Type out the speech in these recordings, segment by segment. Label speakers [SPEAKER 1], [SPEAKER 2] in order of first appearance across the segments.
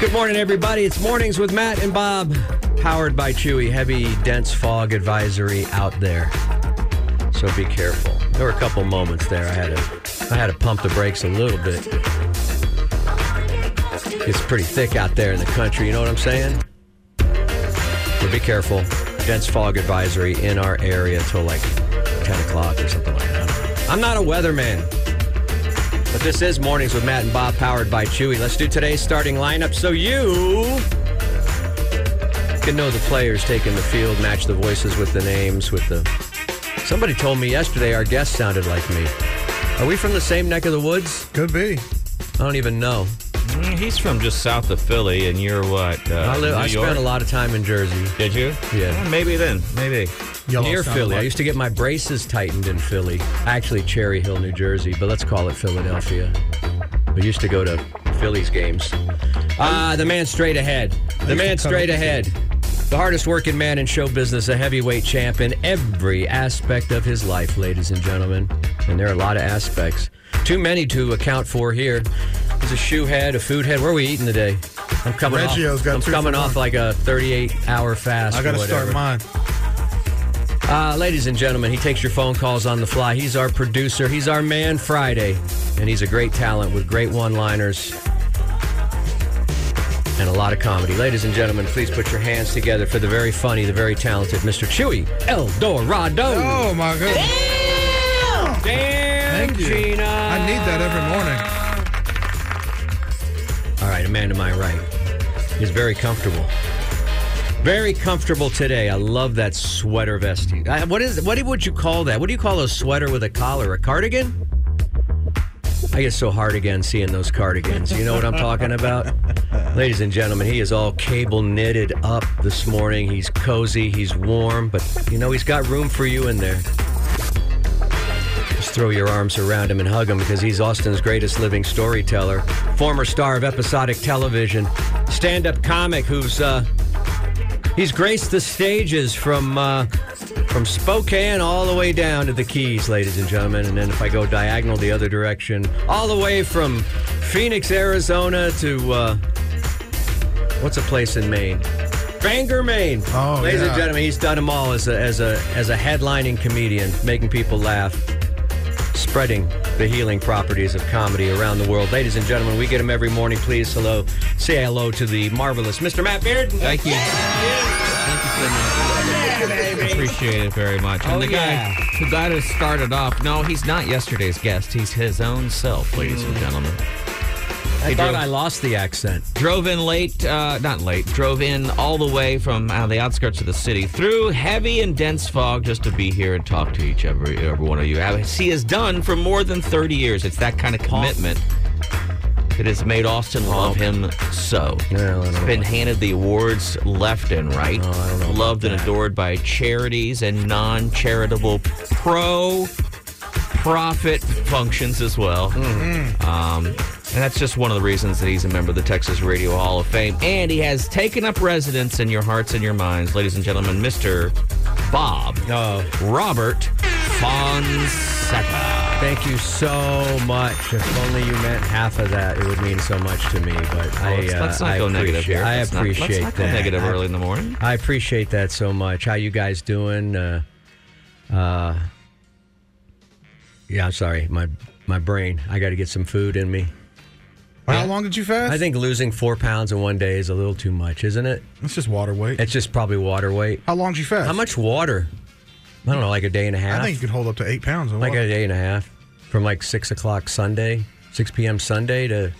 [SPEAKER 1] Good morning, everybody. It's Mornings with Matt and Bob, powered by Chewy. Heavy, dense fog advisory out there, so be careful. There were a couple moments there I had to, I had to pump the brakes a little bit. It's pretty thick out there in the country. You know what I'm saying? So be careful. Dense fog advisory in our area till like 10 o'clock or something like that. I'm not a weatherman. But this is Mornings with Matt and Bob, powered by Chewy. Let's do today's starting lineup so you can know the players taking the field, match the voices with the names, with the. Somebody told me yesterday our guest sounded like me. Are we from the same neck of the woods?
[SPEAKER 2] Could be.
[SPEAKER 1] I don't even know.
[SPEAKER 3] Mm, He's from just south of Philly, and you're what? Uh,
[SPEAKER 1] I, live,
[SPEAKER 3] New
[SPEAKER 1] I
[SPEAKER 3] York?
[SPEAKER 1] spent a lot of time in Jersey.
[SPEAKER 3] Did you?
[SPEAKER 1] Yeah.
[SPEAKER 3] Eh, maybe then. Maybe.
[SPEAKER 2] Y'all
[SPEAKER 1] Near
[SPEAKER 2] sound
[SPEAKER 1] Philly. I
[SPEAKER 2] alike.
[SPEAKER 1] used to get my braces tightened in Philly. Actually, Cherry Hill, New Jersey, but let's call it Philadelphia. We used to go to Phillies games. Ah, the man straight ahead. The man straight ahead. The hardest working man in show business, a heavyweight champ in every aspect of his life, ladies and gentlemen. And there are a lot of aspects. Too many to account for here. He's a shoe head, a food head. Where are we eating today? I'm coming
[SPEAKER 2] Reggio's
[SPEAKER 1] off.
[SPEAKER 2] got
[SPEAKER 1] I'm
[SPEAKER 2] two
[SPEAKER 1] coming
[SPEAKER 2] for
[SPEAKER 1] off
[SPEAKER 2] one.
[SPEAKER 1] like a 38 hour fast.
[SPEAKER 2] I got
[SPEAKER 1] or
[SPEAKER 2] to
[SPEAKER 1] whatever.
[SPEAKER 2] start mine.
[SPEAKER 1] Uh, ladies and gentlemen, he takes your phone calls on the fly. He's our producer. He's our man Friday. And he's a great talent with great one liners and a lot of comedy. Ladies and gentlemen, please put your hands together for the very funny, the very talented Mr. Chewy El Dorado.
[SPEAKER 2] Oh my goodness.
[SPEAKER 1] Damn,
[SPEAKER 2] Thank you.
[SPEAKER 1] Gina.
[SPEAKER 2] I need that every morning.
[SPEAKER 1] All right, a man to my right is very comfortable. Very comfortable today. I love that sweater vest. I- What is? What would you call that? What do you call a sweater with a collar? A cardigan? I get so hard again seeing those cardigans. You know what I'm talking about? Ladies and gentlemen, he is all cable knitted up this morning. He's cozy, he's warm, but you know, he's got room for you in there. Just throw your arms around him and hug him because he's Austin's greatest living storyteller, former star of episodic television, stand-up comic who's uh, he's graced the stages from uh, from Spokane all the way down to the Keys, ladies and gentlemen. And then if I go diagonal the other direction, all the way from Phoenix, Arizona to uh, what's a place in Maine? Bangor, Maine.
[SPEAKER 2] Oh,
[SPEAKER 1] ladies and
[SPEAKER 2] yeah.
[SPEAKER 1] gentlemen, he's done them all as a as a as a headlining comedian, making people laugh spreading the healing properties of comedy around the world. Ladies and gentlemen, we get him every morning. Please hello, say hello to the marvelous Mr. Matt Beard.
[SPEAKER 3] Thank you. Thank you so much. Appreciate it very much.
[SPEAKER 1] Oh,
[SPEAKER 3] and the
[SPEAKER 1] yeah.
[SPEAKER 3] guy, the guy that started off. No, he's not yesterday's guest. He's his own self, ladies and gentlemen.
[SPEAKER 1] I
[SPEAKER 3] Hey,
[SPEAKER 1] thought
[SPEAKER 3] Drew.
[SPEAKER 1] Mm. I lost the accent.
[SPEAKER 3] Drove in late, uh, not late, drove in all the way from uh, the outskirts of the city through heavy and dense fog just to be here and talk to each every, every one of you. Uh, He has done for more than 30 years. It's that kind of commitment that has made Austin love him so.
[SPEAKER 1] Oh. Yeah, I don't
[SPEAKER 3] He's
[SPEAKER 1] know Oh,
[SPEAKER 3] been handed the awards left and right.
[SPEAKER 1] I don't know about
[SPEAKER 3] Loved and
[SPEAKER 1] that.
[SPEAKER 3] adored by charities and non charitable pro profit functions as well.
[SPEAKER 1] Mm.
[SPEAKER 3] Um, and that's just one of the reasons that he's a member of the Texas Radio Hall of Fame. And he has taken up residence in your hearts and your minds, ladies and gentlemen, Mr. Bob
[SPEAKER 1] Oh,
[SPEAKER 3] Robert Fonseca.
[SPEAKER 1] thank you so much. If only you meant half of that, it would mean so much to me. But I,
[SPEAKER 3] let's,
[SPEAKER 1] uh,
[SPEAKER 3] let's not
[SPEAKER 1] I
[SPEAKER 3] go negative
[SPEAKER 1] appreciate-
[SPEAKER 3] here.
[SPEAKER 1] I
[SPEAKER 3] Let's not- let's
[SPEAKER 1] appreciate
[SPEAKER 3] not go
[SPEAKER 1] that.
[SPEAKER 3] negative
[SPEAKER 1] I-
[SPEAKER 3] early in the morning.
[SPEAKER 1] I appreciate that so much. How you guys doing? Uh, uh, yeah, I'm sorry. My my brain. I got to get some food in me.
[SPEAKER 2] How long did you fast?
[SPEAKER 1] I think losing four pounds in one day is a little too much, isn't it?
[SPEAKER 2] it's just water weight.
[SPEAKER 1] It's just probably water weight.
[SPEAKER 2] How long did you fast?
[SPEAKER 1] How much water? I don't know, like a day and a half.
[SPEAKER 2] I think you could hold up to eight pounds. in
[SPEAKER 1] like
[SPEAKER 2] water.
[SPEAKER 1] a day and a half from like six o'clock Sunday, six p.m. Sunday to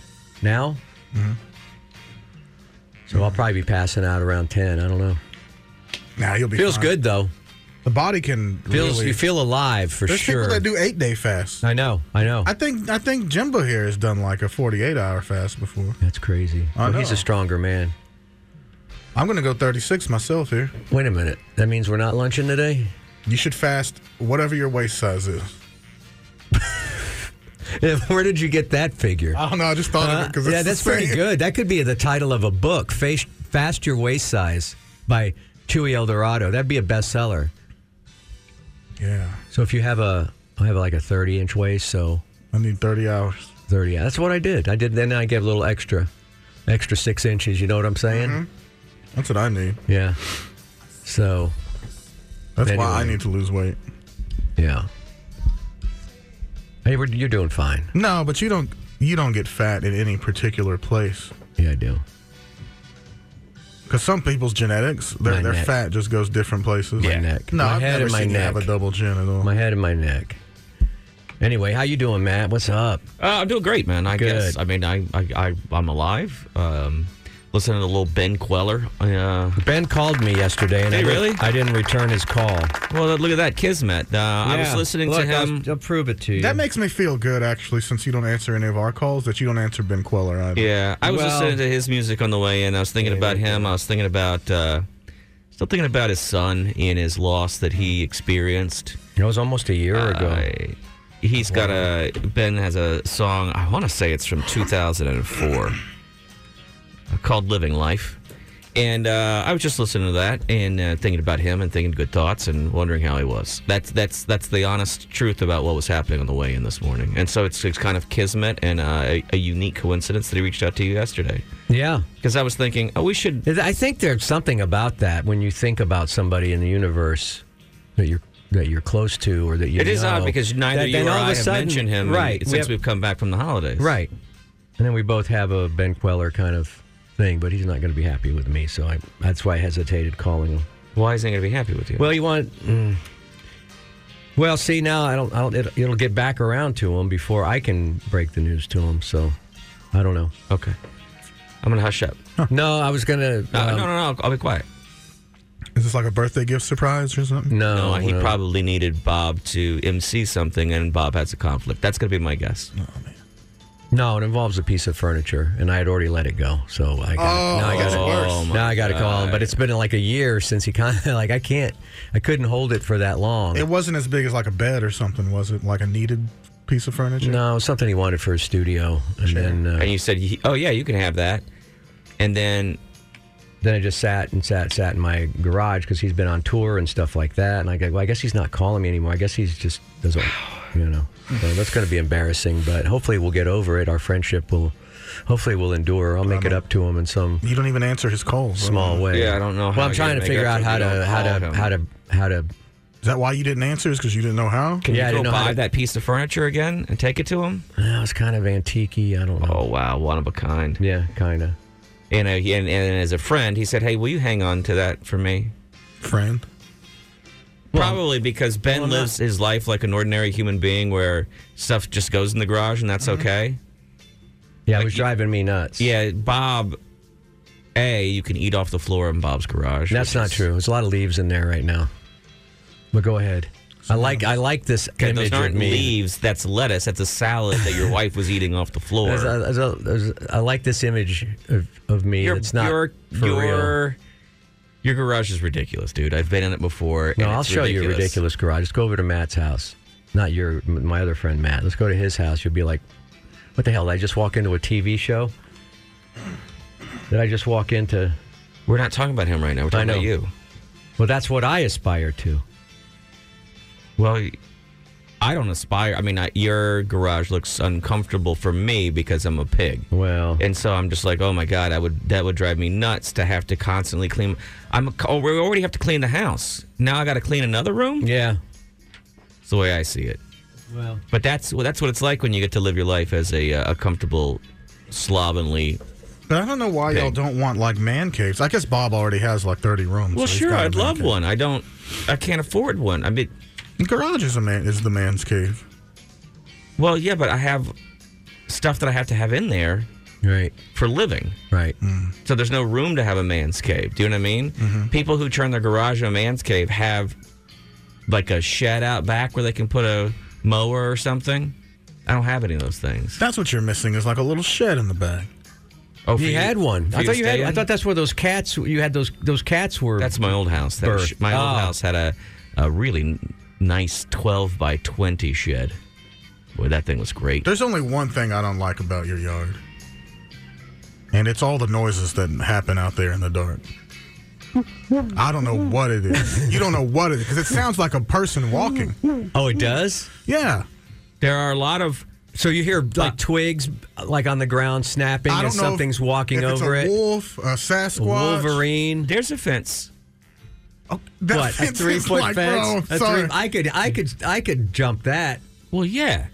[SPEAKER 1] now.
[SPEAKER 2] Mm-hmm.
[SPEAKER 1] So I'll probably be passing out around ten. I don't know.
[SPEAKER 2] nah, you'll be
[SPEAKER 1] Feels
[SPEAKER 2] fine.
[SPEAKER 1] good though.
[SPEAKER 2] The body can
[SPEAKER 1] Feels
[SPEAKER 2] really.
[SPEAKER 1] you feel alive for
[SPEAKER 2] There's
[SPEAKER 1] sure.
[SPEAKER 2] people that do eight day fasts.
[SPEAKER 1] I know. I know.
[SPEAKER 2] I think I think Jimbo here has done like a 48 hour fast before.
[SPEAKER 1] That's crazy.
[SPEAKER 2] I
[SPEAKER 1] Well, he's
[SPEAKER 2] know.
[SPEAKER 1] a stronger man.
[SPEAKER 2] I'm gonna go 36 myself here.
[SPEAKER 1] Wait a minute. That means we're not lunching today.
[SPEAKER 2] You should fast whatever your waist size is.
[SPEAKER 1] Where did you get that figure?
[SPEAKER 2] I don't know. I just thought of
[SPEAKER 1] Uh,
[SPEAKER 2] it because
[SPEAKER 1] yeah, that's pretty good. That could be the title of a book, Face, Fast Your Waist Size by Chewy Eldorado. That'd be a bestseller.
[SPEAKER 2] Yeah.
[SPEAKER 1] So if you have a, I have like a 30 inch waist, so
[SPEAKER 2] I need 30 hours.
[SPEAKER 1] 30 yeah that's what i did i did then i gave a little extra extra six inches you know what i'm saying
[SPEAKER 2] Mm-hmm. That's what I need.
[SPEAKER 1] yeah so
[SPEAKER 2] That's why I
[SPEAKER 1] Anyway.
[SPEAKER 2] need to lose weight.
[SPEAKER 1] yeah hey we're, you're doing fine
[SPEAKER 2] No, but you don't you don't get fat in any particular place.
[SPEAKER 1] yeah i do
[SPEAKER 2] Because some people's genetics,
[SPEAKER 1] My
[SPEAKER 2] their, their
[SPEAKER 1] neck.
[SPEAKER 2] fat just goes different places.
[SPEAKER 1] My neck.
[SPEAKER 2] No,
[SPEAKER 1] My
[SPEAKER 2] I've
[SPEAKER 1] head
[SPEAKER 2] never
[SPEAKER 1] and my
[SPEAKER 2] seen you have
[SPEAKER 1] neck.
[SPEAKER 2] a double chin at all.
[SPEAKER 1] my head and my neck anyway how you doing matt what's up
[SPEAKER 3] Uh, I'm doing great, man. I
[SPEAKER 1] Good.
[SPEAKER 3] guess. I mean, I, I, I I'm alive. Um, listening to little Ben Queller. Uh,
[SPEAKER 1] ben called me yesterday and
[SPEAKER 3] Hey,
[SPEAKER 1] I, didn't-
[SPEAKER 3] really?
[SPEAKER 1] I didn't return his call
[SPEAKER 3] well, look at that kismet. Uh, I was listening to him.
[SPEAKER 1] I'll, prove it to you
[SPEAKER 2] that makes me feel good, actually, since you don't answer any of our calls, that you don't answer Ben Queller either.
[SPEAKER 3] yeah, I was
[SPEAKER 1] Well-
[SPEAKER 3] listening to his music on the way in. I was thinking about him. I was thinking about uh, still thinking about his son and his loss that he experienced.
[SPEAKER 1] it was almost a year ago
[SPEAKER 3] I- he's got a Ben has a song. I want to say it's from 2004 called "Living Life," and uh, I was just listening to that and uh, thinking about him and thinking good thoughts and wondering how he was. That's that's that's the honest truth about what was happening on the way in this morning. And so it's it's kind of kismet and uh, a, a unique coincidence that he reached out to you yesterday
[SPEAKER 1] yeah
[SPEAKER 3] because I was thinking, oh, we should
[SPEAKER 1] I think there's something about that when you think about somebody in the universe that you're that you're close to or that you
[SPEAKER 3] It is
[SPEAKER 1] know,
[SPEAKER 3] odd because neither
[SPEAKER 1] that
[SPEAKER 3] you
[SPEAKER 1] then
[SPEAKER 3] or
[SPEAKER 1] all of
[SPEAKER 3] I
[SPEAKER 1] a
[SPEAKER 3] have
[SPEAKER 1] sudden-
[SPEAKER 3] mentioned him
[SPEAKER 1] right
[SPEAKER 3] since
[SPEAKER 1] we have-
[SPEAKER 3] we've come back from the holidays.
[SPEAKER 1] right and then we both have a Ben Queller kind of thing but he's not going to be happy with me so I, that's why I hesitated calling him
[SPEAKER 3] Why isn't he going to be happy with you?
[SPEAKER 1] well you want mm. well see now I don't, I don't it, it'll get back around to him before I can break the news to him so I don't know
[SPEAKER 3] Okay. I'm going to hush up.
[SPEAKER 1] no I was gonna
[SPEAKER 3] No,
[SPEAKER 1] um,
[SPEAKER 3] no, no, no. I'll, I'll be quiet.
[SPEAKER 2] Is this like a birthday gift surprise or something?
[SPEAKER 1] no
[SPEAKER 3] No, he
[SPEAKER 1] no.
[SPEAKER 3] probably needed Bob to MC something, and Bob has a conflict. That's going to be my guess.
[SPEAKER 1] No, it involves a piece of furniture, and I had already let it go. So I got,
[SPEAKER 2] Oh,
[SPEAKER 1] now I got
[SPEAKER 2] that's
[SPEAKER 1] to
[SPEAKER 2] worse.
[SPEAKER 1] now I got to call him. But it's been like a year since he kind of like I can't, I couldn't hold it for that long.
[SPEAKER 2] It wasn't as big as like a bed or something, was it? Like a needed piece of furniture?
[SPEAKER 1] no, it was something he wanted for his studio, and then uh,
[SPEAKER 3] And you said, "Ye- "Oh yeah, you can have that." And then,
[SPEAKER 1] then I just sat and sat sat in my garage because he's been on tour and stuff like that. And I go, well, I guess he's not calling me anymore. I guess he's just doesn't, you know. So that's going to be embarrassing, but hopefully we'll get over it. Our friendship will, hopefully, will endure. I'll make it up to him in some
[SPEAKER 2] You don't even answer his calls. bro.
[SPEAKER 1] small way.
[SPEAKER 3] Yeah, I don't know how
[SPEAKER 1] Well, I'm
[SPEAKER 3] you
[SPEAKER 1] trying to
[SPEAKER 3] make
[SPEAKER 1] figure
[SPEAKER 3] up
[SPEAKER 1] out
[SPEAKER 3] if
[SPEAKER 1] how
[SPEAKER 3] you
[SPEAKER 1] to
[SPEAKER 3] don't
[SPEAKER 1] how
[SPEAKER 3] call
[SPEAKER 1] to,
[SPEAKER 3] him.
[SPEAKER 1] how to how to
[SPEAKER 2] Is that why you didn't answer? Is because you didn't know how?
[SPEAKER 3] can
[SPEAKER 1] Yeah, I
[SPEAKER 3] you
[SPEAKER 1] didn't
[SPEAKER 3] go
[SPEAKER 1] know how
[SPEAKER 3] buy
[SPEAKER 1] to-
[SPEAKER 3] that piece of furniture again and take it to him?
[SPEAKER 1] uh, it's kind of antique I don't know.
[SPEAKER 3] Oh wow, one of a kind.
[SPEAKER 1] Yeah, kind of.
[SPEAKER 3] And, uh, he- and and as a friend, he said, "Hey, will you hang on to that for me?"
[SPEAKER 2] Friend.
[SPEAKER 3] Probably because Ben lives his life like an ordinary human being, where stuff just goes in the garage and that's okay.
[SPEAKER 1] Mm-hmm. Yeah, it
[SPEAKER 3] Like
[SPEAKER 1] was
[SPEAKER 3] you-
[SPEAKER 1] driving me nuts.
[SPEAKER 3] Yeah, Bob. A, you can eat off the floor in Bob's garage.
[SPEAKER 1] that's
[SPEAKER 3] which
[SPEAKER 1] not
[SPEAKER 3] is-
[SPEAKER 1] true. There's a lot of leaves in there right now. But go ahead. I like I like this
[SPEAKER 3] Okay,
[SPEAKER 1] image
[SPEAKER 3] those
[SPEAKER 1] of
[SPEAKER 3] aren't
[SPEAKER 1] me.
[SPEAKER 3] leaves. That's lettuce. That's a salad that your wife was eating off the floor.
[SPEAKER 1] There's a- there's a- there's a- I like this image of, of me.
[SPEAKER 3] your,
[SPEAKER 1] It's not
[SPEAKER 3] your,
[SPEAKER 1] for real.
[SPEAKER 3] your, your garage is ridiculous, dude. I've been in it before.
[SPEAKER 1] No,
[SPEAKER 3] and
[SPEAKER 1] I'll
[SPEAKER 3] it's
[SPEAKER 1] show you a ridiculous garage. Let's go over to Matt's house. Not your, m- my other friend Matt. Let's go to his house. You'll be like, what the hell? Did I just walk into a TV show? Did I just walk into?
[SPEAKER 3] We're not talking about him right now. We're talking
[SPEAKER 1] I know.
[SPEAKER 3] about you.
[SPEAKER 1] Well, that's what I aspire to.
[SPEAKER 3] Well, I don't aspire. I mean, I, your garage looks uncomfortable for me because I'm a pig.
[SPEAKER 1] Well,
[SPEAKER 3] And so I'm just like, oh my god, I would that would drive me nuts to have to constantly clean. I'm a, oh, we already have to clean the house. Now I got to clean another room.
[SPEAKER 1] yeah.
[SPEAKER 3] It's the way I see it.
[SPEAKER 1] Well,
[SPEAKER 3] But that's well, that's what it's like when you get to live your life as a, uh, a comfortable, slovenly.
[SPEAKER 2] But I don't know why y'all
[SPEAKER 3] Pig.
[SPEAKER 2] don't want like man caves. I guess Bob already has like 30 rooms.
[SPEAKER 3] Well,
[SPEAKER 2] so he's
[SPEAKER 3] sure,
[SPEAKER 2] got a
[SPEAKER 3] I'd
[SPEAKER 2] man
[SPEAKER 3] love
[SPEAKER 2] cave.
[SPEAKER 3] one. I don't, I can't afford one. I mean,
[SPEAKER 2] The garage is a man is the man's cave.
[SPEAKER 3] well, yeah, but I have stuff that I have to have in there
[SPEAKER 1] right,
[SPEAKER 3] for living.
[SPEAKER 1] right.
[SPEAKER 2] Hmm.
[SPEAKER 3] So there's no room to have a man's cave. Do you know what I mean?
[SPEAKER 2] Mm-hmm.
[SPEAKER 3] People who turn their garage into a man's cave have like a shed out back where they can put a mower or something. I don't have any of those things.
[SPEAKER 2] That's what you're missing is like a little shed in the back.
[SPEAKER 3] Oh,
[SPEAKER 1] You had one.
[SPEAKER 3] for
[SPEAKER 1] I
[SPEAKER 3] to
[SPEAKER 1] thought you had.
[SPEAKER 3] stay
[SPEAKER 1] I
[SPEAKER 3] in?
[SPEAKER 1] thought that's where those cats. You had those. Those cats were.
[SPEAKER 3] That's my old house. That
[SPEAKER 1] Birth.
[SPEAKER 3] sh- my old
[SPEAKER 1] Oh.
[SPEAKER 3] house had a, a really n- nice 12 by 20 shed. Boy, that thing was great.
[SPEAKER 2] There's only one thing I don't like about your yard. And it's all the noises that happen out there in the dark. I don't know what it is. You don't know what it is because it sounds like a person walking.
[SPEAKER 1] oh, it does.
[SPEAKER 2] Yeah. Uh,
[SPEAKER 3] There are a lot of
[SPEAKER 1] So you hear like twigs like on the ground snapping
[SPEAKER 2] I
[SPEAKER 1] and
[SPEAKER 2] don't know
[SPEAKER 1] something's
[SPEAKER 2] if,
[SPEAKER 1] walking
[SPEAKER 2] if it's
[SPEAKER 1] over
[SPEAKER 2] a
[SPEAKER 1] it.
[SPEAKER 2] Wolf, a Sasquatch, Oh,
[SPEAKER 1] Wolverine.
[SPEAKER 3] There's a fence.
[SPEAKER 2] That
[SPEAKER 1] what a
[SPEAKER 2] fence
[SPEAKER 1] three
[SPEAKER 2] is
[SPEAKER 1] foot
[SPEAKER 2] like,
[SPEAKER 1] fence?
[SPEAKER 2] bro,
[SPEAKER 1] A three-
[SPEAKER 2] sorry.
[SPEAKER 1] I could I could I could jump that.
[SPEAKER 3] Well, yeah,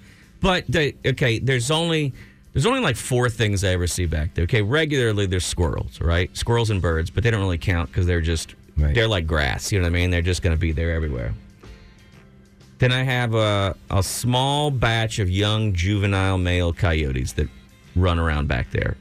[SPEAKER 3] but they, okay, there's only there's only like four things I ever see back there. Okay, regularly there's squirrels, right? Squirrels and birds, but they don't really count because they're just
[SPEAKER 1] Right.
[SPEAKER 3] they're like grass. You know what I mean? They're just going to be there everywhere. Then I have a a small batch of young juvenile male coyotes that run around back there,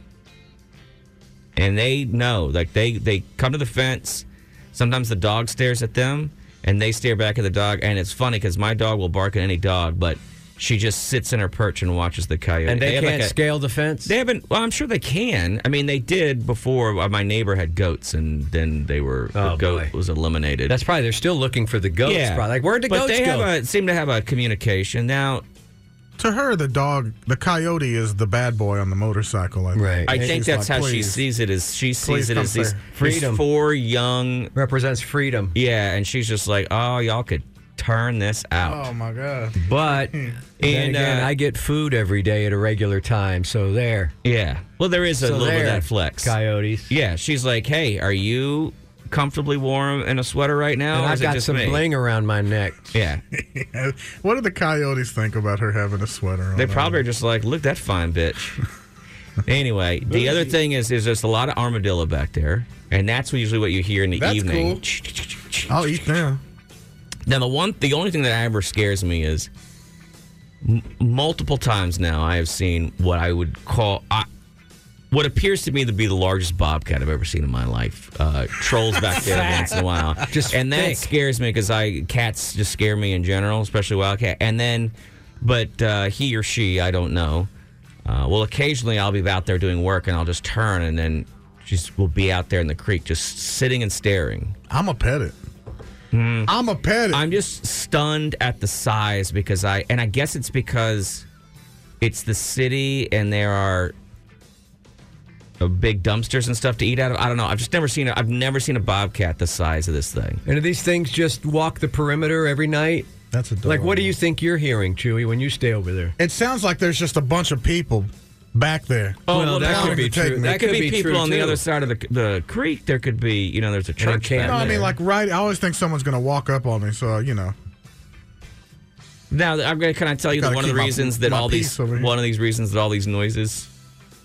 [SPEAKER 3] and they know like they they come to the fence. Sometimes the dog stares at them and they stare back at the dog. And it's funny because my dog will bark at any dog, but she just sits in her perch and watches the coyote.
[SPEAKER 1] And they,
[SPEAKER 3] have,
[SPEAKER 1] can't
[SPEAKER 3] like, a-
[SPEAKER 1] scale the fence.
[SPEAKER 3] They haven't. Well, I'm sure they can. I mean, they did before. uh, My neighbor had goats, and then they were
[SPEAKER 1] Oh,
[SPEAKER 3] the goat
[SPEAKER 1] boy.
[SPEAKER 3] was eliminated.
[SPEAKER 1] That's probably they're still looking for the goats. Probably. Like where'd the
[SPEAKER 3] but
[SPEAKER 1] goats
[SPEAKER 3] they
[SPEAKER 1] go?
[SPEAKER 3] have a, seem to have a communication now.
[SPEAKER 2] to her, the dog, the coyote, is the bad boy on the motorcycle. I think.
[SPEAKER 1] Right.
[SPEAKER 3] I
[SPEAKER 2] And
[SPEAKER 3] think
[SPEAKER 2] she's
[SPEAKER 3] that's
[SPEAKER 2] like,
[SPEAKER 3] how she
[SPEAKER 2] "Please."
[SPEAKER 3] sees it. Is she
[SPEAKER 2] Please
[SPEAKER 3] sees it
[SPEAKER 2] come
[SPEAKER 3] as these,
[SPEAKER 2] fair.
[SPEAKER 3] these
[SPEAKER 1] Freedom.
[SPEAKER 3] four young?
[SPEAKER 1] Represents freedom,
[SPEAKER 3] Yeah, and she's just like, oh, y'all could turn this out.
[SPEAKER 2] Oh my god.
[SPEAKER 1] but Hmm. then
[SPEAKER 3] And,
[SPEAKER 1] again,
[SPEAKER 3] uh,
[SPEAKER 1] I get food every day at a regular time. So there,
[SPEAKER 3] Yeah. Well, there is a
[SPEAKER 1] so
[SPEAKER 3] little
[SPEAKER 1] there,
[SPEAKER 3] bit of that flex.
[SPEAKER 1] Coyotes.
[SPEAKER 3] Yeah, she's like, "Hey, are you comfortably warm in a sweater right now?"
[SPEAKER 1] and
[SPEAKER 3] or
[SPEAKER 1] I've
[SPEAKER 3] is it
[SPEAKER 1] got
[SPEAKER 3] just
[SPEAKER 1] some
[SPEAKER 3] me?
[SPEAKER 1] bling around my neck.
[SPEAKER 3] Yeah,
[SPEAKER 2] Yeah. What do the coyotes think about her having a sweater
[SPEAKER 1] Oh,
[SPEAKER 2] on?
[SPEAKER 3] they probably are just like, "Look that fine bitch." anyway, the other thing is, is there's a lot of armadillo back there, and that's usually what you hear in the
[SPEAKER 2] That's
[SPEAKER 3] evening.
[SPEAKER 2] I'll eat them.
[SPEAKER 3] Now, the one, the only thing that ever scares me is m- multiple times now I have seen what I would call. I, what appears to me to be the largest bobcat I've ever seen in my life. Uh, trolls back there once in a while,
[SPEAKER 1] Just
[SPEAKER 3] and that
[SPEAKER 1] thick.
[SPEAKER 3] scares me because I cats just scare me in general, especially wildcat. And then, but uh, he or she, I don't know. Uh, well, occasionally I'll be out there doing work and I'll just turn and then she's will be out there in the creek just sitting and staring.
[SPEAKER 2] I'm a pet it. I'm a pet it.
[SPEAKER 3] Mm-hmm. I'm just stunned at the size because I, and I guess it's because it's the city and there are uh, big dumpsters and stuff to eat out of. I don't know. I've just never seen it. I've never seen a bobcat the size of this thing.
[SPEAKER 1] And do these things just walk the perimeter every night?
[SPEAKER 2] That's adorable.
[SPEAKER 1] Like, what do you think you're hearing, Chewy, when you stay over there?
[SPEAKER 2] It sounds like there's just a bunch of people back there.
[SPEAKER 3] Oh,
[SPEAKER 1] well, that
[SPEAKER 2] now
[SPEAKER 1] could
[SPEAKER 2] it
[SPEAKER 1] be
[SPEAKER 2] could take
[SPEAKER 1] true.
[SPEAKER 2] me.
[SPEAKER 1] That
[SPEAKER 3] There could, be, people
[SPEAKER 1] true,
[SPEAKER 3] on the
[SPEAKER 1] too.
[SPEAKER 3] other side of the, the creek. There could be, you know, there's a church.
[SPEAKER 1] camp
[SPEAKER 3] back
[SPEAKER 2] No, I
[SPEAKER 3] there.
[SPEAKER 2] mean like right. I always think someone's gonna walk up on me, so uh, you know.
[SPEAKER 3] Now, I'm going to kind of tell you that
[SPEAKER 2] Gotta
[SPEAKER 3] one of the
[SPEAKER 2] keep my-
[SPEAKER 3] reasons that
[SPEAKER 2] my
[SPEAKER 3] all
[SPEAKER 2] peace
[SPEAKER 3] these
[SPEAKER 2] over here.
[SPEAKER 3] one of these reasons that all these noises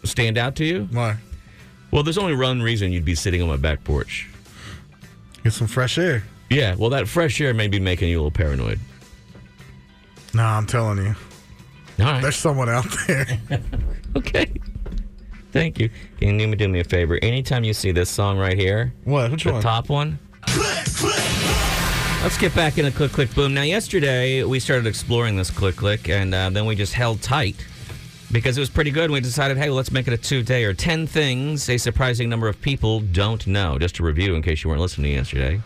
[SPEAKER 3] stand out to you.
[SPEAKER 2] Why?
[SPEAKER 3] Well, there's only one reason you'd be sitting on my back porch.
[SPEAKER 2] Get some fresh air.
[SPEAKER 3] Yeah, well, that fresh air may be making you a little paranoid.
[SPEAKER 2] Nah, I'm telling you,
[SPEAKER 3] All right.
[SPEAKER 2] there's someone out there.
[SPEAKER 3] okay. Thank you. Can you do me a favor? Anytime you see this song right here,
[SPEAKER 2] what? Which
[SPEAKER 3] the
[SPEAKER 2] one?
[SPEAKER 3] top one. Let's get back into click click boom. Now, yesterday we started exploring this click click, and uh, then we just held tight because it was pretty good. We decided, hey, let's make it a two day or ten things a surprising number of people don't know. Just to review, in case you weren't listening yesterday.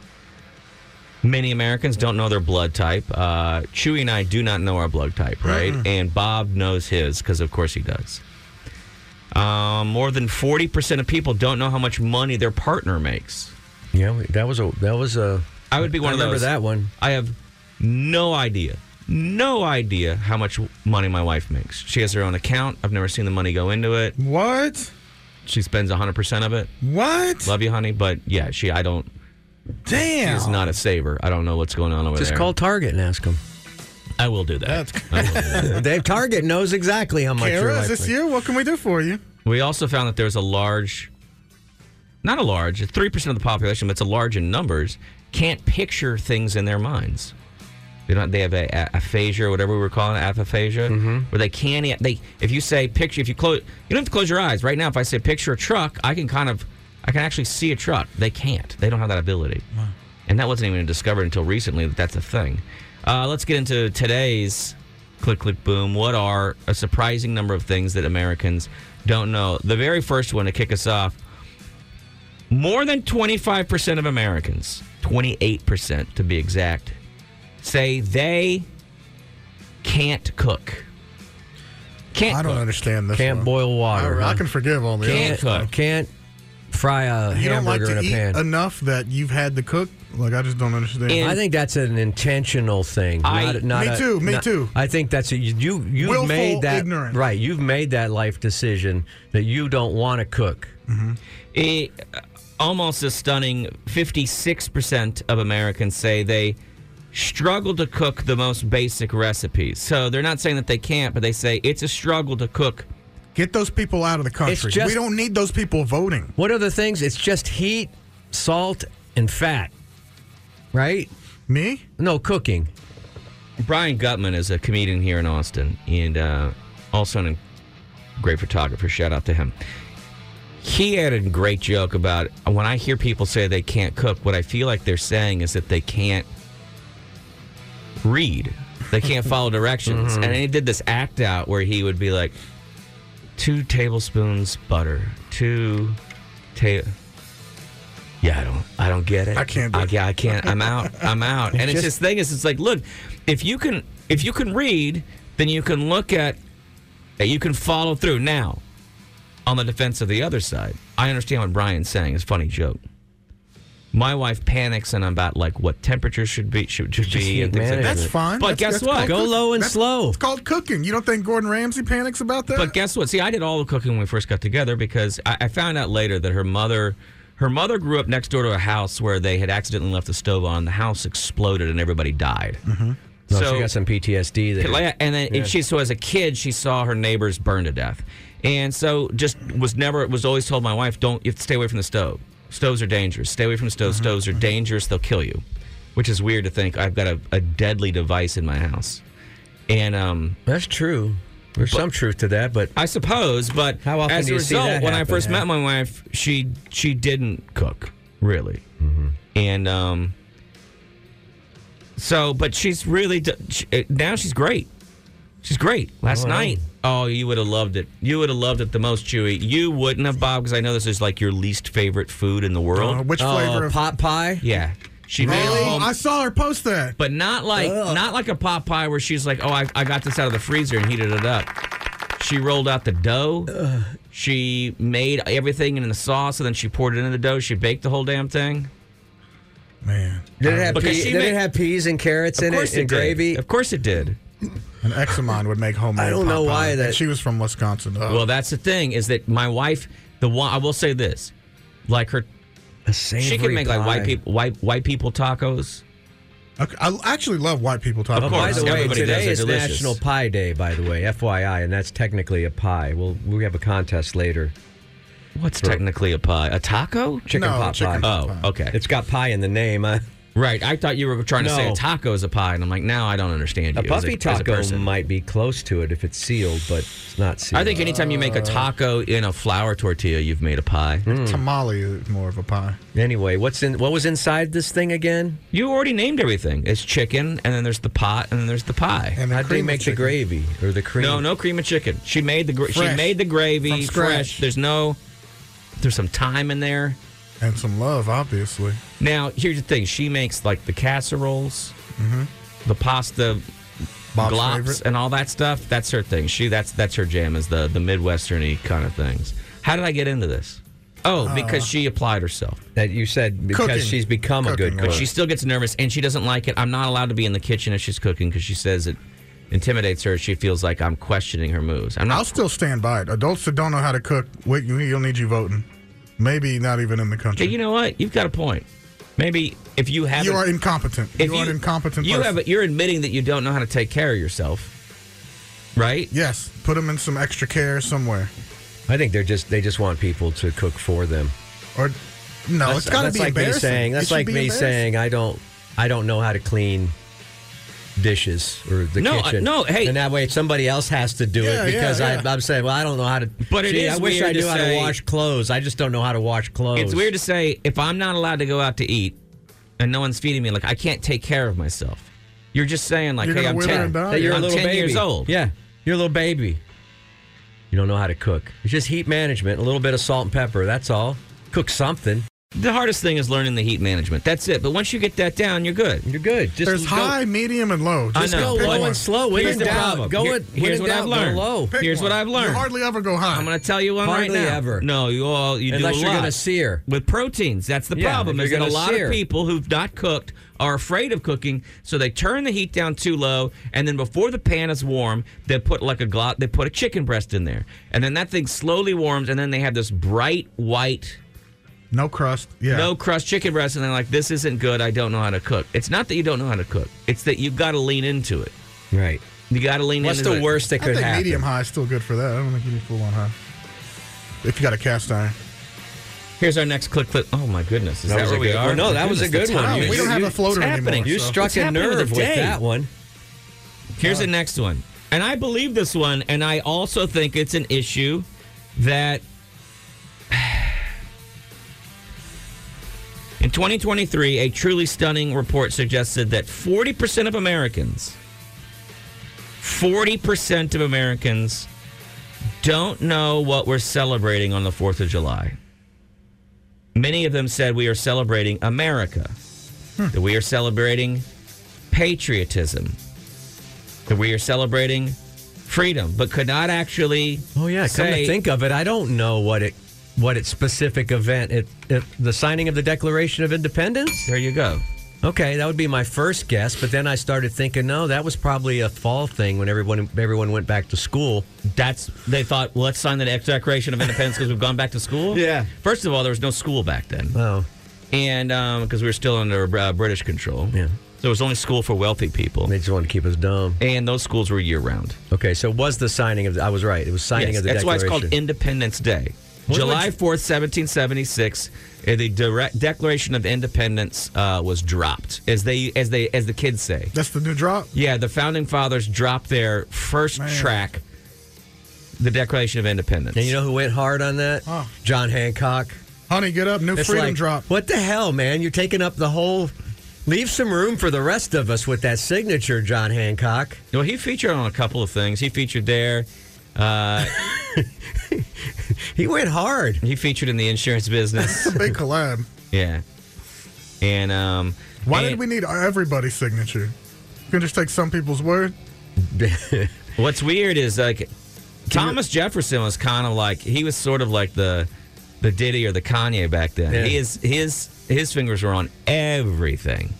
[SPEAKER 3] Many Americans don't know their blood type. Uh, Chewy and I do not know our blood type, right? And Bob knows his because, of course, he does. Um, more than forty percent of people don't know how much money their partner makes.
[SPEAKER 1] Yeah, that was a that was a.
[SPEAKER 3] I would be one
[SPEAKER 1] I
[SPEAKER 3] of
[SPEAKER 1] remember
[SPEAKER 3] those.
[SPEAKER 1] that one.
[SPEAKER 3] I have no idea, no idea how much money my wife makes. She has her own account. I've never seen the money go into it.
[SPEAKER 2] What?
[SPEAKER 3] She spends 100% of it.
[SPEAKER 2] What?
[SPEAKER 3] Love you, honey, but yeah, she I don't
[SPEAKER 2] Damn.
[SPEAKER 3] is not a saver. I don't know what's going on over
[SPEAKER 1] Just
[SPEAKER 3] there. Oh,
[SPEAKER 1] call Target and ask them.
[SPEAKER 3] I will do that.
[SPEAKER 2] That's-
[SPEAKER 3] I will do that.
[SPEAKER 1] they Target knows exactly how much. your
[SPEAKER 2] Kara,
[SPEAKER 1] life
[SPEAKER 2] is this
[SPEAKER 1] makes.
[SPEAKER 2] you? What can we do for you?
[SPEAKER 3] We also found that there's a large, not a large, three percent of the population, but it's a large in numbers, can't picture things in their minds. They don't. They have a, a- aphasia, or whatever we were calling it, aphasia, where they can't. e- They if you say picture, if you close, you don't have to close your eyes. Right now, if I say picture a truck, I can kind of, I can actually see a truck. They can't. They don't have that ability. And that wasn't even discovered until recently that that's a thing. Uh, let's get into today's click click boom. What are a surprising number of things that Americans don't know? The very first one to kick us off. More than 25% of Americans, 28% to be exact, say they can't cook. Can't
[SPEAKER 2] I don't
[SPEAKER 3] cook.
[SPEAKER 2] understand this.
[SPEAKER 1] Can't
[SPEAKER 2] one.
[SPEAKER 1] boil water.
[SPEAKER 2] I, I
[SPEAKER 1] huh?
[SPEAKER 2] can forgive all the
[SPEAKER 1] Can't
[SPEAKER 2] others.
[SPEAKER 3] cook.
[SPEAKER 1] Can't fry a
[SPEAKER 2] You don't like
[SPEAKER 1] hamburger
[SPEAKER 2] to
[SPEAKER 1] in a
[SPEAKER 2] eat
[SPEAKER 1] pan.
[SPEAKER 2] enough that you've had to cook. Like I just don't understand.
[SPEAKER 3] In-
[SPEAKER 1] I think that's an intentional thing.
[SPEAKER 3] I-
[SPEAKER 1] not, not
[SPEAKER 2] Me
[SPEAKER 1] a-
[SPEAKER 2] too, me
[SPEAKER 1] not-
[SPEAKER 2] too.
[SPEAKER 1] I think that's a, you. You
[SPEAKER 2] Willful
[SPEAKER 1] have made that
[SPEAKER 2] ignorance.
[SPEAKER 1] right. You've made that life decision that you don't want to cook.
[SPEAKER 2] Mm-hmm.
[SPEAKER 3] A- uh, almost a stunning 56% of Americans say they struggle to cook the most basic recipes. So they're not saying that they can't, but they say it's a struggle to cook.
[SPEAKER 2] Get those people out of the country.
[SPEAKER 1] just-
[SPEAKER 2] we don't need those people voting.
[SPEAKER 1] What are the things? It's just heat, salt, and fat. Right?
[SPEAKER 2] Me?
[SPEAKER 1] No cooking.
[SPEAKER 3] Brian Gutman is a comedian here in Austin and uh, also a great photographer. Shout out to him. He had a great joke about when I hear people say they can't cook, what I feel like they're saying is that they can't read, they can't follow directions.
[SPEAKER 2] Mm-hmm.
[SPEAKER 3] And he did this act out where he would be like, two tablespoons butter, two ta Yeah, I don't, I don't get it.
[SPEAKER 2] I can't do
[SPEAKER 3] I,
[SPEAKER 2] it.
[SPEAKER 3] yeah, I can't. I'm out. I'm out. And it's this thing is, it's like, look, if you can, if you can read, then you can look at, that you can follow through. Now, on the defense of the other side, I understand what Brian's saying. It's a funny joke. My wife panics and I'm about like what temperature should be should, should be
[SPEAKER 1] heat
[SPEAKER 3] and things like
[SPEAKER 1] management.
[SPEAKER 3] that.
[SPEAKER 2] That's fine.
[SPEAKER 3] But
[SPEAKER 2] That's-
[SPEAKER 3] guess
[SPEAKER 2] that's
[SPEAKER 3] what?
[SPEAKER 2] called
[SPEAKER 1] Go
[SPEAKER 2] cooking.
[SPEAKER 1] low and
[SPEAKER 2] That's-
[SPEAKER 1] slow.
[SPEAKER 2] It's called cooking. You don't think Gordon Ramsay panics about that?
[SPEAKER 3] But guess what? See, I did all the cooking when we first got together because I, I found out later that her mother, her mother grew up next door to a house where they had accidentally left the stove on. The house exploded and everybody died. Mm-hmm.
[SPEAKER 1] No, she got some PTSD there.
[SPEAKER 3] Yeah, and then and she so as a kid she saw her neighbors burn to death, and so just was never was always told my wife don't you have to stay away from the stove. Stoves are dangerous. Stay away from stoves.
[SPEAKER 2] Uh-huh.
[SPEAKER 3] Stoves are dangerous. They'll kill you, which is weird to think. I've got a, a deadly device in my house, and um,
[SPEAKER 1] That's true. There's some truth to that, but
[SPEAKER 3] I suppose, but
[SPEAKER 1] How often
[SPEAKER 3] as
[SPEAKER 1] do you
[SPEAKER 3] a
[SPEAKER 1] see
[SPEAKER 3] result,
[SPEAKER 1] that
[SPEAKER 3] when I
[SPEAKER 1] happen,
[SPEAKER 3] first
[SPEAKER 1] huh?
[SPEAKER 3] met my wife, she she didn't cook really,
[SPEAKER 2] Mm-hmm.
[SPEAKER 3] and um, so but she's really d- she, uh, now she's great. She's great. Last
[SPEAKER 1] All right.
[SPEAKER 3] night, oh, you would have loved it. You would have loved it the most, Chewy. You wouldn't have, Bob, because I know this is like your least favorite food in the world.
[SPEAKER 2] Uh, which flavor
[SPEAKER 1] oh,
[SPEAKER 2] of
[SPEAKER 1] pot pie.
[SPEAKER 3] yeah, she made a
[SPEAKER 2] Oh,
[SPEAKER 3] home-
[SPEAKER 2] I saw her post that.
[SPEAKER 3] but not like not like a pot pie where she's like, "Oh, I, I got this out of the freezer and heated it up." She rolled out the dough. She made everything in the sauce, and then she poured it into the dough. She baked the whole damn thing.
[SPEAKER 2] Man,
[SPEAKER 1] Did it have,
[SPEAKER 3] Because
[SPEAKER 1] pea-
[SPEAKER 3] she
[SPEAKER 1] did
[SPEAKER 3] made-
[SPEAKER 1] it have peas and carrots in
[SPEAKER 3] Of course
[SPEAKER 1] it
[SPEAKER 3] it,
[SPEAKER 1] and
[SPEAKER 3] did.
[SPEAKER 1] gravy?
[SPEAKER 3] Of course it did.
[SPEAKER 2] an ex of mine would make homemade.
[SPEAKER 1] I don't know
[SPEAKER 2] pot
[SPEAKER 1] why
[SPEAKER 2] pie.
[SPEAKER 1] that-
[SPEAKER 2] And she was from Wisconsin. Oh,
[SPEAKER 3] Well, that's the thing is that my wife, the one I will say this, like her,
[SPEAKER 1] A
[SPEAKER 3] she
[SPEAKER 1] savory
[SPEAKER 3] can make like white
[SPEAKER 1] pie.
[SPEAKER 3] people white white people tacos.
[SPEAKER 2] okay, I actually love white people talking.
[SPEAKER 3] Of
[SPEAKER 1] Oh, By
[SPEAKER 3] course,
[SPEAKER 1] the way,
[SPEAKER 3] everybody does.
[SPEAKER 1] today
[SPEAKER 3] They're
[SPEAKER 1] is
[SPEAKER 3] delicious.
[SPEAKER 1] National Pie Day. By the way, FYI, and that's technically a pie. We'll we have a contest later.
[SPEAKER 3] What's technically a pie? A taco?
[SPEAKER 1] Chicken
[SPEAKER 2] No,
[SPEAKER 1] pot
[SPEAKER 2] chicken
[SPEAKER 1] pie.
[SPEAKER 2] pot.
[SPEAKER 3] Oh, okay.
[SPEAKER 1] It's got pie in the name. huh?
[SPEAKER 3] right. I thought you were trying to say
[SPEAKER 1] No.
[SPEAKER 3] a taco is a pie, and I'm like, now I don't understand you.
[SPEAKER 1] a
[SPEAKER 3] as
[SPEAKER 1] puppy
[SPEAKER 3] as a
[SPEAKER 1] taco
[SPEAKER 3] person.
[SPEAKER 1] might be close to it if it's sealed, but it's not sealed.
[SPEAKER 3] I think anytime you make a taco in a flour tortilla, you've made a pie.
[SPEAKER 2] Tamale is more of a pie.
[SPEAKER 1] anyway. What's in? What was inside this thing again?
[SPEAKER 3] You already named everything. It's chicken, and then there's the pot, and then there's the pie.
[SPEAKER 2] And
[SPEAKER 1] How
[SPEAKER 2] then
[SPEAKER 1] would they
[SPEAKER 2] cream
[SPEAKER 1] make
[SPEAKER 2] of
[SPEAKER 1] the
[SPEAKER 2] chicken.
[SPEAKER 1] gravy or the cream?
[SPEAKER 3] No, no cream of chicken. She made the gra- she
[SPEAKER 2] Fresh.
[SPEAKER 3] made the gravy
[SPEAKER 2] From scratch.
[SPEAKER 3] fresh. There's no there's some thyme in there.
[SPEAKER 2] and some love, obviously.
[SPEAKER 3] Now here's the thing. She makes like the casseroles,
[SPEAKER 2] Mm-hmm.
[SPEAKER 3] the pasta
[SPEAKER 2] Bob's
[SPEAKER 3] glops,
[SPEAKER 2] favorite.
[SPEAKER 3] and all that stuff. That's her thing. She that's that's her jam is the the midwesterny kind of things. How did I get into this? Oh, because she applied herself.
[SPEAKER 1] That you said because
[SPEAKER 2] Cooking.
[SPEAKER 1] she's become a good
[SPEAKER 2] Cooking,
[SPEAKER 1] cook.
[SPEAKER 3] But she still gets nervous and she doesn't like it. I'm not allowed to be in the kitchen if she's cooking because she says it intimidates her. She feels like I'm questioning her moves. I'm
[SPEAKER 2] I'll
[SPEAKER 3] not.
[SPEAKER 2] still stand by it. Adults that don't know how to cook, wait, you- you'll need you voting. Maybe not even in the
[SPEAKER 3] Hey,
[SPEAKER 2] country.
[SPEAKER 3] you know what? You've got a point. Maybe if you have,
[SPEAKER 2] You are incompetent.
[SPEAKER 3] if
[SPEAKER 2] you, are an incompetent
[SPEAKER 3] You
[SPEAKER 2] person.
[SPEAKER 3] have. You're admitting that you don't know how to take care of yourself, right?
[SPEAKER 2] yes, put them in some extra care somewhere.
[SPEAKER 1] I think they're just they just want people to cook for them.
[SPEAKER 2] Or no,
[SPEAKER 1] That's,
[SPEAKER 2] it's got to
[SPEAKER 1] that's
[SPEAKER 2] be
[SPEAKER 1] like me
[SPEAKER 2] embarrassing.
[SPEAKER 1] saying
[SPEAKER 2] It
[SPEAKER 1] that's
[SPEAKER 2] should
[SPEAKER 1] like
[SPEAKER 2] be
[SPEAKER 1] me
[SPEAKER 2] embarrassing.
[SPEAKER 1] saying I don't I don't know how to clean dishes or the
[SPEAKER 3] No, uh,
[SPEAKER 1] kitchen.
[SPEAKER 3] no, hey.
[SPEAKER 1] and that way somebody else has to do
[SPEAKER 2] Yeah,
[SPEAKER 1] it because
[SPEAKER 2] yeah, yeah.
[SPEAKER 1] I, I'm saying, well, I don't know how to.
[SPEAKER 3] But it
[SPEAKER 1] Gee,
[SPEAKER 3] is
[SPEAKER 1] I wish
[SPEAKER 3] weird
[SPEAKER 1] I
[SPEAKER 3] to
[SPEAKER 1] knew how to
[SPEAKER 3] say-
[SPEAKER 1] wash clothes. I just don't know how to wash clothes.
[SPEAKER 3] It's weird to say if I'm not allowed to go out to eat and no one's feeding me, like I can't take care of myself. You're just saying like,
[SPEAKER 2] You're
[SPEAKER 3] hey,
[SPEAKER 2] gonna
[SPEAKER 3] I'm
[SPEAKER 2] wither
[SPEAKER 3] ten.
[SPEAKER 2] and die.
[SPEAKER 1] that you're
[SPEAKER 3] I'm
[SPEAKER 1] a little
[SPEAKER 3] 10
[SPEAKER 1] baby.
[SPEAKER 3] years old.
[SPEAKER 1] Yeah, you're a little baby. You don't know how to cook. It's just heat management, a little bit of salt and pepper. That's all. Cook something.
[SPEAKER 3] The hardest thing is learning the heat management. That's it. But once you get that down, you're good.
[SPEAKER 1] You're good. Just
[SPEAKER 2] There's
[SPEAKER 1] go-
[SPEAKER 2] high, medium, and low.
[SPEAKER 3] I
[SPEAKER 2] Just
[SPEAKER 3] know.
[SPEAKER 1] Go
[SPEAKER 2] pick
[SPEAKER 1] low
[SPEAKER 2] one.
[SPEAKER 1] and slow. When
[SPEAKER 3] Here's
[SPEAKER 1] in
[SPEAKER 3] the
[SPEAKER 1] doubt,
[SPEAKER 3] problem.
[SPEAKER 1] Go
[SPEAKER 3] Here-
[SPEAKER 1] in, when
[SPEAKER 3] here's
[SPEAKER 1] in
[SPEAKER 3] what
[SPEAKER 1] doubt,
[SPEAKER 3] I've
[SPEAKER 1] go
[SPEAKER 3] learned.
[SPEAKER 1] low.
[SPEAKER 2] Pick
[SPEAKER 3] Here's what
[SPEAKER 2] one.
[SPEAKER 3] I've learned.
[SPEAKER 2] You hardly ever go high.
[SPEAKER 3] I'm going to tell you one
[SPEAKER 1] Hardly
[SPEAKER 3] right now.
[SPEAKER 1] ever.
[SPEAKER 3] No, you all you
[SPEAKER 1] Unless
[SPEAKER 3] do a
[SPEAKER 1] you're
[SPEAKER 3] lot.
[SPEAKER 1] gonna sear.
[SPEAKER 3] with proteins. That's the
[SPEAKER 1] Yeah,
[SPEAKER 3] problem.
[SPEAKER 1] if
[SPEAKER 3] Is
[SPEAKER 1] you're
[SPEAKER 3] that a
[SPEAKER 1] gonna
[SPEAKER 3] lot
[SPEAKER 1] sear.
[SPEAKER 3] of people who've not cooked are afraid of cooking, so they turn the heat down too low, and then before the pan is warm, they put like a glot. They put a chicken breast in there, and then that thing slowly warms, and then they have this bright white
[SPEAKER 2] No crust. Yeah.
[SPEAKER 3] no crust chicken breast, and they're like, "This isn't good. I don't know how to cook." It's not that you don't know how to cook; it's that you've got to lean into it.
[SPEAKER 1] Right.
[SPEAKER 3] You got to lean
[SPEAKER 1] What's
[SPEAKER 3] into
[SPEAKER 1] the
[SPEAKER 3] it.
[SPEAKER 1] worst that
[SPEAKER 2] I
[SPEAKER 1] could
[SPEAKER 2] think
[SPEAKER 1] happen?
[SPEAKER 2] medium high is still good for that. I don't think you need full on high. If you got a cast iron.
[SPEAKER 3] Here's our next click. clip. Oh my goodness, is
[SPEAKER 1] That
[SPEAKER 3] that,
[SPEAKER 1] was
[SPEAKER 3] where
[SPEAKER 1] a
[SPEAKER 3] we
[SPEAKER 1] good
[SPEAKER 3] are?
[SPEAKER 1] one. No,
[SPEAKER 3] My
[SPEAKER 1] that was a
[SPEAKER 3] goodness,
[SPEAKER 1] good
[SPEAKER 3] the
[SPEAKER 1] one.
[SPEAKER 3] time
[SPEAKER 1] You-
[SPEAKER 3] is-
[SPEAKER 2] We don't have a floater
[SPEAKER 3] it's
[SPEAKER 2] anymore,
[SPEAKER 3] happening.
[SPEAKER 1] You
[SPEAKER 2] so-
[SPEAKER 1] struck
[SPEAKER 3] What's
[SPEAKER 1] a
[SPEAKER 3] happening to
[SPEAKER 1] nerve
[SPEAKER 3] the
[SPEAKER 1] with
[SPEAKER 3] day?
[SPEAKER 1] that one. Uh,
[SPEAKER 3] Here's the next one. And I believe this one, and I also think it's an issue that in 2023, a truly stunning report suggested that 40% of Americans, 40% of Americans don't know what we're celebrating on the 4th of July. Many of them said we are celebrating America,
[SPEAKER 1] Hmm.
[SPEAKER 3] that we are celebrating patriotism, that we are celebrating freedom, but could not actually.
[SPEAKER 1] Oh yeah, come
[SPEAKER 3] say,
[SPEAKER 1] to think of it, I don't know what it what its specific event it, it the signing of the Declaration of Independence.
[SPEAKER 3] There you go.
[SPEAKER 1] Okay, that would be my first guess, but then I started thinking, no, that was probably a fall thing when everyone everyone went back to school.
[SPEAKER 3] That's they thought. Well, let's sign the Declaration of Independence because we've gone back to school.
[SPEAKER 1] Yeah.
[SPEAKER 3] First of all, there was no school back then, Um,
[SPEAKER 1] Oh,
[SPEAKER 3] and because we were still under uh, British control.
[SPEAKER 1] Yeah.
[SPEAKER 3] So there was only school for wealthy people,
[SPEAKER 1] they just want to keep us dumb.
[SPEAKER 3] and those schools were year round.
[SPEAKER 1] Okay, so it was the signing of the, I was right. It was signing
[SPEAKER 3] Yes,
[SPEAKER 1] of the
[SPEAKER 3] that's why it's
[SPEAKER 1] Declaration.
[SPEAKER 3] called Independence Day.
[SPEAKER 1] What
[SPEAKER 3] July
[SPEAKER 1] was-
[SPEAKER 3] 4th, 1776, uh, the direct Declaration of Independence uh, was dropped, as they as they as the kids say.
[SPEAKER 2] That's the new drop.
[SPEAKER 3] Yeah, the founding fathers dropped their first
[SPEAKER 2] Man.
[SPEAKER 3] track, the Declaration of Independence.
[SPEAKER 1] and you know who went hard on that?
[SPEAKER 2] Huh.
[SPEAKER 1] John Hancock.
[SPEAKER 2] Honey, get up. New
[SPEAKER 1] It's
[SPEAKER 2] freedom
[SPEAKER 1] like,
[SPEAKER 2] drop.
[SPEAKER 1] What the hell, man? You're taking up the whole. Leave some room for the rest of us with that signature, John Hancock.
[SPEAKER 3] well, he featured on a couple of things. He featured there. uh,
[SPEAKER 1] He went hard.
[SPEAKER 3] He featured in the insurance business.
[SPEAKER 2] Big collab.
[SPEAKER 3] yeah, and um,
[SPEAKER 2] Why
[SPEAKER 3] and
[SPEAKER 2] did we need everybody's signature? You can just take some people's word.
[SPEAKER 3] What's weird is like Thomas Jefferson was kind of like he was sort of like the the Diddy or the Kanye back then.
[SPEAKER 1] Yeah.
[SPEAKER 3] His his his fingers were on everything.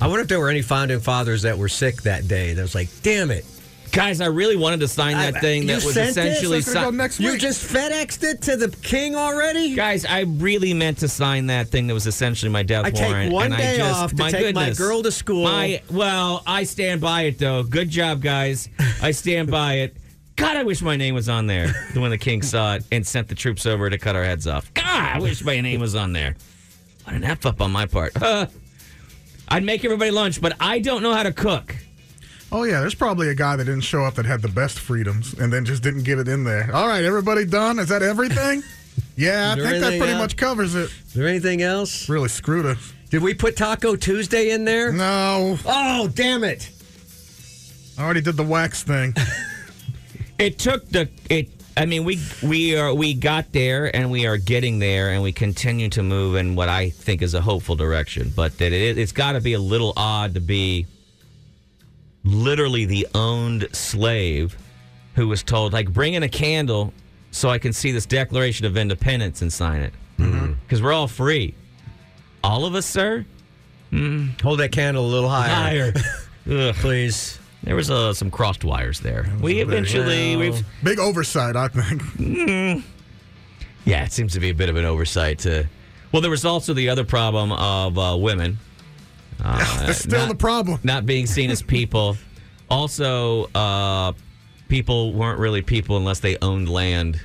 [SPEAKER 1] I wonder if there were any founding fathers that were sick that day. That was like, damn it.
[SPEAKER 3] Guys, I really wanted to sign that
[SPEAKER 1] I-
[SPEAKER 3] thing
[SPEAKER 1] you
[SPEAKER 3] that was
[SPEAKER 1] sent this?
[SPEAKER 3] essentially
[SPEAKER 2] It's gonna go next
[SPEAKER 1] You
[SPEAKER 2] week.
[SPEAKER 1] just FedExed it to the king already?
[SPEAKER 3] Guys, I really meant to sign that thing that was essentially my death
[SPEAKER 1] I take
[SPEAKER 3] warrant.
[SPEAKER 1] one
[SPEAKER 3] and
[SPEAKER 1] day
[SPEAKER 3] I just,
[SPEAKER 1] off to
[SPEAKER 3] my
[SPEAKER 1] take my
[SPEAKER 3] goodness.
[SPEAKER 1] girl to school.
[SPEAKER 3] My well, I stand by it though. Good job, guys. I stand by it. God, I wish my name was on there when the king saw it and sent the troops over to cut our heads off. God, I wish my name was on there. What an f up on my part. Huh. I'd make everybody lunch, but I don't know how to cook.
[SPEAKER 2] Oh yeah, there's probably a guy that didn't show up that had the best freedoms and then just didn't get it in there. All right, everybody done? Is that everything? yeah, I think
[SPEAKER 1] there
[SPEAKER 2] that
[SPEAKER 1] anything
[SPEAKER 2] pretty
[SPEAKER 1] else?
[SPEAKER 2] much covers it.
[SPEAKER 1] Is there anything else?
[SPEAKER 2] Really screwed us.
[SPEAKER 1] Did we put Taco Tuesday in there?
[SPEAKER 2] No,
[SPEAKER 1] Oh, damn it.
[SPEAKER 2] I already did the wax thing.
[SPEAKER 3] It took the it. I mean, we we are we got there and we are getting there and we continue to move in what I think is a hopeful direction. But that it, it's got to be a little odd to be literally the owned slave who was told like bring in a candle so I can see this Declaration of Independence and sign it
[SPEAKER 1] Mm-hmm.
[SPEAKER 3] because we're all free. All of us, sir.
[SPEAKER 1] Mm-hmm. Hold that candle a little higher.
[SPEAKER 3] Ugh.
[SPEAKER 1] Please.
[SPEAKER 3] There was uh, some crossed wires there. We eventually
[SPEAKER 1] Well.
[SPEAKER 3] we've Mm.
[SPEAKER 2] Big oversight, I think.
[SPEAKER 3] Yeah, it seems to be a bit of an oversight to. Well, there was also the other problem of uh, women Uh,
[SPEAKER 2] That's still
[SPEAKER 3] not-
[SPEAKER 2] the problem.
[SPEAKER 3] not being seen as people. also, uh, people weren't really people unless they owned land.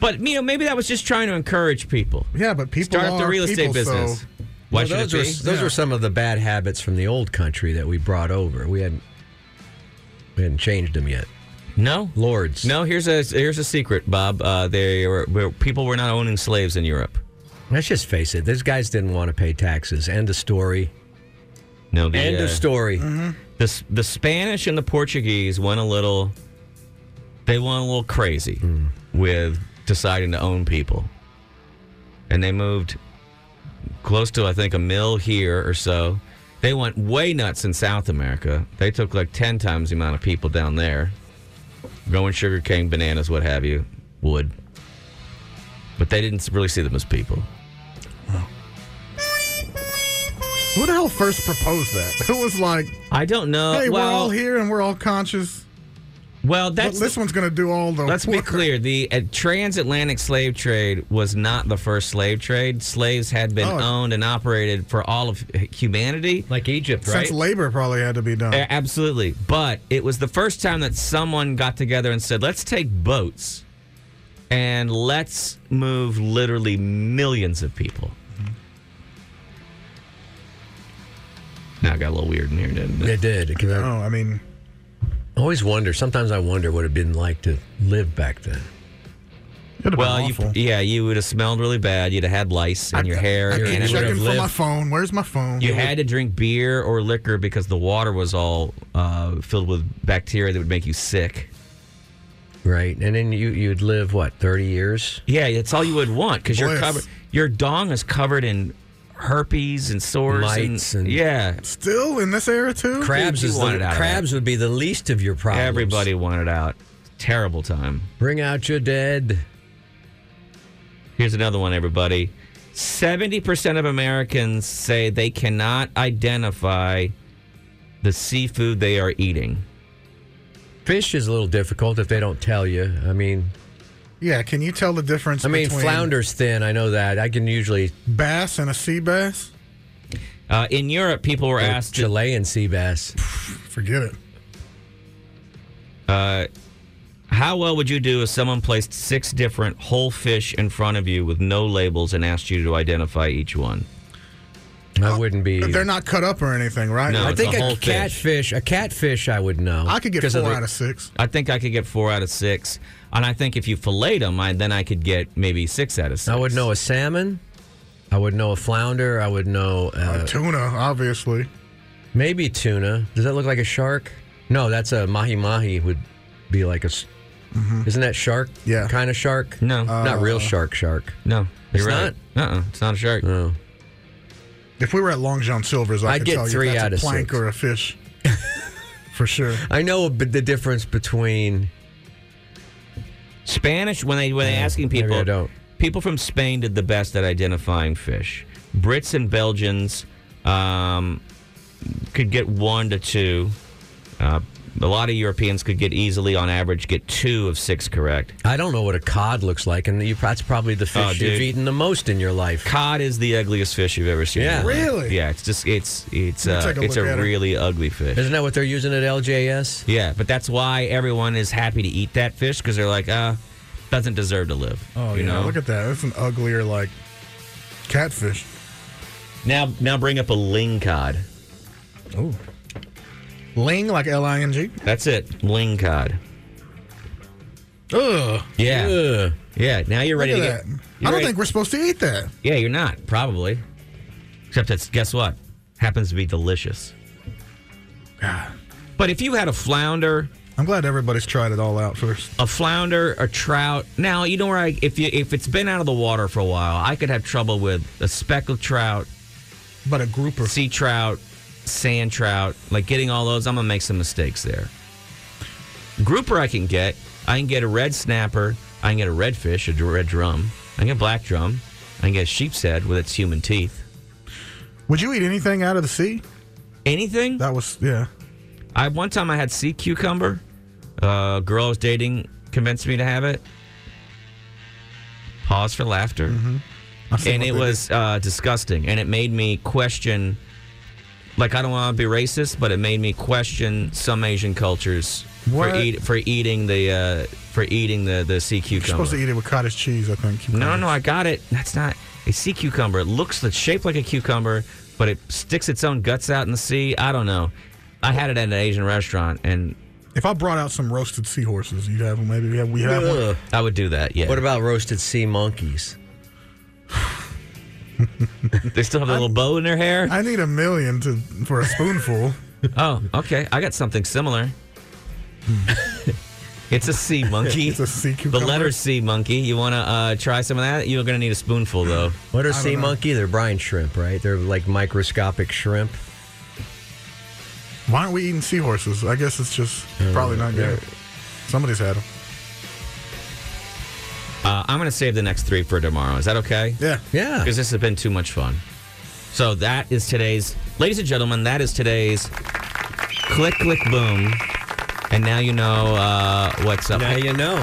[SPEAKER 3] But you know, maybe that was just trying to encourage people.
[SPEAKER 2] Yeah, but people
[SPEAKER 3] Start up the
[SPEAKER 2] are
[SPEAKER 3] real estate
[SPEAKER 2] people,
[SPEAKER 3] business.
[SPEAKER 2] So
[SPEAKER 3] Why
[SPEAKER 1] Well,
[SPEAKER 3] should
[SPEAKER 1] those
[SPEAKER 3] it
[SPEAKER 1] Were,
[SPEAKER 3] be?
[SPEAKER 1] those
[SPEAKER 2] Yeah.
[SPEAKER 1] were some of the bad habits from the old country that we brought over. We hadn't we hadn't changed them yet.
[SPEAKER 3] no,
[SPEAKER 1] Lords.
[SPEAKER 3] no. Here's a here's a secret, Bob. Uh, they were, were people were not owning slaves in Europe.
[SPEAKER 1] Let's just face it. Those guys didn't want to pay taxes. End of story.
[SPEAKER 3] No, the,
[SPEAKER 1] End
[SPEAKER 3] uh,
[SPEAKER 1] of story.
[SPEAKER 2] Mm-hmm.
[SPEAKER 3] the the Spanish and the Portuguese went a little
[SPEAKER 2] Hmm.
[SPEAKER 3] they went a little crazy with deciding to own people. and they moved close to I think a mill here or so. They went way nuts in South America. They took like ten times the amount of people down there. Growing sugar cane, bananas, what have you, wood. But they didn't really see them as people.
[SPEAKER 2] Who the hell first proposed that? Who was like,
[SPEAKER 3] I don't know.
[SPEAKER 2] hey,
[SPEAKER 3] Uh, well,
[SPEAKER 2] we're all here and we're all conscious,
[SPEAKER 3] well,
[SPEAKER 2] but
[SPEAKER 3] that's
[SPEAKER 2] this one's going to do all the
[SPEAKER 3] Let's be
[SPEAKER 2] work.
[SPEAKER 3] clear. The uh, transatlantic slave trade was not the first slave trade. Slaves had been
[SPEAKER 2] Oh.
[SPEAKER 3] owned and operated for all of humanity.
[SPEAKER 4] Like Egypt, right?
[SPEAKER 2] Since labor probably had to be done.
[SPEAKER 3] A- Absolutely. But it was the first time that someone got together and said, let's take boats and let's move literally millions of people.
[SPEAKER 2] Mm-hmm.
[SPEAKER 3] Now it got a little weird in here, didn't it?
[SPEAKER 1] It did. It came
[SPEAKER 2] oh,
[SPEAKER 1] out-
[SPEAKER 2] I mean,
[SPEAKER 1] I always wonder. Sometimes I wonder what it'd been like to live back then.
[SPEAKER 2] it'd have
[SPEAKER 3] Well,
[SPEAKER 2] been
[SPEAKER 3] you,
[SPEAKER 2] awful.
[SPEAKER 3] yeah, you would have smelled really bad. You'd have had lice in your hair.
[SPEAKER 2] I
[SPEAKER 3] and
[SPEAKER 2] keep
[SPEAKER 3] it would have
[SPEAKER 2] checking for my
[SPEAKER 1] lived.
[SPEAKER 2] phone. Where's my phone?
[SPEAKER 3] You had to drink beer or liquor because the water was all uh, filled with bacteria that would make you sick.
[SPEAKER 1] Right. And then you you'd live what, thirty years?
[SPEAKER 3] Yeah, that's all you would want because you're
[SPEAKER 2] Bliss.
[SPEAKER 3] covered. Your dong is covered in herpes and sores.
[SPEAKER 1] Lights and-
[SPEAKER 3] yeah,
[SPEAKER 2] Still in this era too?
[SPEAKER 1] Crabs
[SPEAKER 3] you
[SPEAKER 1] is the,
[SPEAKER 3] wanted out of
[SPEAKER 1] crabs would be the least of your problems.
[SPEAKER 3] everybody wanted out. Terrible time.
[SPEAKER 1] Bring out your dead.
[SPEAKER 3] Here's another one, everybody. 70% of Americans say they cannot identify the seafood they are eating.
[SPEAKER 1] Fish is a little difficult if they don't tell you. I mean,
[SPEAKER 2] Yeah. Can you tell the difference?
[SPEAKER 1] I mean,
[SPEAKER 2] between
[SPEAKER 1] flounder's thin. I know that. I can usually
[SPEAKER 2] bass and a sea bass?
[SPEAKER 3] Uh, in Europe, people were asked to
[SPEAKER 1] Chilean sea bass.
[SPEAKER 2] Forget it.
[SPEAKER 3] Uh, How well would you do if someone placed six different whole fish in front of you with no labels and asked you to identify each one?
[SPEAKER 1] I wouldn't be.
[SPEAKER 2] They're not cut up or anything, right?
[SPEAKER 3] No.
[SPEAKER 1] I
[SPEAKER 3] it's
[SPEAKER 1] think
[SPEAKER 3] a
[SPEAKER 1] a,
[SPEAKER 3] whole fish.
[SPEAKER 1] catfish, a catfish, I would know.
[SPEAKER 2] I could get
[SPEAKER 1] 'Cause
[SPEAKER 2] four
[SPEAKER 1] the-
[SPEAKER 2] out of six.
[SPEAKER 3] I think I could get four out of six, and I think if you fillet them, I, then I could get maybe six out of six.
[SPEAKER 1] I would know a salmon. I would know a flounder. I would know uh,
[SPEAKER 2] Tuna, obviously.
[SPEAKER 1] maybe tuna. Does that look like a shark? No, that's a mahi mahi. Would be like a. s- Isn't that shark?
[SPEAKER 2] Mm-hmm. Yeah. Uh.
[SPEAKER 1] Kind of shark.
[SPEAKER 3] No.
[SPEAKER 1] not real shark. Shark.
[SPEAKER 3] No,
[SPEAKER 1] It's
[SPEAKER 3] you're right. Uh, uh it's not a shark.
[SPEAKER 1] No.
[SPEAKER 2] If we were at Long John Silver's, I
[SPEAKER 1] I'd
[SPEAKER 2] could
[SPEAKER 1] get
[SPEAKER 2] tell
[SPEAKER 1] three
[SPEAKER 2] you if that's
[SPEAKER 1] out
[SPEAKER 2] a
[SPEAKER 1] of
[SPEAKER 2] plank
[SPEAKER 1] six.
[SPEAKER 2] or a fish, for sure.
[SPEAKER 1] I know b- the difference between.
[SPEAKER 3] Spanish when they when they asking
[SPEAKER 1] maybe
[SPEAKER 3] people
[SPEAKER 1] I don't.
[SPEAKER 3] people from Spain did the best at identifying fish. Brits and Belgians um, could get one to two. Uh, a lot of Europeans could get easily, on average, get two of six correct.
[SPEAKER 1] I don't know what a cod looks like, and you, that's probably the
[SPEAKER 3] Oh,
[SPEAKER 1] fish
[SPEAKER 3] dude.
[SPEAKER 1] you've eaten the most in your life.
[SPEAKER 3] Cod is the ugliest fish you've ever seen.
[SPEAKER 1] Yeah.
[SPEAKER 2] Really?
[SPEAKER 3] Yeah, it's just it's it's
[SPEAKER 2] Let me
[SPEAKER 3] uh,
[SPEAKER 2] take a
[SPEAKER 3] it's
[SPEAKER 2] look
[SPEAKER 3] a
[SPEAKER 2] at it.
[SPEAKER 3] really ugly fish.
[SPEAKER 1] Isn't that what they're using at LJS?
[SPEAKER 3] yeah, but that's why everyone is happy to eat that fish because they're like, uh, doesn't deserve to live.
[SPEAKER 2] Oh,
[SPEAKER 3] you
[SPEAKER 2] yeah.
[SPEAKER 3] know.
[SPEAKER 2] Look at that. That's an uglier, like, catfish.
[SPEAKER 3] now now bring up a ling cod.
[SPEAKER 2] Oh. Ling, like L I N G.
[SPEAKER 3] That's it, ling cod.
[SPEAKER 2] Ugh.
[SPEAKER 3] Yeah,
[SPEAKER 1] Ugh.
[SPEAKER 3] yeah. Now you're ready
[SPEAKER 2] Look
[SPEAKER 3] to
[SPEAKER 2] at that.
[SPEAKER 3] get.
[SPEAKER 2] I don't
[SPEAKER 3] ready-
[SPEAKER 2] think we're supposed to eat that.
[SPEAKER 3] Yeah, you're not probably. Except that's guess what happens to be delicious.
[SPEAKER 2] God.
[SPEAKER 3] But if you had a flounder,
[SPEAKER 2] I'm glad everybody's tried it all out first.
[SPEAKER 3] a flounder, a trout. Now you know where I if you if it's been out of the water for a while, I could have trouble with a speckled trout,
[SPEAKER 2] But a grouper.
[SPEAKER 3] sea trout, sand trout. Like getting all those, I'm gonna make some mistakes there. Grouper, I can get. I can get a red snapper. I can get a redfish, a red drum. I can get black drum. I can get a sheep's head with its human teeth.
[SPEAKER 2] Would you eat anything out of the sea?
[SPEAKER 3] Anything?
[SPEAKER 2] That was, yeah.
[SPEAKER 3] I one time I had sea cucumber. Uh, a girl I was dating convinced me to have it. Pause for laughter.
[SPEAKER 2] Mm-hmm. I've seen
[SPEAKER 3] And
[SPEAKER 2] what
[SPEAKER 3] it
[SPEAKER 2] they
[SPEAKER 3] was uh, disgusting, and it made me question. Like I don't want to be racist, but it made me question some Asian cultures
[SPEAKER 2] What?
[SPEAKER 3] for eat, for eating the uh, for eating the the sea
[SPEAKER 2] do. You're
[SPEAKER 3] cucumber.
[SPEAKER 2] supposed to eat it with cottage cheese, I think.
[SPEAKER 3] No, no, no, I got it. That's not a sea cucumber. It looks it's shaped like a cucumber, but it sticks its own guts out in the sea. I don't know. I had it at an Asian restaurant, and
[SPEAKER 2] If I brought out some roasted seahorses, you'd have them. Maybe we have, we have one.
[SPEAKER 1] Ugh.
[SPEAKER 3] I would do that. Yeah.
[SPEAKER 1] What about roasted sea monkeys?
[SPEAKER 3] they still have a little bow in their hair?
[SPEAKER 2] I need a million to for a spoonful.
[SPEAKER 3] oh, okay. I got something similar. It's a sea monkey.
[SPEAKER 2] Hmm. It's a sea
[SPEAKER 3] The
[SPEAKER 2] cucumber.
[SPEAKER 3] letter C, monkey. You want to uh, try some of that? You're going to need a spoonful, though.
[SPEAKER 5] What are
[SPEAKER 2] don't
[SPEAKER 5] sea
[SPEAKER 2] know.
[SPEAKER 5] monkey? They're brine shrimp, right? They're like microscopic shrimp.
[SPEAKER 2] Why aren't we eating seahorses? I guess it's just probably not good. Somebody's had them.
[SPEAKER 3] Uh, I'm going to save the next three for tomorrow. Is that okay?
[SPEAKER 2] Yeah.
[SPEAKER 5] Yeah.
[SPEAKER 3] Because this has been too much fun. So that is today's, ladies and gentlemen, that is today's click, click, boom. And now you know uh, what's up.
[SPEAKER 5] Now you know.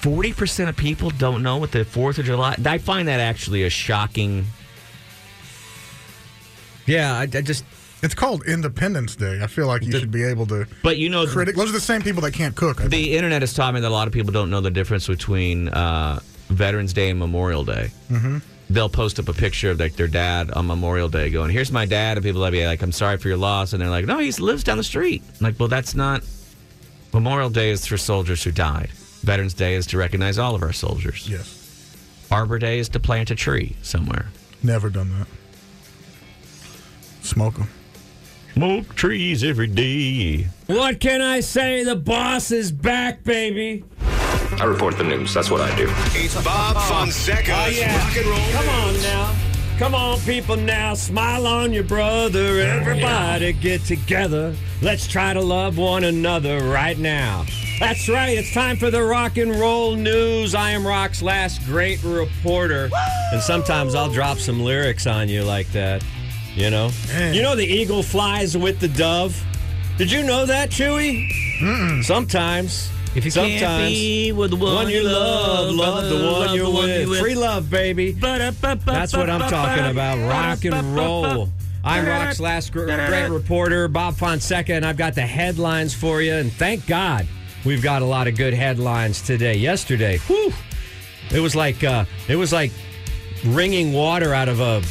[SPEAKER 3] Forty percent of people don't know what the Fourth of July. I find that actually a shocking.
[SPEAKER 5] Yeah, I, I just
[SPEAKER 2] It's called Independence Day. I feel like you should be able to.
[SPEAKER 3] But you know,
[SPEAKER 2] Critic. Those are the same people that can't cook. I
[SPEAKER 3] the internet has taught me that a lot of people don't know the difference between uh, Veterans Day and Memorial Day. Mm-hmm. They'll post up a picture of like their dad on Memorial Day, going, "Here's my dad," and people will be like, "I'm sorry for your loss," and they're like, "No, he lives down the street." I'm like, well, that's not. Memorial Day is for soldiers who died. Veterans Day is to recognize all of our soldiers.
[SPEAKER 2] Yes.
[SPEAKER 3] Arbor Day is to plant a tree somewhere.
[SPEAKER 2] Never done that. Smoke them.
[SPEAKER 3] Smoke trees every day.
[SPEAKER 1] What can I say? The boss is back, baby.
[SPEAKER 6] I report the news. That's what I do.
[SPEAKER 7] It's Bob Fonseca's
[SPEAKER 1] Oh, yeah.
[SPEAKER 7] Rock and Roll.
[SPEAKER 1] Come on now. Come on, people, now. Smile on your brother. Everybody get together. Let's try to love one another right now. That's right. It's time for the rock and roll news. I am Rock's last great reporter. And sometimes I'll drop some lyrics on you like that. You know?
[SPEAKER 2] Man.
[SPEAKER 1] You know, the eagle flies with the dove. Did you know that, Chewy? Sometimes.
[SPEAKER 3] If you
[SPEAKER 1] sometimes.
[SPEAKER 3] can't be with the one,
[SPEAKER 1] One you love, love the one you're with. Free love, baby. That's what I'm talking about. Rock and roll. I'm Rock's last gr- great reporter, Bob Fonseca, and I've got the headlines for you. And thank God we've got a lot of good headlines today. Yesterday, whew, it was like uh, it was like wringing water out of a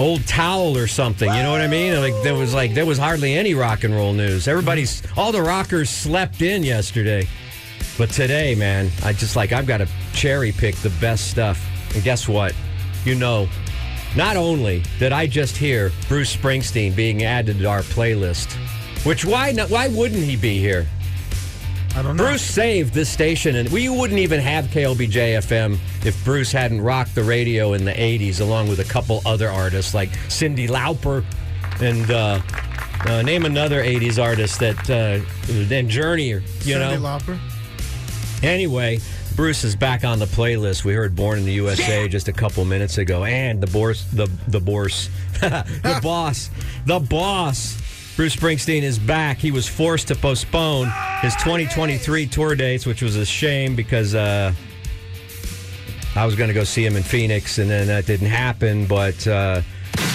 [SPEAKER 1] old towel or something. You know what I mean? Like there was like there was hardly any rock and roll news. Everybody's all the rockers slept in yesterday. But today, man, I just like I've got to cherry pick the best stuff. And guess what? You know, not only did I just hear Bruce Springsteen being added to our playlist, which why not, why wouldn't he be here?
[SPEAKER 2] I don't know.
[SPEAKER 1] Bruce saved this station, and we wouldn't even have KLBJ FM if Bruce hadn't rocked the radio in the '80s, along with a couple other artists like Cindy Lauper, and uh, uh, name another '80s artist that uh, and Journey, you know.
[SPEAKER 2] Cindy Lauper.
[SPEAKER 1] Anyway, Bruce is back on the playlist. We heard "Born in the USA" just a couple minutes ago, and the boss, the the boss, the boss, the boss. Bruce Springsteen is back. He was forced to postpone his 2023 tour dates, which was a shame because uh, I was going to go see him in Phoenix, and then that didn't happen. But uh,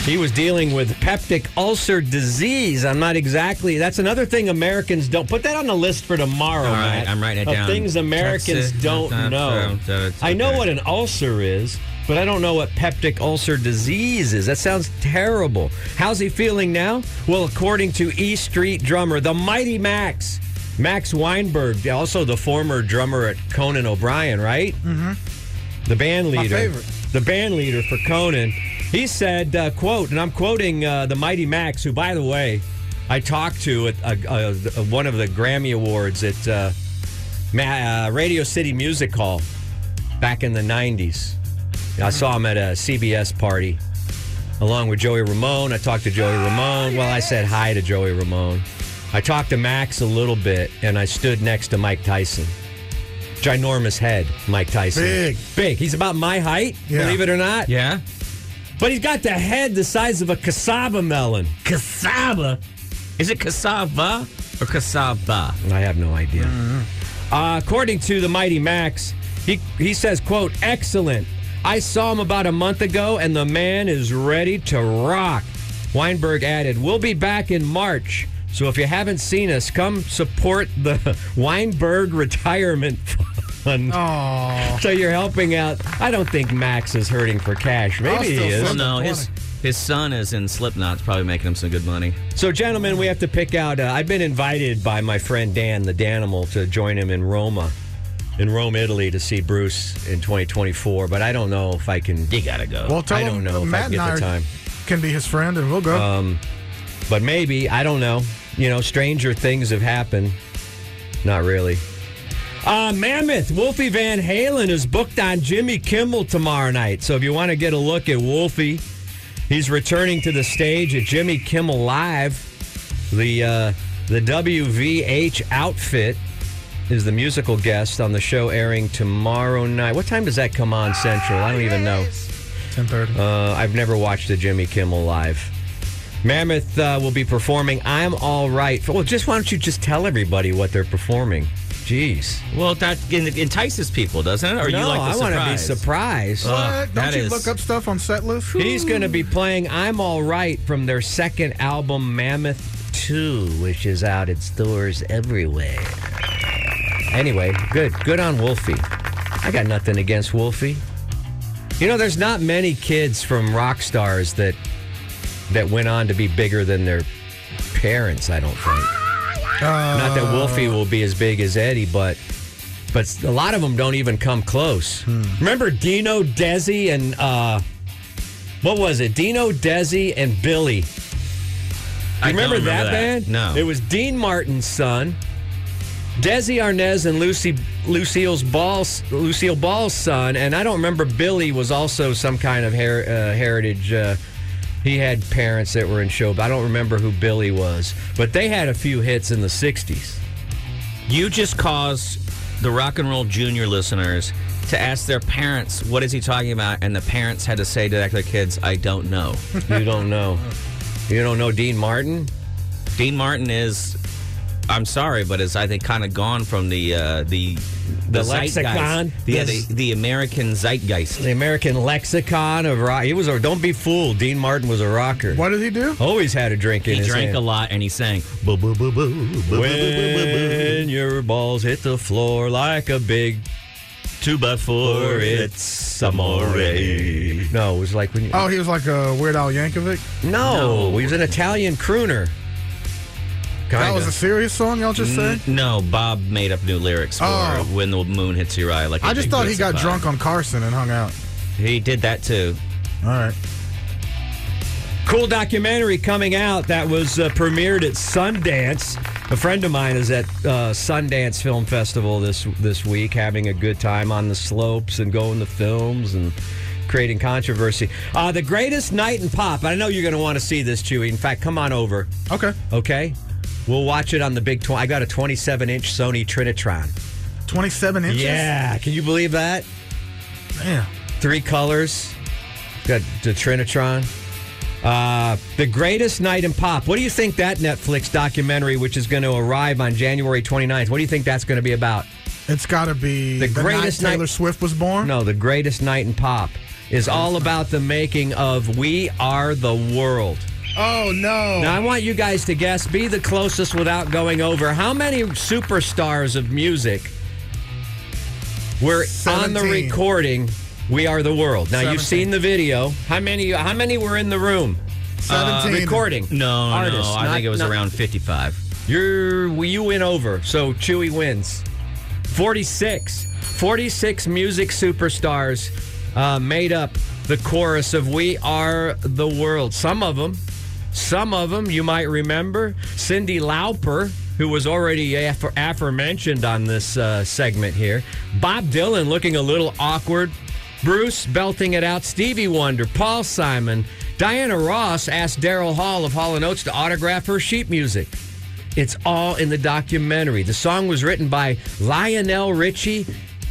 [SPEAKER 1] he was dealing with peptic ulcer disease. I'm not exactly. That's another thing Americans don't put that on the list for tomorrow.
[SPEAKER 3] All right,
[SPEAKER 1] Matt,
[SPEAKER 3] I'm writing it
[SPEAKER 1] of
[SPEAKER 3] down.
[SPEAKER 1] Things Americans
[SPEAKER 3] That's it.
[SPEAKER 1] don't
[SPEAKER 3] That's
[SPEAKER 1] know.
[SPEAKER 3] true. So it's
[SPEAKER 1] I know
[SPEAKER 3] okay.
[SPEAKER 1] what an ulcer is, but I don't know what peptic ulcer disease is. That sounds terrible. How's he feeling now? Well, according to E Street drummer, the Mighty Max. Max Weinberg, also the former drummer at Conan O'Brien, right? the band leader,
[SPEAKER 2] favorite.
[SPEAKER 1] the band leader for Conan, he said, uh, "quote," and I'm quoting uh, the Mighty Max, who, by the way, I talked to at uh, uh, one of the Grammy Awards at uh, Ma- uh, Radio City Music Hall back in the '90s. I saw him at a CBS party along with Joey Ramone. I talked to Joey
[SPEAKER 2] Ah,
[SPEAKER 1] Ramone. Well, I said hi to Joey Ramone. I talked to Max a little bit, and I stood next to Mike Tyson. Ginormous head, Mike Tyson.
[SPEAKER 2] Big.
[SPEAKER 1] Big. He's about my height,
[SPEAKER 2] Yeah.
[SPEAKER 1] believe it or not.
[SPEAKER 3] Yeah.
[SPEAKER 1] But he's got the head the size of a cassava melon.
[SPEAKER 3] Cassava. Is it cassava or cassava?
[SPEAKER 1] I have no idea. Uh, according to the Mighty Max, he, he says, quote, excellent. I saw him about a month ago, and the man is ready to rock. Weinberg added, we'll be back in March. So if you haven't seen us, come support the Weinberg Retirement Fund.
[SPEAKER 2] Oh,
[SPEAKER 1] So you're helping out. I don't think Max is hurting for cash.
[SPEAKER 2] I'll
[SPEAKER 1] Maybe he
[SPEAKER 2] still
[SPEAKER 1] is.
[SPEAKER 2] send
[SPEAKER 3] No,
[SPEAKER 2] Funny.
[SPEAKER 3] his his son is in Slipknot. It's probably making him some good money.
[SPEAKER 1] So, gentlemen, we have to pick out. Uh, I've been invited by my friend Dan the Danimal to join him in Roma, in Rome, Italy, to see Bruce in 2024. But I don't know if I can.
[SPEAKER 3] You gotta go.
[SPEAKER 2] well, tell
[SPEAKER 1] I
[SPEAKER 2] him
[SPEAKER 1] don't know if I
[SPEAKER 2] Matt
[SPEAKER 1] can get
[SPEAKER 2] and I
[SPEAKER 1] the time. Um,
[SPEAKER 2] can be his friend, and we'll go.
[SPEAKER 1] But maybe I don't know. You know, stranger things have happened.
[SPEAKER 8] Not really.
[SPEAKER 1] Uh, Mammoth, Wolfie Van Halen is booked on Jimmy Kimmel tomorrow night. So if you want to get a look at Wolfie, he's returning to the stage at Jimmy Kimmel Live. The uh, the WVH outfit is the musical guest on the show airing tomorrow night. What time does that come on Central? I don't even know.
[SPEAKER 2] Ten thirty.
[SPEAKER 1] Uh, I've never watched a Jimmy Kimmel Live. Mammoth uh, will be performing I'm All Right. Well, just why don't you just tell everybody what they're performing? Jeez.
[SPEAKER 3] Well, that en- entices people, doesn't it? Or you
[SPEAKER 1] no,
[SPEAKER 3] like the
[SPEAKER 1] I want to be
[SPEAKER 3] surprise?
[SPEAKER 1] surprised.
[SPEAKER 3] Uh,
[SPEAKER 2] What?
[SPEAKER 3] that
[SPEAKER 2] Don't you
[SPEAKER 3] is-
[SPEAKER 2] look up stuff on set list?
[SPEAKER 1] He's going to be playing I'm All Right from their second album, Mammoth 2, which is out at stores everywhere. Anyway, good. Good on Wolfie. I got nothing against Wolfie. You know, there's not many kids from rock stars that that went on to be bigger than their parents, I don't think. Not that Wolfie will be as big as Eddie, but but a lot of them don't even come close. Remember Dino Desi and uh, what was it? Dino Desi and Billy. You
[SPEAKER 3] I don't
[SPEAKER 1] remember, that,
[SPEAKER 3] remember
[SPEAKER 1] band?
[SPEAKER 3] that. No.
[SPEAKER 1] it was Dean Martin's son, Desi Arnaz and Lucy Lucille's Ball's Lucille Ball's son, and I don't remember Billy was also some kind of her, uh, heritage. Uh, he had parents that were in show, but I don't remember who Billy was. But they had a few hits in the '60s.
[SPEAKER 3] You just caused the rock and roll junior listeners to ask their parents, what is he talking about? And the parents had to say to their kids, I don't know.
[SPEAKER 1] You don't know. You don't know Dean Martin?
[SPEAKER 3] Dean Martin is, I'm sorry, but is, I think, kind of gone from the, uh, the,
[SPEAKER 1] The
[SPEAKER 3] zeitgeist.
[SPEAKER 1] lexicon?
[SPEAKER 3] Yeah,
[SPEAKER 1] Yes.
[SPEAKER 3] the, the American zeitgeist.
[SPEAKER 1] The American lexicon of rock. He was a don't be fooled. Dean Martin was a rocker.
[SPEAKER 2] What did he do?
[SPEAKER 1] Always had a drink in
[SPEAKER 3] He
[SPEAKER 1] his
[SPEAKER 3] drank a
[SPEAKER 1] hand.
[SPEAKER 3] lot and he sang, boo, boo, boo, boo, boo, boo, boo, boo,
[SPEAKER 1] When your balls hit the floor like a big
[SPEAKER 3] two by four,
[SPEAKER 1] four,
[SPEAKER 3] it's
[SPEAKER 1] it's
[SPEAKER 3] amore.
[SPEAKER 1] no, it was like when you,
[SPEAKER 2] Oh, he was like a Weird Al Yankovic.
[SPEAKER 1] no,
[SPEAKER 3] no.
[SPEAKER 1] he was an Italian crooner.
[SPEAKER 2] That
[SPEAKER 1] Kinda.
[SPEAKER 2] was a serious song y'all
[SPEAKER 3] Mm,
[SPEAKER 2] just said.
[SPEAKER 3] No, Bob made up new lyrics for
[SPEAKER 2] Oh.
[SPEAKER 3] When the Moon Hits Your Eye. Like a
[SPEAKER 2] I just
[SPEAKER 3] big
[SPEAKER 2] thought he
[SPEAKER 3] pizza
[SPEAKER 2] got
[SPEAKER 3] pie.
[SPEAKER 2] drunk on Carson and hung out.
[SPEAKER 3] He did that too.
[SPEAKER 2] All right.
[SPEAKER 1] cool documentary coming out that was uh, premiered at Sundance. A friend of mine is at uh, Sundance Film Festival this this week, having a good time on the slopes and going to films and creating controversy. Uh, the greatest night in pop. I know you're going to want to see this, Chewy. In fact, come on over.
[SPEAKER 2] Okay.
[SPEAKER 1] Okay, we'll watch it on the big. Tw- I got a 27 inch Sony Trinitron.
[SPEAKER 2] 27 inches?
[SPEAKER 1] Yeah, can you believe that?
[SPEAKER 2] Damn.
[SPEAKER 1] three colors. Got the Trinitron. Uh, the greatest night in pop. What do you think that Netflix documentary, which is going to arrive on January 29th, what do you think that's going to be about?
[SPEAKER 2] It's got to be
[SPEAKER 1] The greatest
[SPEAKER 2] night
[SPEAKER 1] night-
[SPEAKER 2] Taylor Swift was born.
[SPEAKER 1] No, the greatest night in pop is all about the making of "We Are the World."
[SPEAKER 2] Oh, no.
[SPEAKER 1] Now, I want you guys to guess. Be the closest without going over. How many superstars of music were on the
[SPEAKER 2] 17.
[SPEAKER 1] recording? We are the world. Now you've
[SPEAKER 2] 17.
[SPEAKER 1] seen the video. How many? How many were in the room
[SPEAKER 2] 17.
[SPEAKER 1] recording?
[SPEAKER 3] Uh, No,
[SPEAKER 1] Artists,
[SPEAKER 3] no, I
[SPEAKER 1] not-
[SPEAKER 3] think it was
[SPEAKER 1] not-
[SPEAKER 3] around 55.
[SPEAKER 1] You're well, you win over. So Chewy wins. 46. 46 music superstars uh, made up the chorus of We Are the World. Some of them, some of them you might remember. Cindy Lauper, who was already aff- aforementioned on this uh, segment here. Bob Dylan looking a little awkward. Bruce belting it out. Stevie Wonder, Paul Simon. Diana Ross asked Daryl Hall of Hall & Oates to autograph her sheet music. It's all in the documentary. The song was written by Lionel Richie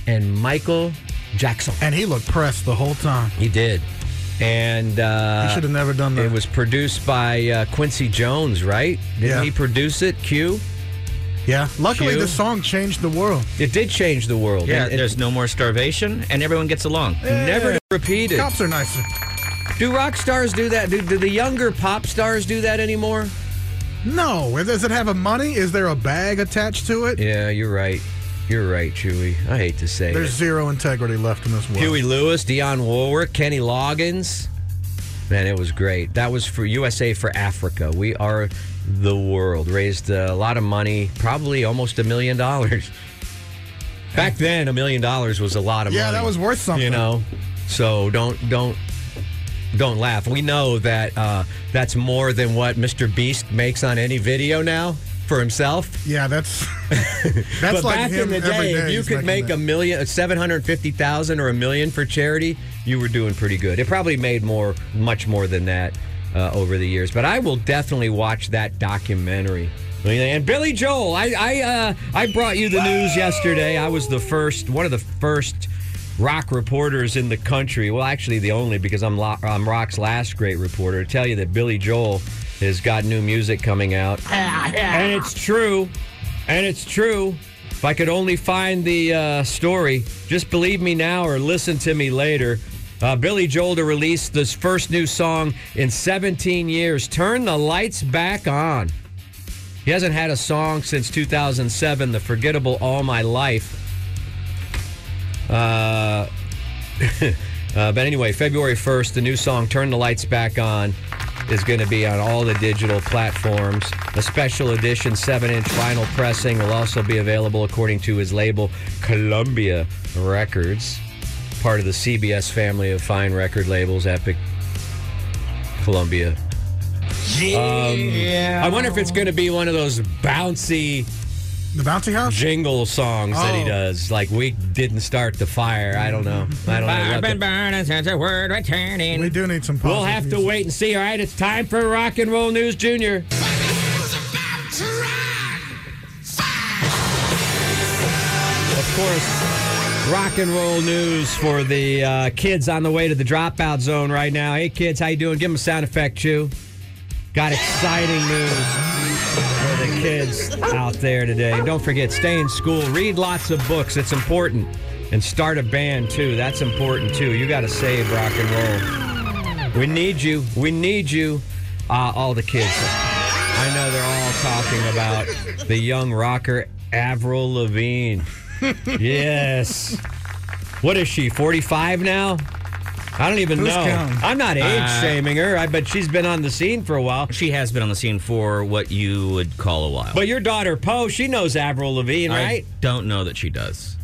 [SPEAKER 1] and Michael Jackson.
[SPEAKER 2] And he looked pressed the whole time.
[SPEAKER 1] He did. And
[SPEAKER 2] He
[SPEAKER 1] uh,
[SPEAKER 2] should have never done that.
[SPEAKER 1] it was produced by uh, Quincy Jones, right? Didn't
[SPEAKER 2] Yeah.
[SPEAKER 1] he produce it? Q?
[SPEAKER 2] yeah. Luckily,
[SPEAKER 1] Cute.
[SPEAKER 2] this song changed the world.
[SPEAKER 1] It did change the world.
[SPEAKER 3] Yeah,
[SPEAKER 1] and it
[SPEAKER 3] there's no more starvation, and everyone gets along.
[SPEAKER 1] never to repeat it.
[SPEAKER 2] Cops are nicer.
[SPEAKER 1] Do rock stars do that? Do, do the younger pop stars do that anymore?
[SPEAKER 2] No. Does it have a money? Is there a bag attached to it?
[SPEAKER 1] Yeah, you're right. You're right, Chewy. I hate to say
[SPEAKER 2] There's
[SPEAKER 1] it.
[SPEAKER 2] zero integrity left in this world.
[SPEAKER 1] Huey Lewis, Dionne Warwick, Kenny Loggins. Man, it was great. That was for USA for Africa. We are the world. Raised uh, a lot of money, probably almost a million dollars. Back then, a million dollars was a lot of
[SPEAKER 2] Yeah,
[SPEAKER 1] money.
[SPEAKER 2] that was worth something.
[SPEAKER 1] You know, so don't don't don't laugh. We know that uh, that's more than what Mr. Beast makes on any video now. for himself.
[SPEAKER 2] Yeah, that's that's
[SPEAKER 1] but
[SPEAKER 2] like
[SPEAKER 1] back
[SPEAKER 2] him
[SPEAKER 1] in the
[SPEAKER 2] every
[SPEAKER 1] day, if you
[SPEAKER 2] he's
[SPEAKER 1] could
[SPEAKER 2] making
[SPEAKER 1] make
[SPEAKER 2] that.
[SPEAKER 1] a million, uh, seven hundred fifty thousand, or a million for charity, you were doing pretty good. It probably made more, much more than that uh, over the years. But I will definitely watch that documentary. And Billy Joel, I I uh, I brought you the news yesterday. I was the first, one of the first rock reporters in the country. Well, actually, the only because I'm lo- I'm rock's last great reporter to tell you that Billy Joel has got new music coming out. And it's true. And it's true. If I could only find the uh, story, just believe me now or listen to me later. Uh, Billy Joel to release this first new song in 17 years. Turn the lights back on. He hasn't had a song since 2007, The Forgettable All My Life. Uh, but anyway, February 1st, the new song Turn the Lights Back On is going to be on all the digital platforms. A special edition 7 inch vinyl pressing will also be available according to his label, Columbia Records, part of the CBS family of fine record labels, Epic, Columbia. Yeah. I wonder if it's going to be one of those bouncy
[SPEAKER 2] the bouncy house.
[SPEAKER 1] jingle songs that he
[SPEAKER 2] Oh.
[SPEAKER 1] does. Like, we didn't start the fire. I don't know. I don't know. what the-
[SPEAKER 2] we do need some.
[SPEAKER 1] We'll
[SPEAKER 2] positive
[SPEAKER 1] have to
[SPEAKER 2] music.
[SPEAKER 1] wait and see. All right, it's time for Rock and Roll News Junior. Of course, rock and roll news for the uh, kids on the way to the dropout zone right now. Hey, kids, how you doing? Give them a sound effect, Chew. Got exciting news for the kids out there today. And don't forget, stay in school, read lots of books. It's important. And start a band, too. That's important, too. You got to save rock and roll. We need you. We need you. Uh, all the kids. I know they're all talking about the young rocker Avril Lavigne. yes. What is she? Forty-five now? I don't even
[SPEAKER 2] Who's
[SPEAKER 1] know.
[SPEAKER 2] counting?
[SPEAKER 1] I'm not age
[SPEAKER 3] Uh,
[SPEAKER 1] shaming her. I bet she's been on the scene for a while.
[SPEAKER 3] She has been on the scene for what you would call a while.
[SPEAKER 1] But your daughter Poe, she knows Avril Lavigne,
[SPEAKER 3] I
[SPEAKER 1] right?
[SPEAKER 3] don't know that she does.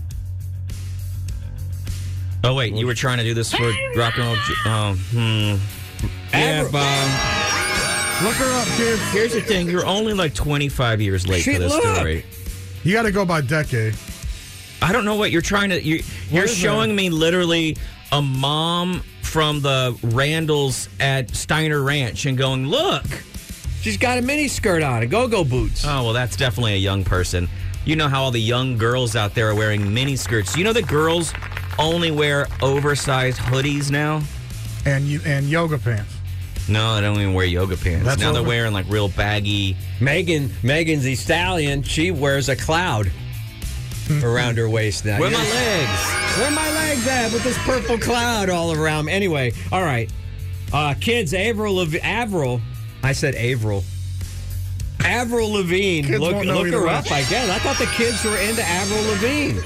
[SPEAKER 3] Oh wait, you were trying to do this for rock and roll. Ju- Oh, hmm.
[SPEAKER 1] Avril-
[SPEAKER 3] Bob.
[SPEAKER 2] Look her up, kids.
[SPEAKER 3] um, Here's the thing: you're only like 25 years late
[SPEAKER 1] She-
[SPEAKER 3] for this
[SPEAKER 1] look.
[SPEAKER 3] story.
[SPEAKER 2] You got to go by decade.
[SPEAKER 3] I don't know what you're trying to. You're, you're
[SPEAKER 2] Where's
[SPEAKER 3] showing
[SPEAKER 2] the-
[SPEAKER 3] me literally a mom from the Randalls at Steiner Ranch and going, "Look,
[SPEAKER 1] she's got a mini skirt on, a go-go boots.
[SPEAKER 3] Oh well, that's definitely a young person. You know how all the young girls out there are wearing mini skirts. You know that girls only wear oversized hoodies now.
[SPEAKER 2] And you and yoga pants.
[SPEAKER 3] No, they don't even wear yoga pants.
[SPEAKER 2] That's
[SPEAKER 3] now they're
[SPEAKER 2] over-
[SPEAKER 3] wearing like real baggy.
[SPEAKER 1] Megan, Megan's the stallion. She wears a cloud
[SPEAKER 2] Hmm.
[SPEAKER 1] around her waist now.
[SPEAKER 3] Where my legs?
[SPEAKER 1] Where my legs at with this purple cloud all around? me? Anyway, all right. Uh, kids, Avril Lav- Avril. I said Avril. Avril Lavigne.
[SPEAKER 2] Kids
[SPEAKER 1] look
[SPEAKER 2] won't know
[SPEAKER 1] look
[SPEAKER 2] either
[SPEAKER 1] her
[SPEAKER 2] way.
[SPEAKER 1] up, I guess. I thought the kids were into Avril Lavigne.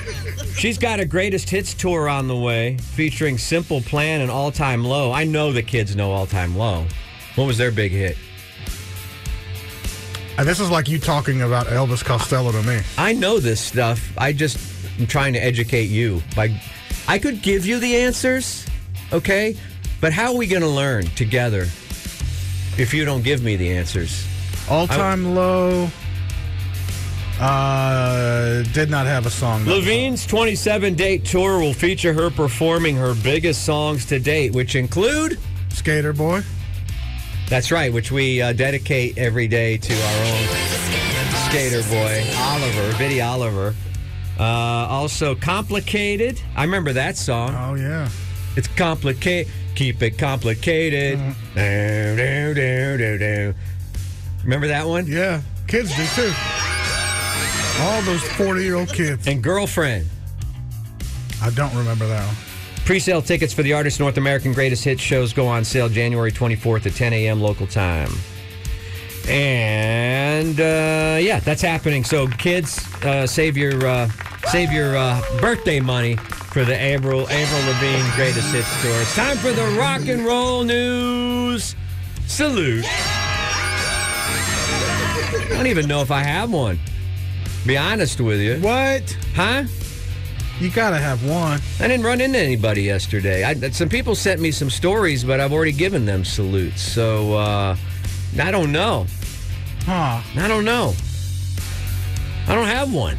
[SPEAKER 1] She's got a greatest hits tour on the way featuring Simple Plan and All Time Low. I know the kids know All Time Low. What was their big hit?
[SPEAKER 2] And Uh, this is like you talking about Elvis Costello to me.
[SPEAKER 1] I know this stuff. I just am trying to educate you. By, I could give you the answers, okay? But how are we going to learn together if you don't give me the answers?
[SPEAKER 2] All time low. Uh, did not have a song. that was-
[SPEAKER 1] Levine's 27 date tour will feature her performing her biggest songs to date, which include.
[SPEAKER 2] Skater boy.
[SPEAKER 1] That's right, which we uh, dedicate every day to our own skater boy, Oliver, Biddy Oliver. Uh, also, Complicated. I remember that song.
[SPEAKER 2] Oh yeah.
[SPEAKER 1] It's complicated. Keep it complicated. Do, do, do, do, do. Remember that one?
[SPEAKER 2] Mm-hmm. Yeah. Kids do too. All those forty-year-old kids.
[SPEAKER 1] And Girlfriend.
[SPEAKER 2] I don't remember that one.
[SPEAKER 1] Pre-sale tickets for the artist North American Greatest Hits shows go on sale January 24th at 10 a.m. local time. And uh, yeah, that's happening. So kids, uh, save your uh, save your uh, birthday money for the Avril Avril Lavigne Greatest Hits tour. It's time for the rock and roll news. Salute. I don't even know if I have one. Be honest with you,
[SPEAKER 2] What?
[SPEAKER 1] huh?
[SPEAKER 2] You gotta have one.
[SPEAKER 1] I didn't run into anybody yesterday. I, some people sent me some stories, but I've already given them salutes. So uh, I don't know.
[SPEAKER 2] Huh.
[SPEAKER 1] I don't know. I don't have one.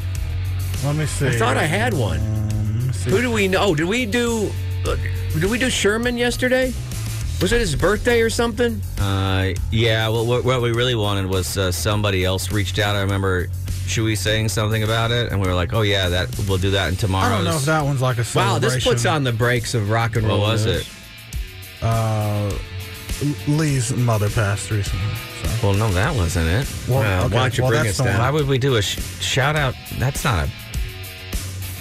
[SPEAKER 2] Let me see.
[SPEAKER 1] I thought I had one. Who do we know? Did we do? uh, Did we do Sherman yesterday? Was it his birthday or something?
[SPEAKER 3] Uh, yeah, well, what, what we really wanted was uh, somebody else reached out. I remember Chewy saying something about it, and we were like, oh, yeah, that we'll do that in
[SPEAKER 2] I
[SPEAKER 3] tomorrow's.
[SPEAKER 2] don't know if that one's like a celebration.
[SPEAKER 1] Wow, this puts on the brakes of rock and
[SPEAKER 3] what
[SPEAKER 1] roll.
[SPEAKER 3] was
[SPEAKER 1] news.
[SPEAKER 3] it?
[SPEAKER 2] Uh, Lee's mother passed recently. So.
[SPEAKER 3] Well, no, that wasn't it.
[SPEAKER 2] Well,
[SPEAKER 1] Wow, why don't you bring
[SPEAKER 2] that's
[SPEAKER 1] us
[SPEAKER 2] the
[SPEAKER 1] down?
[SPEAKER 3] Why
[SPEAKER 2] one.
[SPEAKER 3] would we do a sh- shout out? That's not a.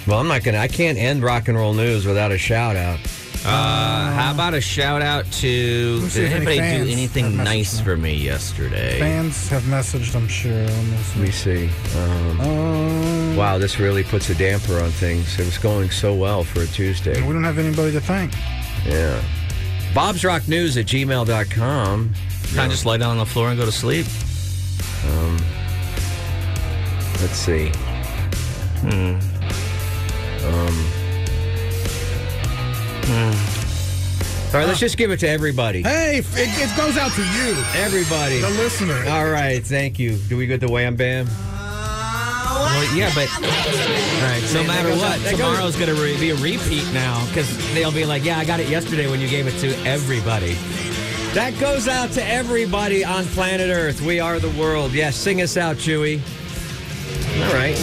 [SPEAKER 1] Well, I'm not gonna. I can't end rock and roll news without a shout out.
[SPEAKER 3] Uh, how about a shout out to.
[SPEAKER 2] Let's see
[SPEAKER 3] Did
[SPEAKER 2] if any
[SPEAKER 3] anybody
[SPEAKER 2] fans
[SPEAKER 3] do
[SPEAKER 2] have
[SPEAKER 3] anything
[SPEAKER 2] messaged
[SPEAKER 3] nice
[SPEAKER 2] me.
[SPEAKER 3] for me yesterday?
[SPEAKER 2] Fans have messaged, I'm sure. on this
[SPEAKER 1] Let me
[SPEAKER 2] one.
[SPEAKER 1] see. Um,
[SPEAKER 2] Um,
[SPEAKER 1] wow, this really puts a damper on things. It was going so well for a Tuesday.
[SPEAKER 2] we don't have anybody to thank.
[SPEAKER 1] Yeah. Bob's Rock News at gmail.com.
[SPEAKER 3] Kind of just lay down on the floor and go to sleep.
[SPEAKER 2] Um,
[SPEAKER 1] Let's see. Hmm. Um. Hmm. All right, let's just give it to everybody.
[SPEAKER 2] Hey, it, it goes out to you,
[SPEAKER 1] Everybody.
[SPEAKER 2] the listener.
[SPEAKER 1] All right, thank you. Do we go to Wham Bam?
[SPEAKER 3] Well, yeah, but no matter what, tomorrow's going to re- be a repeat now because they'll be like, yeah, I got it yesterday when you gave it to everybody.
[SPEAKER 1] That goes out to everybody on planet Earth. We are the world. Yes, sing us out, Chewy. All right.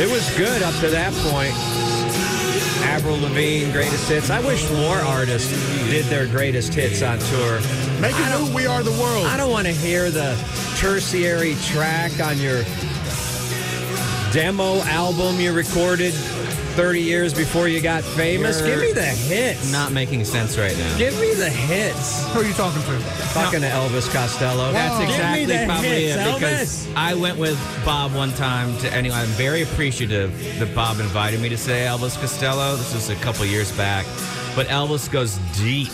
[SPEAKER 1] It was good up to that point. Avril Lavigne, greatest hits. I wish more artists did their greatest hits on tour.
[SPEAKER 2] Make it who we are the world.
[SPEAKER 1] I don't want to hear the tertiary track on your demo album you recorded 30 years before you got famous.
[SPEAKER 3] You're
[SPEAKER 1] Give me the hits.
[SPEAKER 3] Not making sense right now.
[SPEAKER 1] Give me the hits.
[SPEAKER 2] Who are you talking to?
[SPEAKER 1] Talking to Elvis Costello.
[SPEAKER 3] That's exactly
[SPEAKER 1] Give me the
[SPEAKER 3] probably
[SPEAKER 1] hits,
[SPEAKER 3] it because
[SPEAKER 1] Elvis.
[SPEAKER 3] I went with Bob one time to anyway. I'm very appreciative that Bob invited me to say Elvis Costello. This was a couple years back, but Elvis goes deep,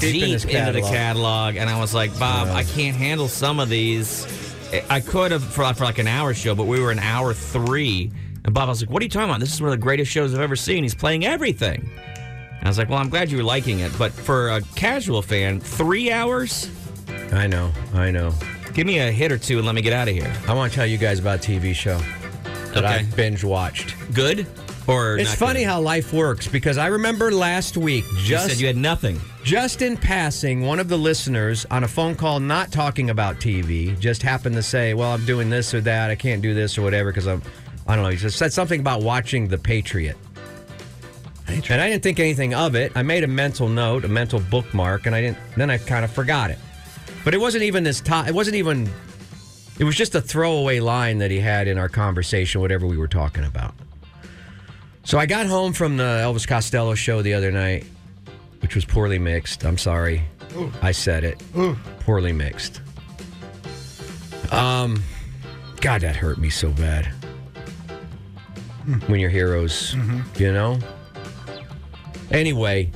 [SPEAKER 1] Deep in his
[SPEAKER 3] into the
[SPEAKER 1] catalog.
[SPEAKER 3] catalog, and I was like, Bob, I can't handle some of these. I- I could have for, for like an hour show, but we were an hour three, and Bob I was like, "What are you talking about? This is one of the greatest shows I've ever seen. He's playing everything." And I was like, "Well, I'm glad you were liking it, but for a casual fan, three hours."
[SPEAKER 1] I know, I know.
[SPEAKER 3] Give me a hit or two and let me get out of here.
[SPEAKER 1] I want to tell you guys about a TV show that
[SPEAKER 3] Okay.
[SPEAKER 1] I binge watched.
[SPEAKER 3] Good or
[SPEAKER 1] It's
[SPEAKER 3] not
[SPEAKER 1] funny
[SPEAKER 3] good?
[SPEAKER 1] how life works because I remember last week
[SPEAKER 3] you
[SPEAKER 1] just
[SPEAKER 3] said you had nothing.
[SPEAKER 1] Just in passing, one of the listeners on a phone call not talking about TV just happened to say, "Well, I'm doing this or that. I can't do this or whatever because I'm I don't know." He just said something about watching The Patriot. And I didn't think anything of it. I made a mental note, a mental bookmark, and I didn't then I kind of forgot it. But it wasn't even this top it wasn't even it was just a throwaway line that he had in our conversation whatever we were talking about. So I got home from the Elvis Costello show the other night which was poorly mixed. I'm sorry. I said it. Poorly mixed. Um God, that hurt me so bad. When your heroes, you know? Anyway,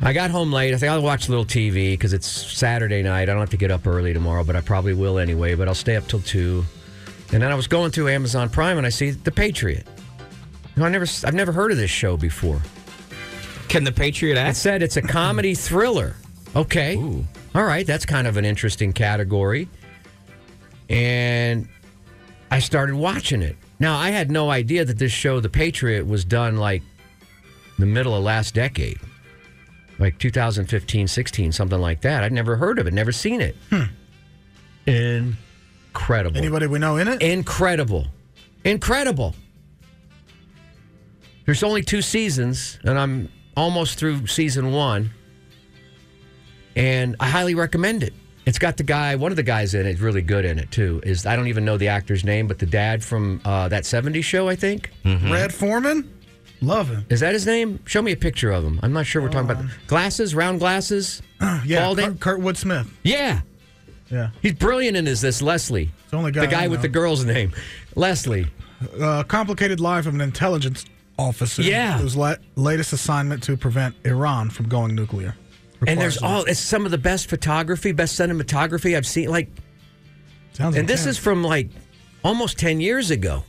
[SPEAKER 1] I got home late. I think I'll watch a little TV because it's Saturday night. I don't have to get up early tomorrow, but I probably will anyway. But I'll stay up till 2. And then I was going through Amazon Prime and I see The Patriot. You know, I never, I've never heard of this show before.
[SPEAKER 3] Can the Patriot
[SPEAKER 1] It
[SPEAKER 3] act?
[SPEAKER 1] said it's a comedy thriller. Okay.
[SPEAKER 3] Ooh.
[SPEAKER 1] All right. That's kind of an interesting category. And I started watching it. Now, I had no idea that this show, The Patriot, was done like the middle of last decade, like 2015, 16, something like that. I'd never heard of it, never seen it. Incredible.
[SPEAKER 2] Hmm. Anybody we know in it?
[SPEAKER 1] Incredible. Incredible. There's only two seasons, and I'm almost through season one. And I highly recommend it. It's got the guy, one of the guys in it, really good in it too. Is I don't even know the actor's name, but the dad from uh, that 70s show, I think.
[SPEAKER 2] Red Foreman? Love him. Uh,
[SPEAKER 1] Is that his name? Show me a picture of him. I'm not sure we're talking about. Glasses, round glasses?
[SPEAKER 2] Yeah,
[SPEAKER 1] Balding?
[SPEAKER 2] Kurt, Kurtwood Smith.
[SPEAKER 1] Yeah.
[SPEAKER 2] Yeah.
[SPEAKER 1] He's brilliant in his this, Leslie.
[SPEAKER 2] the only guy
[SPEAKER 1] the
[SPEAKER 2] I
[SPEAKER 1] guy with
[SPEAKER 2] know.
[SPEAKER 1] the girl's name. Leslie.
[SPEAKER 2] Uh, complicated life of an intelligence officer.
[SPEAKER 1] Yeah.
[SPEAKER 2] Whose la- latest assignment to prevent Iran from going nuclear.
[SPEAKER 1] and there's
[SPEAKER 2] Requires
[SPEAKER 1] all
[SPEAKER 2] it.
[SPEAKER 1] it's some of the best photography, best cinematography I've seen. Like,
[SPEAKER 2] Sounds
[SPEAKER 1] and this
[SPEAKER 2] intense.
[SPEAKER 1] is from like almost ten years ago.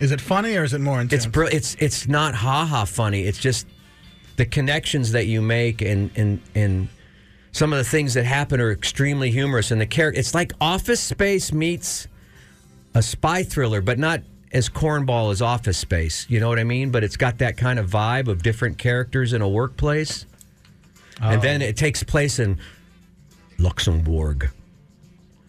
[SPEAKER 2] Is it funny or is it more intense?
[SPEAKER 1] It's br- it's it's not ha ha funny. It's just the connections that you make and and and some of the things that happen are extremely humorous. And the character, it's like Office Space meets a spy thriller, but not as cornball as Office Space. You know what I mean? But it's got that kind of vibe of different characters in a workplace. And then it takes place in Luxembourg.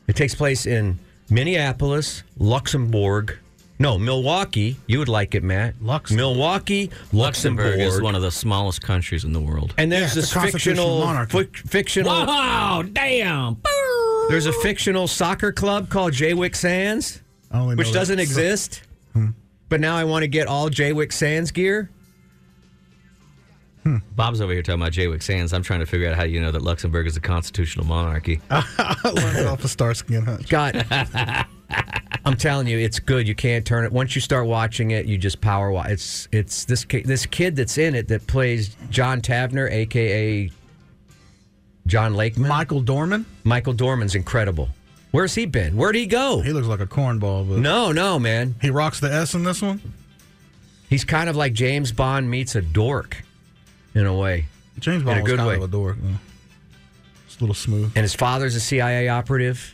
[SPEAKER 1] It takes place in Minneapolis, Luxembourg. No, Milwaukee. You would like it, Matt.
[SPEAKER 9] Lux-
[SPEAKER 1] Milwaukee, Luxembourg.
[SPEAKER 3] Luxembourg is one of the smallest countries in the world.
[SPEAKER 1] and
[SPEAKER 2] Yeah,
[SPEAKER 1] there's
[SPEAKER 2] it's
[SPEAKER 1] this
[SPEAKER 2] a constitutional
[SPEAKER 1] fictional,
[SPEAKER 2] monarchy.
[SPEAKER 1] fic- fictional
[SPEAKER 3] Wow! Damn!
[SPEAKER 1] There's a fictional soccer club called Jaywick Sands,
[SPEAKER 2] I only know
[SPEAKER 1] which
[SPEAKER 2] that- hmm.
[SPEAKER 1] doesn't exist. But now I want to get all Jaywick Sands gear.
[SPEAKER 3] Bob's over here talking about Jaywick Sands. I'm trying to figure out how you know that Luxembourg is a constitutional monarchy.
[SPEAKER 2] I learned it off of Starsky and Hutch.
[SPEAKER 1] God, I'm telling you, it's good. You can't turn it. Once you start watching it, you just power watch. It's it's this ki- this kid that's in it that plays John Tavner, aka John Lakeman.
[SPEAKER 2] Michael Dorman.
[SPEAKER 1] Michael Dorman's incredible. Where's he been? Where'd he go?
[SPEAKER 2] He looks like a cornball, but
[SPEAKER 1] No, no, man.
[SPEAKER 2] he rocks the S in this one.
[SPEAKER 1] He's kind of like James Bond meets a dork, in a way.
[SPEAKER 2] James
[SPEAKER 1] a
[SPEAKER 2] Bond was
[SPEAKER 1] good
[SPEAKER 2] kind
[SPEAKER 1] way.
[SPEAKER 2] of a dork. though. It's a little smooth.
[SPEAKER 1] and his father's a CIA operative,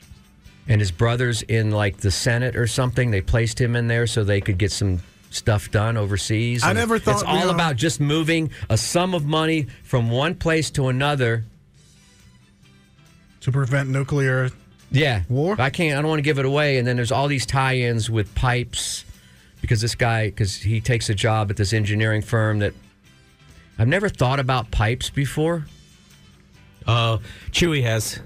[SPEAKER 1] and his brother's in like the Senate or something. They placed him in there so they could get some stuff done overseas.
[SPEAKER 2] I
[SPEAKER 1] And
[SPEAKER 2] never thought
[SPEAKER 1] it's all
[SPEAKER 2] we, uh,
[SPEAKER 1] about just moving a sum of money from one place to another.
[SPEAKER 2] To prevent nuclear
[SPEAKER 1] Yeah,
[SPEAKER 2] War?
[SPEAKER 1] I can't. I don't want to give it away. And then there's all these tie-ins with pipes because this guy because he takes a job at this engineering firm that I've never thought about pipes before.
[SPEAKER 2] Uh,
[SPEAKER 3] Oh, Chewy has.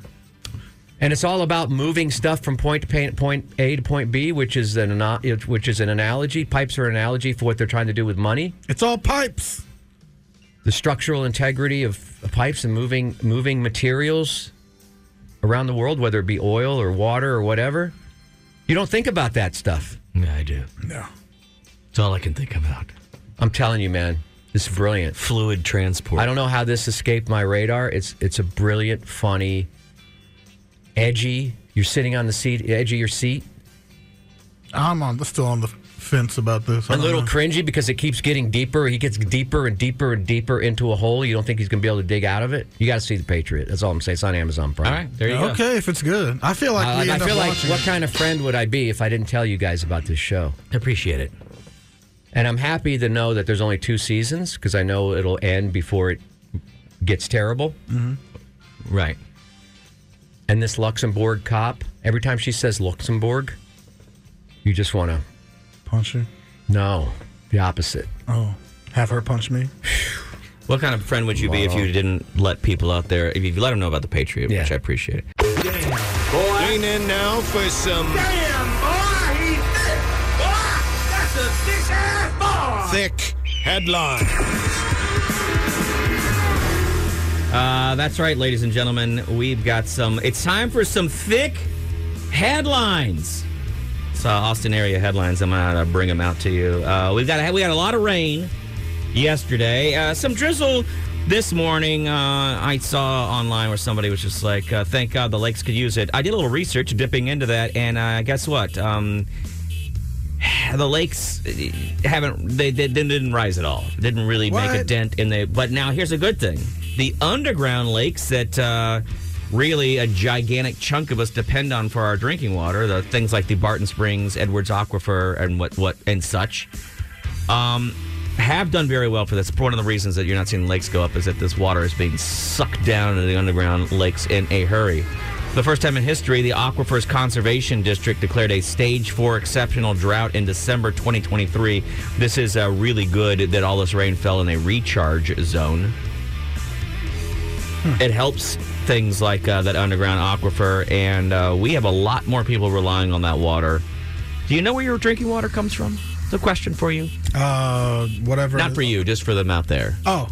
[SPEAKER 1] And it's all about moving stuff from point to point, point A to point B, which is an ano- it- which is an analogy. Pipes are an analogy for what they're trying to do with money.
[SPEAKER 2] It's all pipes.
[SPEAKER 1] The structural integrity of pipes and moving moving materials around the world, whether it be oil or water or whatever. You don't think about that stuff.
[SPEAKER 3] Yeah, I do.
[SPEAKER 2] No.
[SPEAKER 3] It's all I can think about.
[SPEAKER 1] I'm telling you, man, it's brilliant.
[SPEAKER 3] Fluid transport.
[SPEAKER 1] I don't know how this escaped my radar. It's it's a brilliant, funny, edgy. You're sitting on the seat, edge of your seat.
[SPEAKER 2] I'm on still on the fence about this. I
[SPEAKER 1] a
[SPEAKER 2] don't
[SPEAKER 1] little
[SPEAKER 2] know.
[SPEAKER 1] cringy because it keeps getting deeper. He gets deeper and deeper and deeper into a hole. You don't think he's going to be able to dig out of it. You got to see the Patriot. That's all I'm saying. It's on Amazon Prime.
[SPEAKER 3] All right, there you go.
[SPEAKER 2] Okay, if it's good, Oh, I feel like
[SPEAKER 1] I,
[SPEAKER 2] we
[SPEAKER 1] Uh, like- I
[SPEAKER 2] end
[SPEAKER 1] feel
[SPEAKER 2] up
[SPEAKER 1] like
[SPEAKER 2] watching
[SPEAKER 1] what
[SPEAKER 2] it.
[SPEAKER 1] kind of friend would I be if I didn't tell you guys about this show?
[SPEAKER 3] Appreciate it.
[SPEAKER 1] And I'm happy to know that there's only two seasons because I know it'll end before it gets terrible.
[SPEAKER 3] Mm-hmm. Right.
[SPEAKER 1] And this Luxembourg cop, every time she says Luxembourg, you just want to
[SPEAKER 2] punch you.
[SPEAKER 1] no, the opposite.
[SPEAKER 2] Oh, have her punch me.
[SPEAKER 3] What kind of friend would you be if you didn't let people out there, if you let them know about the Patriot,
[SPEAKER 1] Yeah.
[SPEAKER 3] which I appreciate.
[SPEAKER 10] Lean in now for some thick headline.
[SPEAKER 3] Uh, that's right, ladies and gentlemen. We've got some. It's time for some thick headlines. So Austin area headlines. I'm gonna bring them out to you. Uh, we've got we had a lot of rain yesterday. Uh, some drizzle this morning. Uh, I saw online where somebody was just like, uh, "Thank God the lakes could use it." I did a little research, dipping into that, and uh, guess what? Um, the lakes eh, haven't they, they didn't- didn't rise at all. Didn't really make a
[SPEAKER 2] What?
[SPEAKER 3] dent in the. But now here's a good thing: the underground lakes that uh, really a gigantic chunk of us depend on for our drinking water, the things like the Barton Springs, Edwards Aquifer, and what what and such, um, have done very well for this. One of the reasons that you're not seeing lakes go up is that this water is being sucked down into the underground lakes in a hurry. The first time in history, the Aquifers Conservation District declared a stage four exceptional drought in December 2023. This is uh, really good that all this rain fell in a recharge zone
[SPEAKER 2] Hmm.
[SPEAKER 3] it helps things like uh, that underground aquifer, and uh, we have a lot more people relying on that water. Do you know where your drinking water comes from? It's a question for you.
[SPEAKER 2] Uh, whatever.
[SPEAKER 3] Not for you, just for them out there.
[SPEAKER 2] Oh,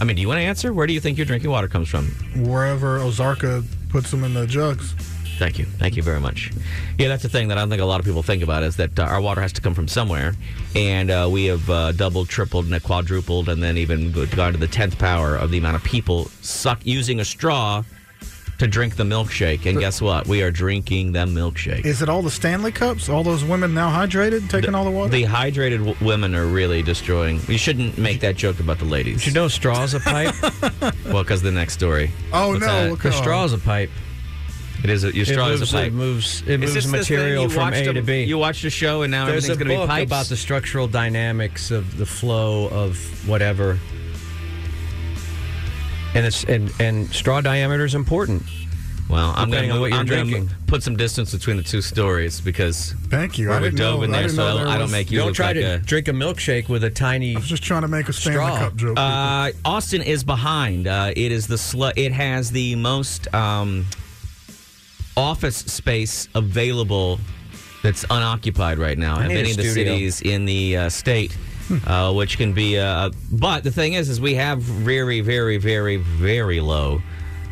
[SPEAKER 3] I mean, do you want to answer? Where do you think your drinking water comes from?
[SPEAKER 2] wherever Ozarka puts them in the jugs.
[SPEAKER 3] Thank you. Thank you very much. Yeah, that's the thing that I don't think a lot of people think about is that uh, our water has to come from somewhere. And uh, we have uh, doubled, tripled, and quadrupled, and then even gone to the 10th power of the amount of people suck using a straw to drink the milkshake. And guess what? We are drinking the milkshake.
[SPEAKER 2] Is it all the Stanley cups? All those women now hydrated, taking all the water.
[SPEAKER 3] The hydrated w- women are really destroying. You shouldn't make that joke about the ladies.
[SPEAKER 4] You know, straws a pipe.
[SPEAKER 3] Well, because the next story.
[SPEAKER 2] oh
[SPEAKER 3] What's
[SPEAKER 2] no!
[SPEAKER 3] that?
[SPEAKER 2] look
[SPEAKER 4] the
[SPEAKER 2] at all-
[SPEAKER 4] straws a pipe.
[SPEAKER 3] It is. A, you're
[SPEAKER 4] It
[SPEAKER 3] strong
[SPEAKER 4] moves,
[SPEAKER 3] as a pipe.
[SPEAKER 4] It moves, it
[SPEAKER 3] Is
[SPEAKER 4] moves
[SPEAKER 3] this the thing
[SPEAKER 4] material
[SPEAKER 3] you
[SPEAKER 4] from
[SPEAKER 3] watched
[SPEAKER 4] A to B.
[SPEAKER 3] You watched a show and now
[SPEAKER 4] There's a
[SPEAKER 3] everything's going to
[SPEAKER 4] book
[SPEAKER 3] be pipes.
[SPEAKER 4] about the structural dynamics of the flow of whatever, and it's and and straw diameter is important.
[SPEAKER 3] well, I'm going
[SPEAKER 4] depending
[SPEAKER 3] to
[SPEAKER 4] on what you're
[SPEAKER 3] I'm gonna
[SPEAKER 4] drinking.
[SPEAKER 3] mo- put some distance between the two stories because
[SPEAKER 2] Thank you.
[SPEAKER 3] Where
[SPEAKER 2] I
[SPEAKER 3] we
[SPEAKER 2] didn't
[SPEAKER 3] dove
[SPEAKER 2] know.
[SPEAKER 3] in
[SPEAKER 2] I
[SPEAKER 3] there,
[SPEAKER 2] didn't
[SPEAKER 3] so
[SPEAKER 2] know there
[SPEAKER 3] I don't
[SPEAKER 2] was-
[SPEAKER 3] make You
[SPEAKER 4] Don't
[SPEAKER 3] look
[SPEAKER 4] try
[SPEAKER 3] like
[SPEAKER 4] to
[SPEAKER 3] a-
[SPEAKER 4] drink a milkshake with a tiny.
[SPEAKER 2] I was just trying to make a Stanley
[SPEAKER 4] Straw.
[SPEAKER 2] Cup joke.
[SPEAKER 3] Uh, Austin is behind. Uh, it is the slu- It has the most um, office space available that's unoccupied right now of
[SPEAKER 4] need a
[SPEAKER 3] any of the
[SPEAKER 4] studio. Hmm.
[SPEAKER 3] cities in the uh, state, uh, which can be. Uh, but the thing is, is we have very, very, very, very low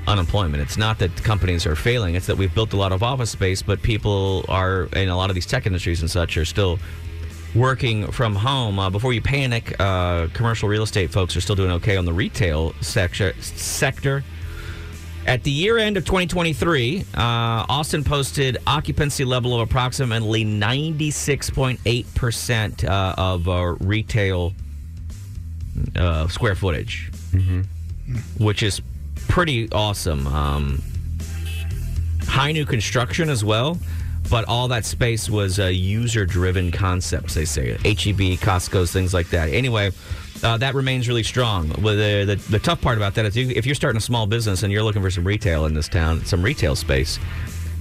[SPEAKER 3] unemployment. It's not that companies are failing; it's that we've built a lot of office space, but people are in a lot of these tech industries and such are still working from home. Uh, before you panic, uh, commercial real estate folks are still doing okay on the retail sector. sector. At the year end of 2023, uh, Austin posted occupancy level of approximately 96.8% uh, of uh, retail uh, square footage, which is pretty awesome. Um, high new construction as well, but all that space was uh, user driven concepts, they say. HEB, Costco's, things like that. Anyway, uh, that remains really strong. Well, the, the, the tough part about that is you, if you're starting a small business and you're looking for some retail in this town, some retail space,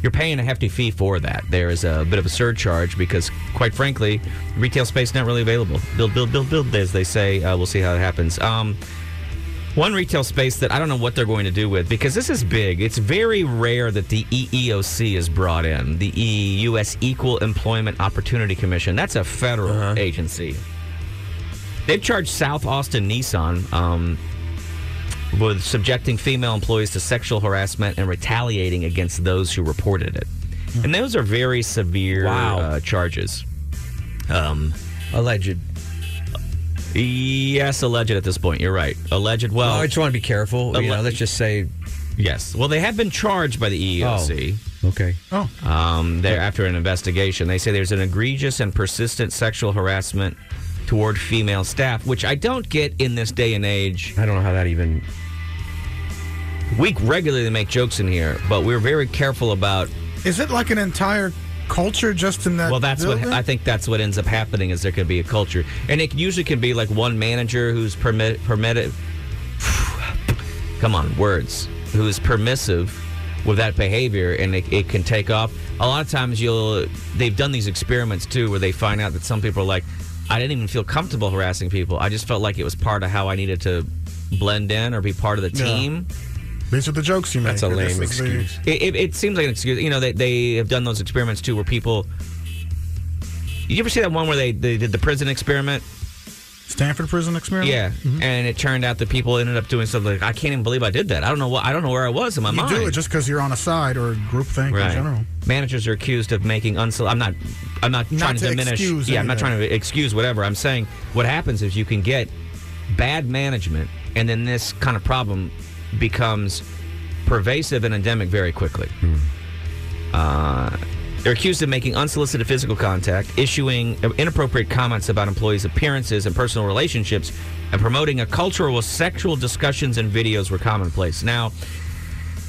[SPEAKER 3] you're paying a hefty fee for that. There is a bit of a surcharge because, quite frankly, retail space not really available. Build, build, build, build, as they say. Uh, we'll see how it happens. Um, one retail space that I don't know what they're going to do with because this is big. It's very rare that the E EEOC is brought in, the EUS Equal Employment Opportunity Commission. That's a federal agency. They've charged South Austin Nissan um, with subjecting female employees to sexual harassment and retaliating against those who reported it. And those are very severe
[SPEAKER 4] Hmm. Wow.
[SPEAKER 3] uh, charges. Um,
[SPEAKER 4] Alleged.
[SPEAKER 3] yes, alleged at this point. You're right. Alleged. Well,
[SPEAKER 4] I just want to be careful. you know,
[SPEAKER 3] Alle-
[SPEAKER 4] let's just say.
[SPEAKER 3] Yes. Well, they have been charged by the E EEOC.
[SPEAKER 4] Okay.
[SPEAKER 2] oh,
[SPEAKER 3] Um, they're after an investigation. They say there's an egregious and persistent sexual harassment toward female staff, which I don't get in this day and age.
[SPEAKER 4] I don't know how that even.
[SPEAKER 3] We regularly make jokes in here, but we're very careful about.
[SPEAKER 2] is it like an entire culture just in that?
[SPEAKER 3] Well, that's what
[SPEAKER 2] building?
[SPEAKER 3] I think. That's what ends up happening is there could be a culture, and it usually can be like one manager who's permit permitted. come on, words, who is permissive with that behavior and it, it can take off. A lot of times you'll, they've done these experiments too where they find out that some people are like, I didn't even feel comfortable harassing people. I just felt like it was part of how I needed to blend in or be part of the
[SPEAKER 2] Yeah.
[SPEAKER 3] team.
[SPEAKER 2] These are the jokes you make.
[SPEAKER 4] That's a
[SPEAKER 2] This
[SPEAKER 4] lame
[SPEAKER 2] is the-
[SPEAKER 4] excuse.
[SPEAKER 3] It, it, it seems like an excuse. You know, they, they have done those experiments too where people, you ever see that one where they, they did the prison experiment?
[SPEAKER 2] Stanford prison experiment.
[SPEAKER 3] Yeah, and it turned out that people ended up doing something like I can't even believe I did that. I don't know what I don't know where I was in my
[SPEAKER 2] You
[SPEAKER 3] mind.
[SPEAKER 2] do it just because you're on a side or a group thing in general.
[SPEAKER 3] Managers are accused of making unsol. I'm not. I'm not,
[SPEAKER 2] Not
[SPEAKER 3] trying to,
[SPEAKER 2] to
[SPEAKER 3] diminish. Yeah,
[SPEAKER 2] excuse
[SPEAKER 3] I'm not
[SPEAKER 2] anything.
[SPEAKER 3] trying to excuse whatever. I'm saying what happens is you can get bad management, and then this kind of problem becomes pervasive and endemic very quickly.
[SPEAKER 2] Hmm.
[SPEAKER 3] Uh, they're accused of making unsolicited physical contact, issuing inappropriate comments about employees' appearances and personal relationships, and promoting a culture where sexual discussions and videos were commonplace. Now,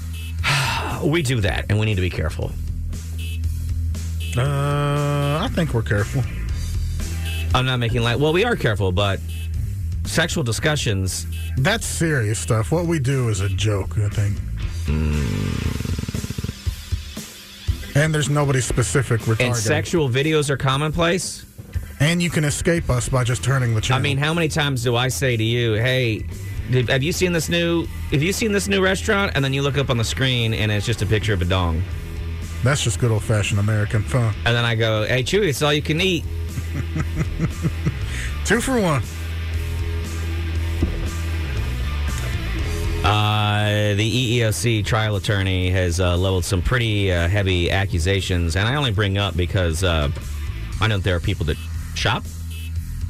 [SPEAKER 3] we do that, and we need to be careful.
[SPEAKER 2] Uh, I think we're careful.
[SPEAKER 3] I'm not making light. Well, we are careful, but sexual discussions.
[SPEAKER 2] That's serious stuff. What we do is a joke, I think.
[SPEAKER 3] Hmm.
[SPEAKER 2] And there's nobody specific
[SPEAKER 3] And
[SPEAKER 2] retarded.
[SPEAKER 3] sexual videos are commonplace.
[SPEAKER 2] and you can escape us by just turning the
[SPEAKER 3] I
[SPEAKER 2] channel.
[SPEAKER 3] mean, how many times do I say to you, "Hey, did- have you seen this new? Have you seen this new restaurant?" And then you look up on the screen, and it's just a picture of a dong.
[SPEAKER 2] that's just good old fashioned American fun.
[SPEAKER 3] And then I go, "Hey, Chewy, it's all you can eat."
[SPEAKER 2] Two for one.
[SPEAKER 3] Uh, the EEOC trial attorney has uh, leveled some pretty uh, heavy accusations, and I only bring up because uh, I know there are people that shop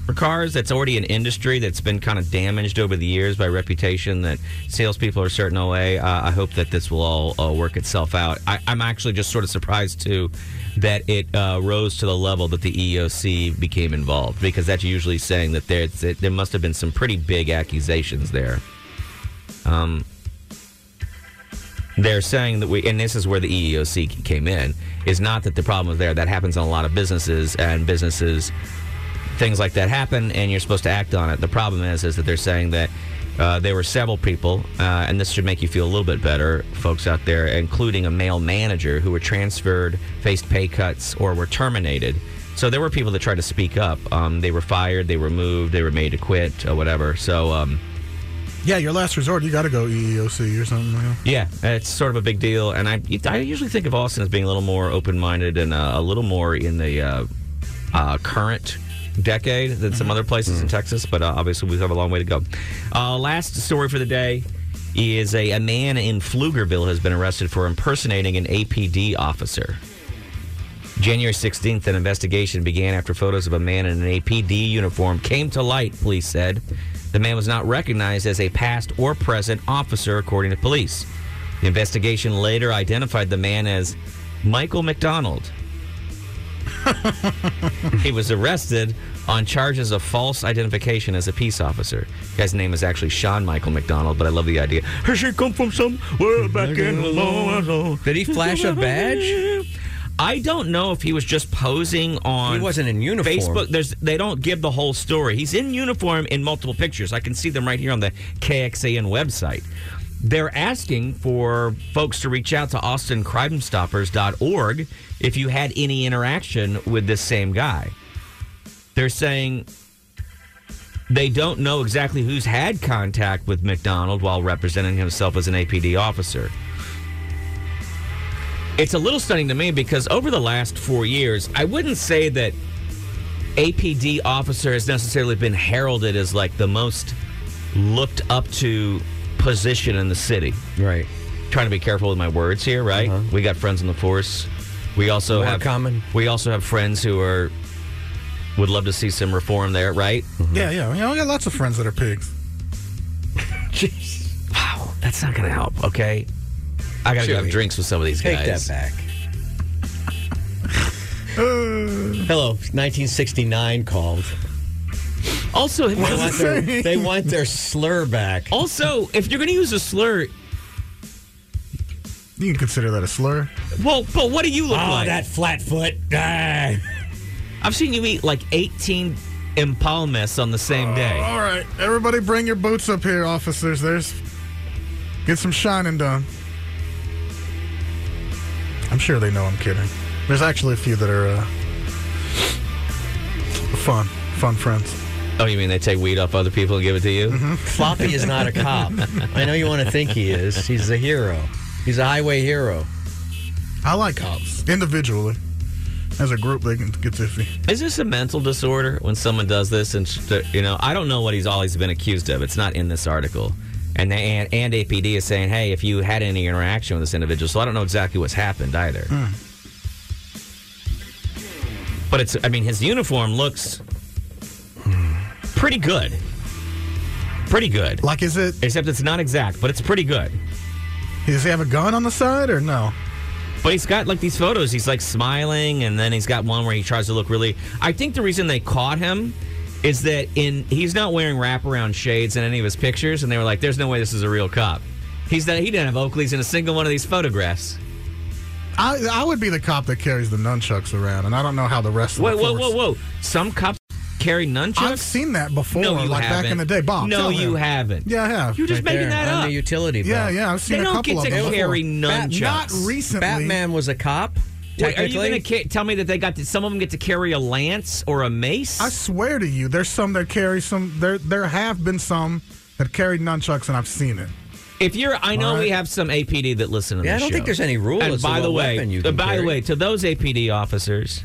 [SPEAKER 3] for cars. That's already an industry that's been kind of damaged over the years by reputation. That salespeople are a certain way. Uh, I hope that this will all uh, work itself out. I, I'm actually just sort of surprised too that it uh, rose to the level that the EEOC became involved because that's usually saying that there that there must have been some pretty big accusations there. Um, They're saying that we, and this is where the E EEOC came in, is not that the problem is there. That happens in a lot of businesses, and businesses, things like that happen, and you're supposed to act on it. The problem is, is that they're saying that uh, there were several people, uh, and this should make you feel a little bit better, folks out there, including a male manager who were transferred, faced pay cuts, or were terminated. So there were people that tried to speak up. Um, they were fired, they were moved, they were made to quit, or whatever. So, um,
[SPEAKER 2] Yeah, your last resort, you got to go E EEOC or something. You know?
[SPEAKER 3] yeah, it's sort of a big deal, and I I usually think of Austin as being a little more open minded and uh, a little more in the uh, uh, current decade than some other places in Texas, but uh, obviously we have a long way to go. Uh, last story for the day is a, a man in Pflugerville has been arrested for impersonating an APD officer. January 16th, an investigation began after photos of a man in an APD uniform came to light, police said. The man was not recognized as a past or present officer, according to police. The investigation later identified the man as Michael McDonald. he was arrested on charges of false identification as a peace officer. The guy's name is actually Sean Michael McDonald, but I love the idea. He should come from somewhere back in the long
[SPEAKER 4] Did he flash a badge?
[SPEAKER 3] I don't know if he was just posing on.
[SPEAKER 4] He wasn't in uniform.
[SPEAKER 3] Facebook, there's they don't give the whole story. He's in uniform in multiple pictures. I can see them right here on the KXAN website. They're asking for folks to reach out to austincrimestoppers.org if you had any interaction with this same guy. They're saying they don't know exactly who's had contact with McDonald while representing himself as an APD officer. It's a little stunning to me because over the last four years, I wouldn't say that APD officer has necessarily been heralded as like the most looked up to position in the city.
[SPEAKER 4] Right. Uh-huh.
[SPEAKER 3] Trying to be careful with my words here, right? We got friends in the force. We also
[SPEAKER 4] More
[SPEAKER 3] have
[SPEAKER 4] common.
[SPEAKER 3] We also have friends who are would love to see some reform there, right?
[SPEAKER 4] Mm-hmm.
[SPEAKER 2] Yeah, yeah. You know, I got lots of friends that are pigs.
[SPEAKER 3] Wow, that's not going to help. Okay, I got to go have
[SPEAKER 4] Chewy.
[SPEAKER 3] drinks with some of these
[SPEAKER 4] Take
[SPEAKER 3] guys.
[SPEAKER 4] that back. Hello, 1969 called.
[SPEAKER 3] Also, if-
[SPEAKER 4] They want, their, they want their slur back.
[SPEAKER 3] also, if you're going to use a slur,
[SPEAKER 2] You can consider that a slur.
[SPEAKER 3] well, but what do you look
[SPEAKER 4] Oh,
[SPEAKER 3] like?
[SPEAKER 4] that flat foot. Ah.
[SPEAKER 3] I've seen you eat like 18 empalmas on the same day.
[SPEAKER 2] All right, everybody, bring your boots up here, officers. There's get some shining done. I'm sure they know I'm kidding. There's actually a few that are uh, fun, fun friends.
[SPEAKER 3] Oh, you mean they take weed off other people and give it to you?
[SPEAKER 4] Mm-hmm. Floppy is not a cop. I know you want to think he is. He's a hero. He's a highway hero.
[SPEAKER 2] I like cops individually. As a group, they can get iffy.
[SPEAKER 3] Is this a mental disorder when someone does this? And st- you know, I don't know what he's always been accused of. It's not in this article. And, they, and and APD is saying, hey, if you had any interaction with this individual, so I don't know exactly what's happened either. But it's, I mean, his uniform looks pretty good, pretty good.
[SPEAKER 2] Like, is it?
[SPEAKER 3] Except it's not exact, but it's pretty good.
[SPEAKER 2] Does he have a gun on the side or no?
[SPEAKER 3] But he's got like these photos. He's like smiling, and then he's got one where he tries to look really. I think the reason they caught him is that in he's not wearing wraparound shades in any of his pictures, and they were like, "There's no way this is a real cop." He's not. He didn't have Oakleys in a single one of these photographs.
[SPEAKER 2] I I would be the cop that carries the nunchucks around, and I don't know how the rest of the
[SPEAKER 3] Whoa, whoa,
[SPEAKER 2] force-
[SPEAKER 3] whoa, whoa! Some cops carry
[SPEAKER 2] I've
[SPEAKER 3] nunchucks.
[SPEAKER 2] seen that before,
[SPEAKER 3] no, you
[SPEAKER 2] like
[SPEAKER 3] haven't.
[SPEAKER 2] back in the day. Bob,
[SPEAKER 3] no,
[SPEAKER 2] tell
[SPEAKER 3] you
[SPEAKER 2] him.
[SPEAKER 3] haven't.
[SPEAKER 2] Yeah, I have.
[SPEAKER 3] You're just
[SPEAKER 4] Right
[SPEAKER 3] making
[SPEAKER 4] there
[SPEAKER 3] that
[SPEAKER 4] on
[SPEAKER 3] up.
[SPEAKER 4] the utility belt.
[SPEAKER 2] Yeah, yeah, I've seen
[SPEAKER 3] They
[SPEAKER 2] a
[SPEAKER 3] don't
[SPEAKER 2] couple
[SPEAKER 3] get
[SPEAKER 2] of
[SPEAKER 3] to
[SPEAKER 2] them.
[SPEAKER 3] carry
[SPEAKER 2] Bat-
[SPEAKER 3] nunchucks.
[SPEAKER 2] Not recently.
[SPEAKER 4] Batman was a cop.
[SPEAKER 3] Wait, are you
[SPEAKER 4] technically.
[SPEAKER 3] going to ca- tell me that they got some of them get to carry a lance or a mace?
[SPEAKER 2] I swear to you, there's some that carry some. There, there have been some that carry nunchucks, and I've seen it.
[SPEAKER 3] If you're, I know
[SPEAKER 2] All right.
[SPEAKER 3] we have some APD that listen to
[SPEAKER 4] Yeah, I
[SPEAKER 3] this
[SPEAKER 4] don't think
[SPEAKER 3] show.
[SPEAKER 4] there's any rule
[SPEAKER 3] And
[SPEAKER 4] as to
[SPEAKER 3] by the
[SPEAKER 4] what
[SPEAKER 3] way,
[SPEAKER 4] weapon you
[SPEAKER 3] uh,
[SPEAKER 4] can
[SPEAKER 3] by the
[SPEAKER 4] carry.
[SPEAKER 3] way, to those APD officers,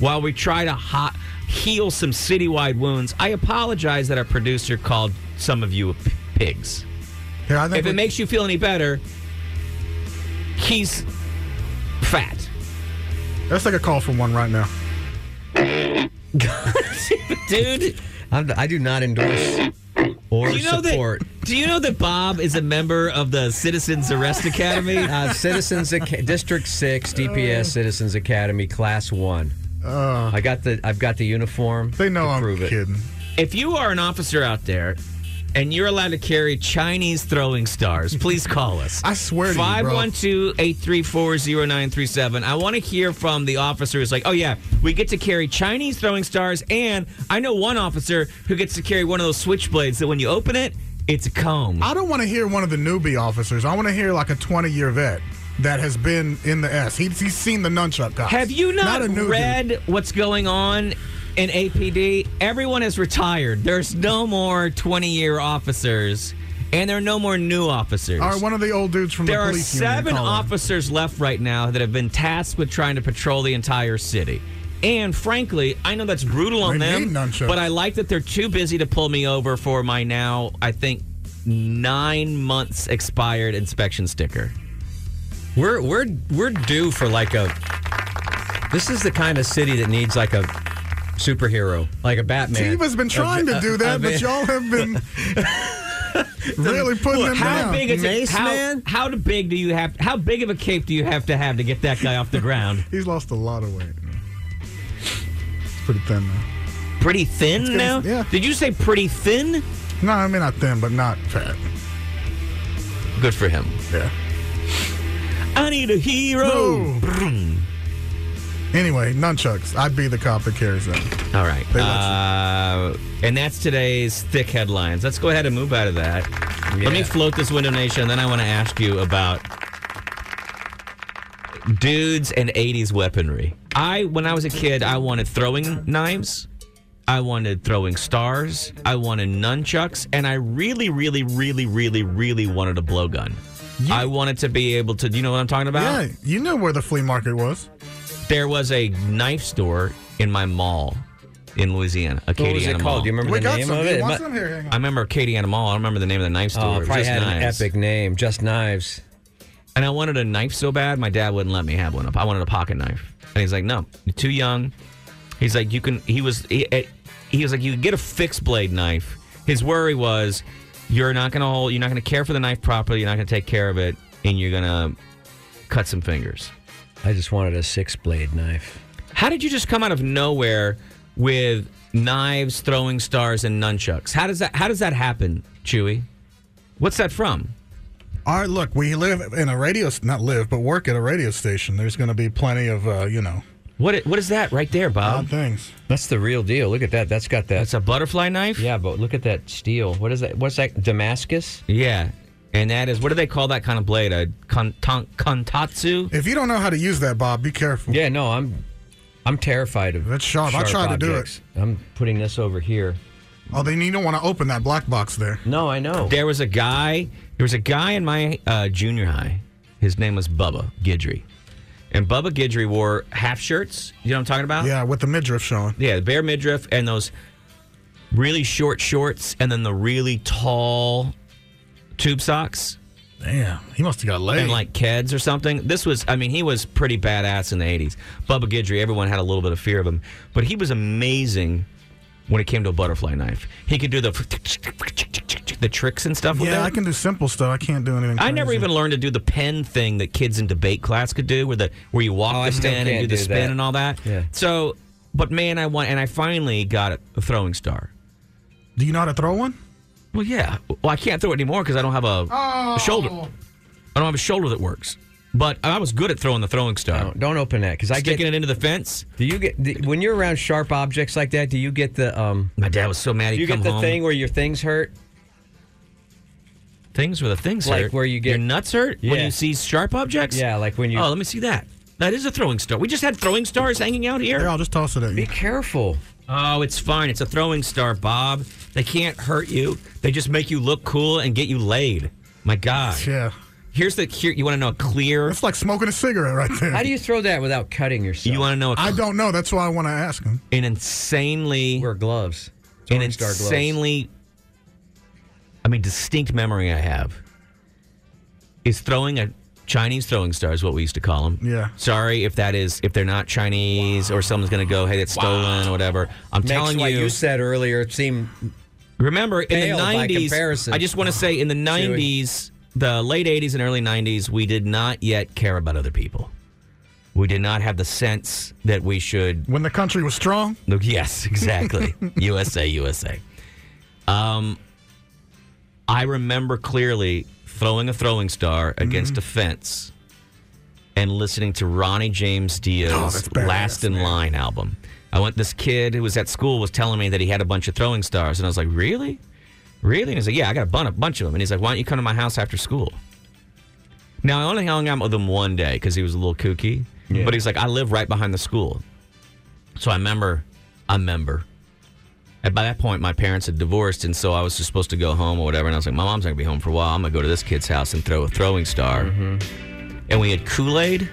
[SPEAKER 3] while we try to hot, heal some citywide wounds, I apologize that our producer called some of you p- pigs.
[SPEAKER 2] Here, I think
[SPEAKER 3] If it
[SPEAKER 2] we-
[SPEAKER 3] makes you feel any better, he's fat.
[SPEAKER 2] let's take a call from one right now.
[SPEAKER 3] Dude,
[SPEAKER 4] I'm, I do not endorse or
[SPEAKER 3] do you know
[SPEAKER 4] support.
[SPEAKER 3] that? Do you know that Bob is a member of the Citizens Arrest Academy? Uh.
[SPEAKER 4] uh, Citizens Aca- District Six DPS Citizens Academy Class One. I got the I've got the uniform.
[SPEAKER 2] Uh. They know
[SPEAKER 4] to
[SPEAKER 2] I'm
[SPEAKER 4] prove it.
[SPEAKER 2] kidding.
[SPEAKER 3] if you are an officer out there and you're allowed to carry Chinese throwing stars, please call us.
[SPEAKER 2] I swear to you, bro.
[SPEAKER 3] 512-834-0937. I want to hear from the officer who's like, oh yeah, we get to carry Chinese throwing stars, and I know one officer who gets to carry one of those switchblades that when you open it, it's a comb.
[SPEAKER 2] I don't want to hear one of the newbie officers. I want to hear like a 20 year vet that has been in the S. He's, he's seen the nunchuck guys.
[SPEAKER 3] Have you not,
[SPEAKER 2] a new dude.
[SPEAKER 3] read what's going on in APD? Everyone is retired. There's no more 20 year officers, and there are no more new officers.
[SPEAKER 2] All right, one of the old dudes from
[SPEAKER 3] there
[SPEAKER 2] the
[SPEAKER 3] are
[SPEAKER 2] police union
[SPEAKER 3] seven
[SPEAKER 2] called him.
[SPEAKER 3] officers left right now that have been tasked with trying to patrol the entire city. And frankly, I know that's brutal on
[SPEAKER 2] They
[SPEAKER 3] them,
[SPEAKER 2] need nunchucks.
[SPEAKER 3] but I like that they're too busy to pull me over for my now, I think, nine months expired inspection sticker.
[SPEAKER 1] We're we're we're due for like a. This is the kind of city that needs like a superhero, like a Batman.
[SPEAKER 2] Tiva's been trying to do that, but
[SPEAKER 1] mean-
[SPEAKER 2] y'all have been really putting them
[SPEAKER 3] How
[SPEAKER 2] down.
[SPEAKER 3] big is
[SPEAKER 1] Mace
[SPEAKER 3] it? How,
[SPEAKER 1] Man?
[SPEAKER 3] how big do you have? How big of a cape do you have to have to get that guy off the ground?
[SPEAKER 2] He's lost a lot of weight. It's pretty thin now.
[SPEAKER 3] Pretty thin now.
[SPEAKER 2] yeah.
[SPEAKER 3] Did you say pretty thin?
[SPEAKER 2] No, I mean not thin, but not fat.
[SPEAKER 3] Good for him.
[SPEAKER 2] Yeah.
[SPEAKER 3] I need a hero.
[SPEAKER 2] Anyway, nunchucks. I'd be the cop that carries them.
[SPEAKER 3] All right.
[SPEAKER 2] They let you.
[SPEAKER 3] Uh, and that's today's thick headlines. Let's go ahead and move out of that. Let me float this window nation, and then I want to ask you about dudes and 80s weaponry. I when I was a kid, I wanted throwing knives. I wanted throwing stars. I wanted nunchucks, and I really, really, really, really, really wanted a blowgun. I wanted to be able to. Do you know what I'm talking about?
[SPEAKER 2] Yeah, you knew where the flea market was.
[SPEAKER 3] There was a knife store in my mall in Louisiana, Acadiana
[SPEAKER 1] what was it
[SPEAKER 3] Mall.
[SPEAKER 1] called? Do you remember
[SPEAKER 2] We
[SPEAKER 1] the
[SPEAKER 2] got
[SPEAKER 1] name
[SPEAKER 2] some.
[SPEAKER 1] of
[SPEAKER 2] You
[SPEAKER 1] it?
[SPEAKER 2] want
[SPEAKER 1] Mu-
[SPEAKER 2] some here? Hang on.
[SPEAKER 3] I remember Acadiana Mall. I don't remember the name of the knife store.
[SPEAKER 1] Oh,
[SPEAKER 3] It
[SPEAKER 1] it
[SPEAKER 3] was
[SPEAKER 1] probably
[SPEAKER 3] just
[SPEAKER 1] had an
[SPEAKER 3] knives.
[SPEAKER 1] epic name, just knives.
[SPEAKER 3] And I wanted a knife so bad, my dad wouldn't let me have one. I wanted a pocket knife, and he's like, "No, you're too young." He's like, "You can." He was. He, eh, he was like, "You can get a fixed blade knife." His worry was, "You're not gonna hold. You're not gonna care for the knife properly. You're not gonna take care of it, and you're gonna cut some fingers."
[SPEAKER 1] I just wanted a six blade knife.
[SPEAKER 3] How did you just come out of nowhere with knives, throwing stars, and nunchucks? How does that? How does that happen, Chewy? What's that from?
[SPEAKER 2] All right, look, we live in a radio, s- not live, but work at a radio station. There's going to be plenty of, uh, you know,
[SPEAKER 3] What? i- What is that right there, Bob?
[SPEAKER 2] odd things.
[SPEAKER 1] That's the real deal. Look at that. That's got that.
[SPEAKER 3] That's a butterfly knife?
[SPEAKER 1] yeah, but look at that steel. What is that? What's that? Damascus?
[SPEAKER 3] Yeah. And that is, what do they call that kind of blade? A kon- ton- kontatsu?
[SPEAKER 2] If you don't know how to use that, Bob, be careful.
[SPEAKER 1] Yeah, no, I'm I'm terrified of
[SPEAKER 2] That's sharp. I tried to do it.
[SPEAKER 1] to do it. I'm putting this over here.
[SPEAKER 2] Oh, then you don't want to open that black box there.
[SPEAKER 1] No, I know.
[SPEAKER 3] There was a guy, there was a guy in my uh, junior high. His name was Bubba Gidry. And Bubba Gidry wore half shirts. You know what I'm talking about?
[SPEAKER 2] Yeah, with the midriff showing.
[SPEAKER 3] Yeah, the bare midriff and those really short shorts and then the really tall tube socks.
[SPEAKER 2] Damn, he must have got laid.
[SPEAKER 3] and like Keds or something. This was, I mean, he was pretty badass in the 80s. Bubba Guidry, everyone had a little bit of fear of him, but he was amazing when it came to a butterfly knife. He could do the the tricks and stuff with
[SPEAKER 2] yeah,
[SPEAKER 3] it.
[SPEAKER 2] I can do simple stuff. I can't do anything.
[SPEAKER 3] I never
[SPEAKER 2] crazy.
[SPEAKER 3] even learned to do the pen thing that kids in debate class could do, where the where you walk
[SPEAKER 1] Oh, I
[SPEAKER 3] the
[SPEAKER 1] still
[SPEAKER 3] pen and
[SPEAKER 1] can't
[SPEAKER 3] do the
[SPEAKER 1] do
[SPEAKER 3] spin
[SPEAKER 1] that.
[SPEAKER 3] and all that.
[SPEAKER 1] Yeah.
[SPEAKER 3] So, but man, I want, and I finally got a throwing star.
[SPEAKER 2] Do you know how to throw one? Oh,
[SPEAKER 3] Well, yeah. Well, I can't throw it anymore because I don't have a Oh. shoulder. I don't have a shoulder that works. But I was good at throwing the throwing star.
[SPEAKER 1] No, don't open that because I get.
[SPEAKER 3] sticking it into the fence.
[SPEAKER 1] Do you get do, when you're around sharp objects like that? Do you get the um?
[SPEAKER 3] My dad was so mad. He'd
[SPEAKER 1] Do you
[SPEAKER 3] come
[SPEAKER 1] get the
[SPEAKER 3] home.
[SPEAKER 1] thing where your things hurt?
[SPEAKER 3] Things where the things
[SPEAKER 1] Like
[SPEAKER 3] hurt.
[SPEAKER 1] where you get-
[SPEAKER 3] your nuts hurt when
[SPEAKER 1] Yeah.
[SPEAKER 3] you see sharp objects.
[SPEAKER 1] Yeah, like when you-
[SPEAKER 3] Oh, let me see that. That is a throwing star. We just had throwing stars hanging out
[SPEAKER 2] Here,
[SPEAKER 3] here.
[SPEAKER 2] I'll just toss it at
[SPEAKER 1] Be
[SPEAKER 2] you.
[SPEAKER 1] careful.
[SPEAKER 3] Oh, it's fine. It's a throwing star, Bob. They can't hurt you. They just make you look cool and get you laid. My God.
[SPEAKER 2] Yeah.
[SPEAKER 3] Here's the here. You want to know a clear?
[SPEAKER 2] It's like smoking a cigarette right there.
[SPEAKER 1] How do you throw that without cutting yourself?
[SPEAKER 3] You want to know a,
[SPEAKER 2] I don't know. That's why I want to ask him.
[SPEAKER 3] an insanely
[SPEAKER 1] wear gloves?
[SPEAKER 3] an
[SPEAKER 1] Throwing star gloves.
[SPEAKER 3] insanely i mean distinct memory i have is throwing a chinese throwing star is what we used to call them
[SPEAKER 2] Yeah.
[SPEAKER 3] sorry if that is if they're not chinese or someone's gonna go hey that's stolen or whatever i'm
[SPEAKER 1] Makes
[SPEAKER 3] telling
[SPEAKER 1] what
[SPEAKER 3] you,
[SPEAKER 1] you said earlier seem
[SPEAKER 3] remember in the
[SPEAKER 1] pale by
[SPEAKER 3] 90s
[SPEAKER 1] comparison.
[SPEAKER 3] i just want to say in the 90s the late 80s and early 90s we did not yet care about other people we did not have the sense that we should
[SPEAKER 2] When the country was strong,
[SPEAKER 3] Look, yes, exactly. USA, USA. Um, I remember clearly throwing a throwing star against a
[SPEAKER 2] Mm-hmm.
[SPEAKER 3] fence and listening to Ronnie James Dio's
[SPEAKER 2] Oh, that's badass,
[SPEAKER 3] Last in Line album. I went, this kid who was at school was telling me that he had a bunch of throwing stars. And I was like, really? Really? And he's like, yeah, I got a bun- a bunch of them. And he's like, why don't you come to my house after school? Now, I only hung out with him one day because he was a little kooky. But he's like, I live right behind the school. So I remember, I remember. And by that point, my parents had divorced, and so I was just supposed to go home or whatever. And I was like, my mom's not gonna be home for a while. I'm gonna go to this kid's house and throw a throwing star. And we had Kool Aid,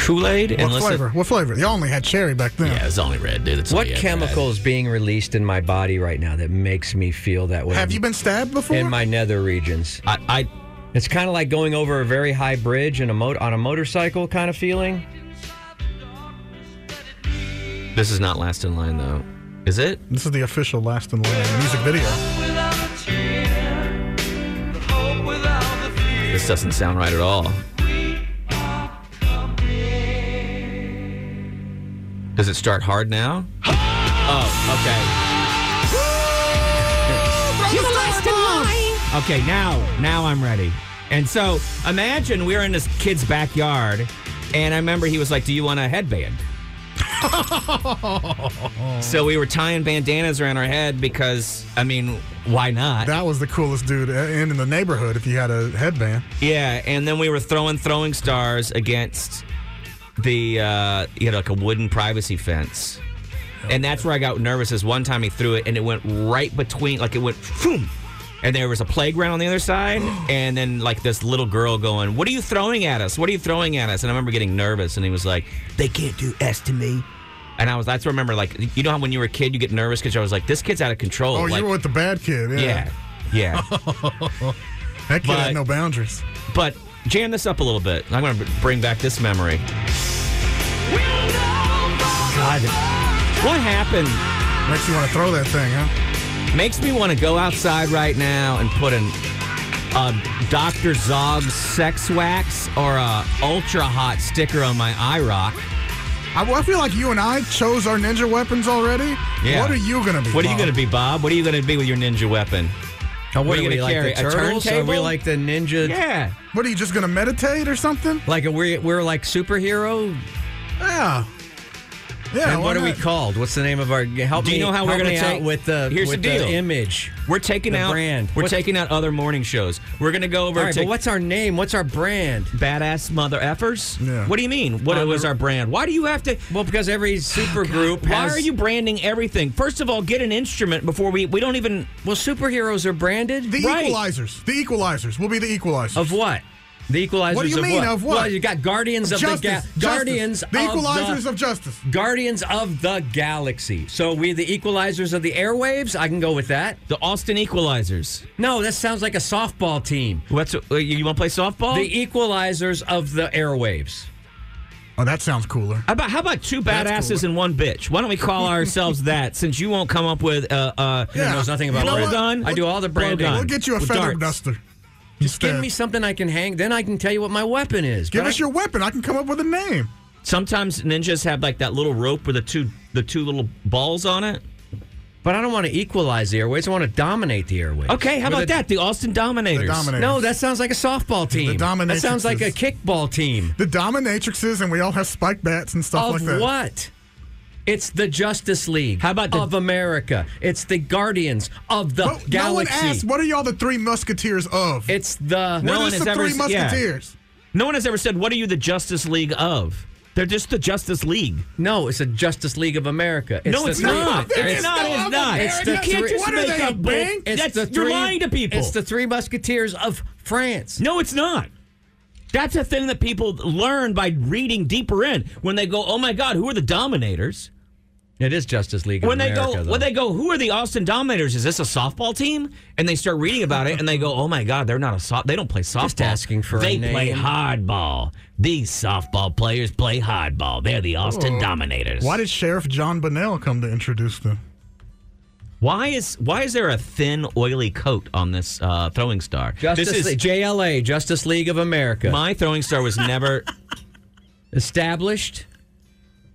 [SPEAKER 3] Kool Aid, and
[SPEAKER 2] What
[SPEAKER 3] listen-
[SPEAKER 2] flavor? What flavor? Y'all only had cherry back then.
[SPEAKER 3] Yeah, it was only red, dude. That's all
[SPEAKER 1] What
[SPEAKER 3] you ever had.
[SPEAKER 1] chemical is being released in my body right now that makes me feel that way?
[SPEAKER 2] Have you been stabbed before?
[SPEAKER 1] in my nether regions?
[SPEAKER 3] I, I
[SPEAKER 1] It's kind of like going over a very high bridge in a mo- on a motorcycle kind of feeling.
[SPEAKER 3] this is not last in line though, is it?
[SPEAKER 2] this is the official Last in Line music video.
[SPEAKER 3] This doesn't sound right at all. Does it start hard now? Oh, okay. Okay, now, now I'm ready. And so imagine we were in this kid's backyard, and I remember he was like, Do you want a headband? so we were tying bandanas around our head because, I mean, why not?
[SPEAKER 2] That was the coolest dude uh, in in the neighborhood if you had a headband.
[SPEAKER 3] yeah, and then we were throwing throwing stars against the, uh, you know, like a wooden privacy fence. And that's where I got nervous. Is one time he threw it and it went right between, like it went, boom, and there was a playground on the other side, and then like this little girl going, "What are you throwing at us? What are you throwing at us?" And I remember getting nervous, and he was like, "They can't do S to me." And I was, that's what I remember, like, you know how when you were a kid, you get nervous because I was like, this kid's out of control.
[SPEAKER 2] Oh,
[SPEAKER 3] like,
[SPEAKER 2] you were with the bad kid. Yeah.
[SPEAKER 3] yeah, yeah.
[SPEAKER 2] That kid
[SPEAKER 3] But-
[SPEAKER 2] had no boundaries.
[SPEAKER 3] But jam this up a little bit. I'm going to bring back this memory. God, what happened?
[SPEAKER 2] Makes you want to throw that thing, huh?
[SPEAKER 3] Makes me want to go outside right now and put an a Dr. Zog's sex wax or a ultra hot sticker on my iRock.
[SPEAKER 2] I, I feel like you and I chose our ninja weapons already.
[SPEAKER 3] Yeah.
[SPEAKER 2] What are you gonna be?
[SPEAKER 3] What are you
[SPEAKER 2] Bob?
[SPEAKER 3] going to be, Bob? What are you going to be with your ninja weapon?
[SPEAKER 1] Now, what
[SPEAKER 3] Are you
[SPEAKER 1] we
[SPEAKER 3] gonna carry
[SPEAKER 1] like the
[SPEAKER 3] a
[SPEAKER 1] turtles? Are we
[SPEAKER 3] turntable?
[SPEAKER 1] like the ninja?
[SPEAKER 3] Yeah.
[SPEAKER 2] What are you just gonna meditate or something?
[SPEAKER 1] Like we're we're like superhero.
[SPEAKER 2] Yeah. Yeah.
[SPEAKER 1] and
[SPEAKER 2] why
[SPEAKER 1] what are we
[SPEAKER 2] not?
[SPEAKER 1] called? What's the name of our? Help
[SPEAKER 3] Do you
[SPEAKER 1] me-
[SPEAKER 3] know how we're
[SPEAKER 1] help
[SPEAKER 3] gonna
[SPEAKER 1] me
[SPEAKER 3] take-
[SPEAKER 1] out with the
[SPEAKER 3] Here's
[SPEAKER 1] with
[SPEAKER 3] the deal.
[SPEAKER 1] image?
[SPEAKER 3] We're taking
[SPEAKER 1] The
[SPEAKER 3] out
[SPEAKER 1] brand.
[SPEAKER 3] We're
[SPEAKER 1] What-
[SPEAKER 3] taking out other morning shows. We're going to go over
[SPEAKER 1] All right,
[SPEAKER 3] to
[SPEAKER 1] but what's our name? What's our brand?
[SPEAKER 3] badass mother effers.
[SPEAKER 2] Yeah.
[SPEAKER 3] What do you mean? What
[SPEAKER 1] I'm
[SPEAKER 3] was
[SPEAKER 1] the-
[SPEAKER 3] our brand? Why do you have to? Oh,
[SPEAKER 1] Well, because every super group
[SPEAKER 3] Why
[SPEAKER 1] has.
[SPEAKER 3] are you branding everything? First of all, get an instrument before we. We don't even.
[SPEAKER 1] Well, superheroes are branded.
[SPEAKER 2] The
[SPEAKER 3] Right.
[SPEAKER 2] equalizers. The equalizers. We'll be the equalizers.
[SPEAKER 1] Of what? The Equalizers
[SPEAKER 2] What do you
[SPEAKER 1] of
[SPEAKER 2] mean,
[SPEAKER 1] what?
[SPEAKER 2] of what?
[SPEAKER 1] Well, you got Guardians of
[SPEAKER 2] Justice.
[SPEAKER 1] the Ga-
[SPEAKER 2] Justice.
[SPEAKER 1] Guardians
[SPEAKER 2] The
[SPEAKER 1] of
[SPEAKER 2] equalizers
[SPEAKER 1] the-
[SPEAKER 2] of justice.
[SPEAKER 1] Guardians of the Galaxy. So we the Equalizers of the airwaves. I can go with that.
[SPEAKER 3] The Austin Equalizers.
[SPEAKER 1] No, that sounds like a softball team.
[SPEAKER 3] What's uh, you want to play softball?
[SPEAKER 1] The Equalizers of the airwaves.
[SPEAKER 2] Oh, that sounds cooler.
[SPEAKER 3] how about how about two
[SPEAKER 2] That's
[SPEAKER 3] badasses
[SPEAKER 2] cool.
[SPEAKER 3] and one bitch? Why don't we call ourselves that? Since you won't come up with uh uh.
[SPEAKER 2] Yeah.
[SPEAKER 1] Knows nothing about
[SPEAKER 2] You know
[SPEAKER 1] brand.
[SPEAKER 2] what?
[SPEAKER 3] Blowgun.
[SPEAKER 1] I do all the branding.
[SPEAKER 3] Blowgun.
[SPEAKER 2] We'll get you a
[SPEAKER 3] With
[SPEAKER 2] feather
[SPEAKER 3] darts.
[SPEAKER 2] duster.
[SPEAKER 1] Just give
[SPEAKER 2] instead.
[SPEAKER 1] me something I can hang. Then I can tell you what my weapon is.
[SPEAKER 2] Give
[SPEAKER 1] but
[SPEAKER 2] us
[SPEAKER 1] I-
[SPEAKER 2] your weapon. I can come up with a name.
[SPEAKER 3] Sometimes ninjas have like that little rope with the two the two little balls on it.
[SPEAKER 1] But I don't want to equalize the airwaves. I want to dominate the airwaves.
[SPEAKER 3] Okay, how
[SPEAKER 1] With
[SPEAKER 3] about
[SPEAKER 1] a-
[SPEAKER 3] that? The Austin Dominators.
[SPEAKER 2] The dominators.
[SPEAKER 1] No, that sounds like a softball team. that sounds like a
[SPEAKER 2] dominatrixes.
[SPEAKER 1] kickball team.
[SPEAKER 2] The dominatrixes, and we all have spike bats and stuff
[SPEAKER 1] of
[SPEAKER 2] like that.
[SPEAKER 1] what? It's the Justice League.
[SPEAKER 3] How about the-
[SPEAKER 1] of America? It's the Guardians of the
[SPEAKER 2] But Oh, no one
[SPEAKER 1] Galaxy.
[SPEAKER 2] asked, what are y'all the three musketeers of?
[SPEAKER 1] it's the
[SPEAKER 2] We're
[SPEAKER 3] no one
[SPEAKER 2] just
[SPEAKER 3] has
[SPEAKER 2] the
[SPEAKER 3] ever
[SPEAKER 2] three
[SPEAKER 3] s- yeah.
[SPEAKER 2] musketeers.
[SPEAKER 3] No one has ever said, "What are you the Justice League of?" They're just the Justice League.
[SPEAKER 1] no. It's the Justice League of America.
[SPEAKER 3] no,
[SPEAKER 1] the
[SPEAKER 3] it's
[SPEAKER 1] three-
[SPEAKER 3] not.
[SPEAKER 2] It's
[SPEAKER 3] It's not.
[SPEAKER 2] the
[SPEAKER 3] It's not.
[SPEAKER 1] It's the
[SPEAKER 3] you can't
[SPEAKER 1] three-
[SPEAKER 3] just
[SPEAKER 1] What
[SPEAKER 2] are
[SPEAKER 3] make
[SPEAKER 2] they,
[SPEAKER 3] up
[SPEAKER 2] Bing?
[SPEAKER 3] bull-
[SPEAKER 1] It's
[SPEAKER 3] That's
[SPEAKER 1] the
[SPEAKER 3] you're
[SPEAKER 1] three-
[SPEAKER 3] lying to people.
[SPEAKER 1] It's the Three Musketeers of France.
[SPEAKER 3] no, it's not. That's a thing that people learn by reading deeper in when they go, "Oh my God, who are the Dominators?"
[SPEAKER 1] It is Justice League of
[SPEAKER 3] When they
[SPEAKER 1] America.
[SPEAKER 3] go,
[SPEAKER 1] though.
[SPEAKER 3] when they go, "Who are the Austin Dominators?" Is this a softball team? And they start reading about it, and they go, "Oh my God, they're not a soft. They don't play softball.
[SPEAKER 1] asking for a
[SPEAKER 3] they play
[SPEAKER 1] name.
[SPEAKER 3] hardball. These softball players play hardball. They're the Austin Dominators."
[SPEAKER 2] Oh. Why did Sheriff John Bunnell come to introduce them?
[SPEAKER 3] Why is why is there a thin, oily coat on this uh, throwing star?
[SPEAKER 1] Justice
[SPEAKER 3] this is
[SPEAKER 1] League- JLA, Justice League of America,
[SPEAKER 3] my throwing star was never.
[SPEAKER 1] established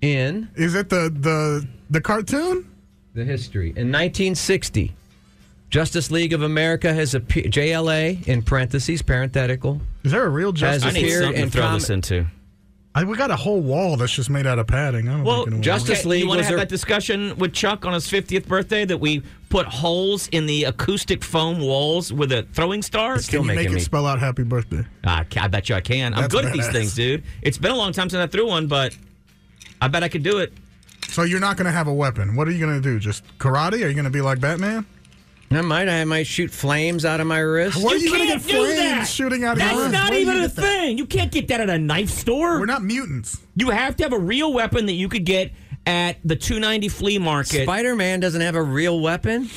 [SPEAKER 1] in
[SPEAKER 2] Is it the the the cartoon?
[SPEAKER 1] the history in 1960. Justice League of America has appeared, JLA in parentheses, parenthetical,
[SPEAKER 2] Is there a real
[SPEAKER 1] As
[SPEAKER 2] justice?
[SPEAKER 1] a-
[SPEAKER 3] I need
[SPEAKER 1] appeared
[SPEAKER 3] something to
[SPEAKER 1] and
[SPEAKER 3] throw
[SPEAKER 1] comment-
[SPEAKER 3] this into.
[SPEAKER 2] I, we got a whole wall that's just made out of padding. I don't
[SPEAKER 3] Well,
[SPEAKER 2] think anyone-
[SPEAKER 1] Justice
[SPEAKER 3] okay,
[SPEAKER 1] League
[SPEAKER 3] You want to
[SPEAKER 1] was
[SPEAKER 3] have
[SPEAKER 1] a-
[SPEAKER 3] that discussion with Chuck on his 50th birthday that we put holes in the acoustic foam walls with a throwing star?
[SPEAKER 1] still
[SPEAKER 2] Can you make
[SPEAKER 1] making
[SPEAKER 2] it
[SPEAKER 1] me-
[SPEAKER 2] spell out happy birthday?
[SPEAKER 3] I, ca- I bet you I can. I'm
[SPEAKER 2] That's
[SPEAKER 3] good at these
[SPEAKER 2] badass.
[SPEAKER 3] things, dude. It's been a long time since I threw one, but I bet I could do it.
[SPEAKER 2] So you're not going to have a weapon. What are you going to do? Just karate? Are you going to be like Batman?
[SPEAKER 1] I might, I might shoot flames out of my wrist.
[SPEAKER 2] Where are you going to get
[SPEAKER 3] can't do
[SPEAKER 2] flames
[SPEAKER 3] that.
[SPEAKER 2] shooting out of
[SPEAKER 3] That's
[SPEAKER 2] your wrist? Where
[SPEAKER 3] not
[SPEAKER 2] do you
[SPEAKER 3] even a
[SPEAKER 2] get that?
[SPEAKER 3] thing. You can't get that at a knife store.
[SPEAKER 2] We're not mutants.
[SPEAKER 3] you have to have a real weapon that you could get at the 290 flea market.
[SPEAKER 1] Spider Man doesn't have a real weapon.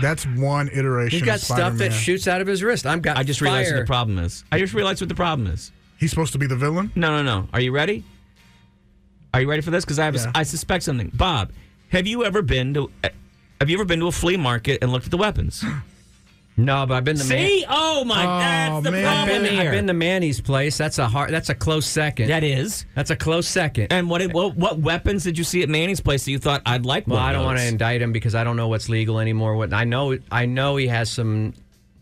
[SPEAKER 2] That's one iteration.
[SPEAKER 1] He's got
[SPEAKER 2] of
[SPEAKER 1] stuff that
[SPEAKER 2] Spider-Man.
[SPEAKER 1] shoots out of his wrist. I've got.
[SPEAKER 3] I just realized
[SPEAKER 1] fire.
[SPEAKER 3] what the problem is. I just realized what the problem is.
[SPEAKER 2] He's supposed to be the villain.
[SPEAKER 3] No, no, no. Are you ready? Are you ready for this? Because I have, a s
[SPEAKER 2] Yeah.
[SPEAKER 3] I suspect something. Bob, have you ever been to, uh, have you ever been to a flea market and looked at the weapons?
[SPEAKER 1] No, but I've been to
[SPEAKER 3] See? Oh my!
[SPEAKER 2] Oh,
[SPEAKER 3] that's the
[SPEAKER 2] man.
[SPEAKER 1] I've
[SPEAKER 3] problem
[SPEAKER 1] been,
[SPEAKER 3] here.
[SPEAKER 1] I've been to Manny's place. That's a hard. That's a close second.
[SPEAKER 3] that is.
[SPEAKER 1] that's a close second.
[SPEAKER 3] And what, what what weapons did you see at Manny's place that you thought I'd like?
[SPEAKER 1] Well,
[SPEAKER 3] one
[SPEAKER 1] I
[SPEAKER 3] of
[SPEAKER 1] don't want to
[SPEAKER 3] those?"
[SPEAKER 1] indict him because I don't know what's legal anymore. What I know, I know he has some.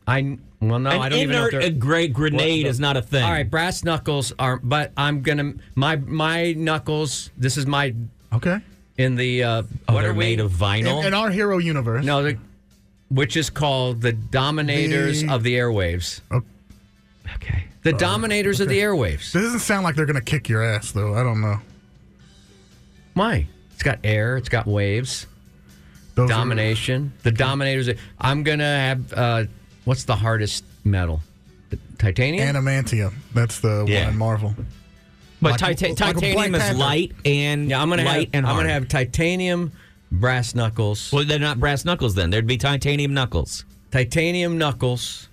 [SPEAKER 1] I well, no,
[SPEAKER 3] An
[SPEAKER 1] I don't even know.
[SPEAKER 3] inert
[SPEAKER 1] If
[SPEAKER 3] a
[SPEAKER 1] they're-
[SPEAKER 3] great grenade
[SPEAKER 1] What the-
[SPEAKER 3] is not a thing.
[SPEAKER 1] All right, brass knuckles are. But I'm gonna my my knuckles. This is my
[SPEAKER 2] Okay.
[SPEAKER 1] in the. Uh,
[SPEAKER 3] Oh,
[SPEAKER 1] what
[SPEAKER 3] they're
[SPEAKER 1] are we?
[SPEAKER 3] made of vinyl.
[SPEAKER 2] In, in our hero universe.
[SPEAKER 1] No, the, which is called the Dominators
[SPEAKER 2] The-
[SPEAKER 1] of the Airwaves.
[SPEAKER 2] Oh, Uh,
[SPEAKER 3] okay.
[SPEAKER 1] The Dominators of the Airwaves.
[SPEAKER 2] This doesn't sound like they're going to kick your ass, though. I don't know.
[SPEAKER 1] Why? It's got air. It's got waves.
[SPEAKER 2] Those are-
[SPEAKER 1] Domination. The Dominators. of- I'm gonna have. Uh, what's the hardest metal? The titanium.
[SPEAKER 2] Animantium. That's the
[SPEAKER 3] Yeah.
[SPEAKER 2] one in Marvel.
[SPEAKER 3] But
[SPEAKER 2] Like a-
[SPEAKER 3] tita-
[SPEAKER 2] like a Black
[SPEAKER 3] titanium is
[SPEAKER 2] Panther.
[SPEAKER 3] light and
[SPEAKER 1] yeah, I'm gonna
[SPEAKER 3] light
[SPEAKER 1] have.
[SPEAKER 3] and
[SPEAKER 1] I'm
[SPEAKER 3] hard.
[SPEAKER 1] gonna have titanium, brass knuckles,
[SPEAKER 3] Well, they're not brass knuckles. Then there'd be titanium knuckles.
[SPEAKER 1] titanium knuckles.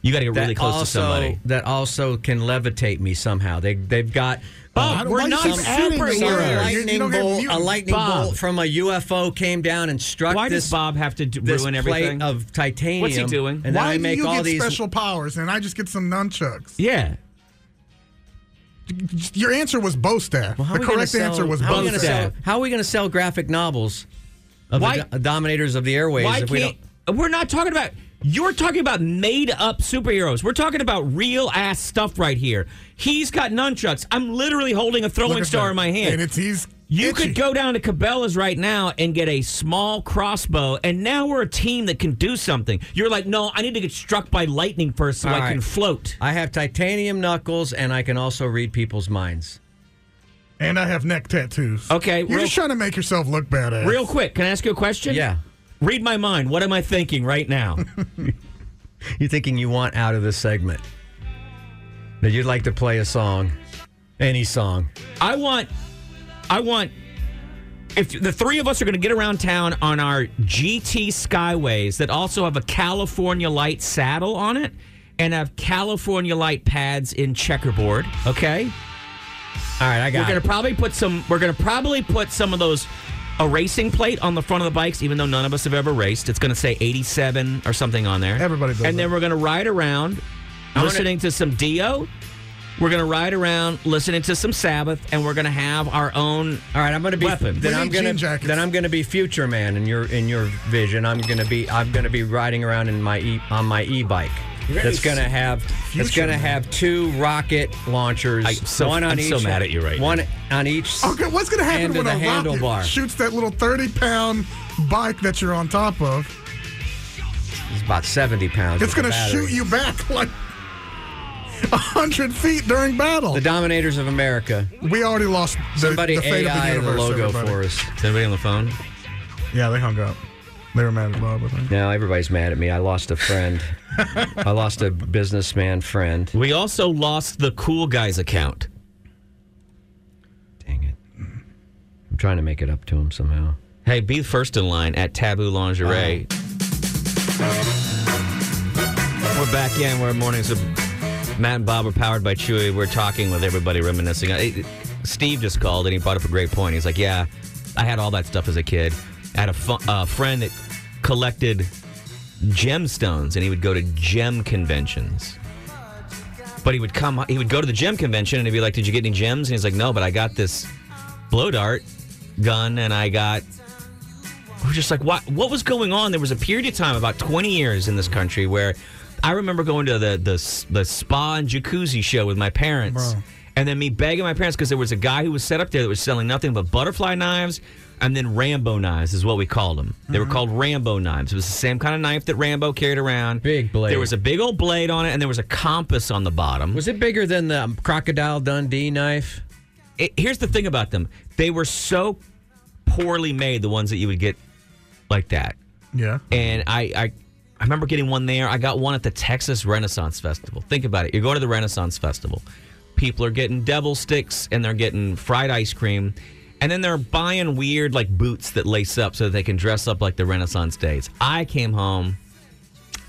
[SPEAKER 3] You got to get really close
[SPEAKER 1] also,
[SPEAKER 3] to somebody.
[SPEAKER 1] That also can levitate me somehow. They they've got.
[SPEAKER 3] Bob,
[SPEAKER 2] I don't-
[SPEAKER 3] we're
[SPEAKER 2] why you
[SPEAKER 3] not
[SPEAKER 2] keep adding
[SPEAKER 3] superheroes.
[SPEAKER 1] Some
[SPEAKER 2] words? You
[SPEAKER 3] You-
[SPEAKER 1] lightning
[SPEAKER 2] don't get
[SPEAKER 1] bolt, a
[SPEAKER 2] mutant.
[SPEAKER 1] lightning
[SPEAKER 3] Bob.
[SPEAKER 1] bolt from a UFO came down and struck
[SPEAKER 3] Why
[SPEAKER 1] this
[SPEAKER 3] does Bob have to d-
[SPEAKER 1] this
[SPEAKER 3] ruin
[SPEAKER 1] plate
[SPEAKER 3] everything?
[SPEAKER 1] of titanium.
[SPEAKER 3] What's he doing?
[SPEAKER 1] And then
[SPEAKER 2] Why
[SPEAKER 1] I make
[SPEAKER 2] do you
[SPEAKER 1] all
[SPEAKER 2] get
[SPEAKER 1] these
[SPEAKER 2] special powers and I just get some nunchucks?
[SPEAKER 3] yeah.
[SPEAKER 2] Your answer was bow staff.
[SPEAKER 1] How
[SPEAKER 2] the
[SPEAKER 1] are we gonna
[SPEAKER 2] correct
[SPEAKER 1] sell-
[SPEAKER 2] answer was
[SPEAKER 1] how are we
[SPEAKER 2] bow
[SPEAKER 1] gonna
[SPEAKER 2] staff.
[SPEAKER 1] sell- How are we going to sell graphic novels of
[SPEAKER 3] Why-
[SPEAKER 1] the do- dominators of the airways
[SPEAKER 3] Why
[SPEAKER 1] if we don't?
[SPEAKER 3] can't? We're not talking about. You're talking about made up superheroes. We're talking about real ass stuff right here. He's got nunchucks. I'm literally holding a
[SPEAKER 2] Look
[SPEAKER 3] throwing
[SPEAKER 2] at
[SPEAKER 3] star
[SPEAKER 2] that.
[SPEAKER 3] in my hand.
[SPEAKER 2] And it's he's
[SPEAKER 3] you
[SPEAKER 2] itchy.
[SPEAKER 3] could go down to Cabela's right now and get a small crossbow, and now we're a team that can do something. You're like, no, I need to get struck by lightning first so
[SPEAKER 1] All
[SPEAKER 3] I can
[SPEAKER 1] right.
[SPEAKER 3] float.
[SPEAKER 1] I have titanium knuckles and I can also read people's minds.
[SPEAKER 2] And I have neck tattoos.
[SPEAKER 3] Okay,
[SPEAKER 2] You're
[SPEAKER 3] real-
[SPEAKER 2] just trying to make yourself look badass.
[SPEAKER 3] Real quick, can I ask you a question?
[SPEAKER 1] Yeah.
[SPEAKER 3] Read my mind. What am I thinking right now?
[SPEAKER 1] You thinking you want out of this segment? That you'd like to play a song, any song.
[SPEAKER 3] I want, I want. If the three of us are going to get around town on our GT Skyways that also have a California Light saddle on it and have California Light pads in checkerboard, okay?
[SPEAKER 1] All right, I got.
[SPEAKER 3] we're going
[SPEAKER 1] it.
[SPEAKER 3] to probably put some. We're going to probably put some of those a racing plate on the front of the bikes, even though none of us have ever raced. It's going to say 87 or something on there.
[SPEAKER 2] Everybody does
[SPEAKER 3] And then
[SPEAKER 2] that.
[SPEAKER 3] we're going to ride around listening to some Dio. We're going to ride around listening to some Sabbath, and we're going to have our own.
[SPEAKER 1] All right, I'm gonna be
[SPEAKER 3] Weapon.
[SPEAKER 1] then
[SPEAKER 2] We
[SPEAKER 1] I'm
[SPEAKER 2] need
[SPEAKER 1] gonna
[SPEAKER 2] jean jackets.
[SPEAKER 1] then I'm gonna be future man in your in your vision. I'm gonna be I'm gonna be riding around in my e, on my e bike. That's gonna have that's
[SPEAKER 2] Future
[SPEAKER 1] gonna
[SPEAKER 2] Man.
[SPEAKER 1] have two rocket launchers.
[SPEAKER 3] I'm so-
[SPEAKER 1] one on
[SPEAKER 3] I'm
[SPEAKER 1] each.
[SPEAKER 3] so mad at you right
[SPEAKER 1] One on each.
[SPEAKER 2] Okay, what's going to happen
[SPEAKER 1] end of
[SPEAKER 2] when
[SPEAKER 1] the
[SPEAKER 2] a
[SPEAKER 1] handlebar.
[SPEAKER 2] rocket shoots that little 30 pound bike that you're on top of?
[SPEAKER 1] It's about seventy pounds.
[SPEAKER 2] It's
[SPEAKER 1] with
[SPEAKER 2] going
[SPEAKER 1] the
[SPEAKER 2] to
[SPEAKER 1] battery.
[SPEAKER 2] shoot you back like 100 feet during battle.
[SPEAKER 1] The Dominators of America.
[SPEAKER 2] we already lost the,
[SPEAKER 1] Somebody
[SPEAKER 2] the fate
[SPEAKER 1] AI
[SPEAKER 2] of the
[SPEAKER 1] the
[SPEAKER 2] universe.
[SPEAKER 1] logo
[SPEAKER 2] everybody.
[SPEAKER 1] for us.
[SPEAKER 3] Is anybody on the phone?
[SPEAKER 2] Yeah, they hung up. They were mad at Bob, I think.
[SPEAKER 1] Now everybody's mad at me. I lost a friend. I lost a businessman friend.
[SPEAKER 3] We also lost the cool guys account.
[SPEAKER 1] Dang it! I'm trying to make it up to him somehow.
[SPEAKER 3] Hey, be first in line at Taboo Lingerie. We're back in. We're mornings with Matt and Bob. are powered by Chewy. We're talking with everybody, reminiscing. Hey, Steve just called and he brought up a great point. He's like, "Yeah, I had all that stuff as a kid. I had a fu- uh, friend that collected gemstones, and he would go to gem conventions." But he would come. He would go to the gem convention, and he'd be like, "Did you get any gems?" And he's like, "No, but I got this blow dart gun, and I got We're just like, what? What was going on? There was a period of time, about 20 years in this country, where I remember going to the the, the spa and jacuzzi show with my parents,
[SPEAKER 2] Bro.
[SPEAKER 3] and then me begging my parents because there was a guy who was set up there that was selling nothing but butterfly knives. And then Rambo knives is what we called them. They
[SPEAKER 4] Mm-hmm.
[SPEAKER 3] were called Rambo knives. It was the same kind of knife that Rambo carried around.
[SPEAKER 4] Big blade.
[SPEAKER 3] There was a big old blade on it, and there was a compass on the bottom.
[SPEAKER 4] Was it bigger than the um, crocodile Dundee knife?
[SPEAKER 3] it, here's the thing about them they were so poorly made the ones that you would get like that
[SPEAKER 2] Yeah.
[SPEAKER 3] and I, I i remember getting one there i got one at the texas renaissance festival think about it you're going to the renaissance festival people are getting devil sticks and they're getting fried ice cream and then they're buying weird like boots that lace up so that they can dress up like the renaissance days i came home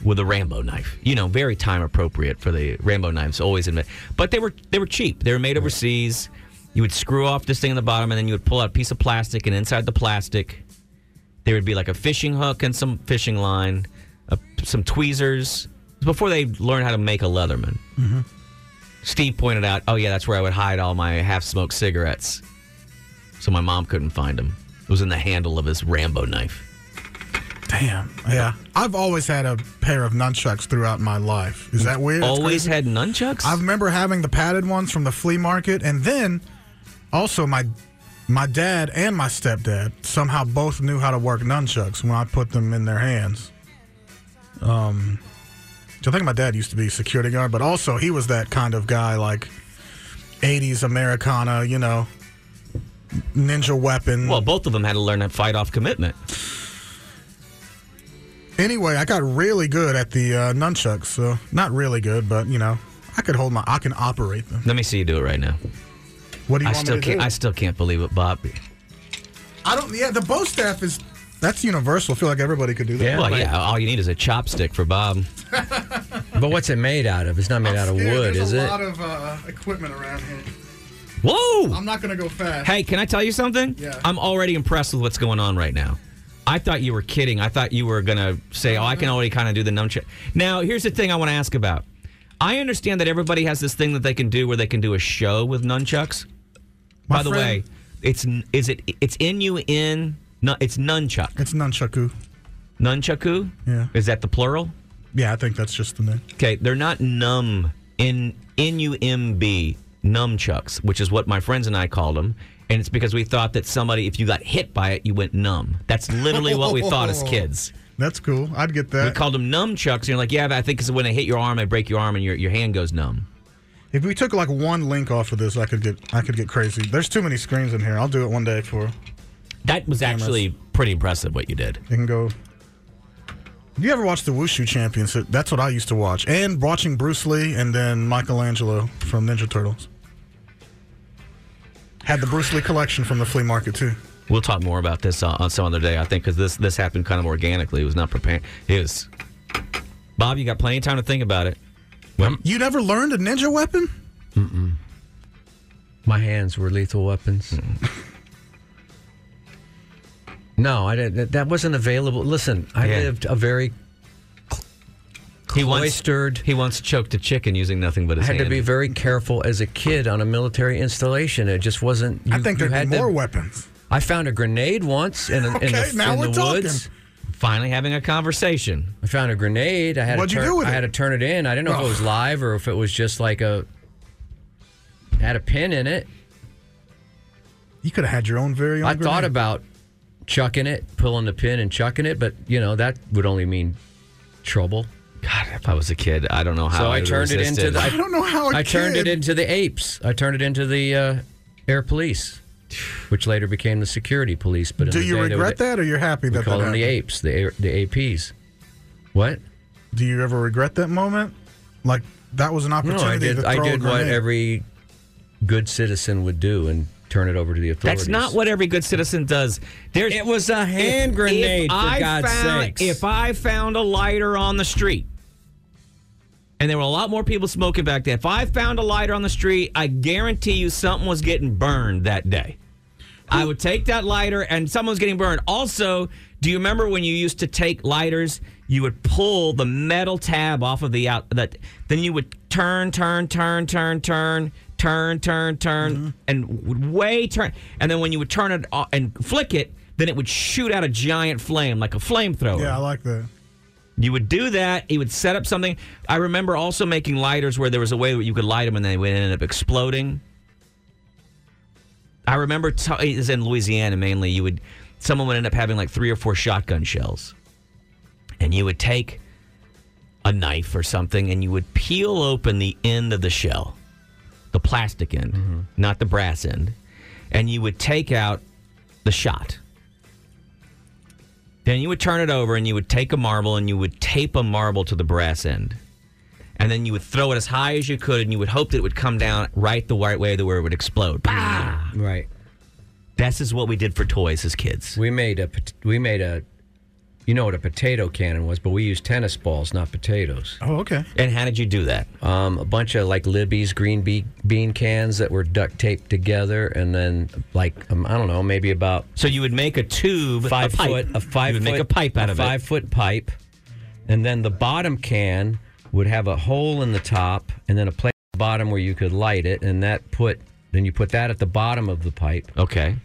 [SPEAKER 3] with a Rambo knife. You know, very time appropriate for the Rambo knives. Always admit, but they were they were cheap. They were made overseas. You would screw off this thing in the bottom, and then you would pull out a piece of plastic, and inside the plastic, there would be like a fishing hook and some fishing line, uh, some tweezers. Before they learned how to make a Leatherman, Steve pointed out, "Oh yeah, that's where I would hide all my half-smoked cigarettes, so my mom couldn't find them. It was in the handle of his Rambo knife."
[SPEAKER 2] Damn. Yeah. I've always had a pair of nunchucks throughout my life. Is that weird? That's
[SPEAKER 3] Always
[SPEAKER 2] crazy?
[SPEAKER 3] had nunchucks.
[SPEAKER 2] I remember having the padded ones from the flea market, and then also my my dad and my stepdad somehow both knew how to work nunchucks when I put them in their hands. Um, I think my dad used to be a security guard, but also he was that kind of guy, like '80s Americana, you know, ninja weapon.
[SPEAKER 3] Well, both of them had to learn to fight off commitment.
[SPEAKER 2] anyway, I got really good at the uh, nunchucks. So not really good, but you know, I could hold my, I can operate them.
[SPEAKER 3] Let me see you do it right now.
[SPEAKER 2] What do you
[SPEAKER 3] I
[SPEAKER 2] want
[SPEAKER 3] still
[SPEAKER 2] me to
[SPEAKER 3] can't.
[SPEAKER 2] do?
[SPEAKER 3] I still can't believe it, Bob.
[SPEAKER 2] I don't. Yeah, the bow staff is that's universal. I feel like everybody could do that.
[SPEAKER 3] well, yeah. All you need is a chopstick for Bob.
[SPEAKER 4] But what's it made out of? It's not made out of wood, is it?
[SPEAKER 2] of uh, equipment around here.
[SPEAKER 3] Whoa!
[SPEAKER 2] not gonna go fast.
[SPEAKER 3] Hey, can I tell you something?
[SPEAKER 2] Yeah.
[SPEAKER 3] I'm already impressed with what's going on right now. I thought you were kidding. I thought you were gonna say, "Oh, I can already kind of do the nunchuck." Now, here's the thing I want to ask about. I understand that everybody has this thing that they can do where they can do a show with nunchucks.
[SPEAKER 2] My
[SPEAKER 3] By the
[SPEAKER 2] friend-
[SPEAKER 3] way, it's n- is it it's N U N. No, it's nunchuck.
[SPEAKER 2] It's nunchaku.
[SPEAKER 3] Nunchaku.
[SPEAKER 2] Yeah.
[SPEAKER 3] Is that the plural?
[SPEAKER 2] Yeah, I think that's just the name.
[SPEAKER 3] Okay, they're not numb in N U M B nunchucks, which is what my friends and I called them, and it's because we thought that somebody, if you got hit by it, you went numb. That's literally what we thought as kids.
[SPEAKER 2] That's cool. I'd get
[SPEAKER 3] We
[SPEAKER 2] that.
[SPEAKER 3] called them nunchucks, and you're like, yeah, but I think it's when I hit your arm, I break your arm, and your your hand goes numb.
[SPEAKER 2] if we took like one link off of this, I could get I could get crazy. There's too many screens in here. I'll do it one day for
[SPEAKER 3] That was actually pretty impressive what you did.
[SPEAKER 2] It can go. You ever watch the Wushu Championship? That's what I used to watch, and watching Bruce Lee and then Michelangelo from Ninja Turtles. Had the Bruce Lee collection from the flea market too.
[SPEAKER 3] We'll talk more about this uh, on some other day, I think, because this this happened kind of organically. It was not prepared. It was. Bob, you got plenty of time to think about it.
[SPEAKER 2] You never learned a ninja weapon?
[SPEAKER 4] My hands were lethal weapons. no, I didn't. that- That wasn't available. Listen, I
[SPEAKER 3] Yeah.
[SPEAKER 4] lived a very
[SPEAKER 3] He
[SPEAKER 4] cloistered.
[SPEAKER 3] Once, he once choked a chicken using nothing but
[SPEAKER 4] I
[SPEAKER 3] his
[SPEAKER 4] had to
[SPEAKER 3] hand.
[SPEAKER 4] be very careful as a kid on a military installation. It just wasn't.
[SPEAKER 2] I
[SPEAKER 4] you-
[SPEAKER 2] think
[SPEAKER 4] you
[SPEAKER 2] there'd be
[SPEAKER 4] had to-
[SPEAKER 2] more weapons.
[SPEAKER 4] I found a grenade once in, a, in the,
[SPEAKER 2] Okay, now
[SPEAKER 4] in
[SPEAKER 2] we're
[SPEAKER 4] the
[SPEAKER 2] talking.
[SPEAKER 4] woods.
[SPEAKER 3] finally having a conversation.
[SPEAKER 4] I found a grenade. I had
[SPEAKER 2] What'd
[SPEAKER 4] to
[SPEAKER 2] you
[SPEAKER 4] turn,
[SPEAKER 2] do with
[SPEAKER 4] I
[SPEAKER 2] it?
[SPEAKER 4] had to turn it in. I didn't know if
[SPEAKER 2] Oh.
[SPEAKER 4] it was live or if it was just like a had a pin in it.
[SPEAKER 2] You could have had your own very own.
[SPEAKER 4] I thought
[SPEAKER 2] grenade.
[SPEAKER 4] about chucking it, pulling the pin and chucking it, but you know that would only mean trouble.
[SPEAKER 3] God, if I was a kid, I don't know how.
[SPEAKER 4] So I
[SPEAKER 3] would've
[SPEAKER 4] turned it into
[SPEAKER 3] resisted.
[SPEAKER 4] the-
[SPEAKER 2] I don't know how I
[SPEAKER 4] I turned it into the apes. I turned it into the uh, air police, which later became the security police. But in
[SPEAKER 2] Do
[SPEAKER 4] the
[SPEAKER 2] you
[SPEAKER 4] day, they
[SPEAKER 2] regret
[SPEAKER 4] would,
[SPEAKER 2] that, or you're happy
[SPEAKER 4] We
[SPEAKER 2] that
[SPEAKER 4] call
[SPEAKER 2] that
[SPEAKER 4] them the
[SPEAKER 2] happened?
[SPEAKER 4] apes, the A- the APs. What?
[SPEAKER 2] Do you ever regret that moment? Like that was an
[SPEAKER 4] No,
[SPEAKER 2] opportunity
[SPEAKER 4] I did.
[SPEAKER 2] to throw
[SPEAKER 4] I
[SPEAKER 2] a
[SPEAKER 4] did what
[SPEAKER 2] grenade.
[SPEAKER 4] every good citizen would do and turn it over to the authorities.
[SPEAKER 3] That's not what every good citizen does. There's
[SPEAKER 4] It was a hand
[SPEAKER 3] If-
[SPEAKER 4] grenade,
[SPEAKER 3] if
[SPEAKER 4] for
[SPEAKER 3] I
[SPEAKER 4] God's
[SPEAKER 3] found-
[SPEAKER 4] sakes.
[SPEAKER 3] If I found a lighter on the street, and there were a lot more people smoking back then, if I found a lighter on the street, I guarantee you something was getting burned that day. I would take that lighter, and someone's getting burned. Also, do you remember when you used to take lighters? You would pull the metal tab off of the out that, then you would turn, turn, turn, turn, turn,
[SPEAKER 2] Mm-hmm.
[SPEAKER 3] turn, turn, turn, and would way turn. And then when you would turn it off and flick it, then it would shoot out a giant flame like a flamethrower.
[SPEAKER 2] Yeah, I like that.
[SPEAKER 3] You would do that. You would set up something. I remember also making lighters where there was a way that you could light them and they would end up exploding. I remember t- it was in Louisiana mainly. You would someone would end up having like three or four shotgun shells, and you would take a knife or something and you would peel open the end of the shell, the plastic end, not the brass end, and you would take out the shot. Then you would turn it over and you would take a marble and you would tape a marble to the brass end. And then you would throw it as high as you could and you would hope that it would come down right the right way to where it would explode. Bah!
[SPEAKER 1] Right.
[SPEAKER 3] This is what we did for toys as kids.
[SPEAKER 1] We made a pot- we made a you know what a potato cannon was, but we used tennis balls, not potatoes.
[SPEAKER 2] Oh, okay.
[SPEAKER 3] And how did you do that?
[SPEAKER 1] Um, a bunch of like Libby's green bea- bean cans that were duct taped together, and then like um, I don't know, maybe about
[SPEAKER 3] So you would make a tube,
[SPEAKER 1] five
[SPEAKER 3] a pipe.
[SPEAKER 1] foot, a five
[SPEAKER 3] you would
[SPEAKER 1] foot,
[SPEAKER 3] make a pipe out of
[SPEAKER 1] five
[SPEAKER 3] it.
[SPEAKER 1] foot pipe, and then the bottom can would have a hole in the top, and then a place at the bottom where you could light it, and that put then you put that at the bottom of the pipe,
[SPEAKER 3] Okay.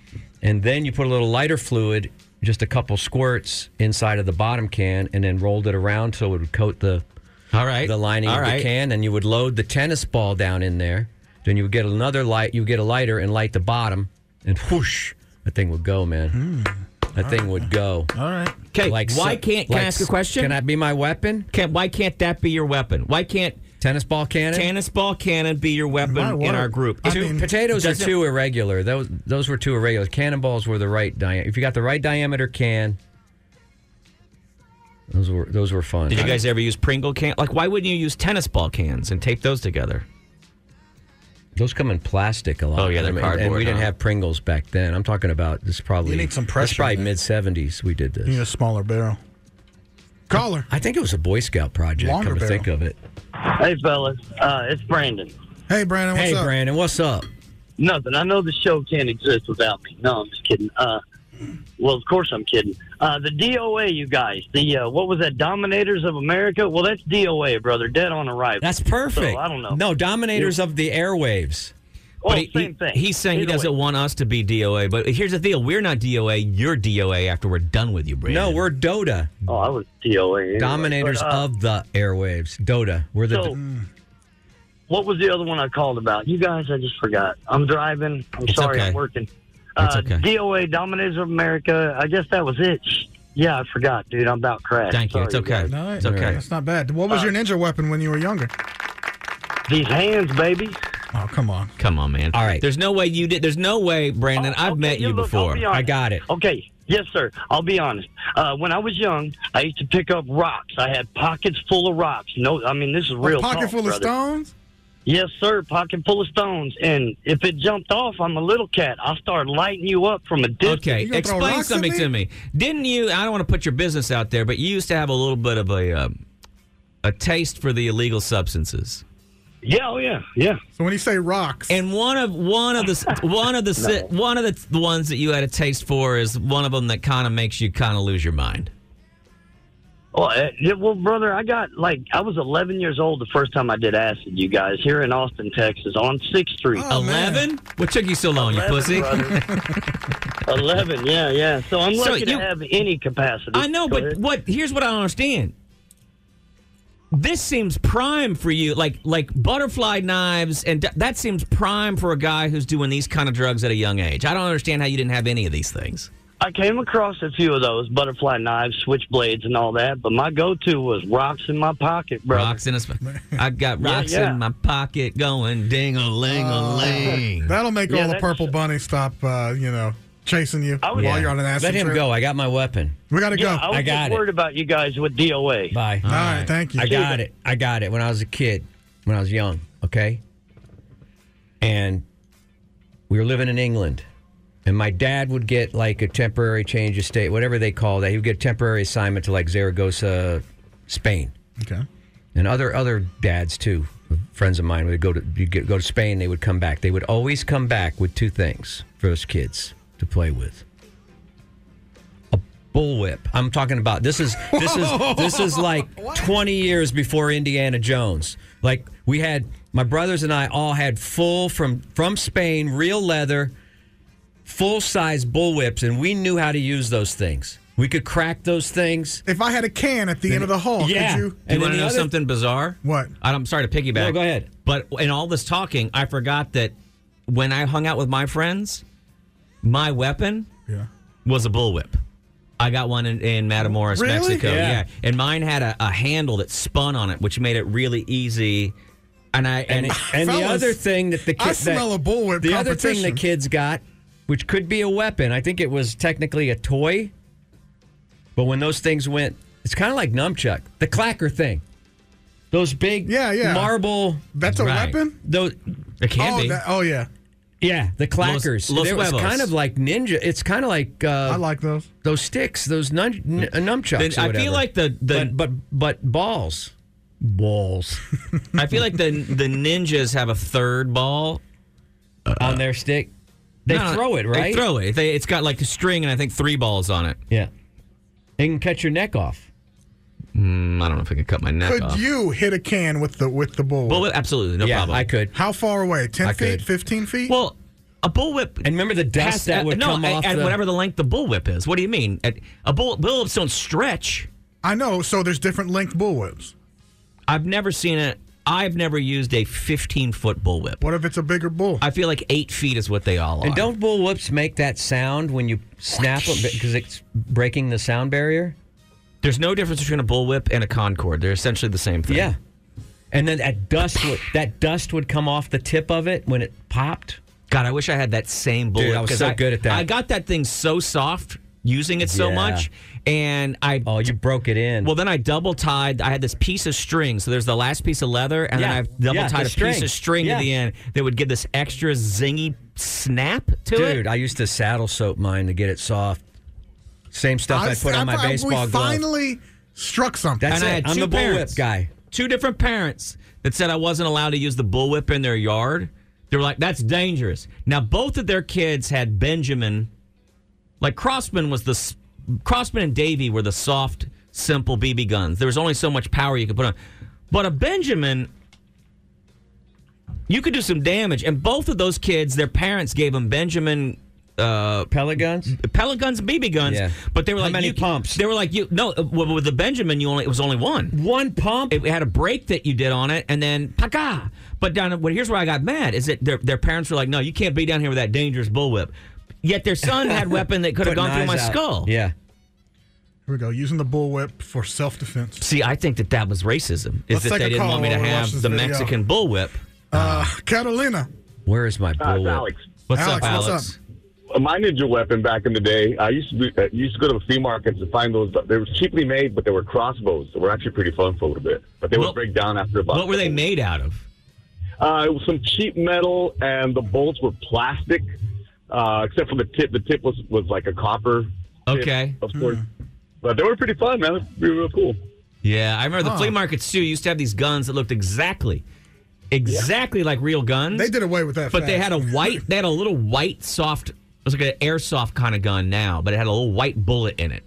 [SPEAKER 1] and then you put a little lighter fluid, just a couple squirts inside of the bottom can, and then rolled it around so it would coat the
[SPEAKER 3] All right.
[SPEAKER 1] the lining
[SPEAKER 3] All
[SPEAKER 1] of
[SPEAKER 3] right.
[SPEAKER 1] the can, and you would load the tennis ball down in there. Then you would get another light. You would get a lighter and light the bottom, and whoosh, that thing would go, man.
[SPEAKER 3] Hmm.
[SPEAKER 1] That thing would go.
[SPEAKER 2] All right.
[SPEAKER 3] Okay.
[SPEAKER 1] Like
[SPEAKER 3] why
[SPEAKER 1] so-
[SPEAKER 3] can't can
[SPEAKER 1] like
[SPEAKER 3] I ask a
[SPEAKER 1] s-
[SPEAKER 3] question?
[SPEAKER 1] Can that be my weapon?
[SPEAKER 3] Can, why can't that be your weapon? Why can't
[SPEAKER 1] Tennis ball cannon.
[SPEAKER 3] tennis ball cannon be your
[SPEAKER 2] My
[SPEAKER 3] weapon in
[SPEAKER 2] word.
[SPEAKER 3] our group?
[SPEAKER 2] I
[SPEAKER 3] Two-
[SPEAKER 2] mean-
[SPEAKER 1] Potatoes are
[SPEAKER 3] Doesn't-
[SPEAKER 1] too irregular. Those those were too irregular. Cannonballs were the right diameter. If you got the right diameter can, those were those were fun.
[SPEAKER 3] Did you guys ever use Pringle can? Like, why wouldn't you use tennis ball cans and tape those together?
[SPEAKER 1] Those come in plastic a lot.
[SPEAKER 3] Oh, yeah, they're
[SPEAKER 1] I mean, And
[SPEAKER 3] cardboard,
[SPEAKER 1] we didn't
[SPEAKER 3] huh?
[SPEAKER 1] have Pringles back then. I'm talking about this is probably
[SPEAKER 2] You need some
[SPEAKER 1] this is
[SPEAKER 2] pressure,
[SPEAKER 1] probably
[SPEAKER 2] man.
[SPEAKER 1] mid '70s. We did
[SPEAKER 2] You need
[SPEAKER 1] this.
[SPEAKER 2] a smaller barrel. Caller.
[SPEAKER 1] I think it was a Boy Scout project.
[SPEAKER 2] Longer
[SPEAKER 1] come to
[SPEAKER 2] barrel.
[SPEAKER 1] think of it.
[SPEAKER 9] Hey, fellas, uh, it's Brandon.
[SPEAKER 2] Hey, Brandon. What's
[SPEAKER 1] hey,
[SPEAKER 2] up?
[SPEAKER 1] Brandon, what's up?
[SPEAKER 9] Nothing. I know the show can't exist without me. No, I'm just kidding. Uh, well, of course I'm kidding. Uh, the DOA, you guys. The uh, what was that? Dominators of America. Well, that's DOA, brother. Dead on arrival.
[SPEAKER 1] That's perfect.
[SPEAKER 9] So, I don't know.
[SPEAKER 1] No, Dominators of the Airwaves.
[SPEAKER 9] Well,
[SPEAKER 3] he-
[SPEAKER 9] same
[SPEAKER 3] he-
[SPEAKER 9] thing.
[SPEAKER 3] He's saying he
[SPEAKER 9] Either
[SPEAKER 3] doesn't
[SPEAKER 9] way.
[SPEAKER 3] want us to be DOA, but here's the deal: we're not DOA. You're DOA after we're done with you, Brandon.
[SPEAKER 1] No, we're Dota.
[SPEAKER 9] Oh, I was DOA. anyway.
[SPEAKER 1] Dominators
[SPEAKER 9] But, uh,
[SPEAKER 1] of the Airwaves. Dota. We're the.
[SPEAKER 9] So,
[SPEAKER 3] mm.
[SPEAKER 9] what was the other one I called about? You guys, I just forgot. I'm driving. I'm sorry,
[SPEAKER 3] okay.
[SPEAKER 9] I'm working.
[SPEAKER 3] It's
[SPEAKER 9] Uh,
[SPEAKER 3] okay.
[SPEAKER 9] DOA, Dominators of America. I guess that was it. Yeah, I forgot, dude. I'm about crashed.
[SPEAKER 3] Thank you. It's
[SPEAKER 9] Sorry,
[SPEAKER 3] okay.
[SPEAKER 9] guys.
[SPEAKER 2] All right.
[SPEAKER 3] It's okay.
[SPEAKER 2] That's not bad. What
[SPEAKER 4] Uh,
[SPEAKER 2] was your ninja weapon when you were younger?
[SPEAKER 9] These hands, baby.
[SPEAKER 2] Oh, come on.
[SPEAKER 3] Come on, man.
[SPEAKER 1] All right.
[SPEAKER 3] There's no way you did. There's no way, Brandon.
[SPEAKER 9] Oh,
[SPEAKER 3] I've
[SPEAKER 9] okay,
[SPEAKER 3] met
[SPEAKER 9] yeah,
[SPEAKER 3] you
[SPEAKER 9] look, I'll
[SPEAKER 3] before.
[SPEAKER 9] be
[SPEAKER 1] I got it.
[SPEAKER 9] Okay. Yes, sir. I'll be honest. Uh, when I was young, I used to pick up rocks. I had pockets full of rocks. No, I mean this is real.
[SPEAKER 2] a pocket
[SPEAKER 9] talk,
[SPEAKER 2] full of
[SPEAKER 9] brother.
[SPEAKER 2] stones?
[SPEAKER 9] Yes, sir. Pocket full of stones. And if it jumped off, I'm a little cat. I'll start lighting you up from a distance.
[SPEAKER 3] Okay,
[SPEAKER 2] You gonna throw
[SPEAKER 3] explain
[SPEAKER 2] rocks at
[SPEAKER 3] something
[SPEAKER 2] me?
[SPEAKER 3] to me. Didn't you? I don't want to put your business out there, but you used to have a little bit of a um, a taste for the illegal substances.
[SPEAKER 9] Yeah. Oh, yeah. Yeah.
[SPEAKER 2] So when you say rocks,
[SPEAKER 3] And one of one of the one of the si- one of the the ones that you had a taste for is one of them that kind of makes you kind of lose your mind.
[SPEAKER 9] Well, uh, yeah, well, brother, I got like I was 11 years old the first time I did acid. You guys here in Austin, Texas, on Sixth Street.
[SPEAKER 2] Oh, man.
[SPEAKER 3] Eleven? What took you so long, you
[SPEAKER 9] 11,
[SPEAKER 3] pussy?
[SPEAKER 9] brother. Eleven, yeah, yeah. So I'm
[SPEAKER 3] So
[SPEAKER 9] lucky
[SPEAKER 3] you-
[SPEAKER 9] to have any capacity.
[SPEAKER 3] I know,
[SPEAKER 9] Go
[SPEAKER 3] but
[SPEAKER 9] ahead.
[SPEAKER 3] what? Here's what I don't understand. This seems prime for you, like like butterfly knives, and d- that seems prime for a guy who's doing these kind of drugs at a young age. I don't understand how you didn't have any of these things.
[SPEAKER 9] I came across a few of those butterfly knives, switchblades, and all that, but my go-to was rocks in my pocket, bro.
[SPEAKER 3] Rocks in his, I got rocks
[SPEAKER 9] yeah.
[SPEAKER 3] in my pocket, going ding a ling a ling.
[SPEAKER 2] Uh, that'll make all
[SPEAKER 9] Yeah,
[SPEAKER 2] the
[SPEAKER 9] that's-
[SPEAKER 2] purple bunny stop, uh, you know, chasing you
[SPEAKER 9] I
[SPEAKER 2] while
[SPEAKER 9] would- Yeah.
[SPEAKER 2] you're on an acid
[SPEAKER 1] Let him
[SPEAKER 2] trip.
[SPEAKER 1] go. I got my weapon.
[SPEAKER 2] We got to
[SPEAKER 9] Yeah,
[SPEAKER 2] go.
[SPEAKER 9] I was
[SPEAKER 1] I got
[SPEAKER 9] just
[SPEAKER 1] it.
[SPEAKER 9] worried about you guys with DOA.
[SPEAKER 1] Bye.
[SPEAKER 2] all right. Thank you.
[SPEAKER 1] I got it. I got it when I was a kid, when I was young, okay? And we were living in England. And my dad would get like a temporary change of state, whatever they call that. He would get a temporary assignment to like Zaragoza, Spain.
[SPEAKER 2] Okay.
[SPEAKER 1] And other other dads too, friends of mine would go to you'd get, go to Spain, they would come back. They would always come back with two things for those kids to play with. bullwhip. I'm talking about this is this is this is like 20 years before Indiana Jones. Like we had my brothers and I all had full from from Spain real leather full size bullwhips, and we knew how to use those things. We could crack those things.
[SPEAKER 2] If I had a can at the end of the hall,
[SPEAKER 1] yeah.
[SPEAKER 2] could you?
[SPEAKER 3] Do
[SPEAKER 1] And
[SPEAKER 3] you
[SPEAKER 1] then
[SPEAKER 3] want to
[SPEAKER 1] the
[SPEAKER 3] know
[SPEAKER 1] other-
[SPEAKER 3] something bizarre?
[SPEAKER 2] What?
[SPEAKER 3] I don't- I'm sorry to piggyback.
[SPEAKER 1] No, go ahead.
[SPEAKER 3] But in all this talking, I forgot that when I hung out with my friends, my weapon
[SPEAKER 2] Yeah.
[SPEAKER 3] was a bullwhip. I got one in, in Matamoros,
[SPEAKER 2] Really?
[SPEAKER 3] Mexico.
[SPEAKER 1] Yeah.
[SPEAKER 3] Yeah. And mine had a, a handle that spun on it, which made it really easy. And I and,
[SPEAKER 1] And, and the
[SPEAKER 2] Fellas,
[SPEAKER 1] other thing that the
[SPEAKER 2] I
[SPEAKER 1] kid,
[SPEAKER 2] smell
[SPEAKER 1] that,
[SPEAKER 2] a bullwhip
[SPEAKER 1] The other thing the
[SPEAKER 2] competition.
[SPEAKER 1] kids got, which could be a weapon, I think it was technically a toy. But when those things went, it's kind of like nunchuck, the clacker thing. Those big,
[SPEAKER 2] Yeah, yeah.
[SPEAKER 1] marble.
[SPEAKER 2] That's a
[SPEAKER 3] Right.
[SPEAKER 2] weapon?
[SPEAKER 1] Those,
[SPEAKER 3] it can
[SPEAKER 2] oh,
[SPEAKER 3] be.
[SPEAKER 2] that- oh, yeah.
[SPEAKER 1] yeah, the
[SPEAKER 3] Los-
[SPEAKER 1] clackers.
[SPEAKER 3] Los
[SPEAKER 1] it was
[SPEAKER 3] Huevos.
[SPEAKER 1] kind of like ninja. It's kind of like
[SPEAKER 2] I
[SPEAKER 1] uh,
[SPEAKER 2] like those.
[SPEAKER 1] those sticks, those nun- n- nunchucks.
[SPEAKER 3] Then
[SPEAKER 1] or
[SPEAKER 3] I
[SPEAKER 1] whatever.
[SPEAKER 3] feel like the, the
[SPEAKER 1] but but but balls, balls
[SPEAKER 3] I feel like the the ninjas have a third ball.
[SPEAKER 1] on their stick. They
[SPEAKER 3] Uh, No, no,
[SPEAKER 1] throw it
[SPEAKER 3] They
[SPEAKER 1] right.
[SPEAKER 3] throw it. They, it's got like a string and I think three balls on it.
[SPEAKER 1] Yeah, they can cut your neck off.
[SPEAKER 3] Mm, I don't know if I can cut my neck
[SPEAKER 2] Could
[SPEAKER 3] off.
[SPEAKER 2] you hit a can with the with the bullwhip?
[SPEAKER 3] Bullwhip, absolutely, no
[SPEAKER 1] yeah,
[SPEAKER 3] problem.
[SPEAKER 1] I could.
[SPEAKER 2] How far away? 10
[SPEAKER 1] I
[SPEAKER 2] feet?
[SPEAKER 1] could.
[SPEAKER 2] 15 feet?
[SPEAKER 3] Well, a bullwhip.
[SPEAKER 1] And remember the dust
[SPEAKER 3] has-
[SPEAKER 1] that
[SPEAKER 3] uh,
[SPEAKER 1] would
[SPEAKER 3] no,
[SPEAKER 1] come
[SPEAKER 3] at,
[SPEAKER 1] off
[SPEAKER 3] at
[SPEAKER 1] the-
[SPEAKER 3] whatever the length the bullwhip is. What do you mean? At, a bull bullwhips don't stretch.
[SPEAKER 2] I know. So there's different length bullwhips.
[SPEAKER 3] I've never seen it. I've never used a 15 foot bullwhip.
[SPEAKER 2] What if it's a bigger bull?
[SPEAKER 3] I feel like eight feet is what they all are.
[SPEAKER 1] And don't bull whoops make that sound when you snap them because it's breaking the sound barrier?
[SPEAKER 3] There's no difference between a bullwhip and a concord. They're essentially the same thing.
[SPEAKER 1] Yeah. And then that dust would that dust would come off the tip of it when it popped.
[SPEAKER 3] God, I wish I had that same bullwhip.
[SPEAKER 1] Dude, I was
[SPEAKER 3] 'cause
[SPEAKER 1] so good at that.
[SPEAKER 3] I got that thing so soft using it so
[SPEAKER 1] Yeah.
[SPEAKER 3] much, and I
[SPEAKER 1] Oh, you broke it in.
[SPEAKER 3] Well, then I double tied. I had this piece of string. So there's the last piece of leather, and
[SPEAKER 1] Yeah.
[SPEAKER 3] then I've double
[SPEAKER 1] Yeah,
[SPEAKER 3] tied
[SPEAKER 1] the
[SPEAKER 3] a
[SPEAKER 1] string.
[SPEAKER 3] piece of string
[SPEAKER 1] Yeah.
[SPEAKER 3] to the end that would give this extra zingy snap to
[SPEAKER 1] dude,
[SPEAKER 3] it.
[SPEAKER 1] I used to saddle soap mine to get it soft. Same stuff I,
[SPEAKER 2] I-
[SPEAKER 1] put on
[SPEAKER 2] I-
[SPEAKER 1] my
[SPEAKER 2] I-
[SPEAKER 1] baseball
[SPEAKER 2] We
[SPEAKER 1] glove.
[SPEAKER 2] finally struck something.
[SPEAKER 1] That's
[SPEAKER 3] and I
[SPEAKER 1] it.
[SPEAKER 3] had
[SPEAKER 1] I'm
[SPEAKER 3] two
[SPEAKER 1] the
[SPEAKER 3] parents,
[SPEAKER 1] bullwhip guy.
[SPEAKER 3] Two different parents that said I wasn't allowed to use the bullwhip in their yard. They were like, "That's dangerous." Now both of their kids had Benjamin. Like Crossman was the s- Crossman and Davy were the soft, simple BB guns. There was only so much power you could put on, but a Benjamin. You could do some damage, and both of those kids, their parents gave them Benjamin uh,
[SPEAKER 1] Pellet guns?
[SPEAKER 3] pellet guns, and BB guns,
[SPEAKER 1] Yeah.
[SPEAKER 3] but they were
[SPEAKER 1] How
[SPEAKER 3] like
[SPEAKER 1] many
[SPEAKER 3] you,
[SPEAKER 1] pumps?
[SPEAKER 3] They were like you. No, uh, with with the Benjamin, you only it was only one
[SPEAKER 1] One pump?
[SPEAKER 3] it had a break that you did on it, and then paka. But down, well, here's where I got mad: is that their their parents were like, "No, you can't be down here with that dangerous bullwhip." Yet their son had weapon that could have
[SPEAKER 1] Put
[SPEAKER 3] gone through my
[SPEAKER 1] knives out.
[SPEAKER 3] skull.
[SPEAKER 1] Yeah.
[SPEAKER 2] Here we go. Using the bullwhip for self defense.
[SPEAKER 3] See, I think that that was racism. Is
[SPEAKER 2] Let's
[SPEAKER 3] that
[SPEAKER 2] take a
[SPEAKER 3] they didn't
[SPEAKER 2] call
[SPEAKER 3] want me to
[SPEAKER 2] while we watch
[SPEAKER 3] have
[SPEAKER 2] this
[SPEAKER 3] the
[SPEAKER 2] video.
[SPEAKER 3] Mexican bullwhip?
[SPEAKER 2] Uh, Catalina.
[SPEAKER 1] Where is
[SPEAKER 2] Uh,
[SPEAKER 1] my
[SPEAKER 7] Hi,
[SPEAKER 1] bullwhip?
[SPEAKER 7] Uh, it's Alex.
[SPEAKER 3] Oh, What's
[SPEAKER 2] Alex,
[SPEAKER 3] up, Alex?
[SPEAKER 2] what's
[SPEAKER 7] Uh, My ninja weapon back in the day, I used to be, uh, used to go to the flea markets and find those. They were cheaply made, but they were crossbows that were actually pretty fun for a little bit. But they
[SPEAKER 3] Well,
[SPEAKER 7] would break down after about.
[SPEAKER 3] What were they made out of?
[SPEAKER 7] Uh, it was some cheap metal, and the bolts were plastic, uh, except for the tip. The tip was was like a copper. tip,
[SPEAKER 3] Okay.
[SPEAKER 7] of course. But they were pretty fun, man. They were real cool.
[SPEAKER 3] Yeah, I remember the
[SPEAKER 2] Huh.
[SPEAKER 3] flea markets too. Used to have these guns that looked exactly, exactly like real guns.
[SPEAKER 2] They did away with that.
[SPEAKER 3] But they had
[SPEAKER 2] fast.
[SPEAKER 3] a white, they had a little white soft, it was like an airsoft kind of gun now, but it had a little white bullet in it.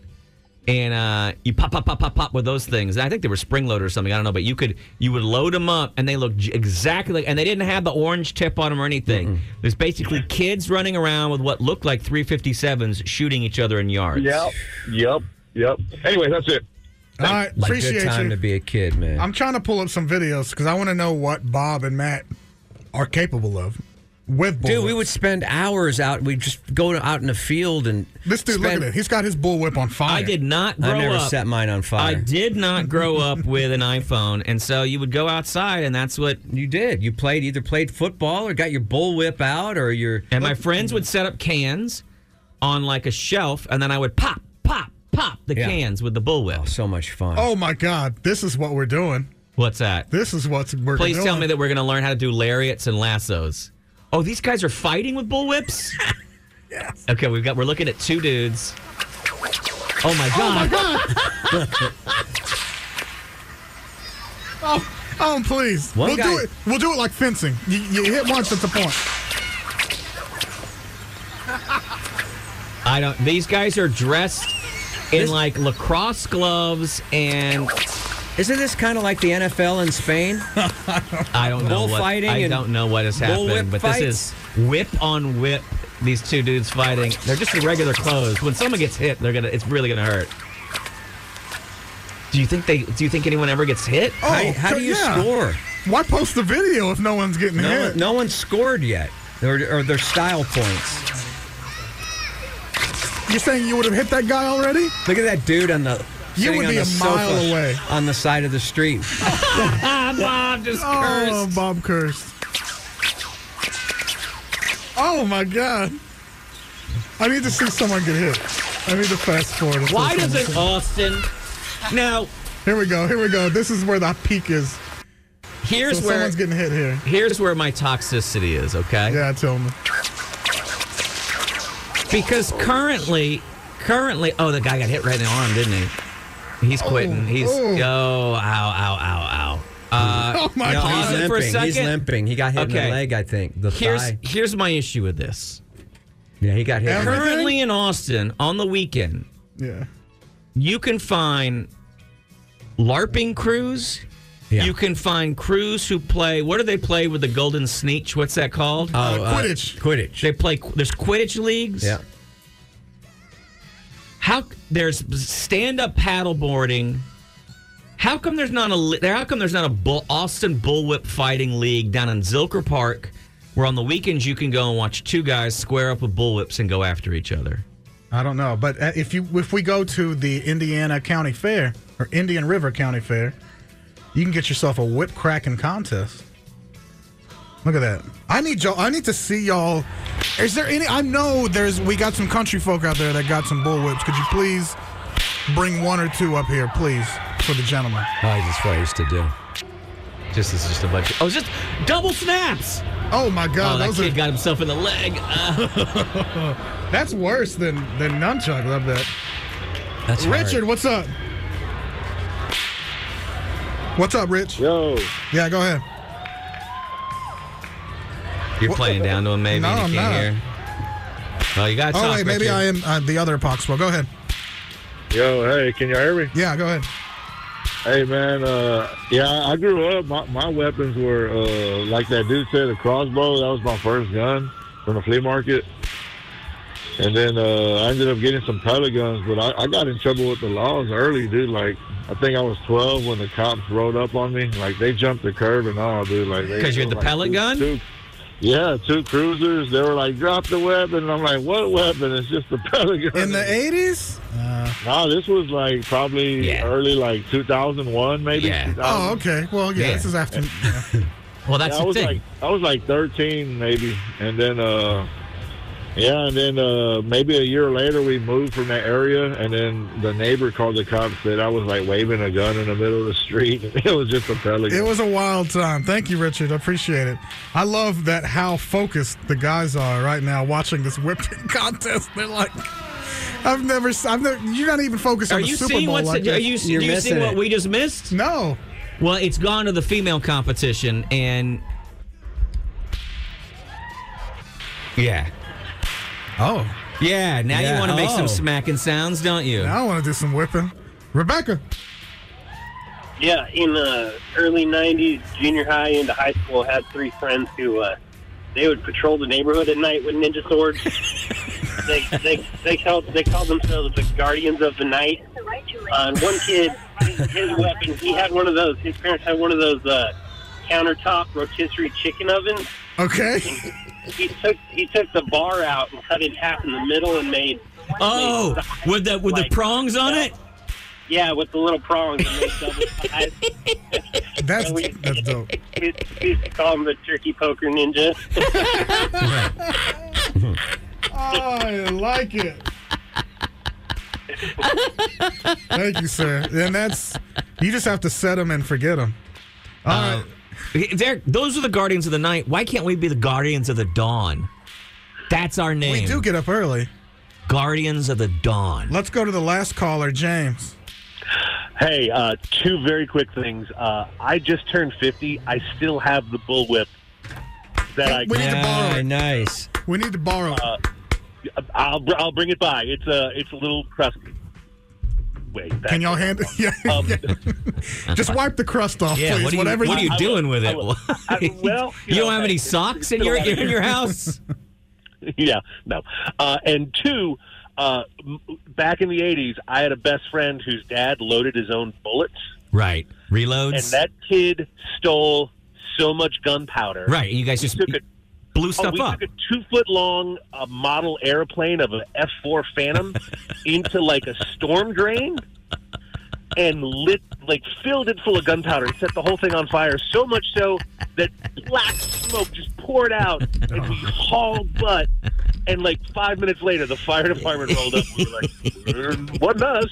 [SPEAKER 3] And uh, you pop, pop, pop, pop, pop with those things. And I think they were spring loaded or something. I don't know, but you could, you would load them up, and they looked j- exactly like. And they didn't have the orange tip on them or anything. There's basically kids running around with what looked like 357s shooting each other in yards.
[SPEAKER 7] Yep, yep, yep. Anyway, that's it.
[SPEAKER 2] All right.
[SPEAKER 1] Like good
[SPEAKER 2] appreciate
[SPEAKER 1] time
[SPEAKER 2] you.
[SPEAKER 1] to be a kid, man.
[SPEAKER 2] I'm trying to pull up some videos because I want to know what Bob and Matt are capable of with bullwhips.
[SPEAKER 1] Dude, we would spend hours out. We'd just go to- out in the field and
[SPEAKER 2] This dude, look
[SPEAKER 1] spend-
[SPEAKER 2] at it. He's got his bullwhip on fire.
[SPEAKER 3] I did not grow
[SPEAKER 1] I never
[SPEAKER 3] up.
[SPEAKER 1] set mine on
[SPEAKER 3] I
[SPEAKER 1] fire.
[SPEAKER 3] did not grow up with an iPhone, and so you would go outside, and that's what
[SPEAKER 1] You did. You played either played football or got your bullwhip out or your.
[SPEAKER 3] And my friends would set up cans on like a shelf, and then I would pop, pop, pop the
[SPEAKER 1] Yeah.
[SPEAKER 3] cans with the bullwhip.
[SPEAKER 1] So much fun.
[SPEAKER 2] Oh my God! This is what we're doing.
[SPEAKER 3] What's that?
[SPEAKER 2] This is what's we're
[SPEAKER 3] Please
[SPEAKER 2] doing.
[SPEAKER 3] tell me that we're going to learn how to do lariats and lassos. Oh, these guys are fighting with bullwhips. yes. Okay, we've got. We're looking at two dudes. Oh my god!
[SPEAKER 2] Oh, oh, please.
[SPEAKER 1] One
[SPEAKER 2] we'll do
[SPEAKER 1] guy-
[SPEAKER 2] it. We'll do it like fencing. You, you hit once, it's a point.
[SPEAKER 3] I don't. These guys are dressed in like lacrosse gloves, and
[SPEAKER 1] Isn't this kind of like the NFL in Spain?
[SPEAKER 3] I don't know what.
[SPEAKER 1] Bullfighting
[SPEAKER 3] I
[SPEAKER 1] and
[SPEAKER 3] don't know what has
[SPEAKER 1] bullwhip
[SPEAKER 3] happened, but this is whip on whip these two dudes fighting. They're just in regular clothes. When someone gets hit, they're gonna. It's really gonna hurt. Do you think they? Do you think anyone ever gets hit?
[SPEAKER 2] Oh,
[SPEAKER 1] How, how do you
[SPEAKER 2] yeah.
[SPEAKER 1] score?
[SPEAKER 2] Why post the video if no one's getting
[SPEAKER 1] No,
[SPEAKER 2] hit?
[SPEAKER 1] one, no one scored yet, or, or their style points.
[SPEAKER 2] You're saying you would have hit that guy already?
[SPEAKER 1] Look at that dude on the.
[SPEAKER 2] You
[SPEAKER 1] sitting
[SPEAKER 2] would
[SPEAKER 1] on
[SPEAKER 2] be
[SPEAKER 1] the
[SPEAKER 2] a
[SPEAKER 1] sofa
[SPEAKER 2] mile away.
[SPEAKER 1] on the side of the street.
[SPEAKER 3] Ah, Bob just
[SPEAKER 2] Oh, Bob cursed. Oh my god. I need to see someone get hit. I need to fast forward. until
[SPEAKER 3] Why
[SPEAKER 2] someone-
[SPEAKER 3] doesn't Austin? Now,
[SPEAKER 2] Here we go. Here we go. This is where the peak is. So
[SPEAKER 3] here's where
[SPEAKER 2] someone's getting hit here.
[SPEAKER 3] here's where my toxicity is. Okay.
[SPEAKER 2] Yeah, tell me.
[SPEAKER 3] Because currently, currently, oh, the guy got hit right in the arm, didn't he? He's quitting. He's
[SPEAKER 2] oh.
[SPEAKER 3] oh, ow, ow, ow, ow. Uh,
[SPEAKER 2] Oh my
[SPEAKER 3] No,
[SPEAKER 2] god.
[SPEAKER 3] Pause
[SPEAKER 1] He's
[SPEAKER 3] it for a
[SPEAKER 1] limping. He's
[SPEAKER 3] second.
[SPEAKER 1] limping. He got hit in
[SPEAKER 3] Okay.
[SPEAKER 1] the leg, I think. The
[SPEAKER 3] here's
[SPEAKER 1] thigh.
[SPEAKER 3] here's my issue with this.
[SPEAKER 1] Yeah, he got hit.
[SPEAKER 2] Every- Everything?
[SPEAKER 3] Currently in Austin on the weekend,
[SPEAKER 2] Yeah.
[SPEAKER 3] you can find LARPing crews.
[SPEAKER 1] Yeah.
[SPEAKER 3] You can find crews who play. What do they play with the golden sneech? What's that called?
[SPEAKER 1] Oh, uh,
[SPEAKER 2] Quidditch.
[SPEAKER 1] Quidditch.
[SPEAKER 3] they play. There's Quidditch leagues.
[SPEAKER 1] Yeah.
[SPEAKER 3] How there's stand-up paddleboarding. How come there's not a li- there? How come there's not a bull, Austin Bullwhip Fighting League down in Zilker Park, where on the weekends you can go and watch two guys square up with bullwhips and go after each other?
[SPEAKER 2] I don't know, but uh, if you if we go to the Indiana County Fair or Indian River County Fair, you can get yourself a whip cracking contest. Look at that! I need y'all. I need to see y'all. Is there any? I know there's. We got some country folk out there that got some bull whips. Could you please bring one or two up here, please, for the gentleman?
[SPEAKER 1] Oh, he's just what I used to do.
[SPEAKER 3] Just this is just a bunch. Of, oh, it's just double snaps.
[SPEAKER 2] Oh my
[SPEAKER 3] Oh,
[SPEAKER 2] God,
[SPEAKER 3] that
[SPEAKER 2] those
[SPEAKER 3] kid
[SPEAKER 2] are,
[SPEAKER 3] got himself in the leg. Uh,
[SPEAKER 2] that's worse than than nunchuck. Love that.
[SPEAKER 1] That's hard.
[SPEAKER 2] Richard, what's up? What's up, Rich?
[SPEAKER 11] Yo,
[SPEAKER 2] Yeah, go ahead.
[SPEAKER 3] you're playing down to him, maybe.
[SPEAKER 2] No,
[SPEAKER 3] and
[SPEAKER 2] I'm
[SPEAKER 3] he
[SPEAKER 2] not.
[SPEAKER 3] can't hear. Oh, you got.
[SPEAKER 2] Oh wait, maybe I am uh, the other Poxwell. Go ahead.
[SPEAKER 11] yo, hey, can you hear me?
[SPEAKER 2] Yeah, go ahead.
[SPEAKER 11] Hey, man, uh, yeah, I grew up. My, my weapons were, uh, like that dude said, a crossbow. That was my first gun from the flea market. And then uh, I ended up getting some pellet guns, but I, I got in trouble with the laws early, dude. Like, I think I was 12 when the cops rode up on me. Like, they jumped the curb and all, dude. Like, they-
[SPEAKER 3] 'Cause you had the
[SPEAKER 11] like,
[SPEAKER 3] pellet
[SPEAKER 11] two-
[SPEAKER 3] gun?
[SPEAKER 11] two- yeah, two cruisers. They were like, drop the weapon. And I'm like, what weapon? It's just a pellet gun.
[SPEAKER 2] In the '80s? Uh,
[SPEAKER 11] No, this was like probably
[SPEAKER 3] Yeah.
[SPEAKER 11] early like 2001, maybe.
[SPEAKER 3] Yeah.
[SPEAKER 11] 2000.
[SPEAKER 2] Oh, okay. Well, yeah,
[SPEAKER 3] Yeah.
[SPEAKER 2] this is after.
[SPEAKER 3] Well,
[SPEAKER 11] Yeah,
[SPEAKER 3] that's
[SPEAKER 11] I
[SPEAKER 3] the
[SPEAKER 11] was
[SPEAKER 3] thing.
[SPEAKER 11] like I was like 13 maybe, and then uh, yeah, and then uh, maybe a year later we moved from that area, and then the neighbor called the cops that I was like waving a gun in the middle of the street. It was just a pellet.
[SPEAKER 2] It
[SPEAKER 11] gun.
[SPEAKER 2] was a wild time. Thank you, Richard. I appreciate it. I love that how focused the guys are right now watching this whipping contest. They're like, I've never, s- I've never. You're not even focused
[SPEAKER 3] Are
[SPEAKER 2] on the
[SPEAKER 3] you
[SPEAKER 2] Super
[SPEAKER 3] seeing
[SPEAKER 2] Bowl
[SPEAKER 3] what's?
[SPEAKER 2] like
[SPEAKER 3] are
[SPEAKER 2] this.
[SPEAKER 3] you,
[SPEAKER 1] You're
[SPEAKER 3] do you
[SPEAKER 1] missing
[SPEAKER 3] seeing what
[SPEAKER 1] it.
[SPEAKER 3] we just missed?
[SPEAKER 2] No.
[SPEAKER 3] Well, it's gone to the female competition, and yeah,
[SPEAKER 2] Oh,
[SPEAKER 3] yeah. Now
[SPEAKER 1] Yeah,
[SPEAKER 3] you want to make
[SPEAKER 1] oh.
[SPEAKER 3] some smacking sounds, don't you?
[SPEAKER 2] now I want to do some whipping. Rebecca.
[SPEAKER 9] Yeah, in the early '90s, junior high into high school, had three friends who uh, they would patrol the neighborhood at night with ninja swords. they they they called they called themselves the guardians of the night. Uh, and one kid, his weapon, he had one of those. His parents had one of those uh, countertop rotisserie chicken ovens.
[SPEAKER 2] Okay.
[SPEAKER 9] He took he took the bar out and cut it in half in the middle and made
[SPEAKER 3] Oh, with the with the
[SPEAKER 9] Like-
[SPEAKER 3] prongs on it.
[SPEAKER 9] yeah with the little prongs and made double sides.
[SPEAKER 2] That's that's dope.
[SPEAKER 9] We used to call him the turkey poker ninja.
[SPEAKER 2] Oh, I like it. Thank you, sir. And that's you just have to set them and forget them. All right.
[SPEAKER 3] Uh, There, those are the guardians of the night. Why can't we be the guardians of the dawn? That's our name.
[SPEAKER 2] we do get up early.
[SPEAKER 3] guardians of the dawn.
[SPEAKER 2] Let's go to the last caller, James.
[SPEAKER 12] Hey, uh, two very quick things. Uh, I just turned 50. I still have the bullwhip that I.
[SPEAKER 2] We need to borrow
[SPEAKER 1] Ah,
[SPEAKER 2] it.
[SPEAKER 1] nice.
[SPEAKER 2] We need to borrow it.
[SPEAKER 12] Uh, I'll, br- I'll bring it by. It's a it's a little crusty. Wait, that,
[SPEAKER 2] Can y'all hand it? Yeah.
[SPEAKER 12] Um,
[SPEAKER 2] Just wipe the crust off,
[SPEAKER 3] Yeah,
[SPEAKER 2] please.
[SPEAKER 3] what are you,
[SPEAKER 2] Whatever
[SPEAKER 3] what are you
[SPEAKER 12] I will-
[SPEAKER 3] doing with
[SPEAKER 12] I
[SPEAKER 3] it?
[SPEAKER 12] will- I- well,
[SPEAKER 3] you
[SPEAKER 12] you know,
[SPEAKER 3] don't have any
[SPEAKER 12] it's- it's
[SPEAKER 3] socks in
[SPEAKER 12] been a
[SPEAKER 3] your
[SPEAKER 12] lot of
[SPEAKER 3] in your house.
[SPEAKER 12] yeah, no. Uh, and two, uh, m- back in the 80s, I had a best friend whose dad loaded his own bullets,
[SPEAKER 3] Right. Reloads.
[SPEAKER 12] and that kid stole so much gunpowder.
[SPEAKER 3] Right, and you guys just
[SPEAKER 12] uh, took a-
[SPEAKER 3] blew
[SPEAKER 12] Oh,
[SPEAKER 3] stuff
[SPEAKER 12] we
[SPEAKER 3] up.
[SPEAKER 12] took a two foot long uh, model airplane of an F four Phantom into like a storm drain and lit like filled it full of gunpowder and set the whole thing on fire. So much so that black smoke just poured out and
[SPEAKER 2] uh,
[SPEAKER 12] we hauled butt. And like five minutes later, the fire department rolled up. We were like, "Er, "Wasn't us."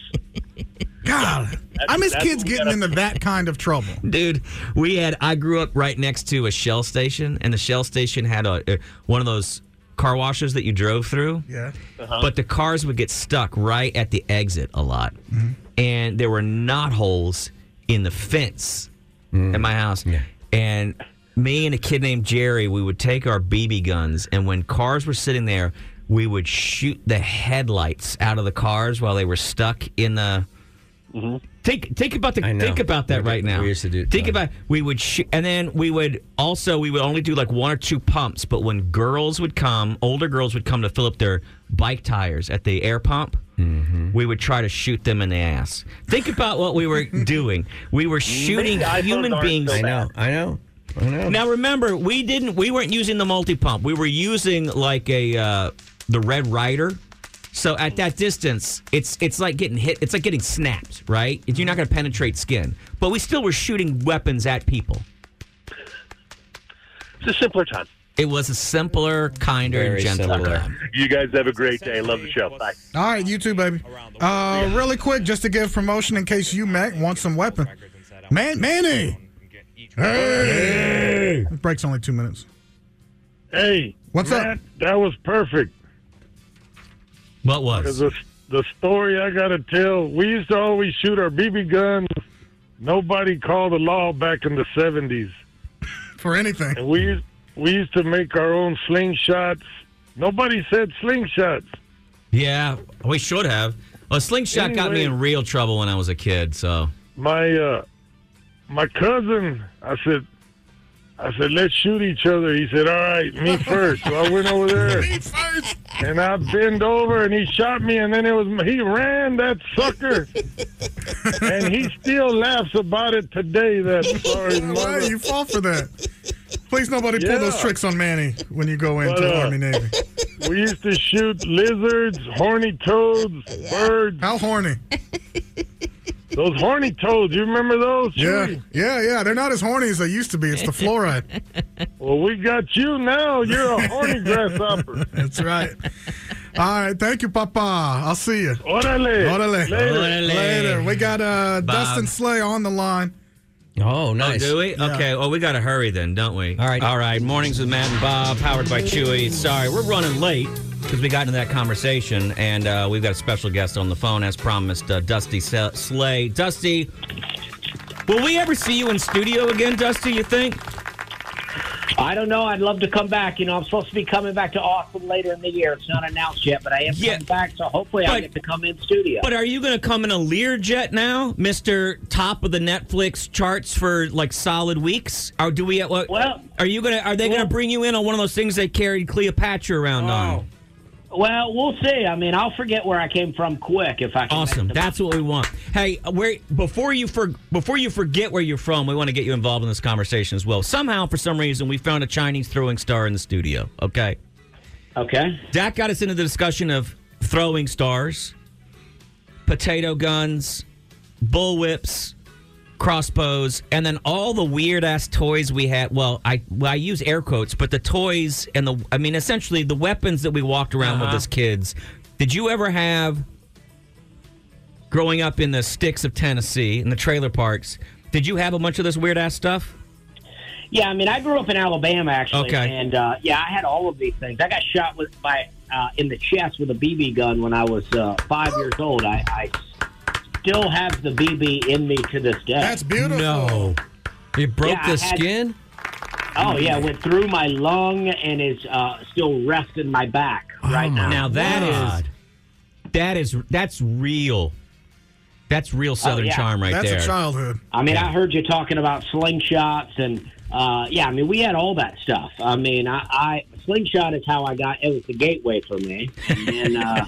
[SPEAKER 2] God, I miss
[SPEAKER 12] that's
[SPEAKER 2] kids
[SPEAKER 12] what we
[SPEAKER 2] getting
[SPEAKER 12] gotta-
[SPEAKER 2] into that kind of trouble.
[SPEAKER 3] Dude, we had. I grew up right next to a Shell station, and the Shell station had a uh, one of those car washes that you drove through.
[SPEAKER 2] Yeah.
[SPEAKER 12] Uh-huh.
[SPEAKER 3] But the cars would get stuck right at the exit a lot,
[SPEAKER 2] Mm-hmm.
[SPEAKER 3] and there were knot holes in the fence
[SPEAKER 12] Mm.
[SPEAKER 3] at my house. And me and a kid named Jerry, we would take our BB guns, and when cars were sitting there, we would shoot the headlights out of the cars while they were stuck in the. Think think about the
[SPEAKER 1] Mm-hmm. I know.
[SPEAKER 3] think about that
[SPEAKER 1] We
[SPEAKER 3] right
[SPEAKER 1] did-
[SPEAKER 3] now.
[SPEAKER 1] we used to do-
[SPEAKER 3] Think about we would sh- and then we would also we would only do like one or two pumps. But when girls would come, older girls would come to fill up their bike tires at the air pump.
[SPEAKER 1] Mm-hmm.
[SPEAKER 3] We would try to shoot them in the ass. Think about what we were doing. We were shooting
[SPEAKER 12] Maybe iPhones
[SPEAKER 3] human
[SPEAKER 12] aren't
[SPEAKER 3] beings.
[SPEAKER 12] so
[SPEAKER 1] I know. I know. I know.
[SPEAKER 3] Now remember, we didn't we weren't using the multi pump. We were using like a uh, the Red Rider. So at that distance, it's it's like getting hit. It's like getting snapped, right? You're not going to penetrate skin, but we still were shooting weapons at people.
[SPEAKER 12] It's a simpler time.
[SPEAKER 3] It was a simpler, kinder,
[SPEAKER 1] Very
[SPEAKER 3] and gentler.
[SPEAKER 1] simpler.
[SPEAKER 3] time.
[SPEAKER 12] You guys have a great day. Love the show. Bye.
[SPEAKER 2] All right, you too, baby. Uh, really quick, just to give promotion in case you Mac want some weapon. Man, Manny. Hey. This break's only two minutes.
[SPEAKER 11] Hey,
[SPEAKER 2] What's up?
[SPEAKER 11] Matt, That was perfect.
[SPEAKER 3] What
[SPEAKER 11] 'Cause
[SPEAKER 3] was?
[SPEAKER 11] The, the story I got to tell, we used to always shoot our BB guns. Nobody called the law back in the 70s.
[SPEAKER 2] For anything.
[SPEAKER 11] And we used, we used to make our own slingshots. Nobody said slingshots.
[SPEAKER 3] Yeah, we should have. A slingshot got me
[SPEAKER 11] Anyway.
[SPEAKER 3] in real trouble when I was a kid. So
[SPEAKER 11] my uh, my cousin, I said, I said, let's shoot each other. He said, all right, me first. So I went over there
[SPEAKER 2] First.
[SPEAKER 11] and I bend over and he shot me, and then it was he ran that sucker, and he still laughs about it today. That sorry
[SPEAKER 2] Why
[SPEAKER 11] mother.
[SPEAKER 2] you fall for that? Please, nobody
[SPEAKER 11] Yeah.
[SPEAKER 2] pull those tricks on Manny when you go into
[SPEAKER 11] But, uh,
[SPEAKER 2] Army Navy.
[SPEAKER 11] We used to shoot lizards, horny toads, birds.
[SPEAKER 2] How horny?
[SPEAKER 11] Those horny toads, you remember those?
[SPEAKER 2] Yeah,
[SPEAKER 11] Chewy?
[SPEAKER 2] yeah, yeah. They're not as horny as they used to be. It's the fluoride.
[SPEAKER 11] Well, we got you now. You're a horny grasshopper.
[SPEAKER 2] That's right. All right, thank you, Papa. I'll see you.
[SPEAKER 11] Orale.
[SPEAKER 2] Orale.
[SPEAKER 11] Later.
[SPEAKER 3] Orale.
[SPEAKER 2] Later. We got uh, Dustin Slay on the line.
[SPEAKER 1] Oh,
[SPEAKER 3] Oh,
[SPEAKER 1] nice.
[SPEAKER 3] do we? Okay. Well, we got to hurry then, don't we? All right. All right. Mornings with Matt and Bob, powered by Chewy. Sorry, we're running late because we got into that conversation, and uh, we've got a special guest on the phone, as promised, uh, Dusty Se- Slay. Dusty, will we ever see you in studio again, Dusty? You think?
[SPEAKER 13] I don't know. I'd love to come back. You know, I'm supposed to be coming back to Austin later in the year. It's not announced yet, but I am
[SPEAKER 3] Yeah.
[SPEAKER 13] coming back, so hopefully I
[SPEAKER 3] But-
[SPEAKER 13] get to come in studio.
[SPEAKER 3] But are you going to come in a Learjet now, Mister Top of the Netflix charts for like solid weeks? Or do we? uh, What,
[SPEAKER 13] Well-
[SPEAKER 3] are you gonna? Are they
[SPEAKER 13] Well- Oh,
[SPEAKER 3] gonna bring you in on one of those things they carried Cleopatra around on?
[SPEAKER 13] well, we'll see. I mean, I'll forget where I came from quick if I can.
[SPEAKER 3] Awesome.
[SPEAKER 13] make the-
[SPEAKER 3] That's what we want. Hey, uh, where before you for, before you forget where you're from, we want to get you involved in this conversation as well. Somehow, for some reason, we found a Chinese throwing star in the studio. Okay,
[SPEAKER 13] okay.
[SPEAKER 3] that got us into the discussion of throwing stars, potato guns, bullwhips, crossbows, and then all the weird ass toys we had. Well, I well, I use air quotes, but the toys and the I mean, essentially the weapons that we walked around with as kids. Did you ever have? growing up in the sticks of Tennessee in the trailer parks, did you have a bunch of this weird ass stuff?
[SPEAKER 13] Yeah, I mean, I grew up in Alabama actually,
[SPEAKER 3] Okay.
[SPEAKER 13] and uh, yeah, I had all of these things. I got shot with by uh, in the chest with a BB gun when I was uh, five years old. I, I still have the BB in me to this day.
[SPEAKER 2] That's beautiful.
[SPEAKER 1] It broke
[SPEAKER 13] Yeah, I
[SPEAKER 1] the
[SPEAKER 13] had-
[SPEAKER 1] skin?
[SPEAKER 13] oh yeah, it went through my lung and is uh, still resting Oh my back right now.
[SPEAKER 3] Now that is that is that's real. That's real Southern
[SPEAKER 13] Oh, yeah.
[SPEAKER 3] charm right
[SPEAKER 2] That's
[SPEAKER 3] there.
[SPEAKER 2] a childhood.
[SPEAKER 13] I mean, I heard you talking about slingshots and uh, yeah, I mean, we had all that stuff. I mean, I, I slingshot is how I got. It was the gateway for me, and then uh,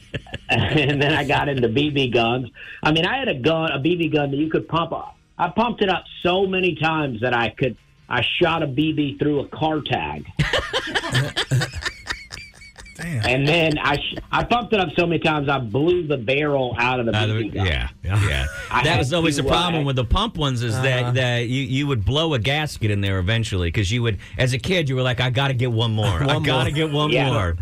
[SPEAKER 13] and then I got into BB guns. I mean, I had a gun, a BB gun that you could pump up. I pumped it up so many times that I could. I shot a BB through a car tag. And then I sh- I pumped it up so many times I blew the barrel out of the
[SPEAKER 3] Out of
[SPEAKER 13] BB
[SPEAKER 3] it-
[SPEAKER 13] gun.
[SPEAKER 3] Uh, yeah, yeah.
[SPEAKER 13] I
[SPEAKER 3] that
[SPEAKER 13] had
[SPEAKER 3] was always
[SPEAKER 13] to,
[SPEAKER 3] the problem
[SPEAKER 13] uh,
[SPEAKER 3] with the pump ones is
[SPEAKER 13] Uh-huh.
[SPEAKER 3] that that you, you would blow a gasket in there eventually because you would as a kid you were like I got to get one more I
[SPEAKER 13] One
[SPEAKER 3] got to
[SPEAKER 13] more.
[SPEAKER 3] get one
[SPEAKER 13] Yeah.
[SPEAKER 3] more.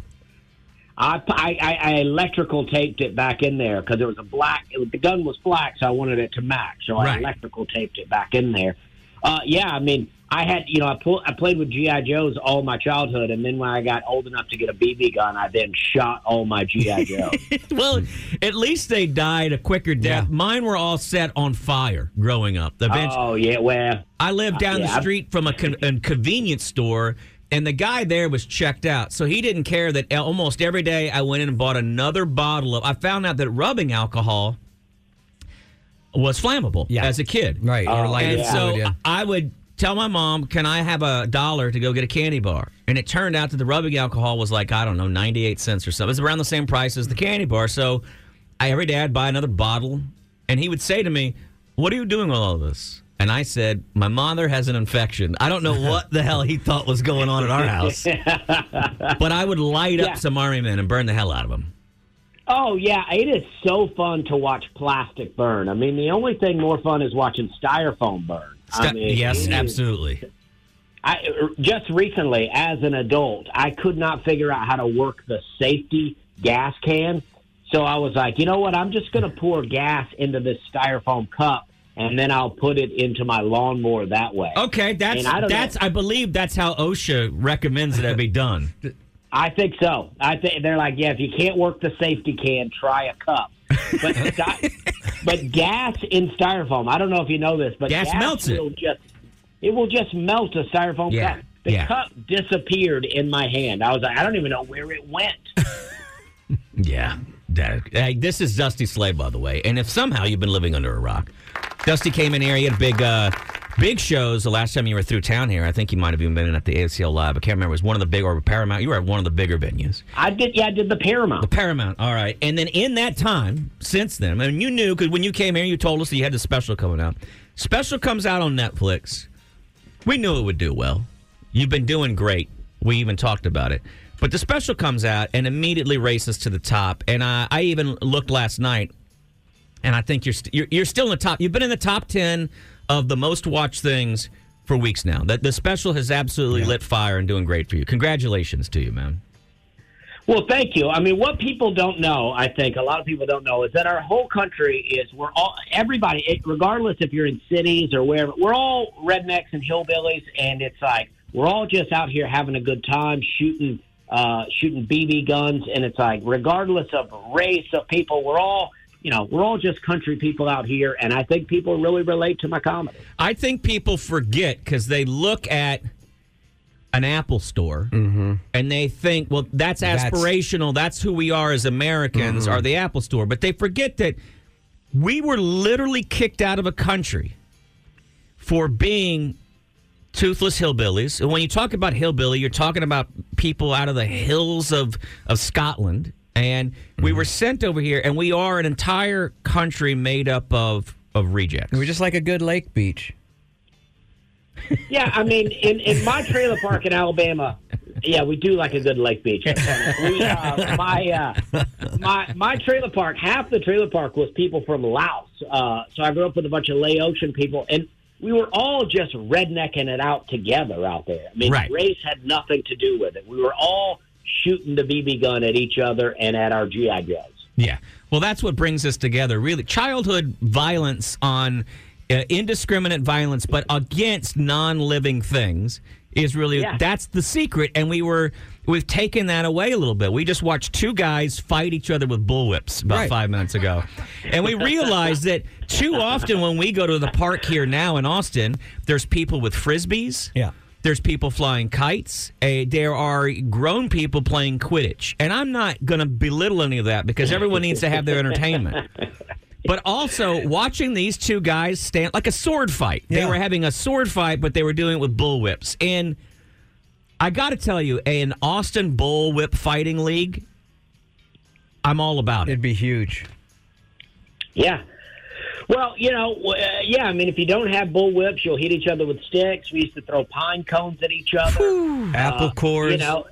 [SPEAKER 13] I, pu- I, I, I electrical taped it back in there because it was a black. It, was- the gun was black, so I wanted it to match. So I
[SPEAKER 14] Right.
[SPEAKER 13] electrical taped it back in there. Uh, yeah, I mean, I had you know I pull, I played with GI Joes all my childhood, and then when I got old enough to get a BB gun, I then shot all my GI Joes.
[SPEAKER 3] well, at least they died a quicker death. Mine were all set on fire growing up. The bench.
[SPEAKER 13] Oh, yeah, well,
[SPEAKER 3] I lived down
[SPEAKER 13] yeah,
[SPEAKER 3] the
[SPEAKER 13] I-
[SPEAKER 3] street from a, con- a convenience store, and the guy there was checked out, so he didn't care that al- almost every day I went in and bought another bottle of. I found out that rubbing alcohol was flammable as a kid. Right.
[SPEAKER 4] you're lighting
[SPEAKER 3] and
[SPEAKER 4] it,
[SPEAKER 3] so
[SPEAKER 4] yeah.
[SPEAKER 3] I would tell my mom, can I have a dollar to go get a candy bar? And it turned out that the rubbing alcohol was like, I don't know, 98 cents or something. It's around the same price as the candy bar. So I, every day I'd buy another bottle. And he would say to me, What are you doing with all this? And I said, My mother has an infection. I don't know what the hell he thought was going on at our house. But I would light
[SPEAKER 13] Yeah.
[SPEAKER 3] up some army men and burn the hell out of them.
[SPEAKER 13] Oh yeah, it is so fun to watch plastic burn. I mean, the only thing more fun is watching styrofoam burn. I mean,
[SPEAKER 3] yes,
[SPEAKER 13] it is-
[SPEAKER 3] absolutely.
[SPEAKER 13] I er, just recently, as an adult, I could not figure out how to work the safety gas can. So I was like, you know what? I'm just going to pour gas into this styrofoam cup, and then I'll put it into my lawnmower that way.
[SPEAKER 3] Okay, that's
[SPEAKER 13] And I don't
[SPEAKER 3] that's I believe that's how OSHA recommends that it be done.
[SPEAKER 13] I think so. I think they're like, yeah, if you can't work the safety can, try a cup. But sti- but gas in styrofoam. I don't know if you know this, but
[SPEAKER 3] Gas melts it.
[SPEAKER 13] will Just, it will just melt a styrofoam
[SPEAKER 3] Yeah,
[SPEAKER 13] cup. The
[SPEAKER 3] yeah.
[SPEAKER 13] cup disappeared in my hand. I was like, I don't even know where it went.
[SPEAKER 3] Yeah. That- hey, this is Dusty Slay, by the way. And if somehow you've been living under a rock, Dusty came in here. He had big, uh, big shows the last time you were through town here. I think you might have even been at the ACL Live. I can't remember. It was one of the big or Paramount. You were at one of the bigger venues.
[SPEAKER 13] I did. Yeah, I did the Paramount. The
[SPEAKER 3] Paramount. All right. And then in that time, since then, and you knew because when you came here, you told us that you had the special coming out. Special comes out on Netflix. We knew it would do well. You've been doing great. We even talked about it. But the special comes out and immediately races to the top. And I, I even looked last night and I think you're, st- you're you're still in the top. You've been in the top ten of the most watched things for weeks now. That the special has absolutely lit fire and doing great for you. Congratulations to you, man.
[SPEAKER 13] Well, thank you. I mean, what people don't know, I think a lot of people don't know, is that our whole country is we're all everybody, it, regardless if you're in cities or wherever, we're all rednecks and hillbillies, and it's like we're all just out here having a good time shooting uh, shooting BB guns, and it's like regardless of race of people, we're all you know we're all just country people out here, and I think people really relate to my comedy.
[SPEAKER 3] I think people forget because they look at an Apple store and they think, well, that's
[SPEAKER 4] Mm-hmm. That's- Mm-hmm.
[SPEAKER 3] aspirational. That's, who we are as Americans, are the Apple store. But they forget that we were literally kicked out of a country for being toothless hillbillies. And when you talk about hillbilly, you're talking about people out of the hills of, of Scotland. And
[SPEAKER 4] Mm-hmm.
[SPEAKER 3] we were sent over here, and we are an entire country made up of, of rejects. We're
[SPEAKER 4] just like a good lake beach.
[SPEAKER 13] Yeah, I mean, in, in my trailer park in Alabama, yeah, we do like a good lake beach. We, uh, my uh, my my trailer park, half the trailer park was people from Laos. Uh, so I grew up with a bunch of Laotian people, and we were all just rednecking it out together out there. I mean,
[SPEAKER 15] Right.
[SPEAKER 13] race had nothing to do with it. We were all shooting the BB gun at each other and at our GI Joes.
[SPEAKER 3] Yeah. Well, that's what brings us together, really. Childhood violence on uh, indiscriminate violence, but against non living things is really
[SPEAKER 4] Yeah.
[SPEAKER 3] that's the secret. And we were, we've taken that away a little bit. We just watched two guys fight each other with bullwhips about
[SPEAKER 4] Right.
[SPEAKER 3] five minutes ago. and we realized that too often when we go to the park here now in Austin, there's people with frisbees. Yeah. There's people flying kites. Uh, there are grown people playing Quidditch. And I'm not going to belittle any of that because everyone needs to have their entertainment. But also watching these two guys stand like a sword fight. They were having a sword fight, but they were doing it with bullwhips. And I got to tell you, an Austin Bullwhip Fighting League, I'm all about it.
[SPEAKER 4] It'd be huge.
[SPEAKER 13] Yeah. Well, you know, w- uh, yeah. I mean, if you don't have bull whips, you'll hit each other with sticks. We used to throw pine cones at each other. Uh,
[SPEAKER 4] Apple cores.
[SPEAKER 13] You know,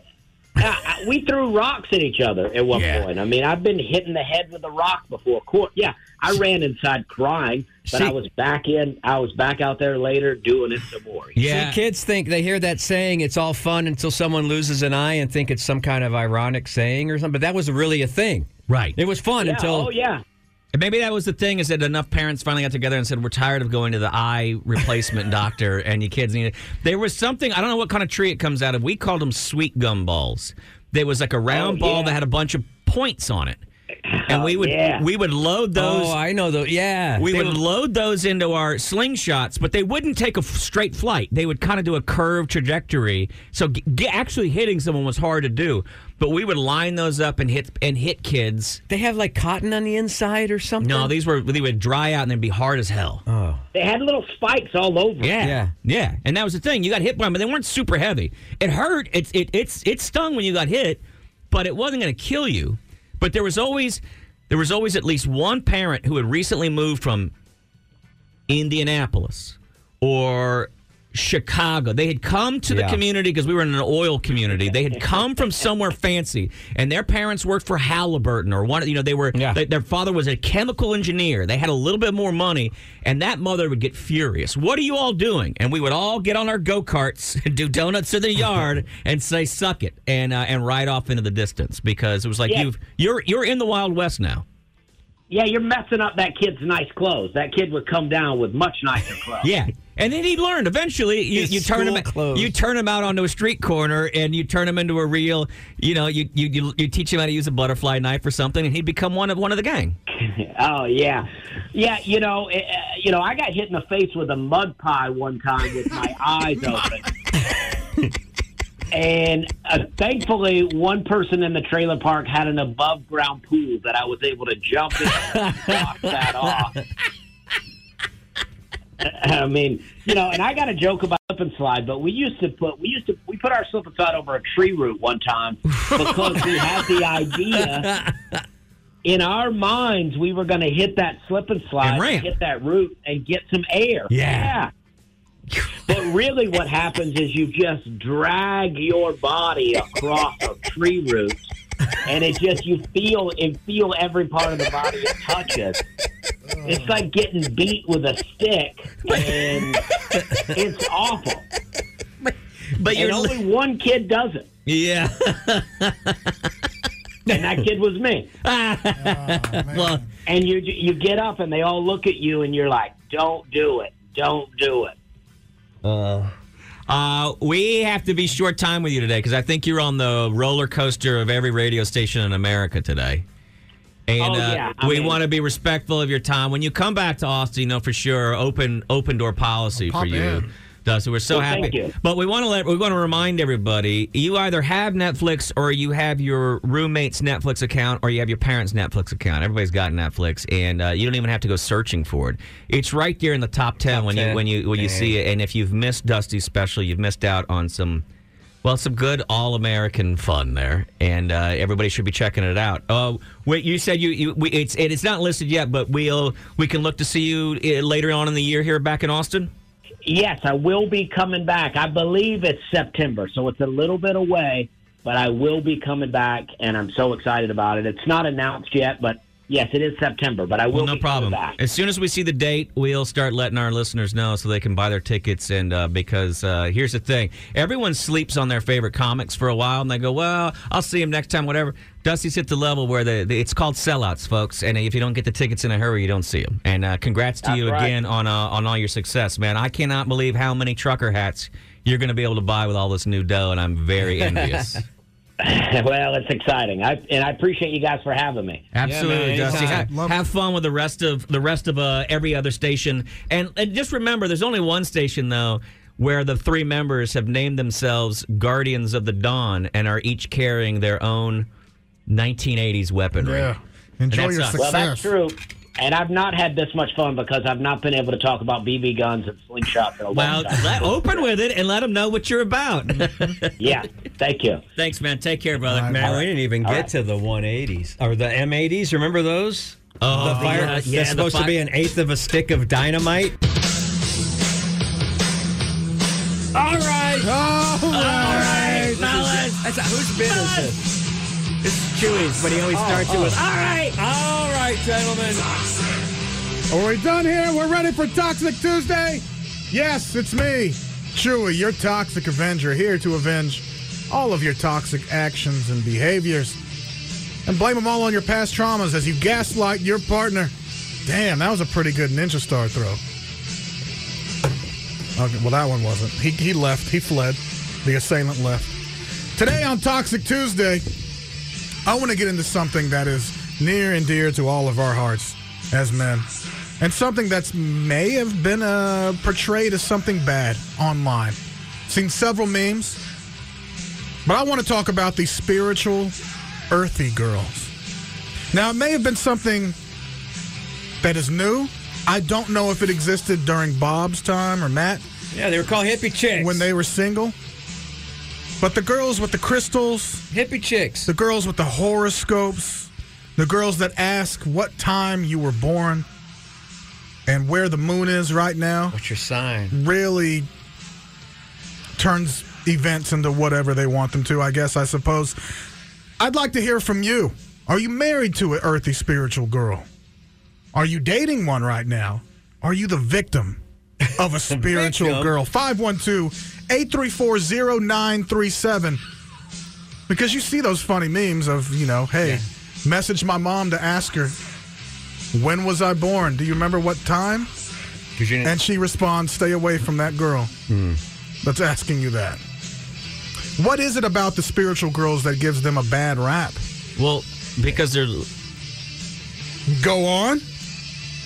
[SPEAKER 13] uh, uh, we threw rocks at each other at one point. I mean, I've been hit in the head with a rock before. Court. Yeah, I ran inside crying, but I was back in. I was back out there later doing it some more.
[SPEAKER 4] See, kids think they hear that saying, it's all fun until someone loses an eye and think it's some kind of ironic saying or something. But that was really a thing.
[SPEAKER 3] Right.
[SPEAKER 4] It was fun
[SPEAKER 13] Yeah,
[SPEAKER 4] until.
[SPEAKER 13] oh yeah.
[SPEAKER 3] And maybe that was the thing is that enough parents finally got together and said, We're tired of going to the eye replacement doctor and your kids need it. There was something, I don't know what kind of tree it comes out of. We called them sweet gum balls. There was like a round
[SPEAKER 13] Oh,
[SPEAKER 3] ball
[SPEAKER 13] yeah.
[SPEAKER 3] that had a bunch of points on it. And we would
[SPEAKER 13] yeah.
[SPEAKER 3] we would load those
[SPEAKER 4] Oh, I know. The, yeah.
[SPEAKER 3] we
[SPEAKER 4] They
[SPEAKER 3] would
[SPEAKER 4] were-
[SPEAKER 3] load those into our slingshots, but they wouldn't take a f- straight flight. They would kind of do a curved trajectory. So g- g- actually hitting someone was hard to do, but we would line those up and hit and hit kids.
[SPEAKER 4] they have like cotton on the inside or something. Oh.
[SPEAKER 3] No, these were they would dry out and they'd be hard as hell.
[SPEAKER 13] They had little spikes all over.
[SPEAKER 3] Yeah.
[SPEAKER 4] Yeah.
[SPEAKER 3] yeah, and that was the thing. You got hit by them, but they weren't super heavy. It hurt. It it it's it stung when you got hit, but it wasn't going to kill you. But there was always there was always at least one parent who had recently moved from Indianapolis or Chicago. They had come to the
[SPEAKER 4] Yeah.
[SPEAKER 3] community because we were in an oil community. They had come from somewhere fancy, and their parents worked for Halliburton or one. You know, they were.
[SPEAKER 4] Yeah.
[SPEAKER 3] they- their father was a chemical engineer. They had a little bit more money, and that mother would get furious. What are you all doing? And we would all get on our go karts and do donuts in the yard and say "suck it" and uh, and ride off into the distance because it was like
[SPEAKER 13] Yeah.
[SPEAKER 3] you've you're you're in the Wild West now.
[SPEAKER 13] Yeah, you're messing up that kid's nice clothes. That kid would come down with much nicer clothes.
[SPEAKER 3] Yeah. And then he learned. Eventually, you,
[SPEAKER 4] His
[SPEAKER 3] you turn him
[SPEAKER 4] school clothes.
[SPEAKER 3] you turn him out onto a street corner, and you turn him into a real. You know, you, you you you teach him how to use a butterfly knife or something, and he'd become one of one of the gang.
[SPEAKER 13] Oh yeah, yeah. You know, eh, eh, you know. I got hit in the face with a mud pie one time with my eyes open, and uh, thankfully, one person in the trailer park had an above ground pool that I was able to jump in and knock that off. I mean, you know, and I got a joke about slip and slide, but we used to put we used to we put our slip and slide over a tree root one time because we had the idea in our minds we were going to hit that slip and slide,
[SPEAKER 3] And ramp.
[SPEAKER 13] hit that root, and get some air.
[SPEAKER 3] Yeah.
[SPEAKER 13] Yeah. But really, what happens is you just drag your body across a tree root, and it just you feel and feel every part of the body it touches. It's like getting beat with a stick, and it's awful.
[SPEAKER 3] But
[SPEAKER 13] And
[SPEAKER 3] you're
[SPEAKER 13] only one kid does it,
[SPEAKER 3] yeah.
[SPEAKER 13] and that kid was me.
[SPEAKER 3] Ah, well,
[SPEAKER 13] And you you get up, and they all look at you, and you're like, "Don't do it! Don't do it!"
[SPEAKER 3] uh, we have to be short time with you today because I think you're on the roller coaster of every radio station in America today. And
[SPEAKER 13] Oh,
[SPEAKER 3] uh,
[SPEAKER 13] yeah. I
[SPEAKER 3] we
[SPEAKER 13] mean-
[SPEAKER 3] want to be respectful of your time. When you come back to Austin, you know for sure open open door policy for
[SPEAKER 2] pop
[SPEAKER 3] you.
[SPEAKER 2] in.
[SPEAKER 3] Dustin, we're so
[SPEAKER 13] Well,
[SPEAKER 3] happy.
[SPEAKER 13] thank you.
[SPEAKER 3] But we want to let we want to remind everybody: you either have Netflix or you have your roommate's Netflix account or you have your parents' Netflix account. Everybody's got Netflix, and uh, you don't even have to go searching for it. It's right there in the top ten when you
[SPEAKER 4] 10.
[SPEAKER 3] when you when you see it. And if you've missed Dusty's special, you've missed out on some. Well, some good all-American fun there, and uh, everybody should be checking it out. Uh, wait, you said you, you we, it's it, it's not listed yet, but we'll we can look to see you uh, later on in the year here back in Austin.
[SPEAKER 13] Yes, I will be coming back. I believe it's September, so it's a little bit away, but I will be coming back, and I'm so excited about it. It's not announced yet, but yes, it is September. But I will.
[SPEAKER 3] Well, no
[SPEAKER 13] be
[SPEAKER 3] problem.
[SPEAKER 13] Coming back.
[SPEAKER 3] As soon as we see the date, we'll start letting our listeners know so they can buy their tickets. And uh, because uh, here's the thing everyone sleeps on their favorite comics for a while and they go, well, I'll see him next time, whatever. Dusty's hit the level where the, the- it's called sellouts, folks. And if you don't get the tickets in a hurry, you don't see them. And uh, congrats to you
[SPEAKER 13] right.
[SPEAKER 3] again on, uh, on all your success, man. I cannot believe how many trucker hats you're going to be able to buy with all this new dough, and I'm very envious.
[SPEAKER 13] well, it's exciting. I and I appreciate you guys for having me.
[SPEAKER 3] Absolutely,
[SPEAKER 4] man,
[SPEAKER 3] Dusty.
[SPEAKER 4] anytime.
[SPEAKER 3] Have, have fun with the rest of the rest of uh, every other station, and and just remember, there's only one station though where the three members have named themselves Guardians of the Dawn and are each carrying their own 1980s weaponry.
[SPEAKER 2] Yeah. Enjoy
[SPEAKER 3] that's
[SPEAKER 2] your
[SPEAKER 3] us.
[SPEAKER 2] success.
[SPEAKER 3] Well,
[SPEAKER 13] Well, that's true. And I've not had this much fun because I've not been able to talk about BB guns and slingshots in a long
[SPEAKER 14] Well,
[SPEAKER 13] time.
[SPEAKER 14] let, open with it and let them know what you're about.
[SPEAKER 13] yeah, thank you.
[SPEAKER 14] Thanks, man. Take care, brother.
[SPEAKER 1] Man, we didn't even get to the 180s or the M80s. Remember those?
[SPEAKER 14] Oh,
[SPEAKER 1] the fire.
[SPEAKER 14] yeah,
[SPEAKER 1] that's
[SPEAKER 14] yeah, the
[SPEAKER 1] supposed
[SPEAKER 14] fi-
[SPEAKER 1] to be an eighth of a stick of dynamite.
[SPEAKER 14] All right.
[SPEAKER 2] All
[SPEAKER 14] right, fellas. That's who's been this? It's Chewy's, but he
[SPEAKER 3] Oh,
[SPEAKER 14] always starts it with, all right. All right, gentlemen.
[SPEAKER 2] Are we done here? We're ready for Toxic Tuesday? Yes, it's me, Chewy, your toxic avenger, here to avenge all of your toxic actions and behaviors. And blame them all on your past traumas as you gaslight your partner. Damn, that was a pretty good Ninja Star throw. Okay, well, that one wasn't. He, he left, he fled. The assailant left. Today on Toxic Tuesday, I want to get into something that is near and dear to all of our hearts as men, and something that's may have been uh, portrayed as something bad online. Seen several memes, but I want to talk about the spiritual, earthy girls. Now, it may have been something that is new. I don't know if it existed during Bob's time or Matt.
[SPEAKER 4] Yeah, they were called hippie chicks
[SPEAKER 2] when they were single. But the girls with the crystals,
[SPEAKER 4] hippie chicks,
[SPEAKER 2] the girls with the horoscopes, the girls that ask what time you were born and where the moon is right now.
[SPEAKER 4] What's your sign?
[SPEAKER 2] Really turns events into whatever they want them to, I guess, I suppose. I'd like to hear from you. Are you married to an earthy spiritual girl? Are you dating one right now? Are you the victim of a spiritual
[SPEAKER 4] Victim?
[SPEAKER 2] girl? 512 834 0937. Because you see those funny memes of, you know, hey, message my mom to ask her, when was I born? Do you remember what time? And she responds, stay away from that girl that's asking you that. What is it about the spiritual girls that gives them a bad rap?
[SPEAKER 14] Well, because they're
[SPEAKER 2] Go on.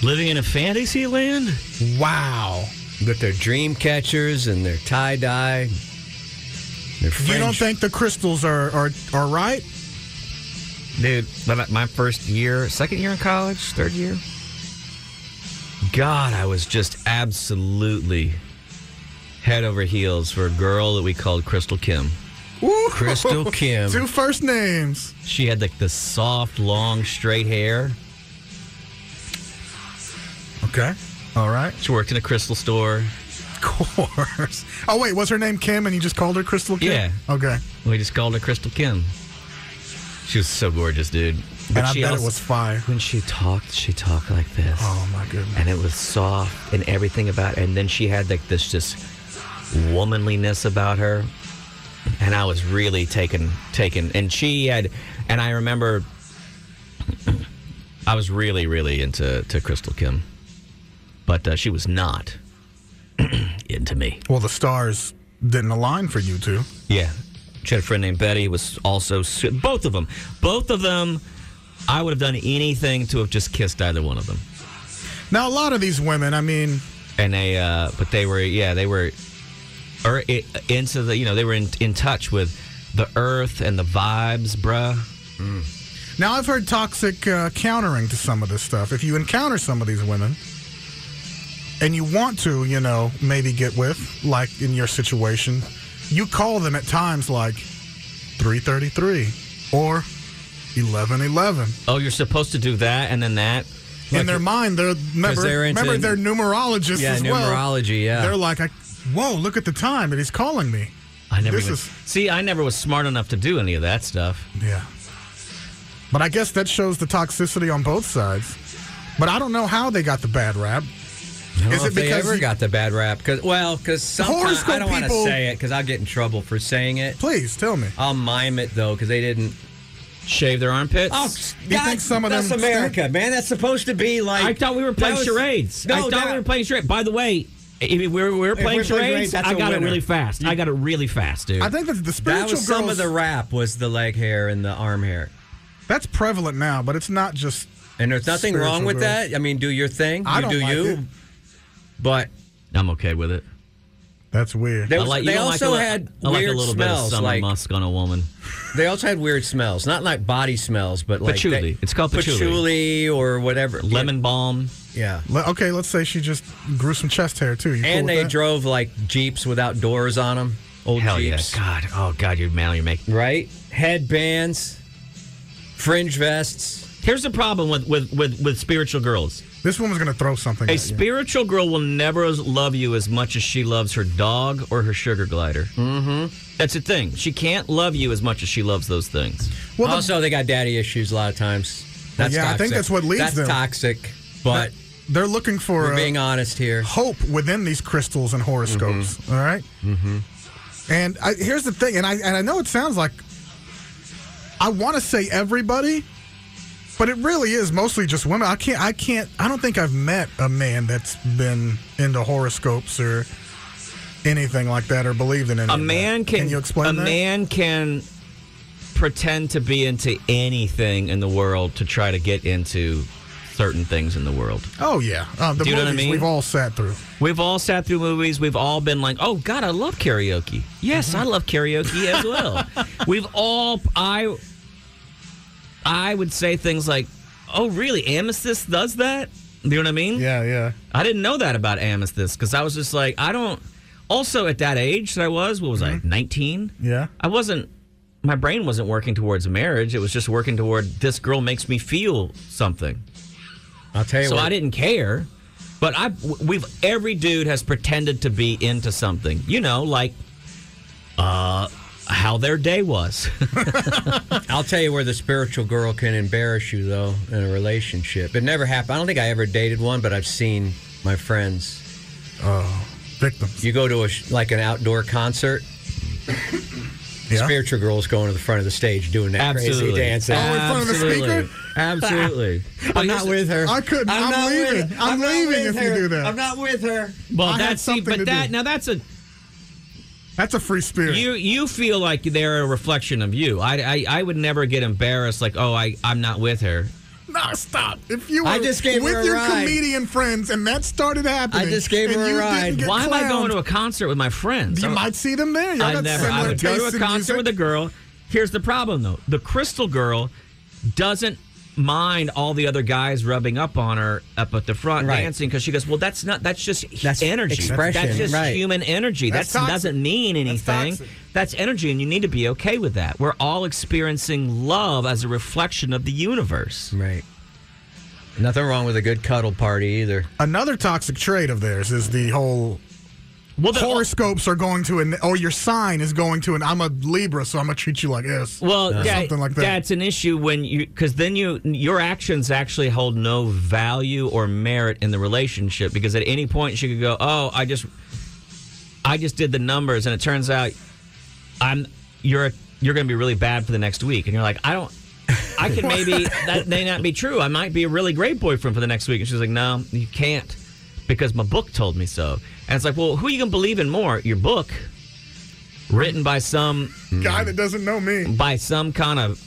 [SPEAKER 14] living in a fantasy land.
[SPEAKER 2] Wow.
[SPEAKER 1] With their dream catchers and their tie dye.
[SPEAKER 2] You don't think the crystals are, are, are right?
[SPEAKER 3] dude. my- My first year, second year in college, third year. God, I was just absolutely head over heels for a girl that we called Crystal Kim.
[SPEAKER 2] Woo!
[SPEAKER 3] Crystal Kim.
[SPEAKER 2] Two first names.
[SPEAKER 3] She had like the soft, long, straight hair.
[SPEAKER 2] Okay. All right.
[SPEAKER 3] She worked in a crystal store.
[SPEAKER 2] Of course. Oh, wait. Was her name Kim and you just called her Crystal Kim?
[SPEAKER 3] Yeah.
[SPEAKER 2] Okay.
[SPEAKER 3] We just called her Crystal Kim. She was so gorgeous, dude.
[SPEAKER 2] and I
[SPEAKER 3] she
[SPEAKER 2] bet
[SPEAKER 3] also-
[SPEAKER 2] it was fire.
[SPEAKER 3] when she talked, she talked like this.
[SPEAKER 2] Oh, my goodness.
[SPEAKER 3] and it was soft and everything about and then she had like this just womanliness about her and i was really taken taken and she had and i remember i was really really into to crystal kim but uh, she was not into me
[SPEAKER 2] Well, the stars didn't align for you two.
[SPEAKER 3] yeah she had a friend named betty who was also su- both of them both of them i would have done anything to have just kissed either one of them
[SPEAKER 2] Now, a lot of these women, I mean,
[SPEAKER 3] and they uh but they were yeah they were or it, into the you know they were in, in touch with the earth and the vibes bruh
[SPEAKER 2] Now, I've heard toxic uh, countering to some of this stuff. If you encounter some of these women and you want to, you know, maybe get with, like in your situation, you call them at times like 333 or 1111.
[SPEAKER 3] oh you're supposed to do that and then that
[SPEAKER 2] in their mind, they're, remember,
[SPEAKER 1] they're into-
[SPEAKER 2] remember they're numerologists
[SPEAKER 1] Yeah,
[SPEAKER 2] as well.
[SPEAKER 1] numerology, yeah.
[SPEAKER 2] They're like, I, whoa, look at the time and he's calling me.
[SPEAKER 3] i never
[SPEAKER 2] This
[SPEAKER 3] even,
[SPEAKER 2] is-
[SPEAKER 3] see i never was smart enough to do any of that stuff
[SPEAKER 2] Yeah. But I guess that shows the toxicity on both sides. But I don't know how they got the bad rap.
[SPEAKER 1] I don't
[SPEAKER 2] Is
[SPEAKER 1] know
[SPEAKER 2] it
[SPEAKER 1] if they
[SPEAKER 2] because
[SPEAKER 1] ever
[SPEAKER 2] you-
[SPEAKER 1] got the bad rap? Cause well, because sometimes
[SPEAKER 2] Horoscope
[SPEAKER 1] I don't want to
[SPEAKER 2] people-
[SPEAKER 1] say it because I'll get in trouble for saying it.
[SPEAKER 2] Please tell me.
[SPEAKER 1] I'll mime it though because they didn't.
[SPEAKER 3] shave their armpits
[SPEAKER 1] Oh,
[SPEAKER 2] you think some of
[SPEAKER 1] that's
[SPEAKER 2] them
[SPEAKER 1] America, man. That's supposed to be like.
[SPEAKER 14] I thought we were playing
[SPEAKER 1] that was-
[SPEAKER 14] charades.
[SPEAKER 1] No,
[SPEAKER 14] I thought
[SPEAKER 1] that-
[SPEAKER 14] we were playing charades. By the way, if we were, we were playing
[SPEAKER 1] we're playing charades,
[SPEAKER 14] charades,
[SPEAKER 1] that's
[SPEAKER 14] I
[SPEAKER 1] a
[SPEAKER 14] got
[SPEAKER 1] winner.
[SPEAKER 14] it really fast. I got it really fast, dude.
[SPEAKER 2] I think that the spiritual
[SPEAKER 1] That was
[SPEAKER 2] girls.
[SPEAKER 1] some of the rap was the leg hair and the arm hair.
[SPEAKER 2] that's prevalent now, but it's not just.
[SPEAKER 1] And there's nothing wrong
[SPEAKER 2] Spiritual
[SPEAKER 1] with
[SPEAKER 2] girls.
[SPEAKER 1] that. I mean, do your thing. You
[SPEAKER 2] I don't
[SPEAKER 1] do
[SPEAKER 2] like
[SPEAKER 1] you.
[SPEAKER 2] it.
[SPEAKER 1] But
[SPEAKER 3] i'm okay with it
[SPEAKER 2] That's weird.
[SPEAKER 1] There
[SPEAKER 3] I
[SPEAKER 1] was-
[SPEAKER 3] like- you
[SPEAKER 1] they
[SPEAKER 3] don't like
[SPEAKER 1] also
[SPEAKER 3] a li-
[SPEAKER 1] had
[SPEAKER 3] I like a
[SPEAKER 1] weird
[SPEAKER 3] little bit of
[SPEAKER 1] smells,
[SPEAKER 3] summer
[SPEAKER 1] like
[SPEAKER 3] musk on a woman.
[SPEAKER 1] They also had weird smells, not like body smells, but like
[SPEAKER 3] Patchouli.
[SPEAKER 1] they-
[SPEAKER 3] It's called patchouli.
[SPEAKER 1] patchouli or whatever,
[SPEAKER 3] lemon balm.
[SPEAKER 1] Yeah,
[SPEAKER 2] Le- okay, let's say she just grew some chest hair too. You
[SPEAKER 1] and
[SPEAKER 2] cool
[SPEAKER 1] they
[SPEAKER 2] with that?
[SPEAKER 1] drove like jeeps without doors on them. Old
[SPEAKER 3] Hell
[SPEAKER 1] jeeps.
[SPEAKER 3] yeah. God. Oh, God, you're man, you're making.
[SPEAKER 1] Right? Headbands, fringe vests.
[SPEAKER 3] Here's the problem with, with, with, with spiritual girls.
[SPEAKER 2] this woman's gonna throw something.
[SPEAKER 3] A
[SPEAKER 2] at you.
[SPEAKER 3] spiritual girl will never as- love you as much as she loves her dog or her sugar glider. Mm-hmm. That's the thing. She can't love you as much as she loves those things.
[SPEAKER 2] Well, the-
[SPEAKER 1] also, they got daddy issues a lot of times. That's
[SPEAKER 2] yeah, I
[SPEAKER 1] toxic.
[SPEAKER 2] think that's what leads
[SPEAKER 1] That's
[SPEAKER 2] them.
[SPEAKER 1] toxic, but
[SPEAKER 2] They're looking for
[SPEAKER 1] we're
[SPEAKER 2] uh,
[SPEAKER 1] being honest here. Mm-hmm.
[SPEAKER 2] hope within these crystals and horoscopes. all right. And I, here's the thing, and I and I know it sounds like I want to say everybody, but it really is mostly just women. I can't. I can't. I don't think I've met a man that's been into horoscopes or anything like that or believed in any.
[SPEAKER 3] A
[SPEAKER 2] of that.
[SPEAKER 3] man can,
[SPEAKER 2] Can you explain
[SPEAKER 3] a
[SPEAKER 2] that?
[SPEAKER 3] man can pretend to be into anything in the world to try to get into certain things in the world.
[SPEAKER 2] Oh yeah, uh, the
[SPEAKER 3] Do you know
[SPEAKER 2] movies
[SPEAKER 3] what I mean?
[SPEAKER 2] we've all sat through.
[SPEAKER 3] We've all sat through movies. We've all been like, "Oh God, I love karaoke." Yes, I love karaoke as well. We've all I I would say things like, "Oh, really? Amethyst does that?" You know what I mean?
[SPEAKER 2] Yeah, yeah.
[SPEAKER 3] I didn't know that about Amethyst because I was just like, I don't. Also, at that age that I was, what was I,
[SPEAKER 1] Mm-hmm.
[SPEAKER 3] 19?
[SPEAKER 2] Yeah.
[SPEAKER 3] I wasn't, my brain wasn't working towards marriage. It was just working toward this girl makes me feel something.
[SPEAKER 1] I'll tell you
[SPEAKER 3] so
[SPEAKER 1] what.
[SPEAKER 3] I didn't care. But I, we've, every dude has pretended to be into something, you know, like, uh, how their day was.
[SPEAKER 1] I'll tell you where the spiritual girl can embarrass you though in a relationship. It never happened. I don't think I ever dated one, but I've seen my friends.
[SPEAKER 2] Oh, Victims.
[SPEAKER 1] You go to a sh- like an outdoor concert.
[SPEAKER 2] Yeah.
[SPEAKER 1] Spiritual girls going to the front of the stage doing that crazy
[SPEAKER 3] Absolutely.
[SPEAKER 1] dancing.
[SPEAKER 2] Oh, in front of the speaker?
[SPEAKER 1] Absolutely. I'm not with her.
[SPEAKER 2] I couldn't. I'm,
[SPEAKER 1] not with
[SPEAKER 2] leaving.
[SPEAKER 1] her.
[SPEAKER 2] I'm,
[SPEAKER 1] not
[SPEAKER 2] leaving
[SPEAKER 1] with
[SPEAKER 2] if
[SPEAKER 1] her.
[SPEAKER 2] you do that.
[SPEAKER 1] I'm not with her.
[SPEAKER 3] Well,
[SPEAKER 2] I had
[SPEAKER 3] that's see,
[SPEAKER 2] something
[SPEAKER 3] but
[SPEAKER 2] to
[SPEAKER 3] that
[SPEAKER 2] do.
[SPEAKER 3] now that's a
[SPEAKER 2] That's a free spirit.
[SPEAKER 3] You you feel like they're a reflection of you. I, I I would never get embarrassed like oh I I'm not with her.
[SPEAKER 2] No, stop. If you were
[SPEAKER 1] I just gave
[SPEAKER 2] with
[SPEAKER 1] her a
[SPEAKER 2] your
[SPEAKER 1] ride.
[SPEAKER 2] comedian friends and that started happening,
[SPEAKER 1] I just gave
[SPEAKER 2] and
[SPEAKER 1] her a
[SPEAKER 2] you
[SPEAKER 1] ride.
[SPEAKER 2] Didn't get
[SPEAKER 3] Why am I
[SPEAKER 2] clowned,
[SPEAKER 3] going to a concert with my friends? Oh,
[SPEAKER 2] You might see them there. Y'all
[SPEAKER 3] I
[SPEAKER 2] got
[SPEAKER 3] never. I
[SPEAKER 2] similar
[SPEAKER 3] would go to
[SPEAKER 2] tastes
[SPEAKER 3] a
[SPEAKER 2] in
[SPEAKER 3] concert with a
[SPEAKER 2] music.
[SPEAKER 3] girl. Here's the problem though: the crystal girl doesn't mind all the other guys rubbing up on her up at the front
[SPEAKER 1] Right.
[SPEAKER 3] dancing because she goes, well, that's not that's just hu-
[SPEAKER 1] That's
[SPEAKER 3] energy.
[SPEAKER 1] expression,
[SPEAKER 3] That's just
[SPEAKER 1] right.
[SPEAKER 3] human energy.
[SPEAKER 2] That's
[SPEAKER 3] that
[SPEAKER 2] toxic.
[SPEAKER 3] doesn't mean
[SPEAKER 2] That's
[SPEAKER 3] anything.
[SPEAKER 2] toxic.
[SPEAKER 3] that's energy, and you need to be okay with that. We're all experiencing love as a reflection of the universe.
[SPEAKER 1] Right. Nothing wrong with a good cuddle party either.
[SPEAKER 2] Another toxic trait of theirs is the whole
[SPEAKER 3] Well, the-
[SPEAKER 2] horoscopes are going to an or your sign is going to an. I'm a Libra, so I'm gonna treat you like this.
[SPEAKER 3] Well,
[SPEAKER 2] or
[SPEAKER 3] that-
[SPEAKER 2] something like that.
[SPEAKER 3] That's an issue when you because then you your actions actually hold no value or merit in the relationship because at any point she could go, "Oh, I just, I just did the numbers," and it turns out I'm you're you're going to be really bad for the next week, and you're like, "I don't." I can maybe that may not be true. I might be a really great boyfriend for the next week. And she's like, "No, you can't, because my book told me so." And it's like, "Well, who are you gonna believe in more? Your book, written by some
[SPEAKER 2] Guy that doesn't know me.
[SPEAKER 3] by some kind of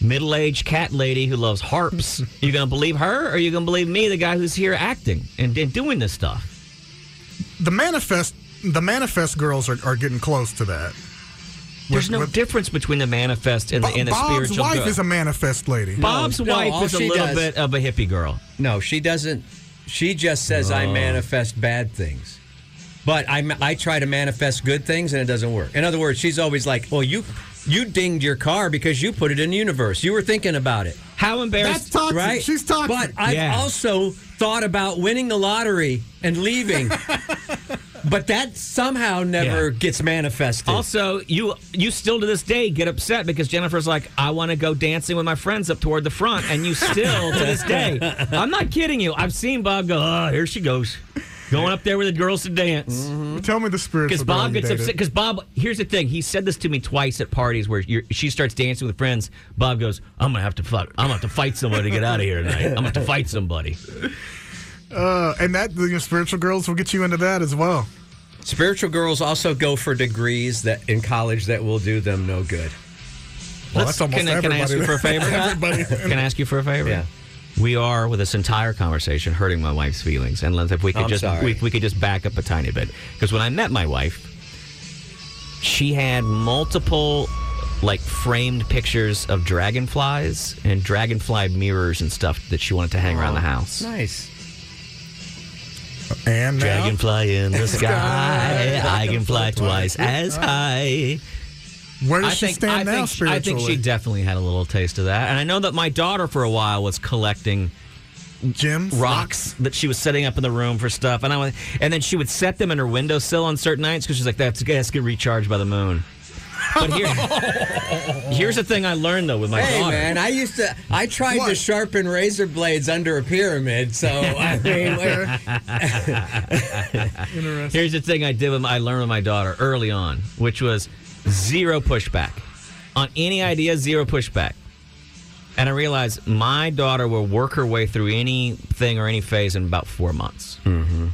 [SPEAKER 3] middle-aged cat lady who loves harps. you gonna believe her, or you gonna believe me, the guy who's here acting and, and doing this stuff?
[SPEAKER 2] The manifest. The manifest girls are, are getting close to that.
[SPEAKER 3] There's no
[SPEAKER 2] with-
[SPEAKER 3] difference between the manifest and, the
[SPEAKER 2] Bo-
[SPEAKER 3] and the
[SPEAKER 2] Bob's
[SPEAKER 3] spiritual.
[SPEAKER 2] wife
[SPEAKER 3] girl.
[SPEAKER 2] is a manifest lady.
[SPEAKER 3] Bob's
[SPEAKER 1] No, no,
[SPEAKER 3] wife
[SPEAKER 1] all
[SPEAKER 3] is a
[SPEAKER 1] she
[SPEAKER 3] little
[SPEAKER 1] does-
[SPEAKER 3] bit of a hippie girl.
[SPEAKER 1] No, she doesn't. She just says I manifest bad things, but I I try to manifest good things and it doesn't work. In other words, she's always like, "Well, you you dinged your car because you put it in the universe. You were thinking about it,
[SPEAKER 3] How
[SPEAKER 2] That's
[SPEAKER 3] embarrassed!
[SPEAKER 2] toxic.
[SPEAKER 1] right?
[SPEAKER 2] She's toxic.
[SPEAKER 1] But I
[SPEAKER 3] Yeah.
[SPEAKER 1] also thought about winning the lottery and leaving, but that somehow never
[SPEAKER 3] Yeah.
[SPEAKER 1] gets manifested.
[SPEAKER 3] also, you you still to this day get upset because Jennifer's like, I want to go dancing with my friends up toward the front, and you still to this day. I'm not kidding you. I've seen Bob go. Oh, here she goes, going up there with the girls to dance.
[SPEAKER 2] Mm-hmm. Tell me the spiritual.
[SPEAKER 3] Because Bob
[SPEAKER 2] girl you
[SPEAKER 3] gets
[SPEAKER 2] dated.
[SPEAKER 3] upset. Because Bob, here's the thing. He said this to me twice at parties where you're, she starts dancing with friends. Bob goes, "I'm gonna have to fuck. I'm gonna have to fight somebody to get out of here tonight. I'm gonna have to fight somebody."
[SPEAKER 2] Uh, and that the spiritual girls will get you into that as well.
[SPEAKER 1] Spiritual girls also go for degrees that in college that will do them no good.
[SPEAKER 2] Well,
[SPEAKER 3] Let's-
[SPEAKER 2] that's almost
[SPEAKER 3] can, I- can I ask you for a
[SPEAKER 2] everybody.
[SPEAKER 3] favor?
[SPEAKER 2] Everybody.
[SPEAKER 3] Can I ask you for a favor?
[SPEAKER 1] Yeah.
[SPEAKER 3] We are with this entire conversation hurting my wife's feelings, and let's- if we could
[SPEAKER 1] I'm
[SPEAKER 3] just
[SPEAKER 1] sorry.
[SPEAKER 3] we, we could just back up a tiny bit because when I met my wife, she had multiple like framed pictures of dragonflies and dragonfly mirrors and stuff that she wanted to hang around the house.
[SPEAKER 4] Nice.
[SPEAKER 2] And
[SPEAKER 3] Dragonfly in the sky, I can fly twice as high.
[SPEAKER 2] Where
[SPEAKER 3] I think, I think, she- I think she definitely had a little taste of that. And I know that my daughter for a while was collecting
[SPEAKER 2] gems,
[SPEAKER 3] rocks that she was setting up in the room for stuff. And I went, and then she would set them in her windowsill on certain nights because she's like, that's, that's get recharged by the moon. But here,
[SPEAKER 2] Oh.
[SPEAKER 3] here's the thing I learned though with my
[SPEAKER 14] hey
[SPEAKER 3] daughter.
[SPEAKER 14] man, I used to. I tried to
[SPEAKER 3] What?
[SPEAKER 14] sharpen razor blades under a pyramid. So I mean, we're-
[SPEAKER 3] Here's the thing I did with my, I learned with my daughter early on, which was zero pushback on any idea, zero pushback. And I realized my daughter will work her way through anything or any phase in about four months.
[SPEAKER 15] Mm-hmm.